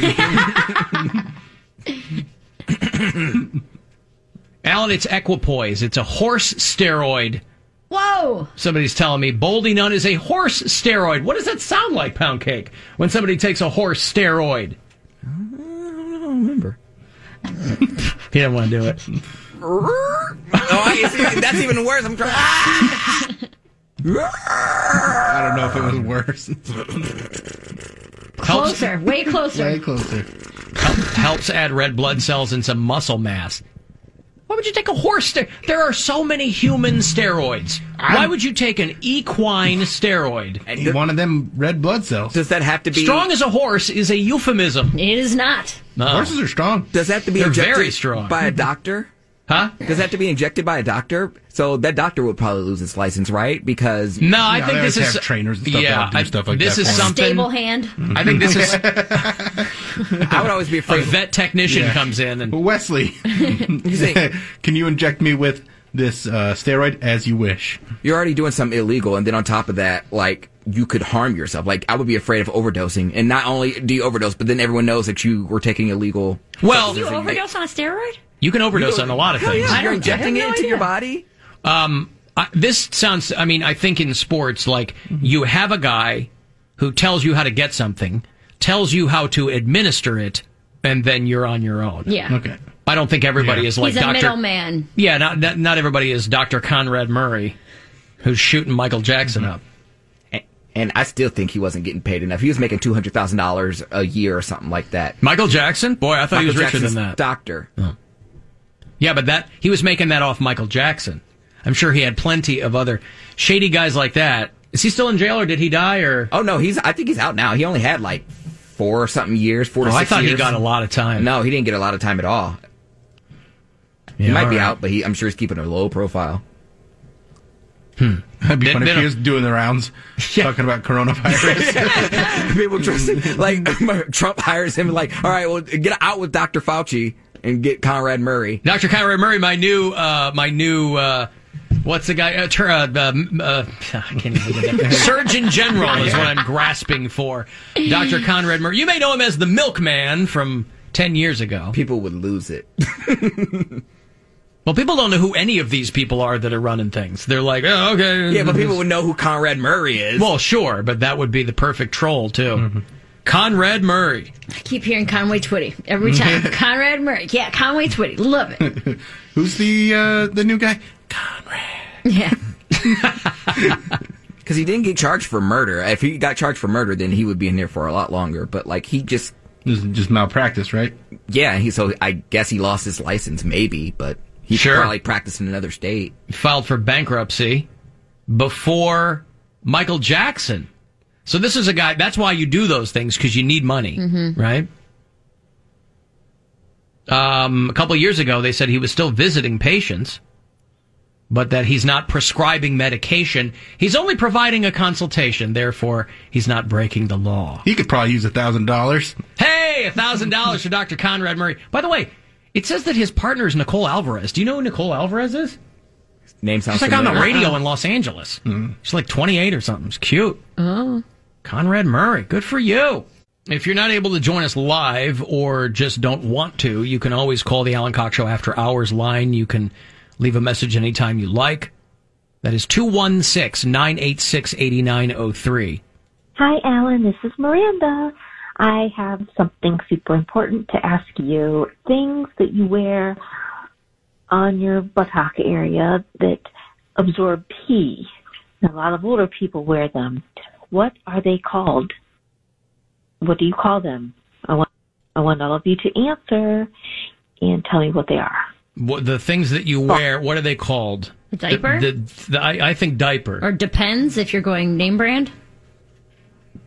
[SPEAKER 7] Alan, it's equipoise. It's a horse steroid.
[SPEAKER 4] Whoa!
[SPEAKER 7] Somebody's telling me Boldy Nun is a horse steroid. What does that sound like, Pound Cake? When somebody takes a horse steroid.
[SPEAKER 9] I don't remember.
[SPEAKER 7] He didn't want to do it.
[SPEAKER 9] oh, I- see, that's even worse. I'm trying.
[SPEAKER 8] I don't know if it was worse.
[SPEAKER 4] Closer, way closer.
[SPEAKER 8] Way closer.
[SPEAKER 7] Helps add red blood cells and some muscle mass. Why would you take a horse steroid? There are so many human steroids. Why would you take an equine steroid?
[SPEAKER 8] And you wanted them red blood cells.
[SPEAKER 9] Does that have to
[SPEAKER 7] be- Strong as a horse is a euphemism.
[SPEAKER 4] It is not.
[SPEAKER 8] Horses are strong.
[SPEAKER 9] Does that have to be
[SPEAKER 7] They're
[SPEAKER 9] injected
[SPEAKER 7] very strong.
[SPEAKER 9] by a doctor?
[SPEAKER 7] Huh?
[SPEAKER 9] Does that have to be injected by a doctor? So that doctor would probably lose his license, right? Because
[SPEAKER 7] No, I think this is Yeah, I- this is something.
[SPEAKER 4] Stable hand.
[SPEAKER 7] I think this is. I
[SPEAKER 9] would always be afraid.
[SPEAKER 7] A vet technician
[SPEAKER 8] Yeah.
[SPEAKER 7] comes in and
[SPEAKER 8] Wesley, can you inject me with this uh, steroid as you wish?
[SPEAKER 9] You're already doing something illegal, and then on top of that, like you could harm yourself. Like I would be afraid of overdosing, and not only do you overdose, but then everyone knows that you were taking illegal.
[SPEAKER 7] Well,
[SPEAKER 4] Did you overdose on a steroid?
[SPEAKER 7] You can overdose
[SPEAKER 9] You-
[SPEAKER 7] on a lot of
[SPEAKER 9] Hell
[SPEAKER 7] things.
[SPEAKER 9] yeah, you're injecting it into your body.
[SPEAKER 7] Um, I, this sounds. I mean, I think in sports, like
[SPEAKER 9] Mm-hmm.
[SPEAKER 7] you have a guy who tells you how to get something, tells you how to administer it, and then you're on your own.
[SPEAKER 4] Yeah. Okay.
[SPEAKER 7] I don't think everybody is like
[SPEAKER 4] He's a
[SPEAKER 7] Doctor.
[SPEAKER 4] middleman.
[SPEAKER 7] Yeah, not, not not everybody is Doctor Conrad Murray, who's shooting Michael Jackson
[SPEAKER 9] Mm-hmm.
[SPEAKER 7] up.
[SPEAKER 9] And I still think he wasn't getting paid enough. He was making two hundred thousand dollars a year or something like that.
[SPEAKER 7] Michael Jackson? Boy, I thought he was
[SPEAKER 9] Michael
[SPEAKER 7] richer than
[SPEAKER 9] Jackson's
[SPEAKER 7] that.
[SPEAKER 9] Doctor.
[SPEAKER 7] Oh. Yeah, but that he was making that off Michael Jackson. I'm sure he had plenty of other shady guys like that. Is he still in jail or did he die or
[SPEAKER 9] Oh no, he's. I think he's out now. He only had like four or something years. Four to
[SPEAKER 7] Oh,
[SPEAKER 9] six
[SPEAKER 7] I thought he
[SPEAKER 9] years.
[SPEAKER 7] got a lot of time.
[SPEAKER 9] No, he didn't get a lot of time at all. he
[SPEAKER 7] Yeah,
[SPEAKER 9] might be
[SPEAKER 7] all right.
[SPEAKER 9] out, but he, I'm sure he's keeping a low profile.
[SPEAKER 8] That'd be
[SPEAKER 9] Been-
[SPEAKER 8] funny
[SPEAKER 9] been
[SPEAKER 8] if
[SPEAKER 9] a-
[SPEAKER 8] he was doing the rounds talking about coronavirus.
[SPEAKER 9] People trust him. Like Trump hires him. Like, all right, well, get out with Dr. Fauci and get Conrad Murray.
[SPEAKER 7] Dr. Conrad Murray, my new, uh, my new, uh, what's the guy? Uh, tur- uh, um, uh, I can't even get that. Surgeon General is what I'm grasping for. Dr. Conrad Murray. You may know him as the Milkman from 10 years ago.
[SPEAKER 9] People would lose it.
[SPEAKER 7] well, people don't know who any of these people are that are running things. They're like, oh, okay.
[SPEAKER 9] Yeah, but people would know who Conrad Murray is. Mm-hmm.
[SPEAKER 7] Well, sure, but that would be the perfect troll, too. Conrad Murray.
[SPEAKER 4] I keep hearing Conway Twitty every time. Conrad Murray. Yeah, Conway Twitty. Love it.
[SPEAKER 8] Who's the uh, the new guy?
[SPEAKER 4] Yeah.
[SPEAKER 9] Because he didn't get charged for murder. If he got charged for murder, then he would be in there for a lot longer. But like, he just
[SPEAKER 8] this is just malpractice, right?
[SPEAKER 9] Yeah. He so I guess he lost his license, maybe, but he probably practiced in another state.
[SPEAKER 7] filed for bankruptcy before Michael Jackson. So this is a guy. That's why you do those things because you need money,
[SPEAKER 23] Mhm.
[SPEAKER 8] Mm-hmm.
[SPEAKER 7] right? Um, a couple of years ago, they said he was still visiting patients, but that he's not prescribing medication. He's only providing a consultation. Therefore, he's not breaking the law.
[SPEAKER 8] He could probably use a thousand dollars.
[SPEAKER 7] Hey, a thousand dollars for Dr. Conrad Murray. By the way, it says that his partner is Nicole Alvarez. Do you know who Nicole Alvarez is?
[SPEAKER 9] Name sounds
[SPEAKER 7] She's like on the
[SPEAKER 9] familiar. Hmm.
[SPEAKER 7] radio in Los Angeles. She's like 28 or something. She's cute. Oh. Conrad Murray, good for you. If you're not able to join us live or just don't want to, you can always call the Alan Cox Show after hours line. You can leave a message anytime you like. That is 216 986 8903.
[SPEAKER 12] Hi, Alan. This is Miranda. I have something super important to ask you. Things that you wear on your buttock area that absorb pee. A lot of older people wear them. What are they called? What do you call them? I want, I want all of you to answer and tell me what they are.
[SPEAKER 7] What, the things that you wear, what are they called?
[SPEAKER 4] Diaper?
[SPEAKER 7] The, the, the, I, I think diaper.
[SPEAKER 4] Or depends if you're going name brand.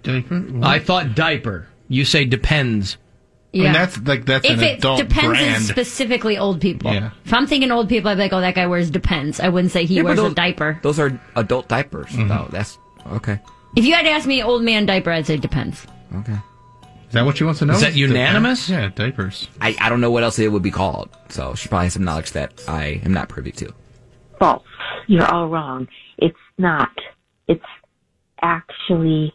[SPEAKER 7] Diaper? I thought diaper. You say depends.
[SPEAKER 4] Yeah. I mean, that's,
[SPEAKER 7] like that's
[SPEAKER 4] if it depends is specifically old people.
[SPEAKER 9] Yeah.
[SPEAKER 4] If I'm thinking old people, I'd be like, oh, that guy wears depends. I wouldn't say he
[SPEAKER 9] Yeah, but
[SPEAKER 4] wears a
[SPEAKER 9] those-
[SPEAKER 4] diaper.
[SPEAKER 9] Those are adult diapers,
[SPEAKER 8] Mm-hmm.
[SPEAKER 9] though. That's okay.
[SPEAKER 4] If you had to ask me old man diaper, I'd say depends.
[SPEAKER 9] Okay.
[SPEAKER 8] Is that what you want to know?
[SPEAKER 9] Is that
[SPEAKER 8] The-
[SPEAKER 9] unanimous?
[SPEAKER 8] Yeah, diapers.
[SPEAKER 9] I, I don't know what else it would be called, so she probably has some knowledge that I am not privy to.
[SPEAKER 12] False. You're all wrong. It's not. It's actually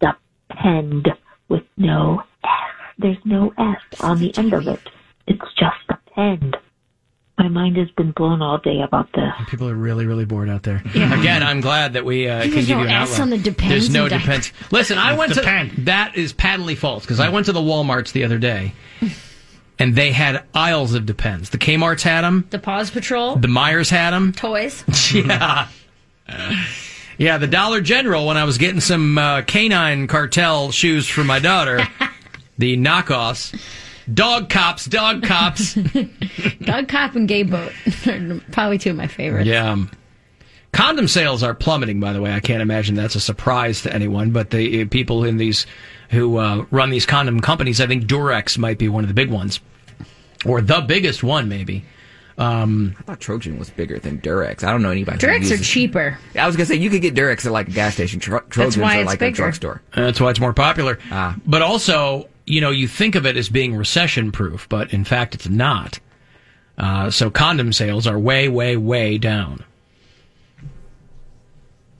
[SPEAKER 12] depend with no S. There's no S on the end of it. It's just depend. My mind has been blown all day about this.
[SPEAKER 7] People are really, really bored out there. Again, I'm glad that we uh, can
[SPEAKER 12] There's
[SPEAKER 7] give
[SPEAKER 12] no
[SPEAKER 7] you an
[SPEAKER 12] S
[SPEAKER 7] outline.
[SPEAKER 12] on the depends
[SPEAKER 7] There's no
[SPEAKER 12] and diaper.
[SPEAKER 7] depends. Listen, I
[SPEAKER 8] It's
[SPEAKER 7] went
[SPEAKER 8] depend.
[SPEAKER 7] to that is patently false because I went to the WalMarts the other day, and they had aisles of depends. The Kmart's had them.
[SPEAKER 4] The Paws Patrol,
[SPEAKER 7] The Myers had them.
[SPEAKER 4] toys.
[SPEAKER 7] yeah. Yeah, the Dollar General, when I was getting some uh, canine cartel shoes for my daughter, the knockoffs, dog cops, dog cops.
[SPEAKER 4] Dog Cop and Gay Boat are probably two of my favorites.
[SPEAKER 7] yeah. Condom sales are plummeting, by the way. I can't imagine that's a surprise to anyone, but the uh, people in these who uh, run these condom companies, I think Durex might be one of the big ones, or the biggest one, maybe. Um,
[SPEAKER 9] Mm. I thought Trojan was bigger than Durex. I don't know anybody. who
[SPEAKER 4] Durex are
[SPEAKER 9] uses-
[SPEAKER 4] cheaper.
[SPEAKER 9] I was gonna say you could get Durex at like a gas station. Tro- Trojans
[SPEAKER 4] why
[SPEAKER 9] are
[SPEAKER 4] it's
[SPEAKER 9] like a
[SPEAKER 4] bigger.
[SPEAKER 9] drugstore. Ah.
[SPEAKER 7] That's why it's more popular. But also, you know, you think of it as being recession proof, but in fact, it's not. Uh, so condom sales are way, way, way down.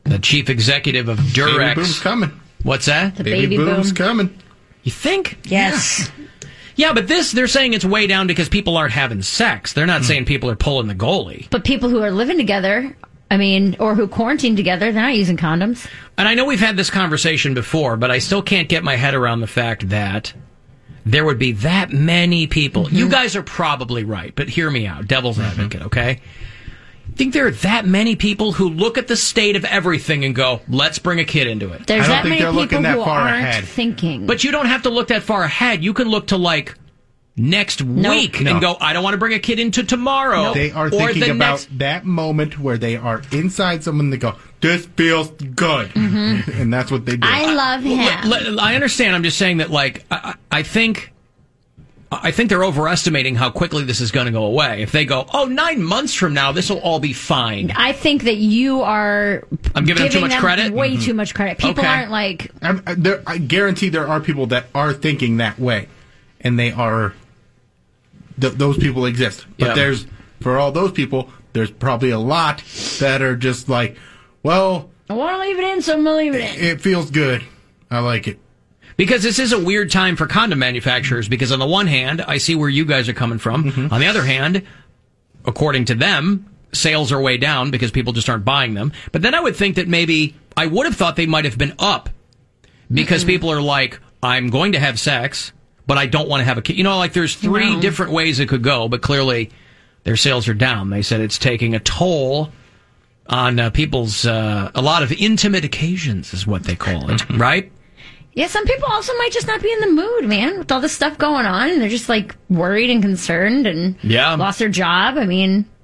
[SPEAKER 7] The chief executive of Durex.
[SPEAKER 8] Baby boom's
[SPEAKER 7] coming. What's that?
[SPEAKER 8] The Baby baby boom's boom.
[SPEAKER 7] coming. You think? Yes. Yeah. but this, they're saying it's way down because people aren't having sex. They're
[SPEAKER 8] Hmm.
[SPEAKER 7] not saying people are pulling the goalie.
[SPEAKER 4] But people who are living together, I mean, or who quarantine together, they're not using condoms.
[SPEAKER 7] And I know we've had this conversation before, but I still can't get my head around the fact that there would be that many people.
[SPEAKER 8] Mm-hmm.
[SPEAKER 7] You guys are probably right, but hear me out, devil's advocate, okay? Think there are that many people who look at the state of everything and go, "Let's bring a kid into it."
[SPEAKER 4] There's that many people who aren't thinking.
[SPEAKER 7] But you don't have to look that far ahead. You can look to like next
[SPEAKER 8] Nope.
[SPEAKER 7] week
[SPEAKER 8] No.
[SPEAKER 7] and go, "I don't want to bring a kid into tomorrow."
[SPEAKER 8] They are
[SPEAKER 7] or
[SPEAKER 8] thinking
[SPEAKER 7] the
[SPEAKER 8] about
[SPEAKER 7] next
[SPEAKER 8] that moment where they are inside someone. They go, "This feels good," and that's what they do.
[SPEAKER 4] love
[SPEAKER 7] L- l- I understand. I'm just saying that, like, I, I I think, I think they're overestimating how quickly this is going to go away. If they go, oh, nine months from now, this will all be fine.
[SPEAKER 4] I think that you are.
[SPEAKER 7] I'm giving them too much credit? Mm-hmm.
[SPEAKER 4] Way
[SPEAKER 8] Mhm.
[SPEAKER 4] too much credit. People
[SPEAKER 8] Okay.
[SPEAKER 4] aren't like
[SPEAKER 8] I'm, I, there, I guarantee there are people that are thinking that way, and they are. Th- those people exist, but
[SPEAKER 7] Yeah.
[SPEAKER 8] there's for all those people, there's probably a lot that are just like, well,
[SPEAKER 4] I want to leave it in, so I'm gonna leave it in.
[SPEAKER 8] it feels good. I like it.
[SPEAKER 7] Because this is a weird time for condom manufacturers. Because on the one hand, I see where you guys are coming from. On the other hand, according to them, sales are way down because people just aren't buying them. But then I would think that maybe I would have thought they might have been up because people are like, I'm going to have sex, but I don't want to have a kid. You know, like there's three
[SPEAKER 17] Wow.
[SPEAKER 7] different ways it could go, but clearly their sales are down. They said it's taking a toll on uh, people's uh, a lot of intimate occasions is what they call it, right?
[SPEAKER 4] Yeah, some people also might just not be in the mood, man, with all this stuff going on, and they're just like worried and concerned and
[SPEAKER 13] Yeah.
[SPEAKER 4] lost their job. I mean,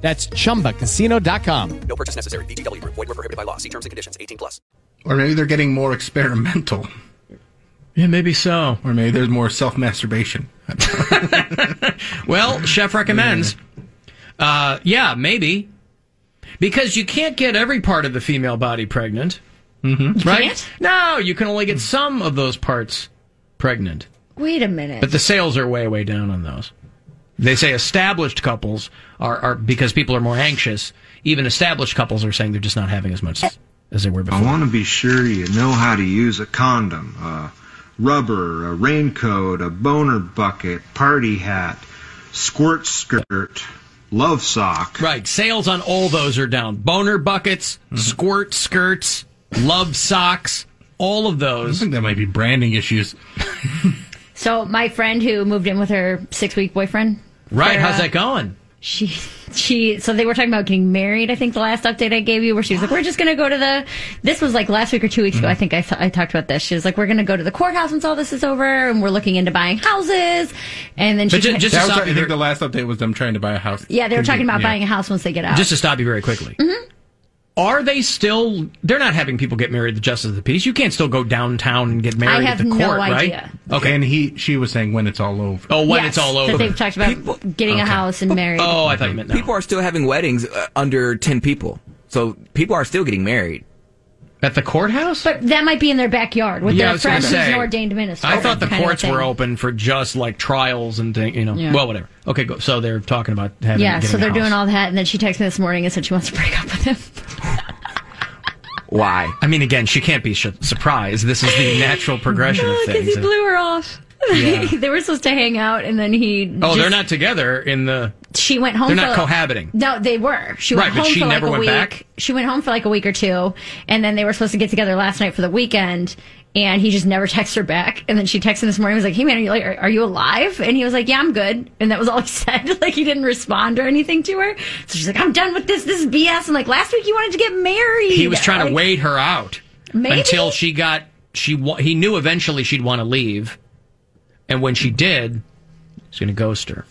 [SPEAKER 13] That's chumbacasino.com.
[SPEAKER 22] No purchase necessary. VGW Group. Void were prohibited by law. See terms and conditions. 18 plus.
[SPEAKER 8] Or maybe they're getting more experimental.
[SPEAKER 7] Yeah, maybe so.
[SPEAKER 8] Or maybe there's more self masturbation.
[SPEAKER 7] Well, chef recommends. Uh, yeah, maybe. Because you can't get every part of the female body pregnant. Mm-hmm.
[SPEAKER 4] You
[SPEAKER 7] right?
[SPEAKER 4] can't? Mm.
[SPEAKER 7] No, you can only get some of those parts pregnant.
[SPEAKER 4] Wait a minute.
[SPEAKER 7] But the sales are way, way down on those. They say established couples are, are because people are more anxious. Even established couples are saying they're just not having as much as they were before.
[SPEAKER 31] I want to be sure you know how to use a condom, a rubber, a raincoat, a boner bucket, party hat, squirt skirt, love sock.
[SPEAKER 7] Right. Sales on all those are down. Boner buckets,
[SPEAKER 4] Mm-hmm.
[SPEAKER 7] squirt skirts, love socks, all of those. I think
[SPEAKER 8] that might be branding issues.
[SPEAKER 4] So my friend who moved in with her six week boyfriend.
[SPEAKER 7] Right. How's
[SPEAKER 4] Farah,
[SPEAKER 7] that going?
[SPEAKER 4] She she so they were talking about getting married. I think the last update I gave you, where she was like, "We're just gonna go to the." This was like last week or two weeks
[SPEAKER 7] Mm-hmm.
[SPEAKER 4] ago. I think I saw- I talked about this. She was like, "We're gonna go to the courthouse once all this is over, and we're looking into buying houses." And then she
[SPEAKER 8] That was- I think the last update was them trying to buy a house.
[SPEAKER 4] yeah, they were talking about
[SPEAKER 7] Yeah.
[SPEAKER 4] buying a house once they get out.
[SPEAKER 7] Just to stop you very quickly.
[SPEAKER 4] Mm-hmm.
[SPEAKER 7] Are they still? They're not having people get married at the Justice of the Peace. You can't still go downtown and get married
[SPEAKER 4] I have
[SPEAKER 7] at the
[SPEAKER 4] no
[SPEAKER 7] court, right?
[SPEAKER 4] idea.
[SPEAKER 8] Okay. And he, she was saying when it's all over.
[SPEAKER 7] Oh,
[SPEAKER 4] Yes, That they've talked about getting a house and married.
[SPEAKER 9] People are still having weddings uh, under 10 people. So people are still getting married.
[SPEAKER 7] At the courthouse?
[SPEAKER 4] But that might be in their backyard with
[SPEAKER 7] Yeah, I
[SPEAKER 4] their
[SPEAKER 9] was gonna
[SPEAKER 4] friend who's an
[SPEAKER 7] say,
[SPEAKER 4] ordained minister.
[SPEAKER 7] I thought the
[SPEAKER 4] kind of
[SPEAKER 7] courts
[SPEAKER 4] thing.
[SPEAKER 7] were open for just like trials and things, you know.
[SPEAKER 4] Yeah.
[SPEAKER 7] Well, whatever. Okay, go, so they're talking about having.
[SPEAKER 4] Yeah, so
[SPEAKER 7] getting a
[SPEAKER 4] they're
[SPEAKER 7] house.
[SPEAKER 4] doing all that, and then she texted me this morning and said she wants to break up with him.
[SPEAKER 7] Why? I mean, again, she can't be sh- surprised. This is the natural progression of
[SPEAKER 4] Because
[SPEAKER 7] things.
[SPEAKER 4] he blew her off.
[SPEAKER 7] Yeah.
[SPEAKER 4] they were supposed to hang out, and then he.
[SPEAKER 7] oh, they're
[SPEAKER 4] just-
[SPEAKER 7] not together in the.
[SPEAKER 4] She went home.
[SPEAKER 7] They're not
[SPEAKER 4] for,
[SPEAKER 7] cohabiting.
[SPEAKER 4] No, they were. She went
[SPEAKER 7] Right, but
[SPEAKER 4] home
[SPEAKER 7] she
[SPEAKER 4] for
[SPEAKER 7] never
[SPEAKER 4] like a
[SPEAKER 7] went
[SPEAKER 4] week.
[SPEAKER 7] back?
[SPEAKER 4] She went home for like a week or two, and then they were supposed to get together last night for the weekend. And he just never texted her back. And then she texted him this morning. Was like, "Hey man, are you like, are, are you alive?" And he was like, "Yeah, I'm good." And that was all he said. Like he didn't respond or anything to her. So she's like, "I'm done with this. This is BS." And like last week you wanted to get married.
[SPEAKER 7] He was trying
[SPEAKER 4] Like,
[SPEAKER 7] to wait her out
[SPEAKER 4] Maybe?
[SPEAKER 7] until she got she. wa- He knew eventually she'd want to leave, and when she did, he's going to ghost her.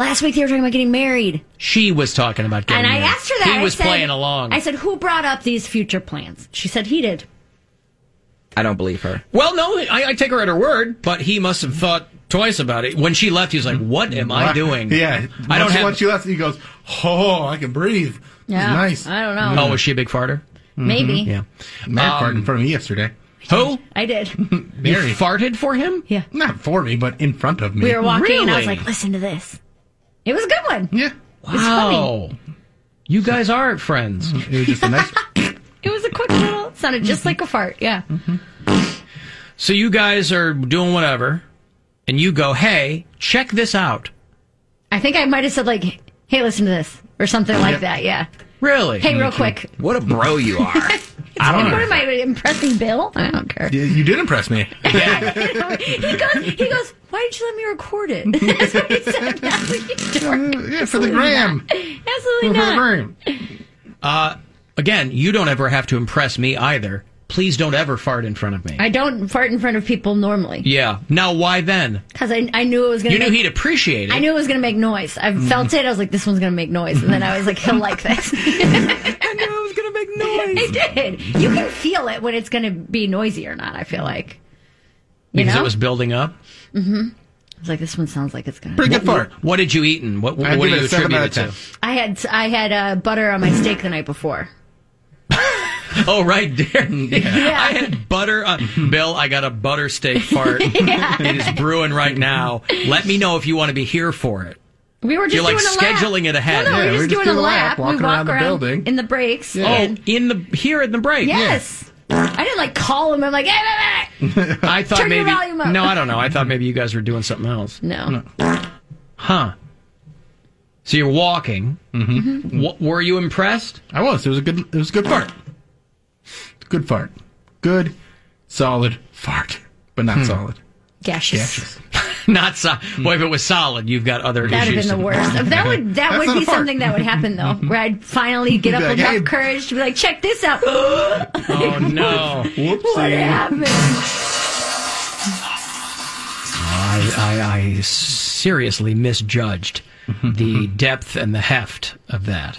[SPEAKER 4] Last week they were talking about getting married.
[SPEAKER 7] She was talking about getting.
[SPEAKER 4] and I
[SPEAKER 7] married.
[SPEAKER 4] asked her that.
[SPEAKER 7] He
[SPEAKER 4] I
[SPEAKER 7] was
[SPEAKER 4] said-
[SPEAKER 7] playing along.
[SPEAKER 4] I said, "Who brought up these future plans?" She said, "He did."
[SPEAKER 9] I don't believe her.
[SPEAKER 7] Well, no, I, I take her at her word, but he must have thought twice about it. When she left, he was like, "What am I doing?"
[SPEAKER 8] Yeah.
[SPEAKER 7] I don't
[SPEAKER 8] Once-
[SPEAKER 7] have.
[SPEAKER 8] Once you left, he goes, oh, I can breathe.
[SPEAKER 4] Yeah,
[SPEAKER 8] Nice. Mm-hmm.
[SPEAKER 4] I don't know.
[SPEAKER 7] Oh, was she a big farter?
[SPEAKER 4] Maybe.
[SPEAKER 7] Yeah.
[SPEAKER 8] Matt
[SPEAKER 7] Um,
[SPEAKER 8] farted in front of me yesterday.
[SPEAKER 7] Who?
[SPEAKER 4] I did.
[SPEAKER 8] Mary.
[SPEAKER 7] farted for him?
[SPEAKER 4] Yeah.
[SPEAKER 8] Not for me, but in front of me.
[SPEAKER 4] We were walking, and I was like, "Listen to this." It was a good one.
[SPEAKER 8] Yeah.
[SPEAKER 4] It's funny.
[SPEAKER 7] Wow. You guys are friends. It
[SPEAKER 8] was just a nice.
[SPEAKER 4] It was a quick little. it Sounded just like a fart. Yeah.
[SPEAKER 7] So you guys are doing whatever, and you go, "Hey, check this out."
[SPEAKER 4] I think I might have said like, "Hey, listen to this," or something like that. Yeah.
[SPEAKER 7] Really?
[SPEAKER 4] Hey, real quick.
[SPEAKER 9] What a bro you are.
[SPEAKER 4] I don't What am I impressing Bill? I don't care.
[SPEAKER 8] You, you did impress me.
[SPEAKER 4] he goes. He goes. Why didn't you let me record it? That's what he said. That's what you dork.
[SPEAKER 8] Yeah, for the gram.
[SPEAKER 4] Absolutely
[SPEAKER 8] For the
[SPEAKER 4] not.
[SPEAKER 8] gram.
[SPEAKER 7] Uh, again, you don't ever have to impress me either. Please don't ever fart in front of me.
[SPEAKER 4] I don't fart in front of people normally
[SPEAKER 7] Yeah. Now, why then?
[SPEAKER 4] because I, I knew it was going
[SPEAKER 7] You
[SPEAKER 4] to
[SPEAKER 7] knew
[SPEAKER 4] make
[SPEAKER 7] he'd appreciate it.
[SPEAKER 4] I knew it was going to make noise. I felt it. I was like, this one's going to make noise. And then I was like, he'll like this. I knew it was going to make noise. It did. You can feel it when it's going to be noisy or not, I feel like. You
[SPEAKER 7] because
[SPEAKER 4] know?
[SPEAKER 7] it was building up.
[SPEAKER 4] hmm I was like, this one sounds like it's going to.
[SPEAKER 7] Pretty good fart. What did you eat and what,
[SPEAKER 8] I'd
[SPEAKER 7] what do
[SPEAKER 8] give it
[SPEAKER 7] you
[SPEAKER 8] a seven
[SPEAKER 7] attribute it
[SPEAKER 8] out
[SPEAKER 7] to?
[SPEAKER 8] of
[SPEAKER 4] I had I had uh, butter on my steak the night before.
[SPEAKER 7] Oh, right, Darren. I had butter. On, Bill, I got a butter steak fart.
[SPEAKER 4] Yeah.
[SPEAKER 7] It is brewing right now. Let me know if you want to be here for it.
[SPEAKER 4] We were just
[SPEAKER 7] You're like
[SPEAKER 4] doing a
[SPEAKER 7] scheduling
[SPEAKER 4] lap.
[SPEAKER 7] it ahead.
[SPEAKER 4] No, no,
[SPEAKER 7] Yeah,
[SPEAKER 4] we were just, doing a lap. We
[SPEAKER 7] walking
[SPEAKER 4] walk
[SPEAKER 7] around the building.
[SPEAKER 4] in the breaks.
[SPEAKER 7] Oh,
[SPEAKER 4] And
[SPEAKER 7] in the here in the break.
[SPEAKER 4] yes, I didn't like call him. I'm like, hey, hey, hey.
[SPEAKER 7] I thought
[SPEAKER 4] Turn your
[SPEAKER 7] maybe.
[SPEAKER 4] volume up.
[SPEAKER 7] No, I don't know. I thought maybe you guys were doing something else.
[SPEAKER 4] No.
[SPEAKER 7] Huh. So you're walking. Mm-hmm. were you impressed?
[SPEAKER 8] I was. It was a good. It was a good fart. Good fart. Good, solid fart, but not
[SPEAKER 7] Hmm.
[SPEAKER 8] solid.
[SPEAKER 4] gaseous.
[SPEAKER 7] Not so. Well, if it was solid, you've got other
[SPEAKER 4] That'd have
[SPEAKER 7] issues.
[SPEAKER 4] been the
[SPEAKER 7] to-
[SPEAKER 4] worst. That would that
[SPEAKER 7] That's
[SPEAKER 4] would
[SPEAKER 7] not
[SPEAKER 4] be
[SPEAKER 7] a fart.
[SPEAKER 4] something that would happen though, where I'd finally get
[SPEAKER 7] You'd
[SPEAKER 4] up
[SPEAKER 7] be
[SPEAKER 4] with
[SPEAKER 7] like,
[SPEAKER 4] enough
[SPEAKER 7] "Hey."
[SPEAKER 4] courage to be like, check this out. what
[SPEAKER 7] Oh no!
[SPEAKER 4] happened?
[SPEAKER 7] I, I, I seriously misjudged the depth and the heft of that.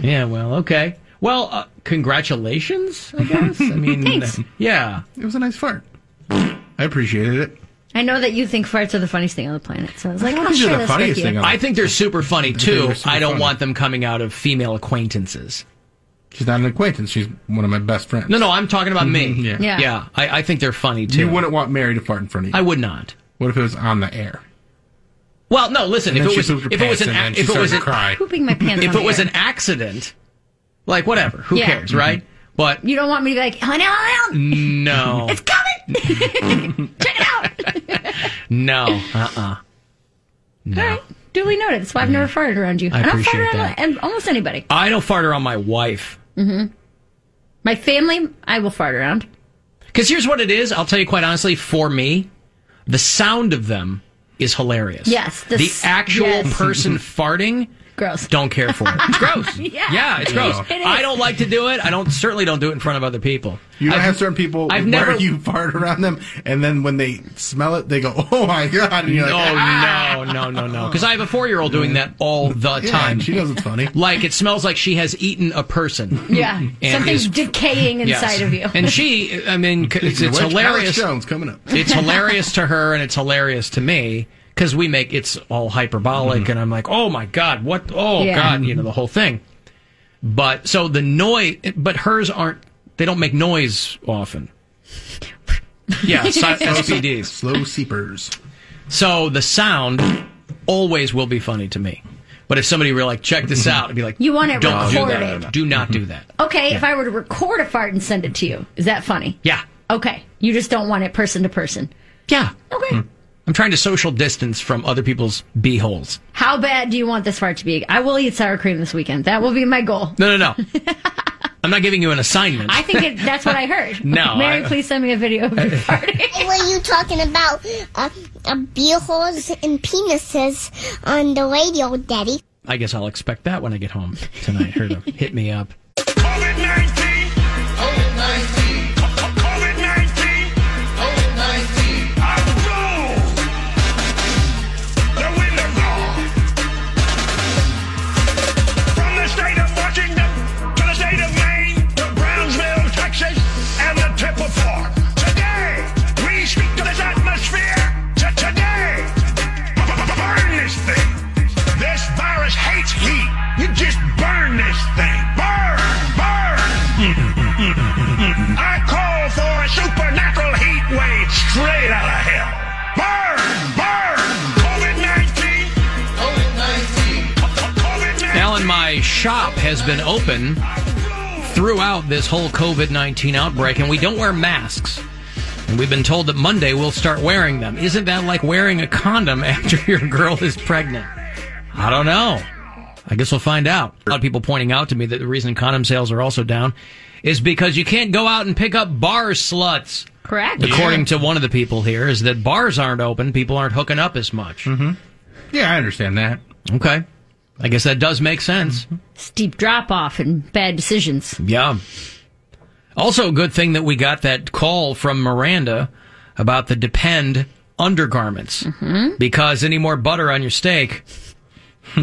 [SPEAKER 7] Yeah. Well. Okay. Well, uh, congratulations. I guess. I mean,
[SPEAKER 4] Thanks.
[SPEAKER 7] yeah.
[SPEAKER 8] It was a nice fart. I appreciated it.
[SPEAKER 4] I know that you think farts are the funniest thing on the planet, so I was like, "Oh,
[SPEAKER 8] I
[SPEAKER 4] I'll
[SPEAKER 8] think they're
[SPEAKER 4] share
[SPEAKER 8] the
[SPEAKER 4] this with
[SPEAKER 8] funniest
[SPEAKER 4] you.
[SPEAKER 8] thing on
[SPEAKER 7] I think they're super funny
[SPEAKER 8] think
[SPEAKER 7] too.
[SPEAKER 8] they're super
[SPEAKER 7] I don't
[SPEAKER 8] funny.
[SPEAKER 7] want them coming out of female acquaintances.
[SPEAKER 8] She's not an acquaintance. She's one of my best friends.
[SPEAKER 7] No, no, I'm talking about me.
[SPEAKER 8] Mhm, yeah.
[SPEAKER 7] yeah.
[SPEAKER 8] Yeah.
[SPEAKER 7] I, I think they're funny too.
[SPEAKER 8] You wouldn't want Mary to fart in front of you.
[SPEAKER 7] I would not.
[SPEAKER 8] What if it was on the air?
[SPEAKER 7] Well, no. Listen,
[SPEAKER 8] And
[SPEAKER 7] if
[SPEAKER 8] then
[SPEAKER 7] it
[SPEAKER 8] she
[SPEAKER 7] was,
[SPEAKER 8] pooped her
[SPEAKER 7] if it was
[SPEAKER 8] pants
[SPEAKER 7] an,
[SPEAKER 8] and
[SPEAKER 7] ac-
[SPEAKER 8] then she
[SPEAKER 7] if it
[SPEAKER 8] started
[SPEAKER 7] was
[SPEAKER 8] to
[SPEAKER 7] an,
[SPEAKER 8] cry.
[SPEAKER 4] Pooping my pants
[SPEAKER 7] if
[SPEAKER 4] on
[SPEAKER 7] it
[SPEAKER 4] the
[SPEAKER 7] was
[SPEAKER 4] air.
[SPEAKER 7] an accident, like whatever, who
[SPEAKER 4] Yeah.
[SPEAKER 7] cares,
[SPEAKER 4] Mhm.
[SPEAKER 7] right?
[SPEAKER 8] Mm-hmm.
[SPEAKER 7] But
[SPEAKER 4] You don't want me to be like, "Oh, honey, I am.
[SPEAKER 7] no,
[SPEAKER 4] It's coming.
[SPEAKER 7] no, uh,
[SPEAKER 4] Uh-uh.
[SPEAKER 7] uh
[SPEAKER 4] All right. Duly noted. That's why I've never farted around you.
[SPEAKER 7] I
[SPEAKER 4] and I'll
[SPEAKER 7] appreciate
[SPEAKER 4] fart around
[SPEAKER 7] that.
[SPEAKER 4] and almost anybody.
[SPEAKER 7] I don't fart around my wife.
[SPEAKER 4] hmm My family, I will fart around.
[SPEAKER 7] Because here's what it is. I'll tell you quite honestly. For me, the sound of them is hilarious.
[SPEAKER 4] Yes, the
[SPEAKER 7] the,
[SPEAKER 4] s-
[SPEAKER 7] actual
[SPEAKER 4] yes.
[SPEAKER 7] person farting.
[SPEAKER 4] Gross.
[SPEAKER 7] Don't care for it. It's gross.
[SPEAKER 4] yeah.
[SPEAKER 7] Yeah, it's gross.
[SPEAKER 4] It is.
[SPEAKER 7] I don't like to do it. I don't certainly don't do it in front of other people.
[SPEAKER 8] You don't
[SPEAKER 7] I've-
[SPEAKER 8] have certain people
[SPEAKER 7] I've
[SPEAKER 8] where
[SPEAKER 7] never.
[SPEAKER 8] you fart around them, and then when they smell it, they go, "Oh my god!" And you're
[SPEAKER 7] no,
[SPEAKER 8] like, "Ah!"
[SPEAKER 7] no, no, no, no. Because I have a four-year-old doing that all the
[SPEAKER 8] Yeah,
[SPEAKER 7] time.
[SPEAKER 8] she knows it's funny.
[SPEAKER 7] Like it smells like she has eaten a person.
[SPEAKER 4] Yeah.
[SPEAKER 7] And
[SPEAKER 4] Something's
[SPEAKER 7] is-
[SPEAKER 4] decaying
[SPEAKER 7] Yes.
[SPEAKER 4] inside of you.
[SPEAKER 7] And she, I mean, c- it's,
[SPEAKER 8] Speaking
[SPEAKER 7] it's
[SPEAKER 8] of which, Alex
[SPEAKER 7] hilarious.
[SPEAKER 8] Jones coming up.
[SPEAKER 7] it's hilarious to her and it's hilarious to me because we make it's all hyperbolic
[SPEAKER 4] Mm-hmm.
[SPEAKER 7] and i'm like oh my god what oh
[SPEAKER 3] Yeah.
[SPEAKER 7] god you know the whole thing but so the noise but hers aren't they don't make noise often yeah si- spds
[SPEAKER 8] slow seepers
[SPEAKER 7] so the sound always will be funny to me but if somebody were like check this out i'd be like
[SPEAKER 4] Mm-hmm. You want it
[SPEAKER 7] don't do that
[SPEAKER 4] recorded.
[SPEAKER 7] do not do that
[SPEAKER 4] Okay,
[SPEAKER 7] Yeah.
[SPEAKER 4] if I were to record a fart and send it to you, is that funny?
[SPEAKER 7] yeah
[SPEAKER 4] Okay. You just don't want it person to person.
[SPEAKER 7] Yeah.
[SPEAKER 4] Okay.
[SPEAKER 7] i'm trying to social distance from other people's beeholes
[SPEAKER 4] How bad do you want this fart to be? I will eat sour cream this weekend. That will be my goal.
[SPEAKER 7] no no no i'm not giving you an assignment
[SPEAKER 4] I think it, that's what I heard.
[SPEAKER 7] No,
[SPEAKER 4] Mary,
[SPEAKER 7] I-
[SPEAKER 4] please send me a video of your fart.
[SPEAKER 32] Were you talking about uh, uh, beer holes and penises on the radio, Daddy?
[SPEAKER 7] I guess I'll expect that when I get home tonight. Her to hit me up.
[SPEAKER 3] Hates heat. You just burn this thing. Burn, burn. I call for a supernatural heat wave straight out of hell. Burn, burn. COVID 19. COVID 19.
[SPEAKER 7] Alan, my shop has been open throughout this whole COVID 19 outbreak, and we don't wear masks. And we've been told that Monday we'll start wearing them. Isn't that like wearing a condom after your girl is pregnant? I don't know. I guess we'll find out. A lot of people pointing out to me that the reason condom sales are also down is because you can't go out and pick up bar sluts.
[SPEAKER 4] Correct.
[SPEAKER 7] According to one of the people here, is that bars aren't open, people aren't hooking up as much. Mm-hmm.
[SPEAKER 8] Yeah, I understand that. Mm-hmm.
[SPEAKER 7] Okay. I guess that does make sense.
[SPEAKER 4] Steep drop off and bad decisions.
[SPEAKER 7] Yeah. Also, a good thing that we got that call from Miranda about the Depend undergarments.
[SPEAKER 4] Mm-hmm.
[SPEAKER 7] Because any more butter on your steak,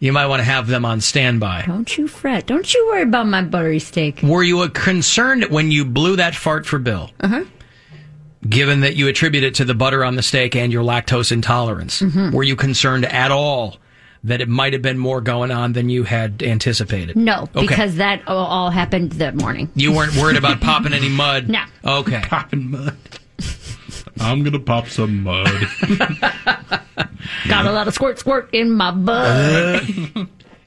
[SPEAKER 7] you might want to have them on standby.
[SPEAKER 4] Don't you fret. Don't you worry about my buttery steak.
[SPEAKER 7] Were you uh, concerned when you blew that fart for Bill?
[SPEAKER 4] Uh huh.
[SPEAKER 7] given that you attribute it to the butter on the steak and your lactose intolerance.
[SPEAKER 4] Mhm.
[SPEAKER 7] Were you concerned at all that it might have been more going on than you had anticipated?
[SPEAKER 4] No,
[SPEAKER 7] Okay.
[SPEAKER 4] because that all- all happened that morning.
[SPEAKER 7] you weren't worried about popping any mud.
[SPEAKER 4] No.
[SPEAKER 7] Okay.
[SPEAKER 8] Popping mud. I'm gonna pop some mud.
[SPEAKER 4] Got a lot of squirt squirt in my butt.
[SPEAKER 7] Uh,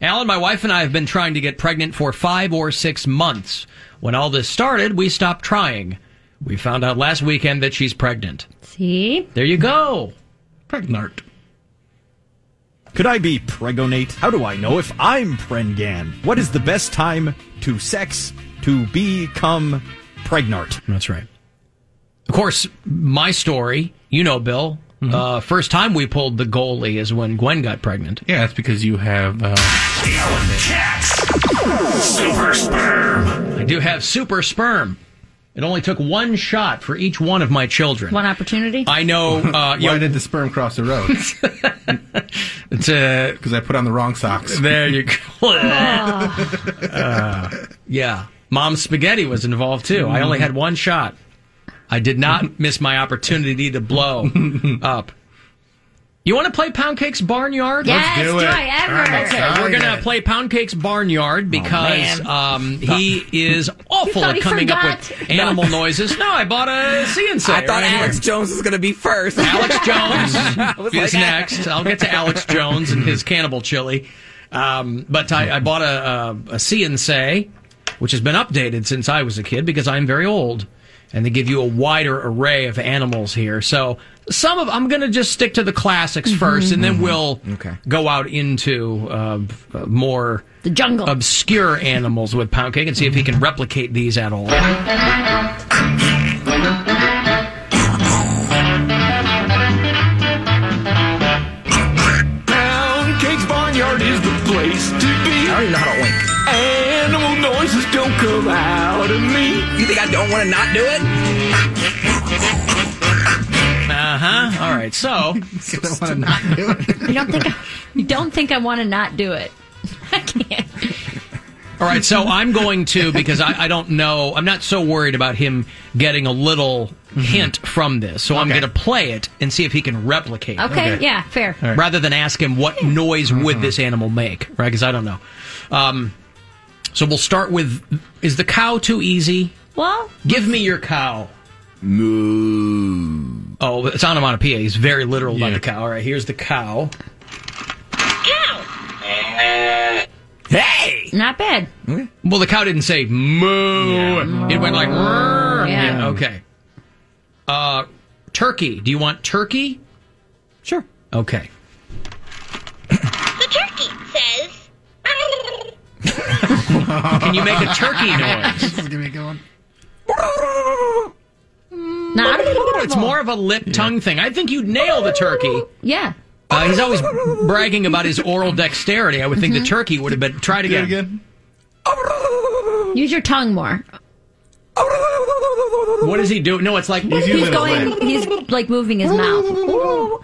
[SPEAKER 7] Alan, my wife and I have been trying to get pregnant for five or six months. When all this started, we stopped trying. We found out last weekend that she's pregnant.
[SPEAKER 4] See?
[SPEAKER 7] There you go.
[SPEAKER 8] Pregnant.
[SPEAKER 10] Could I be pregonate? How do I know if I'm prengan? What is the best time to sex to become pregnant?
[SPEAKER 7] That's right. Of course, my story, you know, Bill.
[SPEAKER 10] Mm-hmm.
[SPEAKER 7] Uh, first time we pulled the goalie is when Gwen got pregnant.
[SPEAKER 8] Yeah, that's because you have. Uh,
[SPEAKER 3] Super sperm.
[SPEAKER 7] I do have super sperm. It only took one shot for each one of my children.
[SPEAKER 4] One opportunity?
[SPEAKER 7] I know. Uh,
[SPEAKER 8] Why did the sperm cross the road?
[SPEAKER 7] Because
[SPEAKER 8] I put on the wrong socks.
[SPEAKER 7] There you go. Uh, yeah. Mom's spaghetti was involved too. I only had one shot. I did not miss my opportunity to blow up. You want to play Pound Cake's Barnyard?
[SPEAKER 4] Yes, Let's do do it. I ever. I'm
[SPEAKER 7] Okay, we're gonna
[SPEAKER 4] excited.
[SPEAKER 7] play Pound Cake's Barnyard because
[SPEAKER 4] man.
[SPEAKER 7] um, he is awful
[SPEAKER 9] thought
[SPEAKER 7] at
[SPEAKER 9] he
[SPEAKER 7] coming up
[SPEAKER 9] forgot.
[SPEAKER 7] with animal noises. No, I bought a CNC.
[SPEAKER 9] I thought
[SPEAKER 7] right here.
[SPEAKER 9] Alex Jones was going to be first.
[SPEAKER 7] Alex Jones
[SPEAKER 9] like,
[SPEAKER 7] is next. I'll get to Alex Jones and his cannibal chili. Um, but I, I bought a, a, a C&Say, which has been updated since I was a kid because I'm very old. And they give you a wider array of animals here. So some of I'm going to just stick to the classics 1st and then we'll go out into uh, uh, more the jungle obscure animals with pound cake and see if he can replicate these at all.
[SPEAKER 3] Pound Cake's Barnyard is the place to be. I don't know how to wink. Animal noises don't come out of me. You think I don't want to not do it?
[SPEAKER 7] Uh huh. All right. So
[SPEAKER 4] You don't think I, you don't think I want to not do it?
[SPEAKER 7] All right, so I'm going to because I, I don't know. I'm not so worried about him getting a little hint from this, so I'm going to play it and see if he can replicate. it.
[SPEAKER 4] Okay, yeah, fair.
[SPEAKER 7] All right. Mm-hmm. Rather than ask him what noise would this animal make, right? Because I don't know. Um, so we'll start with: Is the cow too easy?
[SPEAKER 4] Well,
[SPEAKER 7] give me your cow. Moo. Oh, it's onomatopoeia. He's very literal about the cow. All right, here's the cow. Hey,
[SPEAKER 4] not bad.
[SPEAKER 7] Well, the cow didn't say moo. It went like. "Rrrr."
[SPEAKER 4] Yeah.
[SPEAKER 7] Yeah, okay. Uh, turkey. Do you want turkey? Sure. Okay. Can you make a turkey noise?
[SPEAKER 3] this is gonna be a good one.
[SPEAKER 4] Not
[SPEAKER 7] it's more of a lip tongue thing. I think you'd nail the turkey.
[SPEAKER 4] Yeah.
[SPEAKER 7] Uh, he's always bragging about his oral dexterity. I would
[SPEAKER 4] Mm-hmm.
[SPEAKER 7] think the turkey would have been. Try it again.
[SPEAKER 4] Use your tongue more.
[SPEAKER 7] What does he do? No, it's like
[SPEAKER 4] He's, going. He's like moving his mouth. Ooh.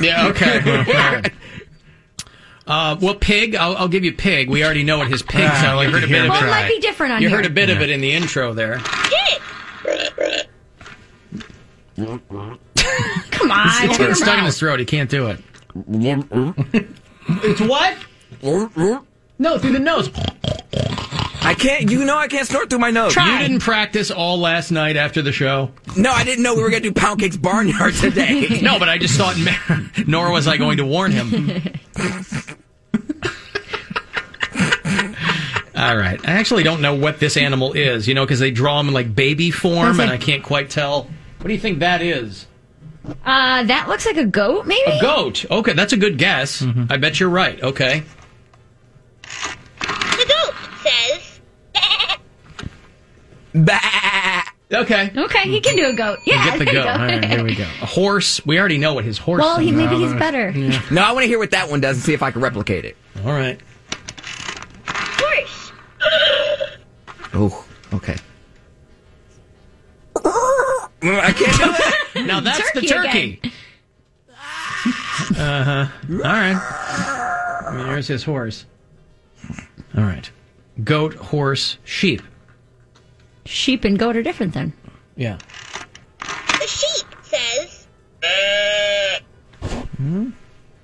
[SPEAKER 7] Yeah. Okay. Uh, well, pig. I'll, I'll give you pig. We already know what his pig
[SPEAKER 4] Ah,
[SPEAKER 7] sounds like.
[SPEAKER 4] you
[SPEAKER 7] You heard a
[SPEAKER 4] can
[SPEAKER 7] bit
[SPEAKER 4] hear
[SPEAKER 7] of
[SPEAKER 4] him
[SPEAKER 7] it.
[SPEAKER 4] Well, it might be different on
[SPEAKER 7] You
[SPEAKER 4] here.
[SPEAKER 7] heard a bit of it in the intro there.
[SPEAKER 4] Come on.
[SPEAKER 7] It's
[SPEAKER 4] open your
[SPEAKER 7] stuck in
[SPEAKER 4] mouth.
[SPEAKER 7] his throat. He can't do it. it's what? No, through the nose.
[SPEAKER 9] I can't. You know I can't snort through my nose.
[SPEAKER 7] You didn't practice all last night after the show.
[SPEAKER 9] No, I didn't know we were going to do Pound Cake's Barnyard today.
[SPEAKER 7] no, but I just thought. Nor was I going to warn him. All right. I actually don't know what this animal is, you know, because they draw him in like baby form,
[SPEAKER 4] Sounds like-
[SPEAKER 7] and I can't quite tell. What do you think that is?
[SPEAKER 4] Uh, that looks like a goat, maybe.
[SPEAKER 7] A goat. Okay, that's a good guess. I bet you're right. Okay. Okay.
[SPEAKER 4] Okay, he can do a goat. Yeah,
[SPEAKER 7] Get the
[SPEAKER 4] there you
[SPEAKER 7] goat. All right, here we go. A horse. We already know what his horse.
[SPEAKER 4] Well, he-
[SPEAKER 7] sounds
[SPEAKER 4] maybe
[SPEAKER 7] like.
[SPEAKER 4] he's better.
[SPEAKER 7] Yeah.
[SPEAKER 9] No, I want to hear what that one does and see if I can replicate it.
[SPEAKER 7] All right.
[SPEAKER 9] Oh, okay. I can't do it.
[SPEAKER 7] Now that's the turkey. Uh huh. All right. I mean, there's his horse. All right. Goat, horse, sheep.
[SPEAKER 4] Sheep and goat are different then.
[SPEAKER 7] Yeah.
[SPEAKER 9] Hmm?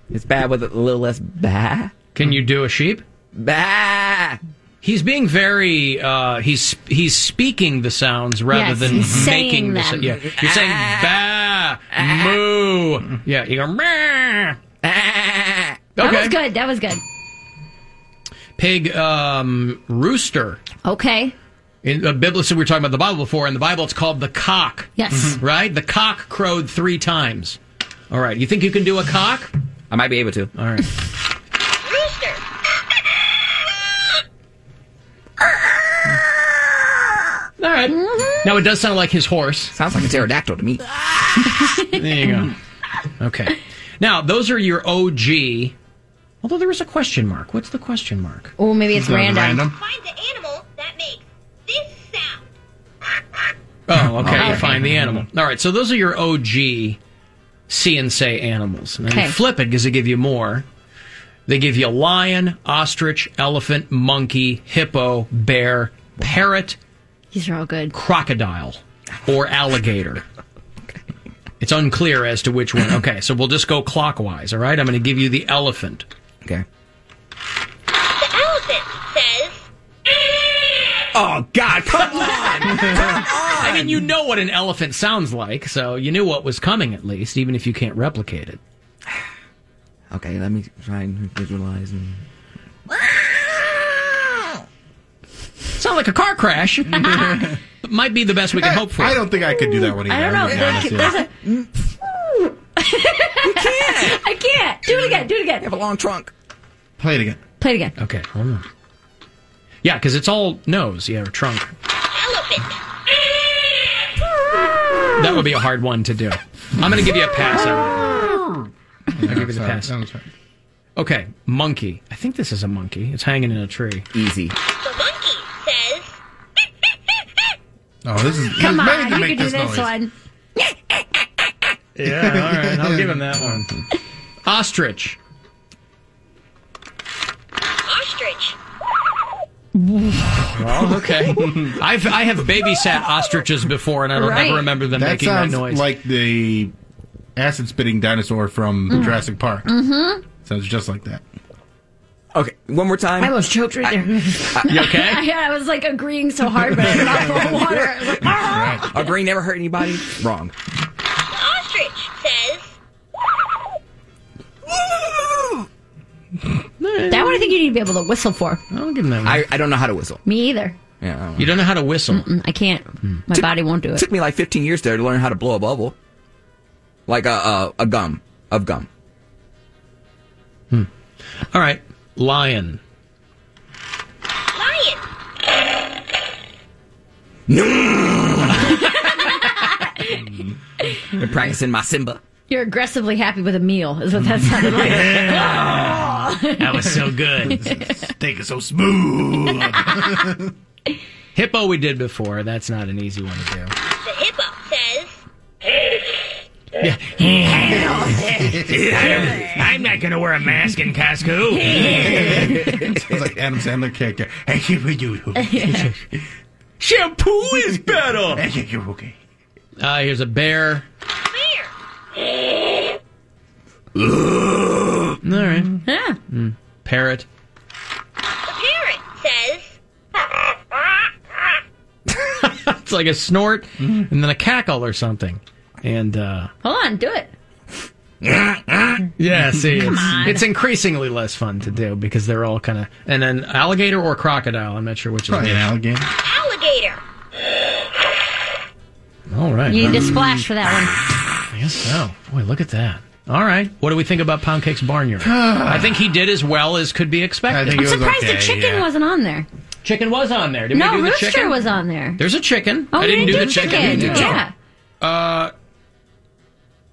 [SPEAKER 9] It's bad with a little less bah.
[SPEAKER 7] Can you do a sheep?
[SPEAKER 9] Bah.
[SPEAKER 7] He's being very. Uh, he's he's speaking the sounds rather
[SPEAKER 9] Yes,
[SPEAKER 7] than
[SPEAKER 9] he's
[SPEAKER 7] making
[SPEAKER 9] saying them.
[SPEAKER 7] the. yeah, you're saying
[SPEAKER 9] Ah.
[SPEAKER 7] ba moo. Yeah, you go. "Meow."
[SPEAKER 9] Ah.
[SPEAKER 4] That
[SPEAKER 7] Okay.
[SPEAKER 4] was good. That was good.
[SPEAKER 7] Pig, um, rooster.
[SPEAKER 4] Okay.
[SPEAKER 7] In uh, Bible, so we were talking about the Bible before. In the Bible, it's called the cock. Mm-hmm.
[SPEAKER 4] Yes. Mm-hmm.
[SPEAKER 7] Right. The cock crowed three times. All right. You think you can do a cock?
[SPEAKER 9] I might be able to.
[SPEAKER 7] All right. All right.
[SPEAKER 4] Mm-hmm.
[SPEAKER 7] Now it does sound like his horse.
[SPEAKER 9] Sounds like a pterodactyl to me.
[SPEAKER 7] there you go. Okay. Now those are your OG. Although there is a question mark. What's the question mark?
[SPEAKER 4] Oh, maybe it's random.
[SPEAKER 7] Oh, okay.
[SPEAKER 4] Oh,
[SPEAKER 7] you
[SPEAKER 4] okay.
[SPEAKER 7] find the animal. All right. So those are your OG see and say animals. And then
[SPEAKER 4] Okay.
[SPEAKER 7] you flip it because they give you more. They give you lion, ostrich, elephant, monkey, hippo, bear, parrot,
[SPEAKER 4] These are all good.
[SPEAKER 7] crocodile. or alligator. It's unclear as to which one. Okay, so we'll just go clockwise, all right? I'm going to give you the elephant.
[SPEAKER 9] Okay.
[SPEAKER 3] The elephant says.
[SPEAKER 7] Oh, God, come on! I mean, you know what an elephant sounds like, so you knew what was coming at least, even if you can't replicate it.
[SPEAKER 9] Okay, let me try and visualize. And...
[SPEAKER 7] Sound like a car crash. But Might be the best we can hope for. I don't think I could do that one
[SPEAKER 4] I don't know. There's, there's a. you can't. I can't. Do it again. Do it again. You have
[SPEAKER 9] a long trunk.
[SPEAKER 7] Play it again.
[SPEAKER 4] Play it again.
[SPEAKER 7] Okay, hold on. Yeah, because it's all nose. Yeah, or trunk. That would be a hard one to do. I'm going to give you a pass. on it. I'll give you the pass. Okay, monkey. I think this is a monkey. It's hanging in a tree.
[SPEAKER 9] Easy.
[SPEAKER 7] Oh, this is
[SPEAKER 4] Come on. You can do this one.
[SPEAKER 7] Yeah, all right. I'll give him that one. Ostrich.
[SPEAKER 3] Ostrich.
[SPEAKER 4] Oh,
[SPEAKER 7] Well, okay. I've I have babysat ostriches before, and I don't ever remember them
[SPEAKER 8] that
[SPEAKER 7] making that
[SPEAKER 8] sounds
[SPEAKER 7] noise.
[SPEAKER 8] Like the acid spitting dinosaur from
[SPEAKER 7] Mm.
[SPEAKER 8] Jurassic Park.
[SPEAKER 4] Mm-hmm.
[SPEAKER 8] Sounds just like that.
[SPEAKER 9] Okay, one more time.
[SPEAKER 4] I almost choked right there.
[SPEAKER 8] you okay?
[SPEAKER 4] yeah, I was like agreeing so hard, but I had a mouthful of water. I was like, "Ah."
[SPEAKER 9] Our brain never hurt anybody. Wrong.
[SPEAKER 3] Ostrich says.
[SPEAKER 4] That one I think you need to be able to whistle for.
[SPEAKER 7] I'll give him that one.
[SPEAKER 9] I, I don't know how to whistle.
[SPEAKER 4] Me either. Mm,
[SPEAKER 9] Yeah.
[SPEAKER 7] You don't know how to whistle.
[SPEAKER 4] I can't.
[SPEAKER 7] Hmm.
[SPEAKER 4] My body won't do
[SPEAKER 9] It
[SPEAKER 4] it.
[SPEAKER 9] took me like 15 years there to learn how to blow a bubble, like a a, a gum of gum.
[SPEAKER 7] Hmm. All right, lion.
[SPEAKER 9] Been practicing my Simba.
[SPEAKER 4] You're aggressively happy with a meal, is what that sounded like.
[SPEAKER 7] That was so good. Steak is so smooth. Hippo we did before. That's not an easy one to do.
[SPEAKER 3] The hippo says.
[SPEAKER 7] I'm not going to wear a mask in Costco.
[SPEAKER 8] Sounds like Adam Sandler character.
[SPEAKER 7] Shampoo is better.
[SPEAKER 8] You're okay.
[SPEAKER 7] Uh, here's a bear. All right.
[SPEAKER 3] Huh?
[SPEAKER 7] Mm. Parrot.
[SPEAKER 3] The parrot says.
[SPEAKER 7] it's like a snort
[SPEAKER 4] Mm-hmm.
[SPEAKER 7] and then a cackle or something. And uh
[SPEAKER 4] Hold on, do it.
[SPEAKER 7] yeah, see,
[SPEAKER 4] Come
[SPEAKER 7] it's,
[SPEAKER 4] on.
[SPEAKER 7] it's increasingly less fun to do because they're all kind of. And then alligator or crocodile. I'm not sure which
[SPEAKER 8] Probably
[SPEAKER 7] is
[SPEAKER 8] an
[SPEAKER 7] alligator.
[SPEAKER 3] Alligator.
[SPEAKER 7] All right. Ah,
[SPEAKER 4] You need to splash for that one.
[SPEAKER 7] I guess so. Boy, look at that. All right. What do we think about Pound Cake's Barnyard? I think he did as well as could be expected.
[SPEAKER 4] I'm surprised the chicken wasn't on there.
[SPEAKER 7] Chicken was on there. Did
[SPEAKER 4] no,
[SPEAKER 7] we do the
[SPEAKER 4] rooster
[SPEAKER 7] chicken?
[SPEAKER 4] was on there.
[SPEAKER 7] There's a chicken.
[SPEAKER 4] Oh,
[SPEAKER 7] I
[SPEAKER 4] we didn't
[SPEAKER 7] didn't, do
[SPEAKER 4] do
[SPEAKER 7] the
[SPEAKER 4] the
[SPEAKER 7] chicken.
[SPEAKER 4] chicken. Yeah.
[SPEAKER 7] Uh,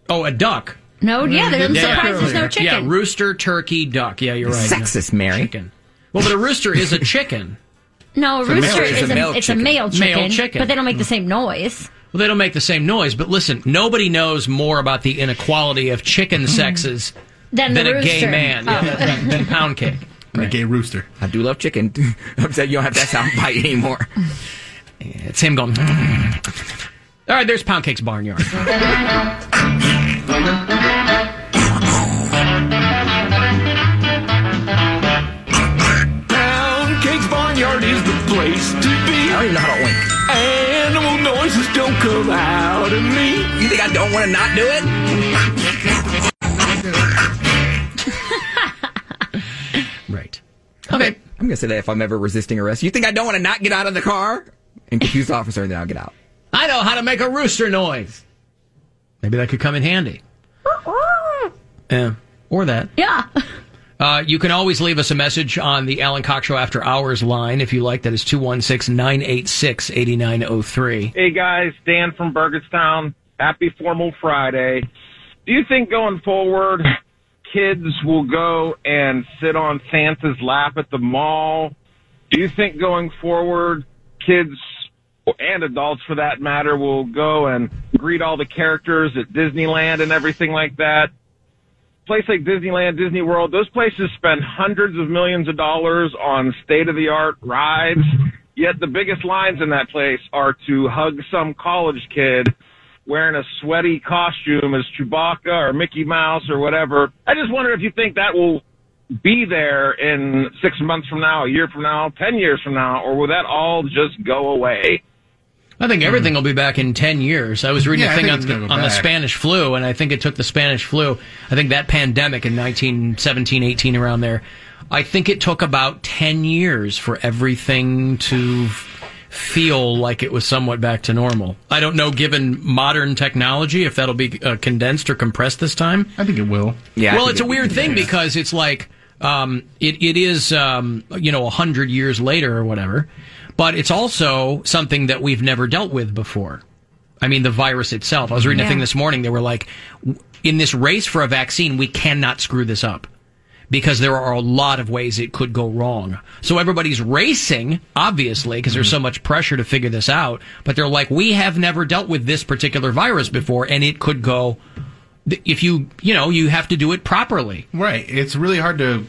[SPEAKER 7] oh, a duck. Mm-hmm.
[SPEAKER 4] No, yeah, there's- I'm
[SPEAKER 7] Yeah.
[SPEAKER 4] surprised there's no chicken.
[SPEAKER 7] Yeah, rooster, turkey, duck. Yeah, you're right.
[SPEAKER 9] Sexist, Mary.
[SPEAKER 7] Chicken. Well, but a rooster is a chicken.
[SPEAKER 4] No, a
[SPEAKER 7] It's a
[SPEAKER 4] rooster
[SPEAKER 7] male-
[SPEAKER 4] is
[SPEAKER 7] it's a male
[SPEAKER 4] a, it's a
[SPEAKER 7] chicken.
[SPEAKER 4] male chicken,
[SPEAKER 7] Male chicken.
[SPEAKER 4] but they don't make the same noise.
[SPEAKER 7] Well, they don't make the same noise, but listen, nobody knows more about the inequality of chicken sexes
[SPEAKER 4] Than the
[SPEAKER 7] a gay
[SPEAKER 4] rooster.
[SPEAKER 7] man, yeah,
[SPEAKER 4] Oh.
[SPEAKER 7] that's right, than pound cake.
[SPEAKER 9] A gay rooster. I do love chicken. I'm saying you don't have that sound bite anymore.
[SPEAKER 7] It's him going. All right, there's Pound Cake's Barnyard.
[SPEAKER 3] Pound Cake's Barnyard is the place to be.
[SPEAKER 9] don't
[SPEAKER 3] I
[SPEAKER 9] even know how to wink.
[SPEAKER 3] Animal noises don't come out of me.
[SPEAKER 9] You think I don't want to not do it?
[SPEAKER 7] Right.
[SPEAKER 9] Okay. I'm gonna say that if I'm ever resisting arrest, you think I don't want to not get out of the car and confuse the officer, and then I'll get out.
[SPEAKER 7] I know how to make a rooster noise. Maybe that could come in handy. Yeah. Or that.
[SPEAKER 4] Yeah.
[SPEAKER 7] Uh, you can always leave us a message on the Alan Cox Show After Hours line if you like. That is 216 986 8903.
[SPEAKER 27] Hey guys, Dan from Burgerstown. Happy Formal Friday. Do you think going forward, kids will go and sit on Santa's lap at the mall? Do you think going forward, kids and adults for that matter will go and greet all the characters at Disneyland and everything like that? Place like Disneyland, Disney World, those places spend hundreds of millions of dollars on state of the art rides Yet the biggest lines in that place are to hug some college kid wearing a sweaty costume as Chewbacca or Mickey Mouse or whatever. I just wonder if you think that will be there in six months from now, a year from now, ten years from now, or will that all just go away?
[SPEAKER 7] I think everything will be back in 10 years. I was reading
[SPEAKER 27] Hmm. Yeah, I
[SPEAKER 7] a thing
[SPEAKER 27] think
[SPEAKER 7] on,
[SPEAKER 27] it's
[SPEAKER 7] the,
[SPEAKER 27] gonna go
[SPEAKER 7] on the
[SPEAKER 27] back.
[SPEAKER 7] Spanish flu, and I think it took the Spanish flu. I think that pandemic in 1917, 18, around there, I think it took about 10 years for everything to f- feel like it was somewhat back to normal. I don't know, given modern technology, if that'll be uh, condensed or compressed this time.
[SPEAKER 8] I think it will.
[SPEAKER 7] well, it's a weird thing because it's like um, it it is um, you know a hundred years later or whatever, but it's also something that we've never dealt with before. I mean, the virus itself. I was reading a thing
[SPEAKER 2] Yeah.
[SPEAKER 7] this morning. They were like, w- in this race for a vaccine, we cannot screw this up because there are a lot of ways it could go wrong. So everybody's racing, obviously, because
[SPEAKER 8] Mm-hmm.
[SPEAKER 7] there's so much pressure to figure this out. But they're like, we have never dealt with this particular virus before, and it could go. th- If you, you know, you have to do it properly.
[SPEAKER 8] Right. It's really hard to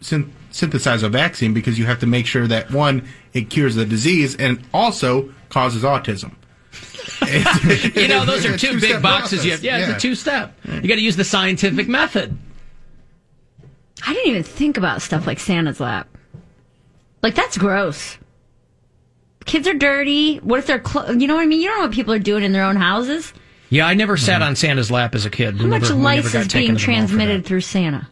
[SPEAKER 8] syn- synthesize a vaccine because you have to make sure that one, it cures the disease and also causes autism.
[SPEAKER 7] you know, those are
[SPEAKER 8] It's a
[SPEAKER 7] two
[SPEAKER 8] two-step
[SPEAKER 7] big boxes. You have,
[SPEAKER 8] process.
[SPEAKER 7] yeah,
[SPEAKER 8] Yeah.
[SPEAKER 7] it's a two step. You got to use the scientific method.
[SPEAKER 4] I didn't even think about stuff like Santa's lap. Like that's gross. Kids are dirty. What if they're clo- you know what I mean? You don't know what people are doing in their own houses.
[SPEAKER 7] Yeah, I never
[SPEAKER 8] Mm-hmm.
[SPEAKER 7] sat on Santa's lap as a kid.
[SPEAKER 4] How much lice is being transmitted through Santa?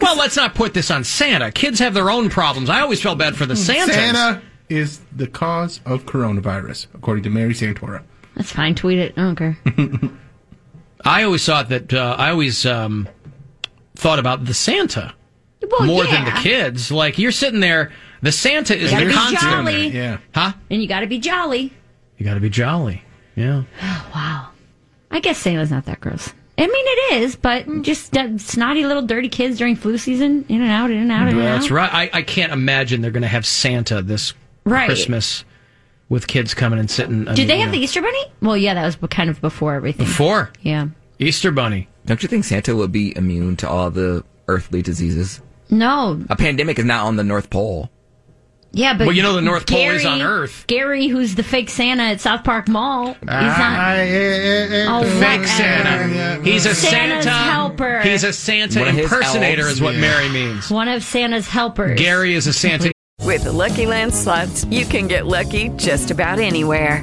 [SPEAKER 7] Well, let's not put this on Santa. Kids have their own problems. I always felt bad for the Santas.
[SPEAKER 8] Mm. Santa is the cause of coronavirus, according to Mary Santora.
[SPEAKER 4] That's fine. Tweet it. I don't care.
[SPEAKER 7] I always thought that uh, I always um, thought about the Santa more than the kids. Like you're sitting there, the Santa is
[SPEAKER 4] Gotta
[SPEAKER 7] the
[SPEAKER 4] be
[SPEAKER 7] constant.
[SPEAKER 4] jolly.
[SPEAKER 8] Yeah.
[SPEAKER 7] Huh?
[SPEAKER 4] And you got to be jolly.
[SPEAKER 7] You got to be jolly. Yeah.
[SPEAKER 4] Wow. I guess Santa's not that gross. I mean, it is, but just that snotty little dirty kids during flu season, in and out, in and out, in and out.
[SPEAKER 7] That's right. I, I can't imagine they're going to have Santa this
[SPEAKER 4] Right.
[SPEAKER 7] Christmas with kids coming and sitting. I
[SPEAKER 4] Did
[SPEAKER 7] mean,
[SPEAKER 4] they
[SPEAKER 7] you
[SPEAKER 4] have the
[SPEAKER 7] know.
[SPEAKER 4] Easter Bunny? Well, yeah, that was be- kind of before everything.
[SPEAKER 7] Before?
[SPEAKER 4] Yeah.
[SPEAKER 7] Easter Bunny.
[SPEAKER 9] Don't you think Santa will be immune to all the earthly diseases?
[SPEAKER 4] No.
[SPEAKER 9] A pandemic is not on the North Pole.
[SPEAKER 4] Yeah, but
[SPEAKER 9] Well, you know the North Pole is on Earth.
[SPEAKER 4] Gary, who's the fake Santa at South Park Mall, he's
[SPEAKER 9] Ah,
[SPEAKER 4] not. Oh,
[SPEAKER 7] Fake
[SPEAKER 4] whatever.
[SPEAKER 7] Santa. He's a
[SPEAKER 4] Santa's
[SPEAKER 7] Santa.
[SPEAKER 4] helper.
[SPEAKER 7] He's a Santa impersonator, is what Mary means.
[SPEAKER 4] One of Santa's helpers.
[SPEAKER 7] Gary is a Santa.
[SPEAKER 17] With the Lucky Land slots, you can get lucky just about anywhere.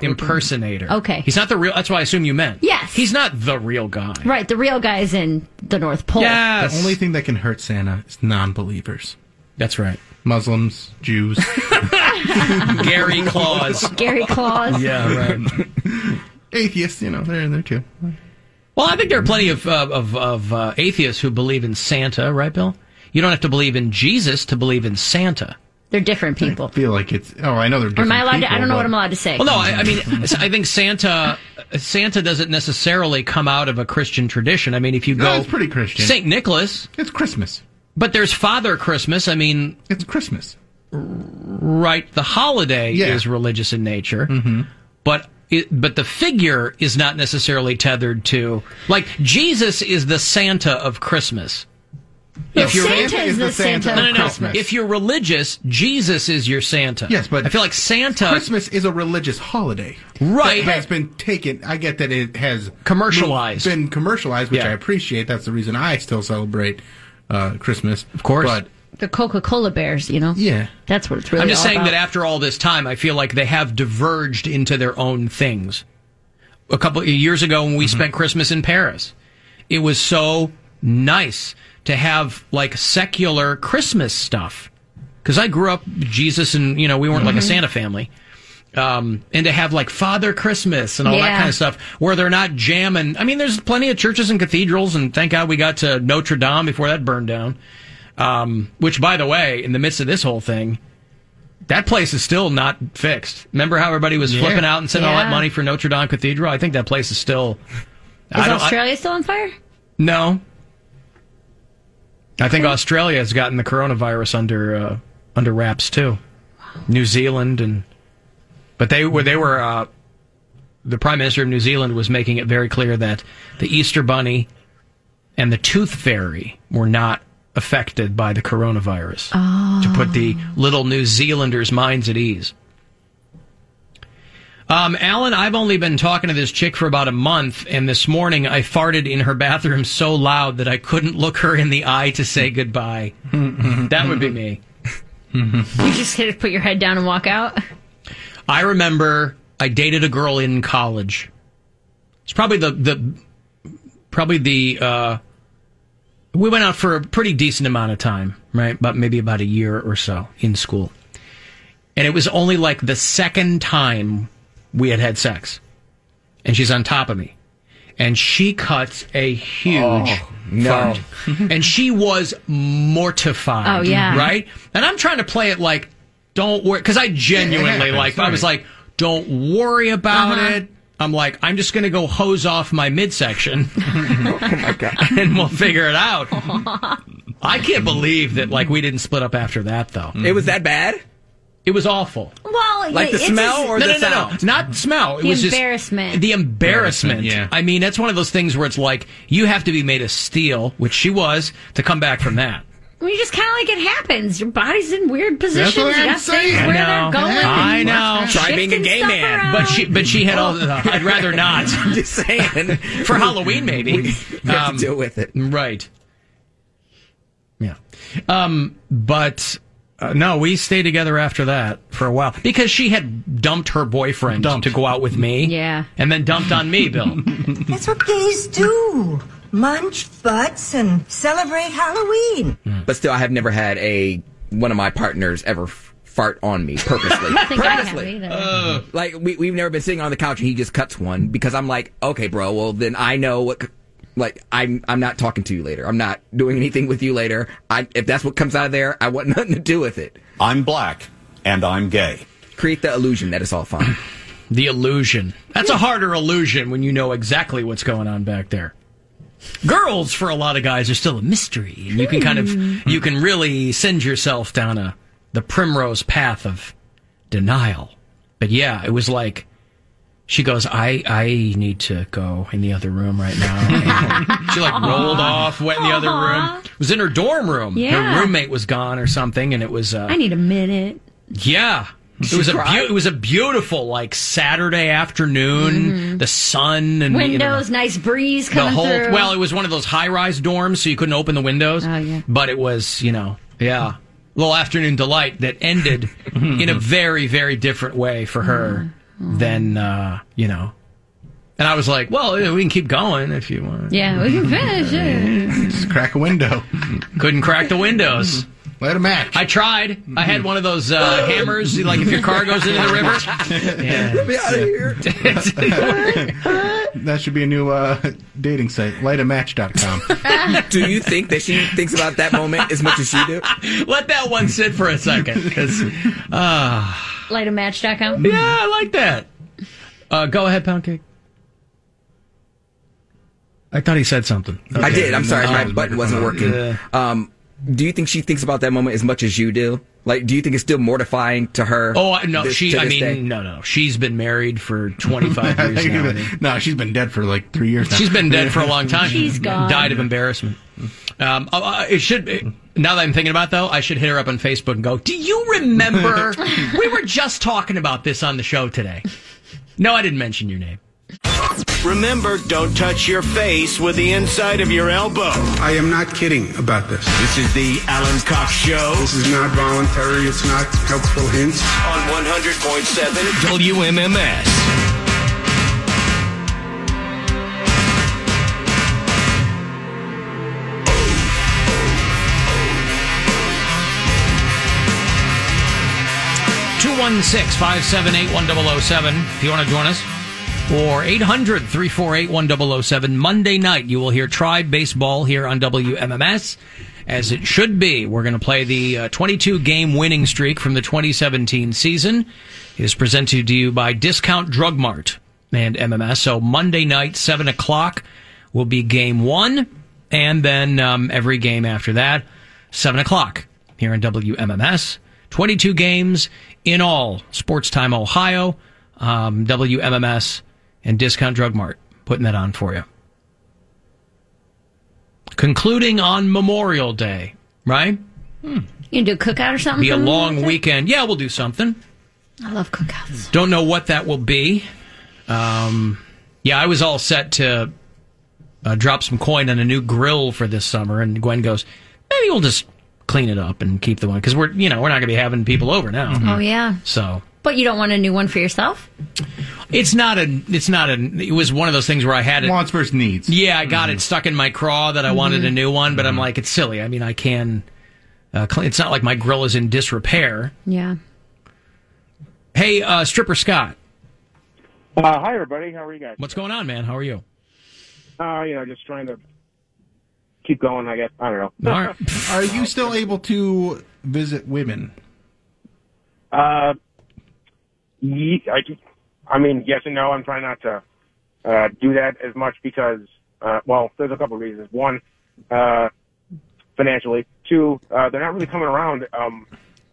[SPEAKER 7] impersonator.
[SPEAKER 4] Okay.
[SPEAKER 7] He's not the real. That's why I assume you meant.
[SPEAKER 4] Yes.
[SPEAKER 7] He's not the real guy.
[SPEAKER 4] Right, the real guy's in the North Pole.
[SPEAKER 8] The only thing that can hurt Santa is non believers.
[SPEAKER 7] That's right.
[SPEAKER 8] Muslims, Jews.
[SPEAKER 7] Gary Claus.
[SPEAKER 4] Gary Claus.
[SPEAKER 7] right.
[SPEAKER 8] Atheists, you know, they're in there too.
[SPEAKER 7] Well, I think there are plenty of uh, of, of uh, atheists who believe in Santa, right, Bill? You don't have to believe in Jesus to believe in Santa.
[SPEAKER 4] They're different people.
[SPEAKER 8] feel like it's. Oh, I know they're
[SPEAKER 4] Am I allowed to? I don't know what I'm allowed to say.
[SPEAKER 7] Well, no, I, I mean, I think Santa Santa doesn't necessarily come out of a Christian tradition. I mean, if you go,
[SPEAKER 8] No, it's pretty Christian.
[SPEAKER 7] Saint Nicholas,
[SPEAKER 8] it's Christmas.
[SPEAKER 7] But there's Father Christmas. I mean,
[SPEAKER 8] it's Christmas,
[SPEAKER 7] right? The holiday
[SPEAKER 8] Yeah. Mm-hmm.
[SPEAKER 7] is religious in nature, but. It, but the figure is not necessarily tethered to like Jesus is the Santa of Christmas.
[SPEAKER 8] No, Santa is the Santa
[SPEAKER 7] no,
[SPEAKER 8] of
[SPEAKER 7] no, no.
[SPEAKER 8] Christmas.
[SPEAKER 7] If you're religious, Jesus is your Santa.
[SPEAKER 8] Yes, but
[SPEAKER 7] I feel like Santa
[SPEAKER 8] Christmas is a religious holiday,
[SPEAKER 7] Right.
[SPEAKER 8] That has been taken. I get that it has
[SPEAKER 7] Commercialized.
[SPEAKER 8] been commercialized, which
[SPEAKER 7] Yeah.
[SPEAKER 8] I appreciate. That's the reason I still celebrate uh, Christmas, of
[SPEAKER 7] course.
[SPEAKER 8] But
[SPEAKER 4] the Coca Cola bears, you know?
[SPEAKER 8] Yeah.
[SPEAKER 4] That's what it's really
[SPEAKER 7] I'm just
[SPEAKER 4] all
[SPEAKER 7] saying
[SPEAKER 4] about.
[SPEAKER 7] that after all this time, I feel like they have diverged into their own things. A couple of years ago, when we
[SPEAKER 4] Mm-hmm.
[SPEAKER 7] spent Christmas in Paris, it was so nice to have like secular Christmas stuff. Because I grew up Jesus, and you know we weren't like a
[SPEAKER 4] Mm-hmm.
[SPEAKER 7] Mhm. Santa family, um, and to have like Father Christmas and all that Yeah. kind of stuff, where they're not jamming. I mean, there's plenty of churches and cathedrals, and thank God we got to Notre Dame before that burned down. Um, which, by the way, in the midst of this whole thing, That place is still not fixed. Remember how everybody was
[SPEAKER 4] Yeah.
[SPEAKER 7] flipping out and sending all that
[SPEAKER 4] Yeah.
[SPEAKER 7] money for Notre Dame Cathedral? I think that place is still. I
[SPEAKER 4] Is
[SPEAKER 7] don't- I-
[SPEAKER 4] Australia still on fire?
[SPEAKER 7] no. I think Australia has gotten the coronavirus under uh, under wraps too. New Zealand and but they were they were uh, the prime minister of New Zealand was making it very clear that the Easter bunny and the tooth fairy were not affected by the coronavirus to put the
[SPEAKER 4] Oh.
[SPEAKER 7] little New Zealanders' minds at ease. Um, Alan, I've only been talking to this chick for about a month, and this morning I farted in her bathroom so loud that I couldn't look her in the eye to say goodbye. that would be me.
[SPEAKER 4] You just hit it, put your head down, and walk out.
[SPEAKER 7] I remember I dated a girl in college. It's probably the the probably the uh, we went out for a pretty decent amount of time, right? But maybe about a year or so in school, and it was only like the second time we had had sex, and she's on top of me, and she cuts a huge
[SPEAKER 3] no.
[SPEAKER 7] fart, and she was mortified.
[SPEAKER 3] Oh, yeah.
[SPEAKER 7] right. And I'm trying to play it like, don't worry, because I genuinely
[SPEAKER 3] Yeah,
[SPEAKER 7] like. I was
[SPEAKER 3] sorry.
[SPEAKER 7] like, don't worry about
[SPEAKER 3] Uh-huh.
[SPEAKER 7] it. I'm like, I'm just going to go hose off my midsection. Oh and we'll figure it out. I can't believe that like we didn't split up after that though. It was that bad. It was awful.
[SPEAKER 4] Well, yeah, it's just-
[SPEAKER 7] no, no, no, No, not smell. It
[SPEAKER 4] The
[SPEAKER 7] was
[SPEAKER 4] embarrassment.
[SPEAKER 7] Just the embarrassment.
[SPEAKER 4] Embarrassment,
[SPEAKER 7] I mean, that's one of those things where it's like you have to be made of steel, which she was, to come back from that.
[SPEAKER 4] I mean, just kind of like it happens. Your body's in weird positions.
[SPEAKER 7] what
[SPEAKER 4] you
[SPEAKER 7] I'm
[SPEAKER 4] got
[SPEAKER 7] saying.
[SPEAKER 4] things where
[SPEAKER 7] I know.
[SPEAKER 4] they're going.
[SPEAKER 7] I know.
[SPEAKER 4] Try being a gay Shifting stuff man. around.
[SPEAKER 7] But she, but she had all. Uh, I'd rather not.
[SPEAKER 9] just saying.
[SPEAKER 7] For Halloween, maybe.
[SPEAKER 9] We have to deal
[SPEAKER 7] with it. Right. Yeah. Um, but uh, no, we stayed together after that for a while because she had dumped her boyfriend to go out with me.
[SPEAKER 4] Yeah.
[SPEAKER 7] And then dumped on me, Bill.
[SPEAKER 2] That's what gays do. Munch butts and celebrate Halloween.
[SPEAKER 7] Mm.
[SPEAKER 9] But still, I have never had a one of my partners ever f- fart on me purposely.
[SPEAKER 2] I think I have
[SPEAKER 9] purposely.
[SPEAKER 2] either.
[SPEAKER 9] like we we've never been sitting on the couch and he just cuts one because I'm like, okay, bro. Well, then I know what. c- Like I'm I'm not talking to you later. I'm not doing anything with you later. I if that's what comes out of there, I want nothing to do with it.
[SPEAKER 29] I'm black and I'm gay.
[SPEAKER 9] Create the illusion that it's all fine.
[SPEAKER 7] the illusion. That's a harder illusion when you know exactly what's going on back there. Girls, for a lot of guys, are still a mystery, and you can kind of
[SPEAKER 4] Hmm.
[SPEAKER 7] you can really send yourself down a the primrose path of denial. But yeah, it was like she goes, "I I need to go in the other room right now." And she like rolled off, went in the other
[SPEAKER 4] Aw.
[SPEAKER 7] room. Was in her dorm room.
[SPEAKER 4] Yeah.
[SPEAKER 7] Her roommate was gone or something, and it was. Uh,
[SPEAKER 4] I need a minute.
[SPEAKER 7] yeah. It was a
[SPEAKER 4] Surprise.
[SPEAKER 7] beau it was a beautiful like Saturday afternoon. The sun and you know,
[SPEAKER 4] Mm-hmm. Windows, nice breeze
[SPEAKER 7] the
[SPEAKER 4] coming
[SPEAKER 7] whole.
[SPEAKER 4] through.
[SPEAKER 7] Well, it was one of those high rise dorms, so you couldn't open the windows. Oh, yeah. But it was you know yeah little afternoon delight that ended in a very very different way for her than uh, you know. And I was like, well, we can keep going if you want.
[SPEAKER 4] yeah, we can finish it.
[SPEAKER 7] Just crack a window. Couldn't crack the windows. Let a match. I tried. I had one of those uh, hammers, like if your car goes into the river.
[SPEAKER 29] Get me out of here.
[SPEAKER 8] That should be a new uh, dating site, lightamatch.com.
[SPEAKER 9] do you think that she thinks about that moment as much as you do?
[SPEAKER 7] Let that one sit for a second. 'cause, uh,
[SPEAKER 4] Lightamatch.com.
[SPEAKER 7] yeah, I like that. Uh, go ahead, pound cake. I thought he said something. uh,
[SPEAKER 9] I did. I'm sorry,
[SPEAKER 7] Oh,
[SPEAKER 9] my
[SPEAKER 7] the
[SPEAKER 9] button wasn't working.
[SPEAKER 7] microphone. Yeah.
[SPEAKER 9] Um, do you think she thinks about that moment as much as you do? Like, do you think it's still mortifying to her?
[SPEAKER 7] Oh I- no,
[SPEAKER 9] this-
[SPEAKER 7] she.
[SPEAKER 9] to
[SPEAKER 7] I
[SPEAKER 9] this
[SPEAKER 7] mean,
[SPEAKER 9] day?
[SPEAKER 7] no, no. She's been married for 25 years now. I think.
[SPEAKER 8] no, she's been dead for like three years. Now.
[SPEAKER 7] She's been dead for a long time.
[SPEAKER 8] She's gone.
[SPEAKER 7] Died of embarrassment. Um, uh, uh, it should. Be, now that I'm thinking about it, though, I should hit her up on Facebook and go. Do you remember? we were just talking about this on the show today. No, I didn't mention your name.
[SPEAKER 30] Remember, don't touch your face with the inside of your elbow. I am not kidding about this. This is the Alan Cox Show. This is not voluntary. It's not helpful hints. On 100.7 WMMS.
[SPEAKER 7] Two one six five seven eight one zero zero seven. if you want to join us. Or 800 348 1007. Monday night, you will hear Tribe Baseball here on WMMS. as it should be. We're going to play the uh, 22 game winning streak from the 2017 season. It is presented to you by Discount Drug Mart and MMS. So Monday night, 7 o'clock, will be game one, and then um, every game after that, 7 o'clock here in WMMS. 22 games in all, Sports Time Ohio, um, WMMS, and Discount Drug Mart putting that on for you concluding on Memorial Day, right?
[SPEAKER 4] You can do a cookout or something.
[SPEAKER 7] Be a
[SPEAKER 4] for them?
[SPEAKER 7] long weekend. Yeah, we'll do something.
[SPEAKER 4] I love cookouts.
[SPEAKER 7] Don't know what that will be. Um, yeah, I was all set to uh, drop some coin on a new grill for this summer, and Gwen goes, maybe we'll just clean it up and keep the one because we're you know we're not going to be having people over now.
[SPEAKER 4] Oh yeah,
[SPEAKER 7] So
[SPEAKER 4] but you don't want a new one for yourself.
[SPEAKER 7] it's not a it's not a it was one of those things where I had it wants versus needs. Mm-hmm. Yeah, I got it stuck in my craw that I wanted a new one, but I'm like it's silly. I mean, I can. Uh, clean. It's not like my grill is in disrepair.
[SPEAKER 4] Yeah.
[SPEAKER 7] Hey, uh, stripper Scott,
[SPEAKER 24] Uh, hi, everybody. How are you guys?
[SPEAKER 7] what's going on, man? How are you?
[SPEAKER 24] Uh, you know, just trying to keep going, I guess. I don't know.
[SPEAKER 8] Are, are you still able to visit women?
[SPEAKER 24] Uh, ye- I, ju- I mean, yes and no. I'm trying not to uh, do that as much because, uh, well, there's a couple of reasons. One, uh, financially. Two, uh, they're not really coming around. Um,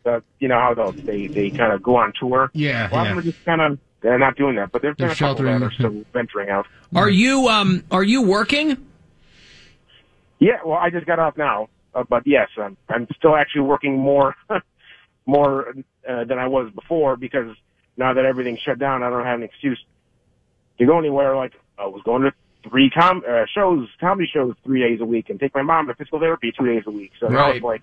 [SPEAKER 24] the, you know how they'll- they they kind of go on tour.
[SPEAKER 8] Yeah,
[SPEAKER 24] A lot
[SPEAKER 8] yeah.
[SPEAKER 24] of them are just kind of they're not doing that, but there's been
[SPEAKER 8] They're
[SPEAKER 24] a couple
[SPEAKER 8] sheltering.
[SPEAKER 24] that are still venturing out.
[SPEAKER 7] Are you um are you working?
[SPEAKER 24] Yeah, well, I just got off now, uh, but yes, I'm I'm still actually working more, more uh, than I was before because now that everything's shut down, I don't have an excuse to go anywhere. Like I was going to three com uh, shows, comedy shows, three days a week, and take my mom to physical therapy two days a week. So now
[SPEAKER 8] Right.
[SPEAKER 24] it's like,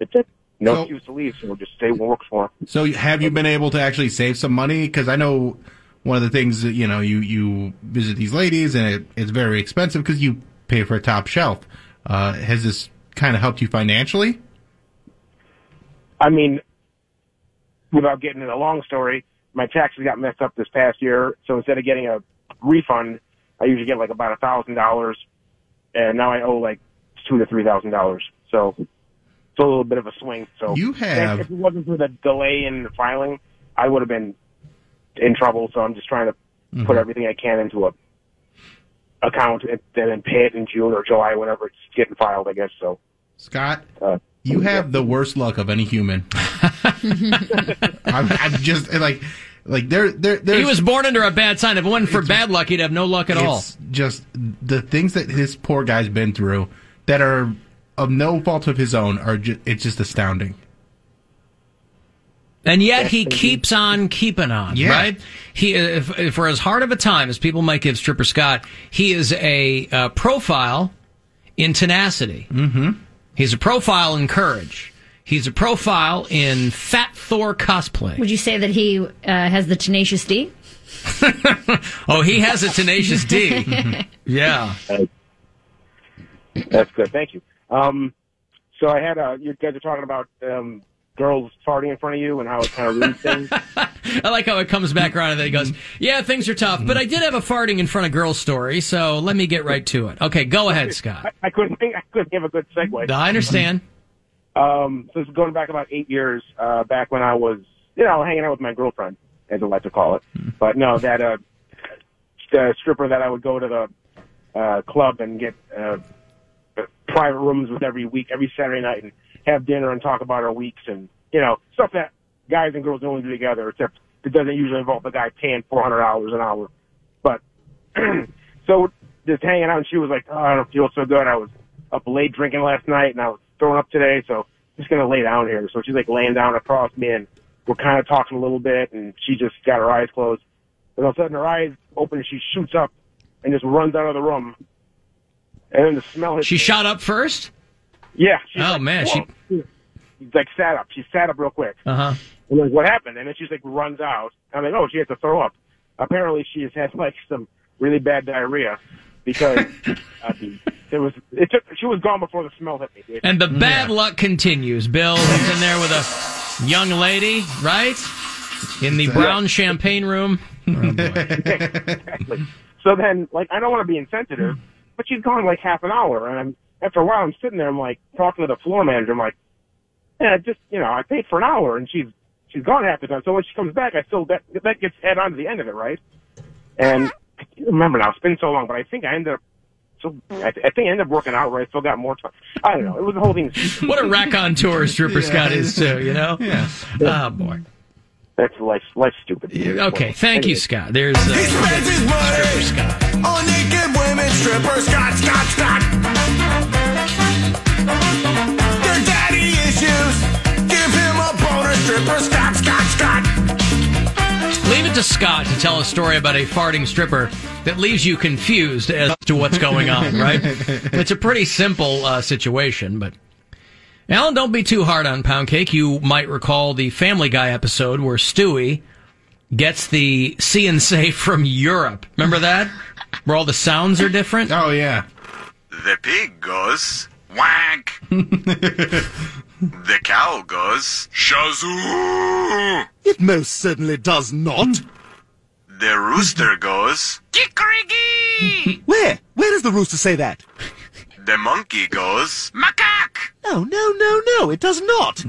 [SPEAKER 24] it's it. No
[SPEAKER 8] So-
[SPEAKER 24] excuse to leave, so we'll just stay and work for.
[SPEAKER 8] So have you been able to actually save some money? Because I know one of the things that you know you you visit these ladies and it, it's very expensive because you pay for a top shelf. Uh, has this kind of helped you financially?
[SPEAKER 24] I mean, without getting into a long story, my taxes got messed up this past year. So instead of getting a refund, I usually get like about a thousand dollars, and now I owe like two to three thousand dollars. So it's a little bit of a swing. So
[SPEAKER 8] You have-
[SPEAKER 24] if it wasn't for the delay in the filing, I would have been in trouble. So I'm just trying to
[SPEAKER 8] Mm-hmm.
[SPEAKER 24] put everything I can into a account and then pay it in June or July, whenever it's getting filed. I guess so.
[SPEAKER 8] Scott, you have the worst luck of any human. I'm, I'm just like, like there, there, there's,
[SPEAKER 7] He was born under a bad sign. If it wasn't for bad luck, he'd have no luck at all.
[SPEAKER 8] it's just the things that this poor guy's been through that are of no fault of his own are ju- it's just astounding.
[SPEAKER 7] And yet he keeps on keeping on,
[SPEAKER 8] Yeah.
[SPEAKER 7] right? He, uh, if, if for as hard of a time as people might give Stripper Scott, he is a uh, profile in tenacity. Mm-hmm. He's a profile in courage. He's a profile in Fat Thor cosplay.
[SPEAKER 4] Would you say that he uh, has the tenacious D?
[SPEAKER 7] Oh, he has a tenacious D. yeah.
[SPEAKER 24] That's good. Thank you. Um, so I had a, you guys are talking about um, girls farting in front of you and how it kind of ruins things.
[SPEAKER 7] I like how it comes back around and then he goes, Yeah, things are tough, but I did have a farting in front of girls story, so let me get right to it. Okay, go ahead, Scott.
[SPEAKER 24] I couldn't think, I couldn't give a good segue.
[SPEAKER 7] I understand.
[SPEAKER 24] Um, so this is going back about eight years, uh, back when I was, you know, hanging out with my girlfriend, as I like to call it.
[SPEAKER 7] Hmm.
[SPEAKER 24] But no, that, uh, the stripper that I would go to the, uh, club and get, uh, private rooms with every week, every Saturday night and have dinner and talk about our weeks and, you know, stuff that guys and girls only do together, except it doesn't usually involve the guy paying $400 an hour. But, so just hanging out and she was like, oh, I don't feel so good. I was up late drinking last night and I was throwing up today, so I'm just gonna lay down here. So she's like laying down across me and we're kind of talking a little bit and she just got her eyes closed. And all of a sudden her eyes open and she shoots up and just runs out of the room. And then the smell hits
[SPEAKER 7] She shot up first?
[SPEAKER 24] Yeah.
[SPEAKER 7] Oh, man. She,
[SPEAKER 24] She like sat up. She sat up real quick.
[SPEAKER 8] Uh-huh.
[SPEAKER 7] uh huh.
[SPEAKER 24] I'm like, what happened? And then she's like, runs out. I'm like, oh, she had to throw up. Apparently, she has had like some really bad diarrhea because I mean, there was it took she was gone before the smell hit me. dude.
[SPEAKER 7] And the bad luck continues. Bill, he's in there with a young lady, right? In the brown champagne room. Oh,
[SPEAKER 24] exactly. So then, like, I don't want to be insensitive, but she's gone like half an hour, and I'm after a while, I'm sitting there. I'm like talking to the floor manager. I'm like, yeah, just you know, I paid for an hour, and she's she's gone half the time. So when she comes back, I still that that gets add on to the end of it, right? And I can't remember now. It's been so long, but I think I ended up. So I, th- I think I ended up working out right. Still got more time. I don't know. It was the whole thing.
[SPEAKER 7] What a raconteur stripper
[SPEAKER 24] Yeah.
[SPEAKER 7] Scott is too, you know?
[SPEAKER 24] Yeah.
[SPEAKER 7] Oh boy.
[SPEAKER 24] That's life. Life's stupid.
[SPEAKER 7] Okay, thank you, Scott. There's uh,
[SPEAKER 3] Spends his money on naked women, strippers, Scott, Scott, Scott. Their daddy issues. Give him a boner, stripper, Scott, Scott, Scott.
[SPEAKER 7] Leave it to Scott to tell a story about a farting stripper that leaves you confused as to what's going on, right? It's a pretty simple uh, situation, but. Alan, don't be too hard on Pound Cake. You might recall the Family Guy episode where Stewie gets the CNC from Europe. Remember that? Where all the sounds are different? Oh, yeah.
[SPEAKER 25] The pig goes wank. the cow goes shazoo.
[SPEAKER 16] It most certainly does not.
[SPEAKER 25] The rooster goes.
[SPEAKER 16] Where? Where does the rooster say that?
[SPEAKER 25] The monkey goes.
[SPEAKER 16] Macaque! No, no, no, no, it does not.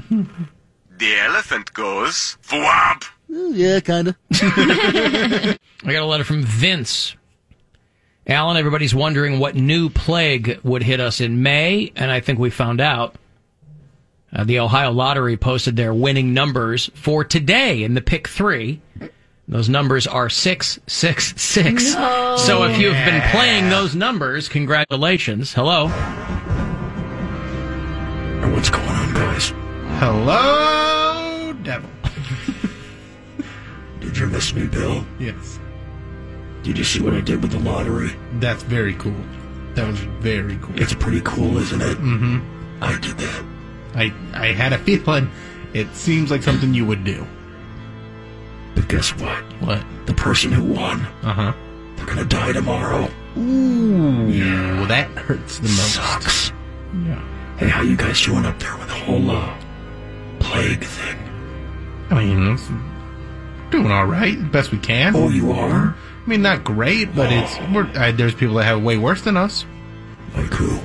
[SPEAKER 25] The elephant goes. Fwab.
[SPEAKER 16] Oh, yeah, kinda.
[SPEAKER 7] I got a letter from Vince. Alan, everybody's wondering what new plague would hit us in May, and I think we found out. Uh, the Ohio Lottery posted their winning numbers for today in the pick three. Those numbers are 666.
[SPEAKER 3] No.
[SPEAKER 7] So if you've been
[SPEAKER 3] Yeah.
[SPEAKER 7] playing those numbers, congratulations. Hello. What's going on, guys?
[SPEAKER 3] Hello, devil.
[SPEAKER 28] Did you miss me, Bill?
[SPEAKER 8] Yes.
[SPEAKER 28] Did you see what I did with the lottery?
[SPEAKER 8] That's very cool. That was very cool.
[SPEAKER 28] It's pretty cool, isn't it?
[SPEAKER 8] Mm-hmm.
[SPEAKER 28] I did that.
[SPEAKER 8] I I had a feeling. It seems like something you would do.
[SPEAKER 28] But guess what?
[SPEAKER 7] What?
[SPEAKER 28] The person who won,
[SPEAKER 8] Uh huh.
[SPEAKER 28] they're gonna die tomorrow.
[SPEAKER 3] Hmm.
[SPEAKER 8] Ooh. Yeah. Well, that hurts the most.
[SPEAKER 28] Sucks.
[SPEAKER 8] Yeah.
[SPEAKER 28] Hey, how you guys doing up there with the whole uh, plague thing?
[SPEAKER 8] I mean, it's doing all right, best we can. Oh, you are. I mean, not great, but it's we're, uh, there's people that have it way worse than us.
[SPEAKER 28] Like who?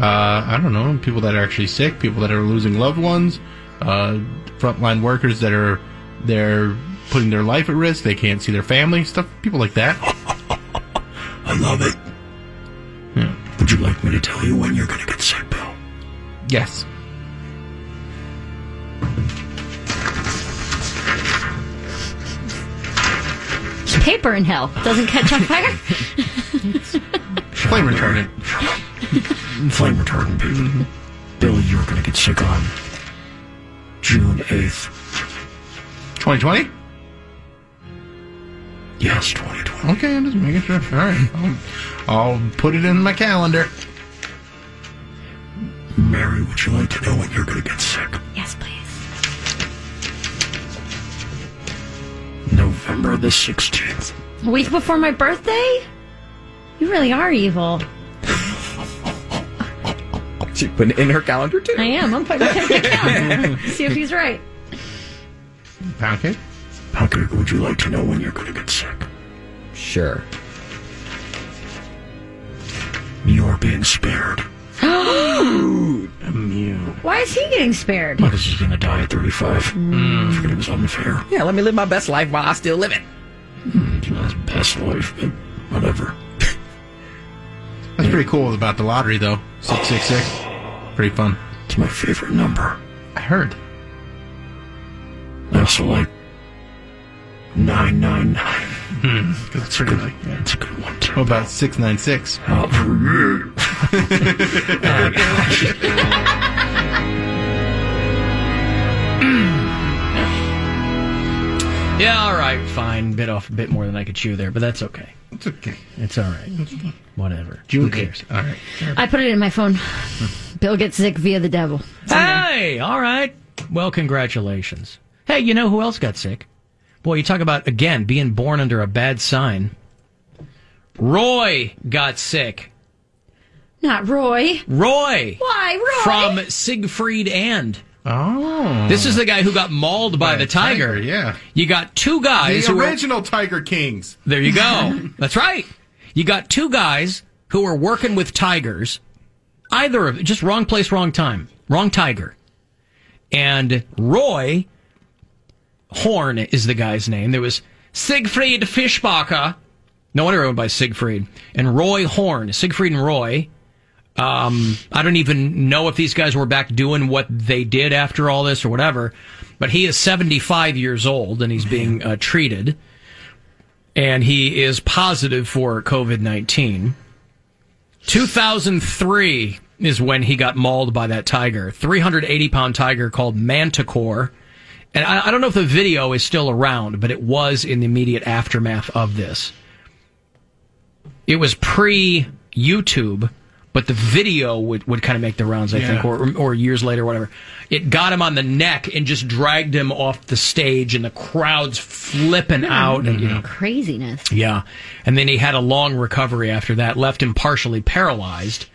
[SPEAKER 8] Uh, I don't know. People that are actually sick, people that are losing loved ones, uh, frontline workers that are they're putting their life at risk. They can't see their family, stuff. People like that.
[SPEAKER 28] I love it. Would you like me to tell you when you're gonna get sick, Bill?
[SPEAKER 8] Yes.
[SPEAKER 4] Paper in hell doesn't catch on fire.
[SPEAKER 28] Flame retardant. Flame retardant, people. Bill, you're gonna get sick on June 8th.
[SPEAKER 8] 2020.
[SPEAKER 28] Yes, 2020.
[SPEAKER 8] Okay, I'm just making sure. All right, I'll, I'll put it in my calendar.
[SPEAKER 28] Mary, would you like to know when you're going to get sick?
[SPEAKER 4] Yes, please.
[SPEAKER 28] November the 16th.
[SPEAKER 4] A week before my birthday? You really are evil.
[SPEAKER 9] She put it in her calendar too.
[SPEAKER 4] I am. I'm putting it in the calendar. See if he's right.
[SPEAKER 8] Pancake?
[SPEAKER 28] Pancake, would you like to know when you're going to get sick?
[SPEAKER 9] Sure.
[SPEAKER 28] You're being spared.
[SPEAKER 4] Why is he getting spared?
[SPEAKER 28] My is going to die at 35.
[SPEAKER 7] Mm.
[SPEAKER 28] I figured it was unfair.
[SPEAKER 9] Yeah, let me live my best life while I still live it.
[SPEAKER 28] It's not his best life, but whatever.
[SPEAKER 8] That's pretty cool about the lottery, though. Six six six. Pretty fun.
[SPEAKER 28] It's my favorite number.
[SPEAKER 8] I heard.
[SPEAKER 28] I also like 999.
[SPEAKER 8] Hmm. That's pretty good.
[SPEAKER 28] That's a good one.
[SPEAKER 8] What about six nine six?
[SPEAKER 7] Yeah, all right, fine. Bit off a bit more than I could chew there, but that's okay.
[SPEAKER 8] It's okay.
[SPEAKER 7] It's all right. Whatever.
[SPEAKER 8] June cares. All right.
[SPEAKER 4] I put it in my phone. Bill gets sick via the devil.
[SPEAKER 7] Hey, all right. Well, congratulations. Hey, you know who else got sick? Boy, you talk about, again, being born under a bad sign. Roy got sick.
[SPEAKER 4] Not Roy.
[SPEAKER 7] Roy!
[SPEAKER 4] Why, Roy?
[SPEAKER 7] From Siegfried and.
[SPEAKER 8] Oh.
[SPEAKER 7] This is the guy who got mauled by, the tiger.
[SPEAKER 8] Yeah.
[SPEAKER 7] You got two guys
[SPEAKER 8] the
[SPEAKER 7] who were
[SPEAKER 8] original Tiger Kings.
[SPEAKER 7] There you go. That's right. You got two guys who were working with tigers Either of just wrong place, wrong time, wrong tiger. And Roy Horn is the guy's name. There was Siegfried Fischbacher. No wonder I went by Siegfried and Roy Horn. Siegfried and Roy. Um, I don't even know if these guys were back doing what they did after all this or whatever, but he is 75 years old and he's being uh, treated and he is positive for COVID 19. 2003 is when he got mauled by that tiger, 380 pound tiger called Manticore. And I, I don't know if the video is still around, but it was in the immediate aftermath of this. It was pre YouTube, but the video would, would kind of make the rounds, I
[SPEAKER 8] Yeah.
[SPEAKER 7] think, or, or years later, whatever. It got him on the neck and just dragged him off the stage, and the crowd's flipping out. And, you know,
[SPEAKER 4] Craziness.
[SPEAKER 7] yeah. And then he had a long recovery after that, left him partially paralyzed.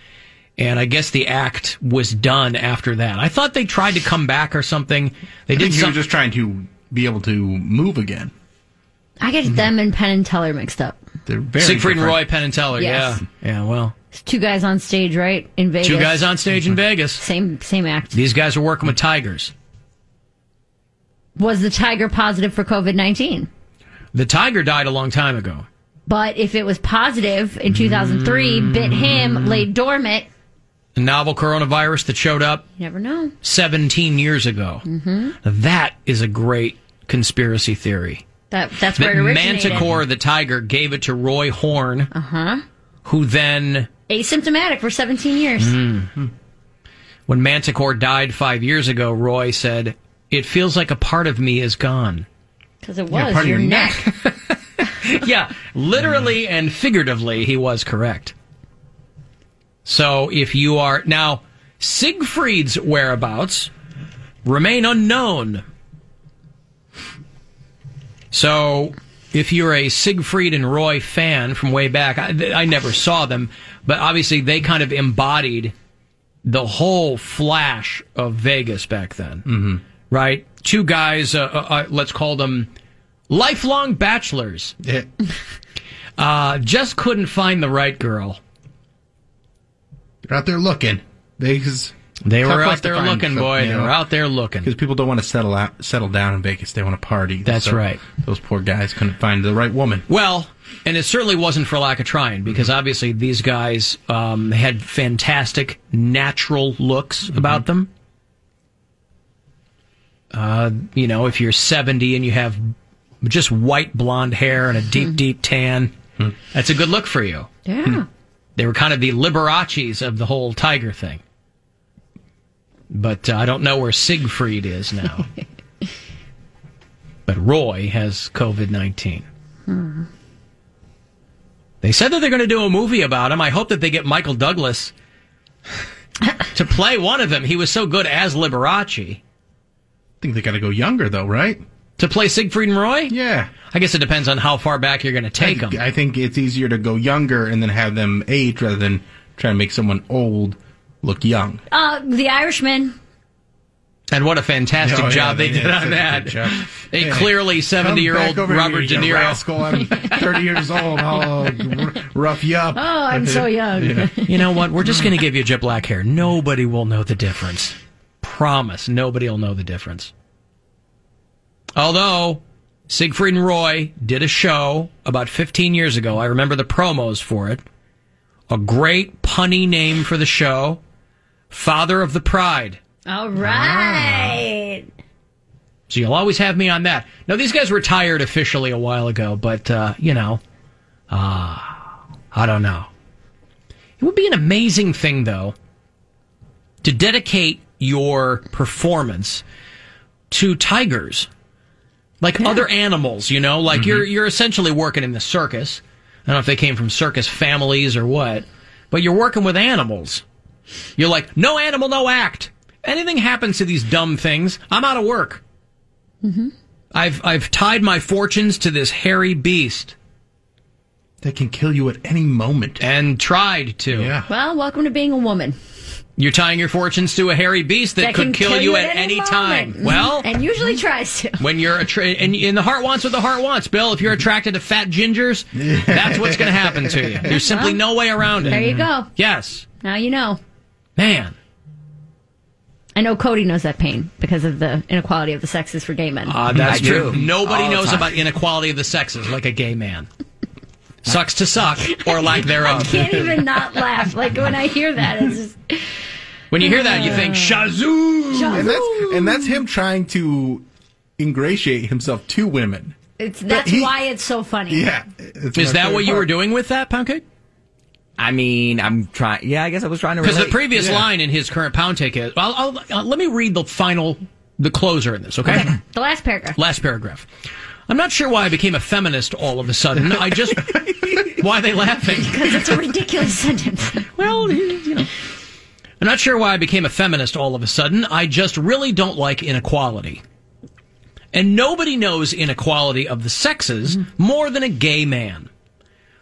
[SPEAKER 7] And I guess the act was done after that. I thought they tried to come back or something. They
[SPEAKER 8] I
[SPEAKER 7] did
[SPEAKER 8] think he
[SPEAKER 7] some-
[SPEAKER 8] was just trying to be able to move again.
[SPEAKER 4] I get them and Penn and Teller mixed up.
[SPEAKER 8] They're very
[SPEAKER 7] Siegfried and
[SPEAKER 8] different.
[SPEAKER 7] Roy Penn and Teller.
[SPEAKER 4] Yes.
[SPEAKER 7] Yeah. Yeah, well.
[SPEAKER 4] It's two guys on stage, right? In Vegas. Mm-hmm.
[SPEAKER 7] Two guys on stage in Vegas.
[SPEAKER 4] Same same act.
[SPEAKER 7] These guys are working with tigers.
[SPEAKER 4] Was the tiger positive for COVID nineteen?
[SPEAKER 7] The tiger died a long time ago.
[SPEAKER 4] But if it was positive in two thousand three,
[SPEAKER 7] Mm.
[SPEAKER 4] bit him, laid dormant.
[SPEAKER 7] A novel coronavirus that showed up
[SPEAKER 4] You never know.
[SPEAKER 7] 17 years ago.
[SPEAKER 4] hmm
[SPEAKER 7] That is a great conspiracy theory.
[SPEAKER 4] That that's where
[SPEAKER 7] that
[SPEAKER 4] it originated.
[SPEAKER 7] Manticore the tiger gave it to Roy Horn,
[SPEAKER 4] Uh huh.
[SPEAKER 7] who then,
[SPEAKER 4] Asymptomatic for seventeen years.
[SPEAKER 7] Mm. when Manticore died five years ago, Roy said, "It feels like a part of me is gone."
[SPEAKER 4] Because it
[SPEAKER 7] Yeah,
[SPEAKER 4] was
[SPEAKER 7] part of
[SPEAKER 4] your,
[SPEAKER 7] your
[SPEAKER 4] neck.
[SPEAKER 7] yeah, literally and figuratively, he was correct. So, if you are now Siegfried's whereabouts remain unknown. So, if you're a Siegfried and Roy fan from way back, I, I never saw them, but obviously they kind of embodied the whole flash of Vegas back then. Mm-hmm. Right? Two guys, uh, uh, uh, let's call them lifelong bachelors. uh, just couldn't find the right girl.
[SPEAKER 8] They're out there looking. They, 'cause-
[SPEAKER 7] They
[SPEAKER 8] tough
[SPEAKER 7] were
[SPEAKER 8] place
[SPEAKER 7] out
[SPEAKER 8] to
[SPEAKER 7] there
[SPEAKER 8] find,
[SPEAKER 7] looking,
[SPEAKER 8] so,
[SPEAKER 7] boy.
[SPEAKER 8] you
[SPEAKER 7] They
[SPEAKER 8] know.
[SPEAKER 7] were out there looking.
[SPEAKER 8] Because people don't want to settle out, settle down in Vegas. They want to party. That's
[SPEAKER 7] right.
[SPEAKER 8] Those poor guys couldn't find the right woman.
[SPEAKER 7] Well, and it certainly wasn't for lack of trying because obviously these guys um, had fantastic natural looks about them. Uh, you know, if you're 70 and you have just white blonde hair and a deep, deep tan, that's a good look for you.
[SPEAKER 4] Yeah.
[SPEAKER 7] They were kind of the Liberaces of the whole tiger thing. But uh, I don't know where Siegfried is now. but Roy has COVID 19.
[SPEAKER 3] Hmm.
[SPEAKER 7] They said that they're going to do a movie about him. I hope that they get Michael Douglas to play one of them. He was so good as Liberace.
[SPEAKER 8] I think they got to go younger though, right?
[SPEAKER 7] To play Siegfried and Roy?
[SPEAKER 8] Yeah.
[SPEAKER 7] I guess it depends on how far back you're going to take
[SPEAKER 8] I,
[SPEAKER 7] him.
[SPEAKER 8] I think it's easier to go younger and then have them age rather than trying to make someone old look young.
[SPEAKER 4] Uh, the Irishman.
[SPEAKER 7] And what a fantastic
[SPEAKER 8] Oh, yeah,
[SPEAKER 7] job they,
[SPEAKER 8] they
[SPEAKER 7] did,
[SPEAKER 8] did
[SPEAKER 7] on
[SPEAKER 8] such a
[SPEAKER 7] that.
[SPEAKER 8] good job.
[SPEAKER 7] A
[SPEAKER 8] Hey,
[SPEAKER 7] clearly 70 year old
[SPEAKER 8] back over here,
[SPEAKER 7] Robert
[SPEAKER 8] you
[SPEAKER 7] De Niro.
[SPEAKER 8] rascal. I'm 30 years old. Oh, I'll r- rough you up.
[SPEAKER 7] Oh,
[SPEAKER 4] I'm so young.
[SPEAKER 8] Yeah.
[SPEAKER 7] You know what? We're just going to give you jet black hair. Nobody will know the difference. Promise. Nobody will know the difference. Although Siegfried and Roy did a show about 15 years ago. I remember the promos for it. A great punny name for the show. Father of the Pride.
[SPEAKER 4] All
[SPEAKER 7] Ah.
[SPEAKER 4] right.
[SPEAKER 7] So you'll always have me on that. Now these guys retired officially a while ago, but uh, you know, uh, I don't know. It would be an amazing thing though to dedicate your performance to tigers, like other animals. You know, like you're you're essentially working in the circus. I don't know if they came from circus families or what, but you're working with animals. You're like, no animal, no act. Anything happens to these dumb things, I'm out of work.
[SPEAKER 3] Mm-hmm.
[SPEAKER 7] I've I've tied my fortunes to this hairy beast
[SPEAKER 8] that can kill you at any moment.
[SPEAKER 7] And tried to. Yeah.
[SPEAKER 4] Well, welcome to being a woman.
[SPEAKER 7] You're tying your fortunes to a hairy beast that,
[SPEAKER 4] can
[SPEAKER 7] could kill, you at any,
[SPEAKER 4] moment.
[SPEAKER 7] time.
[SPEAKER 4] Mhm.
[SPEAKER 7] Well,
[SPEAKER 4] and usually tries to.
[SPEAKER 7] when you're attra- and, and the heart wants what the heart wants, Bill. If you're attracted to fat gingers, that's what's going to happen to you. There's simply
[SPEAKER 4] Well,
[SPEAKER 7] no way around it.
[SPEAKER 4] there you go.
[SPEAKER 7] Yes.
[SPEAKER 4] Now you know.
[SPEAKER 7] Man.
[SPEAKER 4] I know Cody knows that pain because of the inequality of the sexes for gay men.
[SPEAKER 7] Uh, that's true. Oh, Nobody
[SPEAKER 4] All the
[SPEAKER 7] knows
[SPEAKER 4] time.
[SPEAKER 7] about inequality of the sexes like a gay man. Sucks to suck or lack thereof.
[SPEAKER 4] I can't even not laugh. Like when I hear that, it's just
[SPEAKER 7] When you hear that, you think Shazoo.
[SPEAKER 4] Shazoo!
[SPEAKER 8] And that's and that's him trying to ingratiate himself to women.
[SPEAKER 4] it's that's
[SPEAKER 8] he-
[SPEAKER 4] why it's so funny.
[SPEAKER 8] Yeah.
[SPEAKER 7] Is that what you were doing with that pound cake?
[SPEAKER 9] I mean, I'm trying. Yeah, I guess I was trying to.
[SPEAKER 7] Because the
[SPEAKER 9] relate.
[SPEAKER 7] previous
[SPEAKER 9] Yeah.
[SPEAKER 7] line in his current pound take is, well, I'll, uh, let me read the final, the closer in this, okay?
[SPEAKER 4] The last paragraph.
[SPEAKER 7] Last paragraph. I'm not sure why I became a feminist all of a sudden. I just, why are they laughing?
[SPEAKER 4] Because it's a ridiculous sentence.
[SPEAKER 7] Well, you know. I'm not sure why I became a feminist all of a sudden. I just really don't like inequality. And nobody knows inequality of the sexes more than a gay man.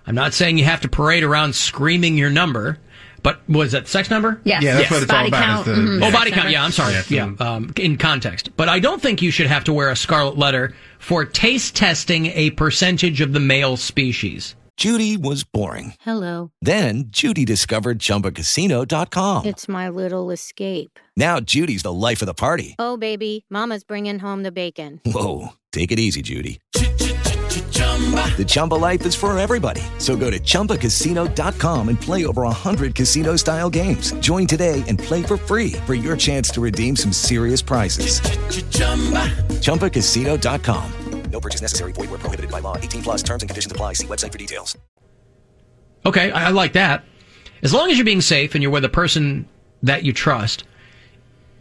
[SPEAKER 7] I'm not saying you have to parade around screaming your number, but was that sex number?
[SPEAKER 8] Yes. Yeah, that's what it's all Body about, count, is the- mhm,
[SPEAKER 7] oh,
[SPEAKER 8] sex
[SPEAKER 7] body count.
[SPEAKER 8] number.
[SPEAKER 7] Yeah, I'm sorry. Yeah,
[SPEAKER 8] Yeah.
[SPEAKER 7] um, in context. But I don't think you should have to wear a scarlet letter for taste testing a percentage of the male species.
[SPEAKER 12] Judy was boring.
[SPEAKER 26] Hello.
[SPEAKER 12] Then Judy discovered ChumbaCasino.com.
[SPEAKER 26] It's my little escape.
[SPEAKER 12] Now Judy's the life of the party.
[SPEAKER 26] Oh, baby, Mama's bringing home the bacon.
[SPEAKER 12] Whoa, take it easy, Judy. The Chumba life is for everybody. So go to ChumbaCasino.com and play over 100 casino style games. Join today and play for free for your chance to redeem some serious prizes. ChumbaCasino.com.
[SPEAKER 22] No purchase necessary. Void where prohibited by law. 18 plus terms and conditions apply. See website for details.
[SPEAKER 7] Okay, I, I like that. As long as you're being safe and you're with a person that you trust, it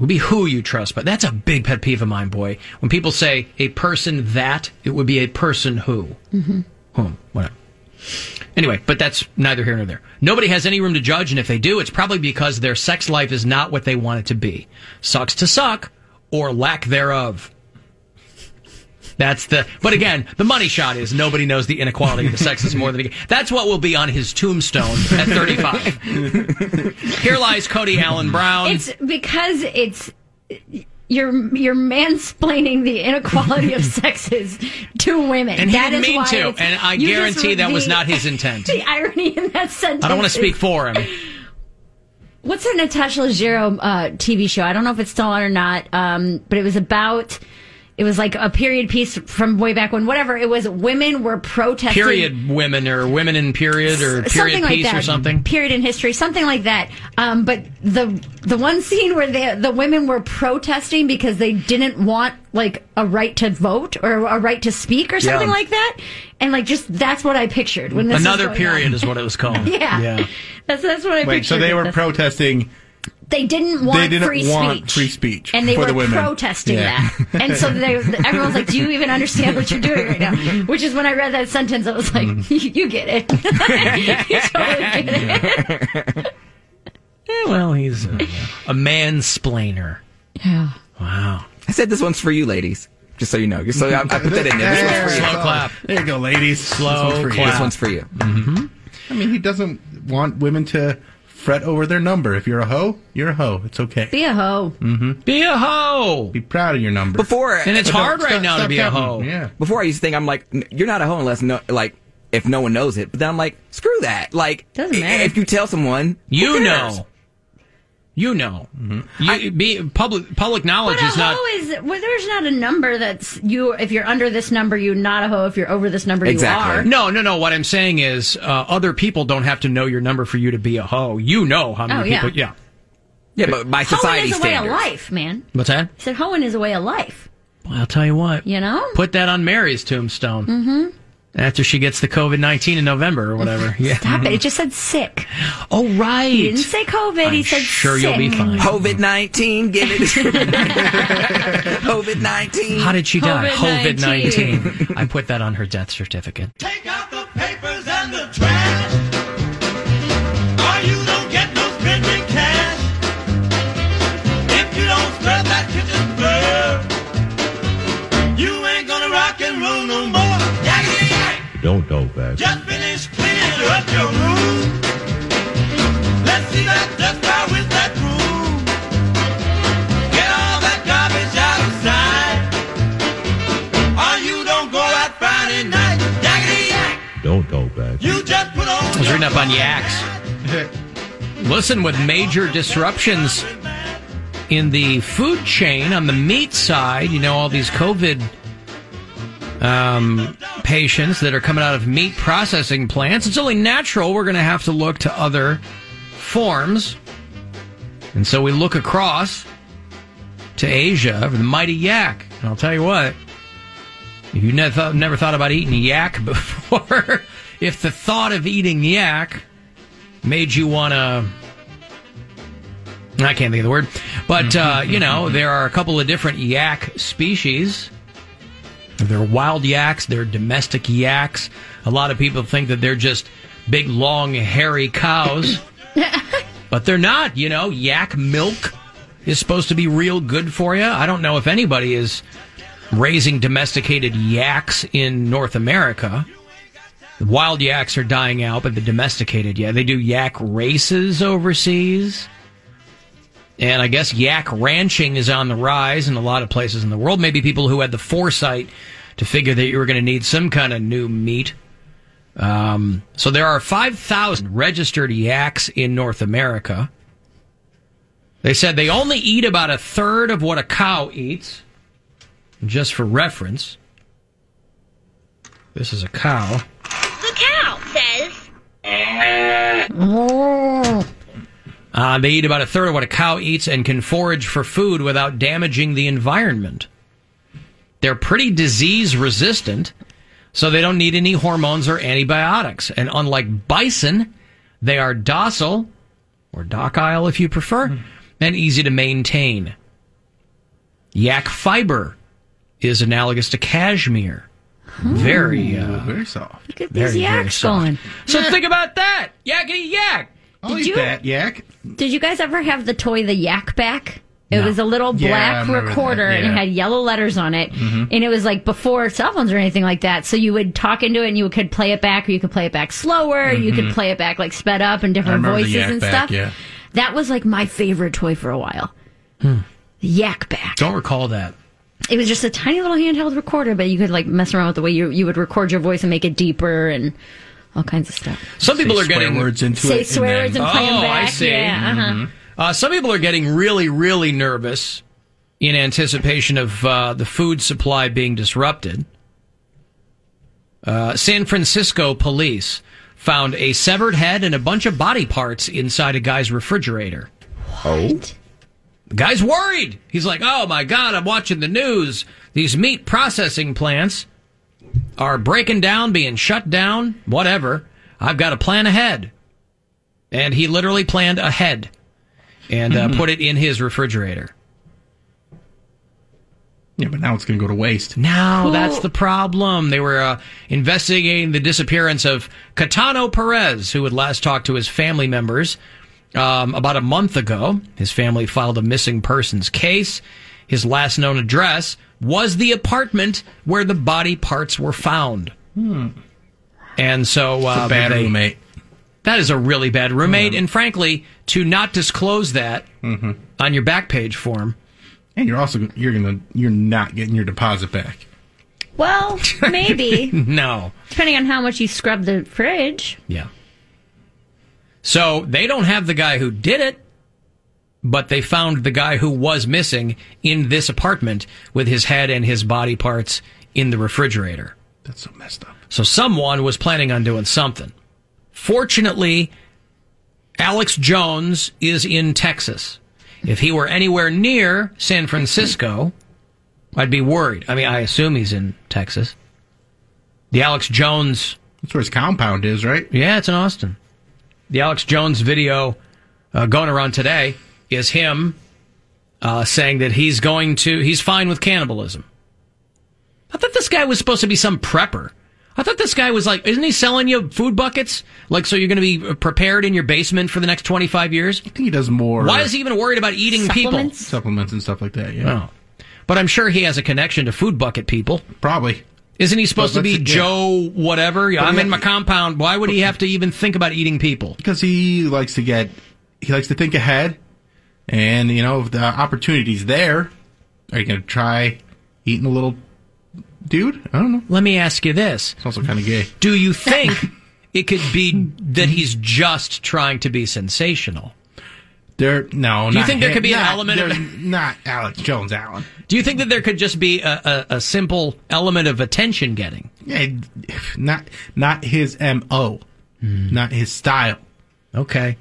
[SPEAKER 7] would be who you trust. But that's a big pet peeve of mine, boy. When people say a person that, it would be a person who. Whom, Hmm, whatever. Anyway, but that's neither here nor there. Nobody has any room to judge, and if they do, it's probably because their sex life is not what they want it to be. Sucks to suck, or lack thereof. That's the. But again, the money shot is nobody knows the inequality of the sexes more than a gay. That's what will be on his tombstone at 35. Here lies Cody Allen Brown.
[SPEAKER 4] It's because it's you're you're mansplaining the inequality of sexes to women.
[SPEAKER 7] and he
[SPEAKER 4] That
[SPEAKER 7] didn't
[SPEAKER 4] is
[SPEAKER 7] mean
[SPEAKER 4] why
[SPEAKER 7] to,
[SPEAKER 4] it's-
[SPEAKER 7] and I
[SPEAKER 4] you just
[SPEAKER 7] guarantee that was
[SPEAKER 4] the-
[SPEAKER 7] not his intent.
[SPEAKER 4] The irony in that sentence.
[SPEAKER 7] I don't want to speak
[SPEAKER 4] is-
[SPEAKER 7] for him.
[SPEAKER 4] What's that Natasha Leggero uh, TV show? I don't know if it's still on or not, um, but it was about. It was like a period piece from way back when. Whatever it was, women were protesting.
[SPEAKER 7] Period women or women in period or
[SPEAKER 4] something
[SPEAKER 7] period
[SPEAKER 4] like
[SPEAKER 7] piece
[SPEAKER 4] that.
[SPEAKER 7] or something.
[SPEAKER 4] Period in history, something like that. Um, but the the one scene where the the women were protesting because they didn't want like a right to vote or a right to speak or something
[SPEAKER 7] Yeah.
[SPEAKER 4] like that, and like just that's what I pictured when this was
[SPEAKER 7] Another
[SPEAKER 4] going
[SPEAKER 7] period
[SPEAKER 4] on.
[SPEAKER 7] is what it was called.
[SPEAKER 4] Yeah. That's that's what I
[SPEAKER 8] Wait,
[SPEAKER 4] pictured.
[SPEAKER 8] so they
[SPEAKER 4] with
[SPEAKER 8] were
[SPEAKER 4] this.
[SPEAKER 8] protesting.
[SPEAKER 4] they didn't want
[SPEAKER 8] they didn't
[SPEAKER 4] free
[SPEAKER 8] want
[SPEAKER 4] speech.
[SPEAKER 8] free speech,
[SPEAKER 4] And they
[SPEAKER 8] for
[SPEAKER 4] were
[SPEAKER 8] the women.
[SPEAKER 4] protesting that, and so they, everyone's like, "Do you even understand what you're doing right now?" Which is when I read that sentence, I was like,
[SPEAKER 7] Mm-hmm.
[SPEAKER 4] "You get it." You totally get it.
[SPEAKER 7] Eh, well, he's a, a mansplainer.
[SPEAKER 4] Yeah.
[SPEAKER 7] Wow.
[SPEAKER 9] I said this one's for you, ladies. Just so you know. Just so I, I put that in there. This one's for you.
[SPEAKER 7] Slow clap.
[SPEAKER 8] Oh, There you go, ladies.
[SPEAKER 7] Slow
[SPEAKER 8] this one's for you.
[SPEAKER 7] clap. Mm-hmm.
[SPEAKER 9] This one's for you.
[SPEAKER 8] I mean, he doesn't want women to fret over their number. If you're a hoe, you're a hoe. It's okay.
[SPEAKER 4] Be a hoe.
[SPEAKER 8] Mm-hmm.
[SPEAKER 7] Be a hoe.
[SPEAKER 8] Be proud of your number.
[SPEAKER 9] Before uh,
[SPEAKER 8] But don't- stop- stop counting. Yeah.
[SPEAKER 9] Before I used to think I'm like, "N- you're not a hoe unless no, like if no one knows it. But then I'm like, screw that. Like, doesn't matter. If you tell someone, who
[SPEAKER 7] You
[SPEAKER 9] cares?
[SPEAKER 7] know. You know. You, be, public public
[SPEAKER 8] Oh,
[SPEAKER 7] knowledge
[SPEAKER 4] But a
[SPEAKER 7] is not.
[SPEAKER 4] hoe is well, there's not a number that's you. If you're under this number, you're not a hoe. If you're over this number, you are.
[SPEAKER 7] No, no, no. What I'm saying is, uh, other people don't have to know your number for you to be a hoe. You know how many
[SPEAKER 4] Oh, yeah.
[SPEAKER 7] people. Yeah.
[SPEAKER 9] Yeah, but by
[SPEAKER 4] Hoeing is a way of life, man.
[SPEAKER 7] What's that?
[SPEAKER 4] He said hoeing is a way of life.
[SPEAKER 7] Well, I'll tell you what.
[SPEAKER 4] You know.
[SPEAKER 7] Put that on Mary's tombstone
[SPEAKER 4] Mm-hmm.
[SPEAKER 7] after she gets the COVID nineteen in November or whatever. Yeah.
[SPEAKER 4] Stop it! It just said sick.
[SPEAKER 7] Oh right.
[SPEAKER 4] He didn't say COVID. he
[SPEAKER 7] I'm
[SPEAKER 4] said
[SPEAKER 7] sure you'll be
[SPEAKER 4] sick.
[SPEAKER 7] fine.
[SPEAKER 9] COVID nineteen, get it? COVID nineteen.
[SPEAKER 7] How did she die? COVID
[SPEAKER 9] COVID-19.
[SPEAKER 7] nineteen. I put that on her death certificate.
[SPEAKER 3] Papers and the trash. Or Oh, you don't get no spending cash. If you don't scrub that kitchen floor, you ain't gonna rock and roll no more. Yakety yak.
[SPEAKER 13] Don't go back.
[SPEAKER 3] Just finish cleaning up your room. Let's see that dust out with that broom. Get all that garbage out of sight. Or you don't go out Friday night. Yakety yak.
[SPEAKER 13] Don't go back.
[SPEAKER 3] You just put on
[SPEAKER 7] I was reading up on yaks. Listen, with major disruptions in the food chain on the meat side, you know, all these COVID um, patients that are coming out of meat processing plants, it's only natural we're going to have to look to other forms. And so we look across to Asia for the mighty yak. And I'll tell you what, if you never thought, never thought about eating yak before, if the thought of eating yak made you want to. I can't think of the word. But, uh, you know, there are a couple of different yak species. They're wild yaks, they're domestic yaks. A lot of people think that they're just big, long, hairy cows. but they're not, you know. Yak milk is supposed to be real good for you. I don't know if anybody is raising domesticated yaks in North America. The wild yaks are dying out, but the domesticated, yeah, they do yak races overseas. And I guess yak ranching is on the rise in a lot of places in the world. Maybe people who had the foresight to figure that you were going to need some kind of new meat. Um, so there are 5,000 registered yaks in North America. They said they only eat about a third of what a cow eats. Just for reference, this is a cow.
[SPEAKER 3] The cow says.
[SPEAKER 7] Uh, they eat about a third of what a cow eats and can forage for food without damaging the environment. They're pretty disease resistant, so they don't need any hormones or antibiotics. And unlike bison, they are docile, or docile if you prefer, and easy to maintain. Yak fiber is analogous to cashmere. Very, uh, very soft.
[SPEAKER 4] Look at these yaks going.
[SPEAKER 7] So think about that. Yakety yak.
[SPEAKER 8] I'll eat that yak.
[SPEAKER 4] Did you guys ever have the toy, the Yak Back? It
[SPEAKER 8] No.
[SPEAKER 4] was a little
[SPEAKER 8] Yeah, I
[SPEAKER 4] black
[SPEAKER 8] remember that,
[SPEAKER 4] recorder and it
[SPEAKER 8] yeah.
[SPEAKER 4] had yellow letters on it.
[SPEAKER 8] Mhm.
[SPEAKER 4] And it was like before cell phones or anything like that. So you would talk into it and you could play it back or you could play it back slower. You could
[SPEAKER 8] Mhm.
[SPEAKER 4] play it back like sped up and different
[SPEAKER 8] remember the
[SPEAKER 4] voices
[SPEAKER 8] Yak
[SPEAKER 4] and
[SPEAKER 8] Back,
[SPEAKER 4] stuff.
[SPEAKER 8] yeah.
[SPEAKER 4] That was like my favorite toy for a while. Hmm. The Yak Back.
[SPEAKER 7] Don't recall that.
[SPEAKER 4] It was just a tiny little handheld recorder, but you could like mess around with the way you, you would record your voice and make it deeper and all kinds of stuff.
[SPEAKER 7] Some people are getting
[SPEAKER 8] words into
[SPEAKER 4] Say it and swear then- words and play 'em
[SPEAKER 7] oh, I
[SPEAKER 4] back.
[SPEAKER 7] see.
[SPEAKER 4] Yeah, uh-huh.
[SPEAKER 7] Mhm. Uh, some people are getting really, really nervous in anticipation of uh, the food supply being disrupted. Uh, San Francisco police found a severed head and a bunch of body parts inside a guy's refrigerator. What? The guy's worried. He's like, "Oh my god, I'm watching the news. These meat processing plants." are breaking down, being shut down, whatever. I've got to plan ahead. And he literally planned ahead and uh,
[SPEAKER 8] Mhm.
[SPEAKER 7] put it in his refrigerator.
[SPEAKER 8] Yeah, but now it's going to go to waste.
[SPEAKER 7] Now that's the problem. They were uh, investigating the disappearance of Catano Perez, who had last talked to his family members um, about a month ago. His family filed a missing persons case. His last known address was the apartment where the body parts were found.
[SPEAKER 3] Hmm.
[SPEAKER 7] And so,
[SPEAKER 8] It's a
[SPEAKER 7] uh,
[SPEAKER 8] bad roommate.
[SPEAKER 7] That is a really bad roommate, and frankly, to not disclose that
[SPEAKER 8] Mm-hmm.
[SPEAKER 7] on your back page form.
[SPEAKER 8] And you're also you're gonna you're not getting your deposit back.
[SPEAKER 4] Well, maybe.
[SPEAKER 7] no.
[SPEAKER 4] Depending on how much you scrub the fridge.
[SPEAKER 7] Yeah. So they don't have the guy who did it, but they found the guy who was missing in this apartment with his head and his body parts in the refrigerator.
[SPEAKER 8] That's so messed up.
[SPEAKER 7] So someone was planning on doing something. Fortunately, Alex Jones is in Texas. If he were anywhere near San Francisco, I'd be worried. I mean, I assume he's in Texas. The Alex Jones.
[SPEAKER 8] That's where his compound is, right?
[SPEAKER 7] Yeah, it's in Austin. The Alex Jones video uh, going around today is him uh, saying that he's going to, he's fine with cannibalism. I thought this guy was supposed to be some prepper. I thought this guy was like, isn't he selling you food buckets? Like, so you're going to be prepared in your basement for the next 25 years? I
[SPEAKER 8] think he does more.
[SPEAKER 7] Why is he even worried about eating people? Oh.
[SPEAKER 8] Supplements and stuff like that. Yeah.
[SPEAKER 7] No. But I'm sure he has a connection to food bucket people.
[SPEAKER 8] Probably.
[SPEAKER 7] Isn't he supposed
[SPEAKER 8] But
[SPEAKER 7] to be
[SPEAKER 8] that's a- yeah.
[SPEAKER 7] Joe whatever?
[SPEAKER 8] But
[SPEAKER 7] I'm
[SPEAKER 8] he-
[SPEAKER 7] in my compound. Why would he have to even think about eating people?
[SPEAKER 8] Because he likes to get he likes to think ahead, and you know if the opportunity's there, are you gonna try eating a little dude? I don't know.
[SPEAKER 7] Let me ask you this.
[SPEAKER 8] It's also kind of gay.
[SPEAKER 7] Do you think it could be that he's just trying to be sensational?
[SPEAKER 8] There, no.
[SPEAKER 7] Do you
[SPEAKER 8] not
[SPEAKER 7] think there
[SPEAKER 8] him.
[SPEAKER 7] could be an
[SPEAKER 8] Not-
[SPEAKER 7] element of-
[SPEAKER 8] there's not Alex Jones Allen?
[SPEAKER 7] Do you think that there could just be a, a, a simple element of attention getting?
[SPEAKER 8] Yeah, not not his mo, not his style.
[SPEAKER 7] Hmm. Okay,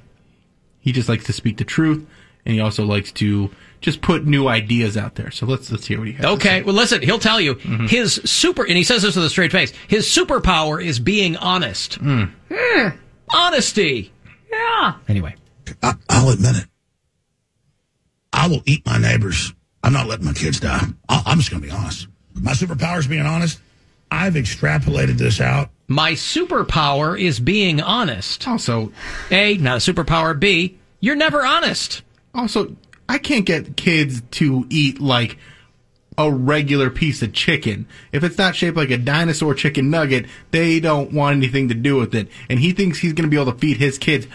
[SPEAKER 8] he just likes to speak the truth, and he also likes to just put new ideas out there. So let's let's hear what he has.
[SPEAKER 7] Okay, well, listen, he'll tell you
[SPEAKER 8] Mm-hmm.
[SPEAKER 7] his super, and he says this with a straight face. His superpower is being honest.
[SPEAKER 8] Mm.
[SPEAKER 7] Hmm. Honesty. Yeah. Anyway,
[SPEAKER 31] I, I'll admit it. I will eat my neighbors. I'm not letting my kids die. I, I'm just going to be honest. My superpower is being honest. I've extrapolated this out.
[SPEAKER 7] My superpower is being honest.
[SPEAKER 8] Also,
[SPEAKER 7] A, not a superpower. B, you're never honest.
[SPEAKER 8] Also, I can't get kids to eat like a regular piece of chicken. If it's not shaped like a dinosaur chicken nugget, they don't want anything to do with it. And he thinks he's going to be able to feed his kids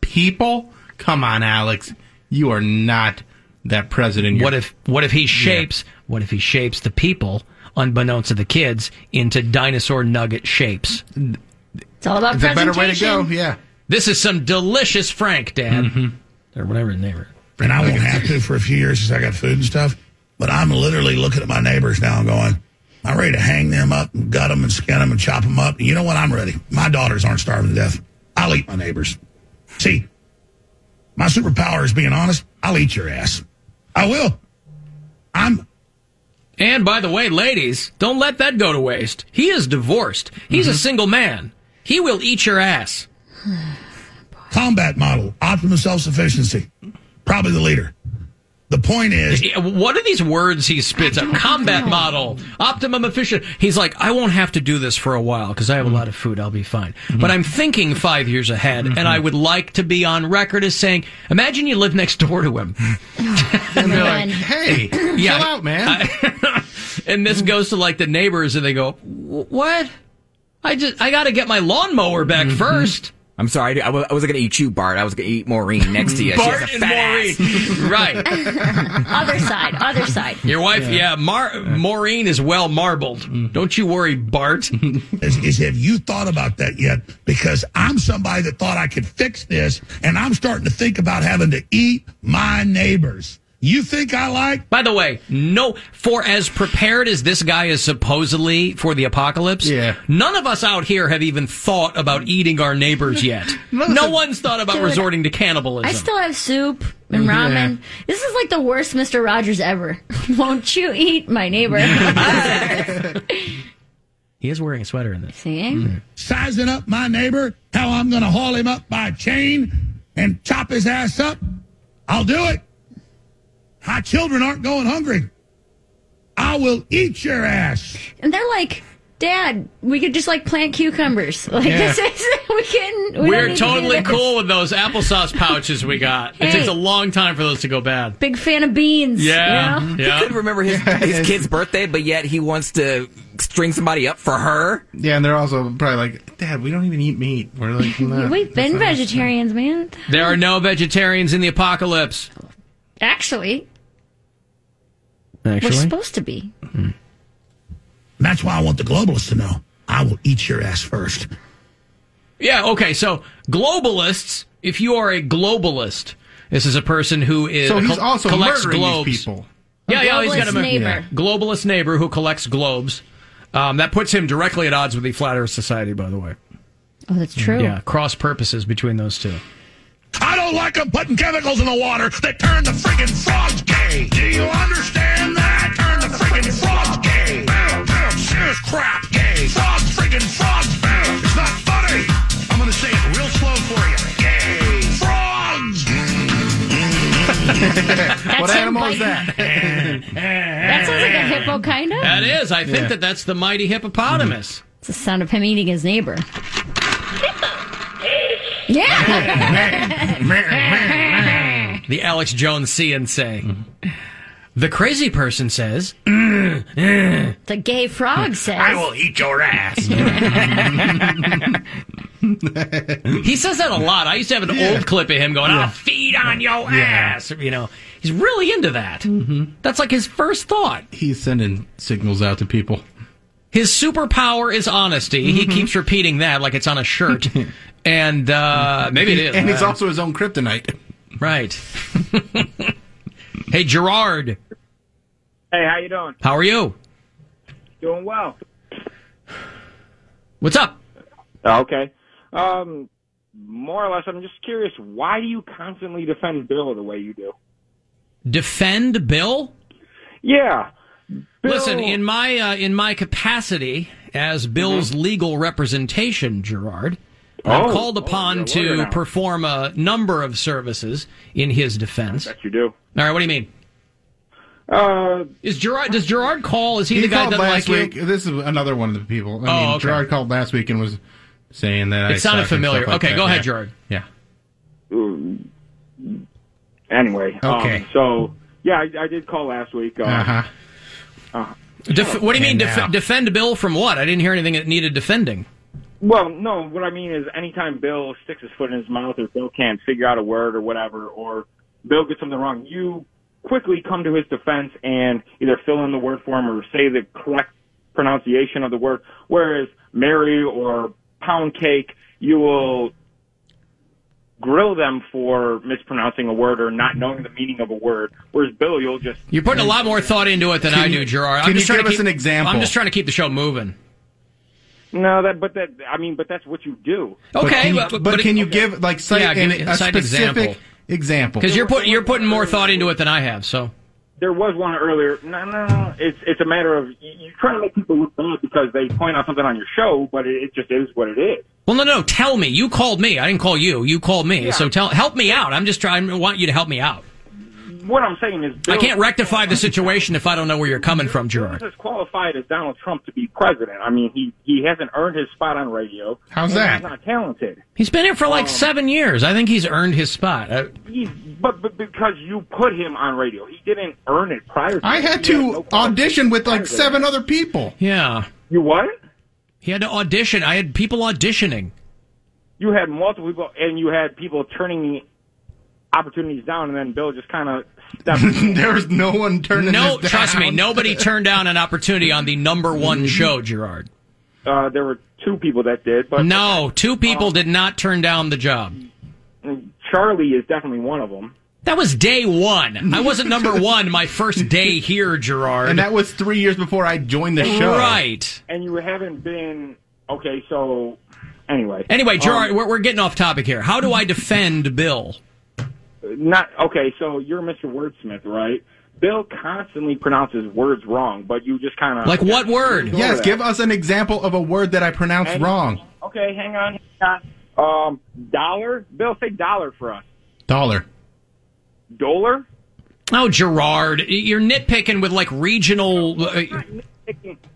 [SPEAKER 8] people? Come on, Alex. You are not that president.
[SPEAKER 7] What if what if he shapes what if he shapes the people unbeknownst to the kids into dinosaur nugget shapes?
[SPEAKER 4] It's all about
[SPEAKER 8] It's a better way to go,
[SPEAKER 4] presentation.
[SPEAKER 8] yeah.
[SPEAKER 7] This is some delicious Frank,
[SPEAKER 31] Mm-hmm.
[SPEAKER 7] Dad. Or whatever his name is.
[SPEAKER 31] And I won't have to for a few years since I got food and stuff. But I'm literally looking at my neighbors now and going, I'm ready to hang them up and gut them and skin them and chop them up. You know what? I'm ready. My daughters aren't starving to death. I'll eat my neighbors. See, my superpower is being honest. I'll eat your ass. I will. I'm
[SPEAKER 7] And by the way, ladies, don't let that go to waste. He is divorced. He's a single man. He will eat your ass.
[SPEAKER 31] combat model, optimum self sufficiency. Probably the leader. The point is,
[SPEAKER 7] What are these words he spits out? Combat model, optimum efficient. He's like, I won't have to do this for a while because I
[SPEAKER 8] Mm-hmm.
[SPEAKER 7] have a lot of food. I'll be fine. But I'm thinking five years ahead, and
[SPEAKER 8] Mm-hmm.
[SPEAKER 7] I would like to be on record as saying, imagine you live next door to him.
[SPEAKER 8] And they're like, hey, chill out, man.
[SPEAKER 7] and this goes to like the neighbors, and they go, "Wh- "What? I just I got to get my lawnmower back
[SPEAKER 8] Mm-hmm.
[SPEAKER 7] first.
[SPEAKER 9] I'm sorry, dude. I, w- I wasn't going to eat you, Bart. I was going to eat Maureen next to you. she has
[SPEAKER 7] Bart
[SPEAKER 9] a
[SPEAKER 7] and
[SPEAKER 9] fat
[SPEAKER 7] Maureen, right?
[SPEAKER 4] other side, other side.
[SPEAKER 7] Your wife, yeah, Mar- Maureen is well marbled. Don't you worry, Bart.
[SPEAKER 31] Mm-hmm. is, is have you thought about that yet? Because I'm somebody that thought I could fix this, and I'm starting to think about having to eat my neighbors. You think I like?
[SPEAKER 7] By the way, no. For as prepared as this guy is supposedly for the apocalypse, yeah. none of us out here have even thought about eating our neighbors yet.
[SPEAKER 4] No,
[SPEAKER 7] no
[SPEAKER 4] it's-
[SPEAKER 7] one's thought about
[SPEAKER 4] Dude,
[SPEAKER 7] resorting to cannibalism.
[SPEAKER 4] I still have soup and ramen. This is like the worst Mister Rogers ever. Won't you eat my neighbor?
[SPEAKER 7] he is wearing a sweater in this. Mm.
[SPEAKER 4] See?
[SPEAKER 31] Sizing up my neighbor, how I'm going to haul him up by a chain and chop his ass up. I'll do it. My children aren't going hungry. I will eat your ass.
[SPEAKER 4] And they're like, Dad, we could just like plant cucumbers. Like
[SPEAKER 7] Yeah.
[SPEAKER 4] this is we can. We
[SPEAKER 7] We're totally cool with those applesauce pouches we got. It
[SPEAKER 4] Hey.
[SPEAKER 7] takes a long time for those to go bad.
[SPEAKER 4] Big fan of beans.
[SPEAKER 7] Yeah,
[SPEAKER 4] You know?
[SPEAKER 7] yeah.
[SPEAKER 9] He couldn't remember his, his kid's birthday, but yet he wants to string somebody up for her.
[SPEAKER 8] Yeah, and they're also probably like, Dad, we don't even eat meat. We're like, nah,
[SPEAKER 4] We've been
[SPEAKER 8] that's not-
[SPEAKER 4] vegetarians, man.
[SPEAKER 7] There are no vegetarians in the apocalypse.
[SPEAKER 4] Actually, we're supposed to be.
[SPEAKER 31] And that's why I want the globalists to know I will eat your ass first.
[SPEAKER 7] Yeah, okay, so globalists, if you are a globalist, this is a person who is
[SPEAKER 8] So he's
[SPEAKER 7] col-
[SPEAKER 8] also
[SPEAKER 7] collects
[SPEAKER 8] murdering these
[SPEAKER 7] globes.
[SPEAKER 8] people.
[SPEAKER 7] Yeah,
[SPEAKER 8] A
[SPEAKER 7] yeah, he's got a
[SPEAKER 8] globalist neighbor.
[SPEAKER 7] globalist neighbor who collects globes. Um, that puts him directly at odds with the Flat Earth Society, by the way.
[SPEAKER 4] Oh, that's true.
[SPEAKER 7] Yeah, cross purposes between those two.
[SPEAKER 31] I don't like them putting chemicals in the water that turn the friggin' frogs gay. Do you understand that? Turn the friggin' frogs gay. Bow, bow, Serious crap gay. Frogs, friggin' frogs. Bow. It's not funny. I'm gonna say it real slow for you. Gay. Frogs.
[SPEAKER 8] what
[SPEAKER 31] him
[SPEAKER 8] animal is
[SPEAKER 31] biting.
[SPEAKER 8] that?
[SPEAKER 4] That sounds like a hippo, kind of.
[SPEAKER 7] That is, I think
[SPEAKER 4] Yeah.
[SPEAKER 7] that that's the mighty hippopotamus.
[SPEAKER 4] It's the sound of him eating his neighbor. Yeah.
[SPEAKER 7] The Alex Jones see and say. The crazy person says, "Mm, mm."
[SPEAKER 4] the gay frog says.
[SPEAKER 7] I will eat your ass. he says that a lot. I used to have an old clip of him going,
[SPEAKER 3] Yeah.
[SPEAKER 7] I'll feed on your
[SPEAKER 3] Yeah.
[SPEAKER 7] ass. You know, he's really into that. That's like his first thought.
[SPEAKER 8] He's sending signals out to people.
[SPEAKER 7] His superpower is honesty. He keeps repeating that like it's on a shirt. and uh, maybe it is.
[SPEAKER 8] And it's
[SPEAKER 7] Uh,
[SPEAKER 8] also his own kryptonite.
[SPEAKER 7] Right. hey, Gerard,
[SPEAKER 19] Hey, how you doing?
[SPEAKER 7] how are you?
[SPEAKER 19] Doing well.
[SPEAKER 7] What's up?
[SPEAKER 19] Okay. Um, more or less, I'm just curious. Why do you constantly defend Bill the way you do?
[SPEAKER 7] Defend Bill?
[SPEAKER 19] Yeah.
[SPEAKER 7] Listen, in my uh, in my capacity as Bill's legal representation, Gerard, I'm
[SPEAKER 19] Mm-hmm. Oh.
[SPEAKER 7] called
[SPEAKER 19] Oh,
[SPEAKER 7] upon
[SPEAKER 19] you're a lawyer
[SPEAKER 7] to
[SPEAKER 19] now.
[SPEAKER 7] perform a number of services in his defense.
[SPEAKER 19] You do.
[SPEAKER 7] All right, what do you mean?
[SPEAKER 19] Uh,
[SPEAKER 7] is Gerard does Gerard call? Is he, the guy that
[SPEAKER 8] called
[SPEAKER 7] doesn't
[SPEAKER 8] last
[SPEAKER 7] like you?
[SPEAKER 8] week. This is another one of the people. I
[SPEAKER 7] Oh,
[SPEAKER 8] mean,
[SPEAKER 7] okay.
[SPEAKER 8] Gerard called last week and was saying that I
[SPEAKER 7] It sounded
[SPEAKER 8] suck and
[SPEAKER 7] familiar.
[SPEAKER 8] stuff like
[SPEAKER 7] Okay,
[SPEAKER 8] that.
[SPEAKER 7] go ahead,
[SPEAKER 8] Yeah.
[SPEAKER 7] Gerard.
[SPEAKER 8] Yeah.
[SPEAKER 19] Anyway.
[SPEAKER 8] Okay.
[SPEAKER 19] Um, so yeah, I, I did call last week. Uh,
[SPEAKER 8] Uh-huh.
[SPEAKER 19] uh,
[SPEAKER 7] Def- what do you mean
[SPEAKER 19] And now.
[SPEAKER 7] def- defend Bill from what? I didn't hear anything that needed defending.
[SPEAKER 19] Well, no, what I mean is anytime Bill sticks his foot in his mouth or Bill can't figure out a word or whatever, or Bill gets something wrong, you quickly come to his defense and either fill in the word for him or say the correct pronunciation of the word. Whereas Mary or pound cake, you will grill them for mispronouncing a word or not knowing the meaning of a word. Whereas Bill, you'll just
[SPEAKER 7] You're putting a lot more thought into it than
[SPEAKER 19] Can
[SPEAKER 7] I
[SPEAKER 19] you-
[SPEAKER 7] do, Gerard. I'm
[SPEAKER 19] can
[SPEAKER 7] just
[SPEAKER 19] you
[SPEAKER 7] trying
[SPEAKER 19] give
[SPEAKER 7] to
[SPEAKER 19] us
[SPEAKER 7] keep,
[SPEAKER 19] an example?
[SPEAKER 7] I'm just trying to keep the show moving.
[SPEAKER 19] no, that but that I mean, but that's what you do.
[SPEAKER 8] But can you, but, can you give like cite
[SPEAKER 7] Yeah,
[SPEAKER 8] an,
[SPEAKER 7] give-
[SPEAKER 8] a
[SPEAKER 7] cite
[SPEAKER 8] specific
[SPEAKER 7] example.
[SPEAKER 8] example?
[SPEAKER 7] Because you're putting you're putting more thought into it than I have. So
[SPEAKER 19] there was one earlier. No, no, no. It's it's a matter of you- you're trying to make people look bad because they point out something on your show, but it, it just is what it is.
[SPEAKER 7] well, no, no. Tell me. You called me. I didn't call you. You called me. So tell help me out. I'm just trying. I want you to help me out.
[SPEAKER 19] What I'm saying is, Bill,
[SPEAKER 7] I can't rectify the situation if I don't know where you're coming from, Gerard.
[SPEAKER 19] He's as qualified as Donald Trump to be president. I mean, he he hasn't earned his spot on radio.
[SPEAKER 7] How's
[SPEAKER 19] and
[SPEAKER 7] that?
[SPEAKER 19] He's not talented.
[SPEAKER 7] He's been here for
[SPEAKER 19] Oh.
[SPEAKER 7] like seven years. I think he's earned his spot. I,
[SPEAKER 19] He's but, but because you put him on radio, he didn't earn it prior. to
[SPEAKER 8] I
[SPEAKER 19] that.
[SPEAKER 8] had
[SPEAKER 19] He
[SPEAKER 8] to
[SPEAKER 19] no
[SPEAKER 8] audition with like
[SPEAKER 19] prior to
[SPEAKER 8] seven
[SPEAKER 19] that.
[SPEAKER 8] other people.
[SPEAKER 7] yeah.
[SPEAKER 19] You what?
[SPEAKER 7] He had to audition. I had people auditioning.
[SPEAKER 19] You had multiple people, and you had people turning opportunities down, and then Bill just kind of stepped.
[SPEAKER 8] there was no one turning.
[SPEAKER 7] No,
[SPEAKER 8] this
[SPEAKER 7] trust me.
[SPEAKER 8] down. Mm-hmm.
[SPEAKER 7] Nobody turned down an opportunity on the number one show, Gerard.
[SPEAKER 19] Uh, there were two people that did, but
[SPEAKER 7] No, two
[SPEAKER 8] Oh.
[SPEAKER 7] people did not turn down the job.
[SPEAKER 19] Charlie is definitely one of them.
[SPEAKER 7] That was day one. I wasn't number one my first day here, Gerard.
[SPEAKER 8] And that was three years before I joined the show.
[SPEAKER 7] Right.
[SPEAKER 19] And you haven't been okay. So anyway,
[SPEAKER 7] Anyway, Gerard,
[SPEAKER 19] Um,
[SPEAKER 7] we're, we're getting off topic here. How do I defend Bill?
[SPEAKER 19] not okay. So you're Mr. Wordsmith, right? Bill constantly pronounces words wrong, but you just kind of
[SPEAKER 8] Yes, give us an example of a word that I pronounced
[SPEAKER 19] Any-
[SPEAKER 8] wrong.
[SPEAKER 19] Okay, hang on, hang on. Um, dollar. Bill, say dollar for us.
[SPEAKER 8] Dollar.
[SPEAKER 19] Dollar.
[SPEAKER 7] Oh, Gerard, you're nitpicking with like regional. Uh,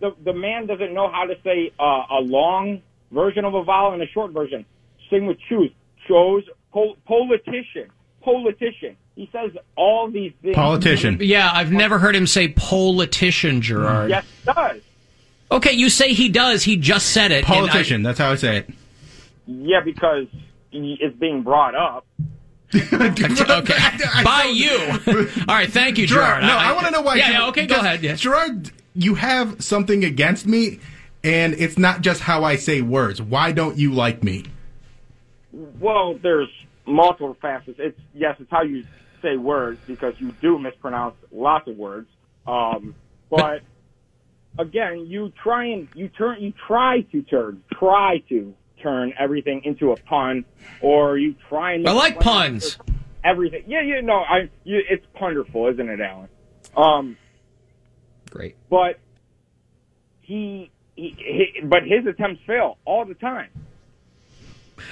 [SPEAKER 19] The the man doesn't know how to say uh, a long version of a vowel and a short version. Same with choose. Chose. Pol- politician. Politician. He says all these things.
[SPEAKER 7] Yeah, I've never heard him say politician, Gerard.
[SPEAKER 19] Yes, he does.
[SPEAKER 7] Okay, you say he does. He just said it. and I-
[SPEAKER 8] Politician. that's how I say it.
[SPEAKER 19] Yeah, because he- it's being brought up.
[SPEAKER 7] by you. All right, thank you, Gerard.
[SPEAKER 8] no, I, want to know why.
[SPEAKER 7] Yeah,
[SPEAKER 8] Gerard-
[SPEAKER 7] yeah, okay, go
[SPEAKER 8] because
[SPEAKER 7] ahead. Yeah.
[SPEAKER 8] Gerard, you have something against me, and it's not just how I say words. Why don't you like me?
[SPEAKER 19] Well, there's multiple facets. It's yes, it's how you say words because you do mispronounce lots of words. Um, but again, you try and you turn, you try to turn, try to turn everything into a pun, or you try and
[SPEAKER 7] I like puns.
[SPEAKER 19] Everything, yeah, yeah, no, I, you, it's wonderful, isn't it, Alan? Um,
[SPEAKER 7] Great.
[SPEAKER 19] but he, he, he, but his attempts fail all the time.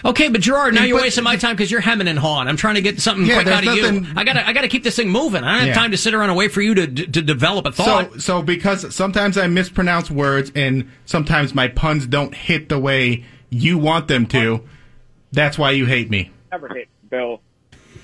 [SPEAKER 7] Okay, but Gerard, now
[SPEAKER 19] Yeah,
[SPEAKER 7] you're
[SPEAKER 19] but-
[SPEAKER 7] wasting my time because you're hemming and hawing. I'm trying to get something
[SPEAKER 8] Yeah,
[SPEAKER 7] quick out
[SPEAKER 8] there's
[SPEAKER 7] of you.
[SPEAKER 8] nothing-
[SPEAKER 7] I gotta, I gotta keep this thing moving. I don't
[SPEAKER 8] Yeah.
[SPEAKER 7] have time to sit around and wait for you to to develop a thought.
[SPEAKER 8] So, so because sometimes I mispronounce words, and sometimes my puns don't hit the way you want them to. That's why you hate me.
[SPEAKER 19] Never hit Bill.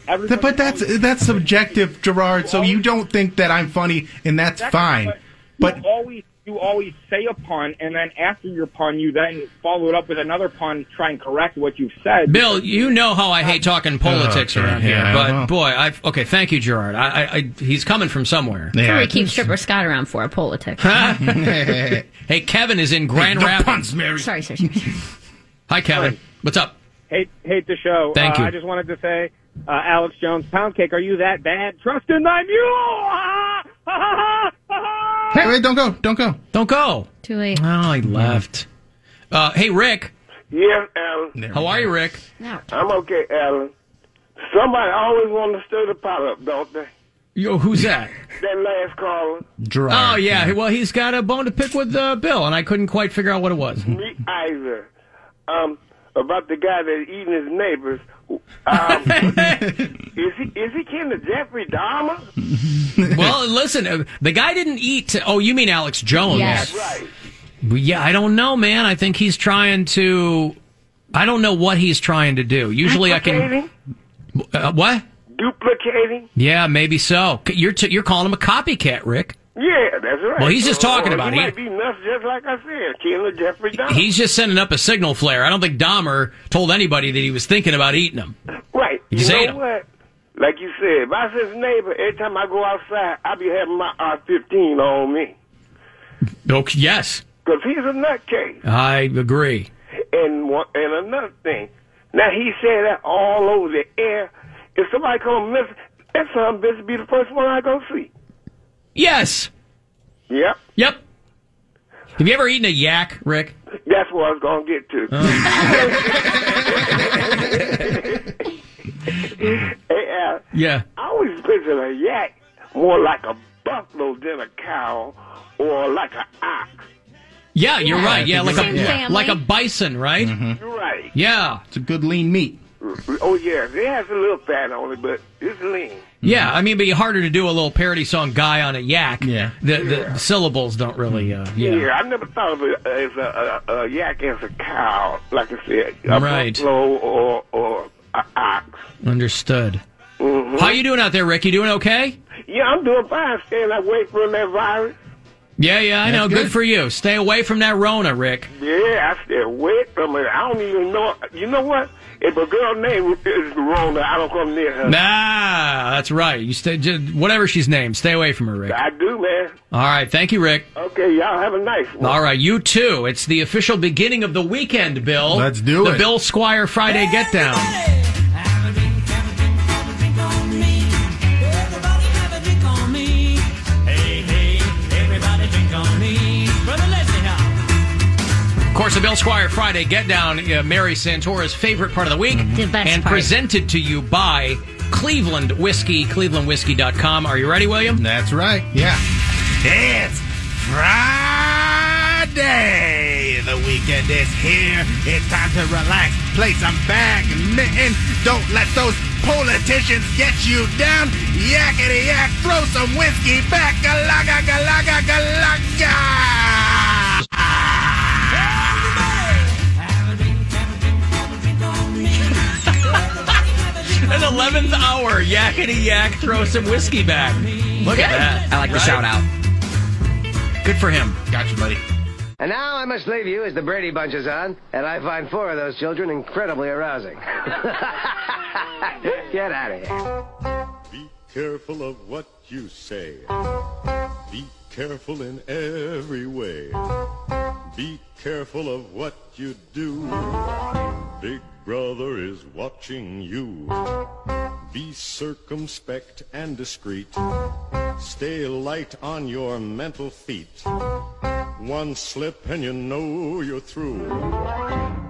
[SPEAKER 8] Th- But that's that's subjective, Gerard. So you don't think that I'm funny, and that's
[SPEAKER 19] That's-
[SPEAKER 8] fine.
[SPEAKER 19] But you always you always say a pun, and then after your pun, you then follow it up with another pun, to try and correct what you've said.
[SPEAKER 7] Bill, you know how I hate talking politics
[SPEAKER 8] Oh, Okay,
[SPEAKER 7] around
[SPEAKER 8] yeah,
[SPEAKER 7] here,
[SPEAKER 8] I
[SPEAKER 7] but
[SPEAKER 8] know.
[SPEAKER 7] boy, I okay. Thank you, Gerard. I, I, I he's coming from somewhere.
[SPEAKER 4] That's what we keep stripper Scott around for politics.
[SPEAKER 7] hey, Kevin is in Grand
[SPEAKER 4] Hey, no
[SPEAKER 7] Rapids.
[SPEAKER 4] puns, Sorry, sorry, sorry.
[SPEAKER 7] Hi, Kevin. What's up?
[SPEAKER 19] hate hate the show.
[SPEAKER 7] Thank
[SPEAKER 19] uh,
[SPEAKER 7] you.
[SPEAKER 19] I just wanted to say Uh, Alex Jones, pound cake, are you that bad? Trust in thy mule!
[SPEAKER 8] Hey, wait, don't go. Don't go.
[SPEAKER 7] Don't go.
[SPEAKER 4] Too late.
[SPEAKER 7] Oh, he left. Uh, hey, Rick.
[SPEAKER 23] Yeah, Alan.
[SPEAKER 7] How are you, Rick?
[SPEAKER 23] I'm okay, Alan. Somebody always want to stir the pot up, don't they?
[SPEAKER 7] Yo, who's that?
[SPEAKER 23] That last caller.
[SPEAKER 7] Oh yeah. Well, he's got a bone to pick with uh, Bill, and I couldn't quite figure out what it was.
[SPEAKER 23] Me either. Um, about the guy that's eating his neighbors. Um, is he is he kin to Jeffrey Dahmer?
[SPEAKER 7] well, listen, uh, the guy didn't eat. Oh, you mean Alex Jones?
[SPEAKER 23] Yes. Right.
[SPEAKER 7] Well, Yeah, I don't know, man. I think he's trying to. I don't know what he's trying to do. Usually, I can. Uh, what?
[SPEAKER 23] Duplicating?
[SPEAKER 7] Yeah, maybe so. C- You're t- you're calling him a copycat, Rick.
[SPEAKER 23] Yeah, that's right.
[SPEAKER 7] Well, he's just talking about
[SPEAKER 23] he
[SPEAKER 7] it.
[SPEAKER 23] might be nuts, just like I said, kin to Jeffrey Dahmer.
[SPEAKER 7] He's just sending up a signal flare. I don't think Dahmer told anybody that he was thinking about eating him.
[SPEAKER 23] Right.
[SPEAKER 7] You
[SPEAKER 23] You,
[SPEAKER 7] say
[SPEAKER 23] know what? Like you said, if I says neighbor, every time I go outside, I be having my R15 on me.
[SPEAKER 7] Okay, yes,
[SPEAKER 23] Because he's a nutcase.
[SPEAKER 7] I agree.
[SPEAKER 23] And, one, and another thing, now he said that all over the air. If somebody come miss, that son bitch be the first one I go see.
[SPEAKER 7] Yes.
[SPEAKER 23] Yep.
[SPEAKER 7] Yep. Have you ever eaten a yak, Rick?
[SPEAKER 23] That's what I was going to get to.
[SPEAKER 7] Uh.
[SPEAKER 23] hey, Al,
[SPEAKER 7] Yeah.
[SPEAKER 23] I always picture a yak more like a buffalo than a cow or like an ox.
[SPEAKER 7] Yeah, you're
[SPEAKER 23] Yeah,
[SPEAKER 7] right.
[SPEAKER 23] I
[SPEAKER 7] Yeah,
[SPEAKER 23] think
[SPEAKER 7] like
[SPEAKER 23] you're
[SPEAKER 7] a
[SPEAKER 23] right. Same family.
[SPEAKER 7] like a bison, right?
[SPEAKER 23] You're right.
[SPEAKER 7] Yeah, Mm-hmm. it's a good lean meat.
[SPEAKER 23] Oh, yeah. It has a little fat on it, but it's lean.
[SPEAKER 7] Yeah, I mean, it'd be harder to do a little parody song "Guy on a Yak." Mm-hmm. Yeah, the the syllables don't really. Uh, yeah.
[SPEAKER 23] I never thought of it as a, a, a yak as a cow, like I said. A
[SPEAKER 7] Right.
[SPEAKER 23] buffalo or, or an ox.
[SPEAKER 7] understood. How you doing out there, Rick? You doing okay?
[SPEAKER 23] Yeah, I'm doing fine staying away from that virus.
[SPEAKER 7] Yeah, yeah, I know.
[SPEAKER 23] That's
[SPEAKER 7] Good.
[SPEAKER 23] good.
[SPEAKER 7] for you. Stay away from that Rona, Rick.
[SPEAKER 23] Yeah, I stay away from it. I don't even know. You know what? If a girl name is Rona, I don't come near her.
[SPEAKER 7] Nah, that's right. You stay just, whatever she's named. Stay away from her, Rick.
[SPEAKER 23] I do, man.
[SPEAKER 7] All right, thank you, Rick.
[SPEAKER 23] Okay, y'all have a nice one.
[SPEAKER 7] All right, you too. It's the official beginning of the weekend, Bill.
[SPEAKER 8] Let's do
[SPEAKER 7] the
[SPEAKER 8] it.
[SPEAKER 7] Bill Squire Friday Get Down.
[SPEAKER 3] Hey, hey, everybody drink on me. Brother Leslie now.
[SPEAKER 7] Of course, the Bill Squire Friday Get Down, uh, Mary Santora's favorite part of the week, and
[SPEAKER 3] part.
[SPEAKER 7] presented to you by Cleveland Whiskey, clevelandwhiskey.com. Are you ready, William? That's right. Yeah.
[SPEAKER 20] It's Friday. The weekend is here. It's time to relax, play some badminton. Don't let those politicians get you down. Yakety yak, throw some whiskey back. Galaga, galaga, galaga.
[SPEAKER 7] An 11th hour, yakety yak, throw some whiskey back. Look at that.
[SPEAKER 9] I like the shout out.
[SPEAKER 7] Good for him. Gotcha, buddy.
[SPEAKER 13] And now I must leave you as the Brady Bunch is on, and I find four of those children incredibly arousing. Get out of here.
[SPEAKER 33] Careful of what you say. Be careful in every way. Be careful of what you do. Big brother is watching you. Be circumspect and discreet. Stay light on your mental feet. One slip and you know you're through.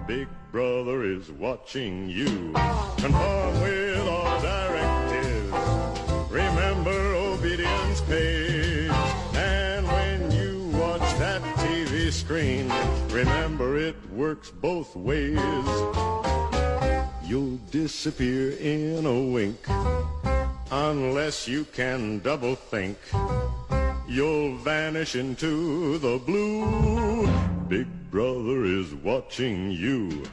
[SPEAKER 33] Big brother is watching you. Conform with all directives. Remember obedience pays. And when you watch that TV screen, remember it works both ways. You'll disappear in a wink unless you can double think. You'll vanish into the blue. Big Brother is watching you.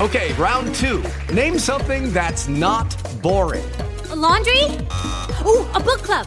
[SPEAKER 14] Okay, round two. Name something that's not boring.
[SPEAKER 26] A laundry? Ooh, a book club.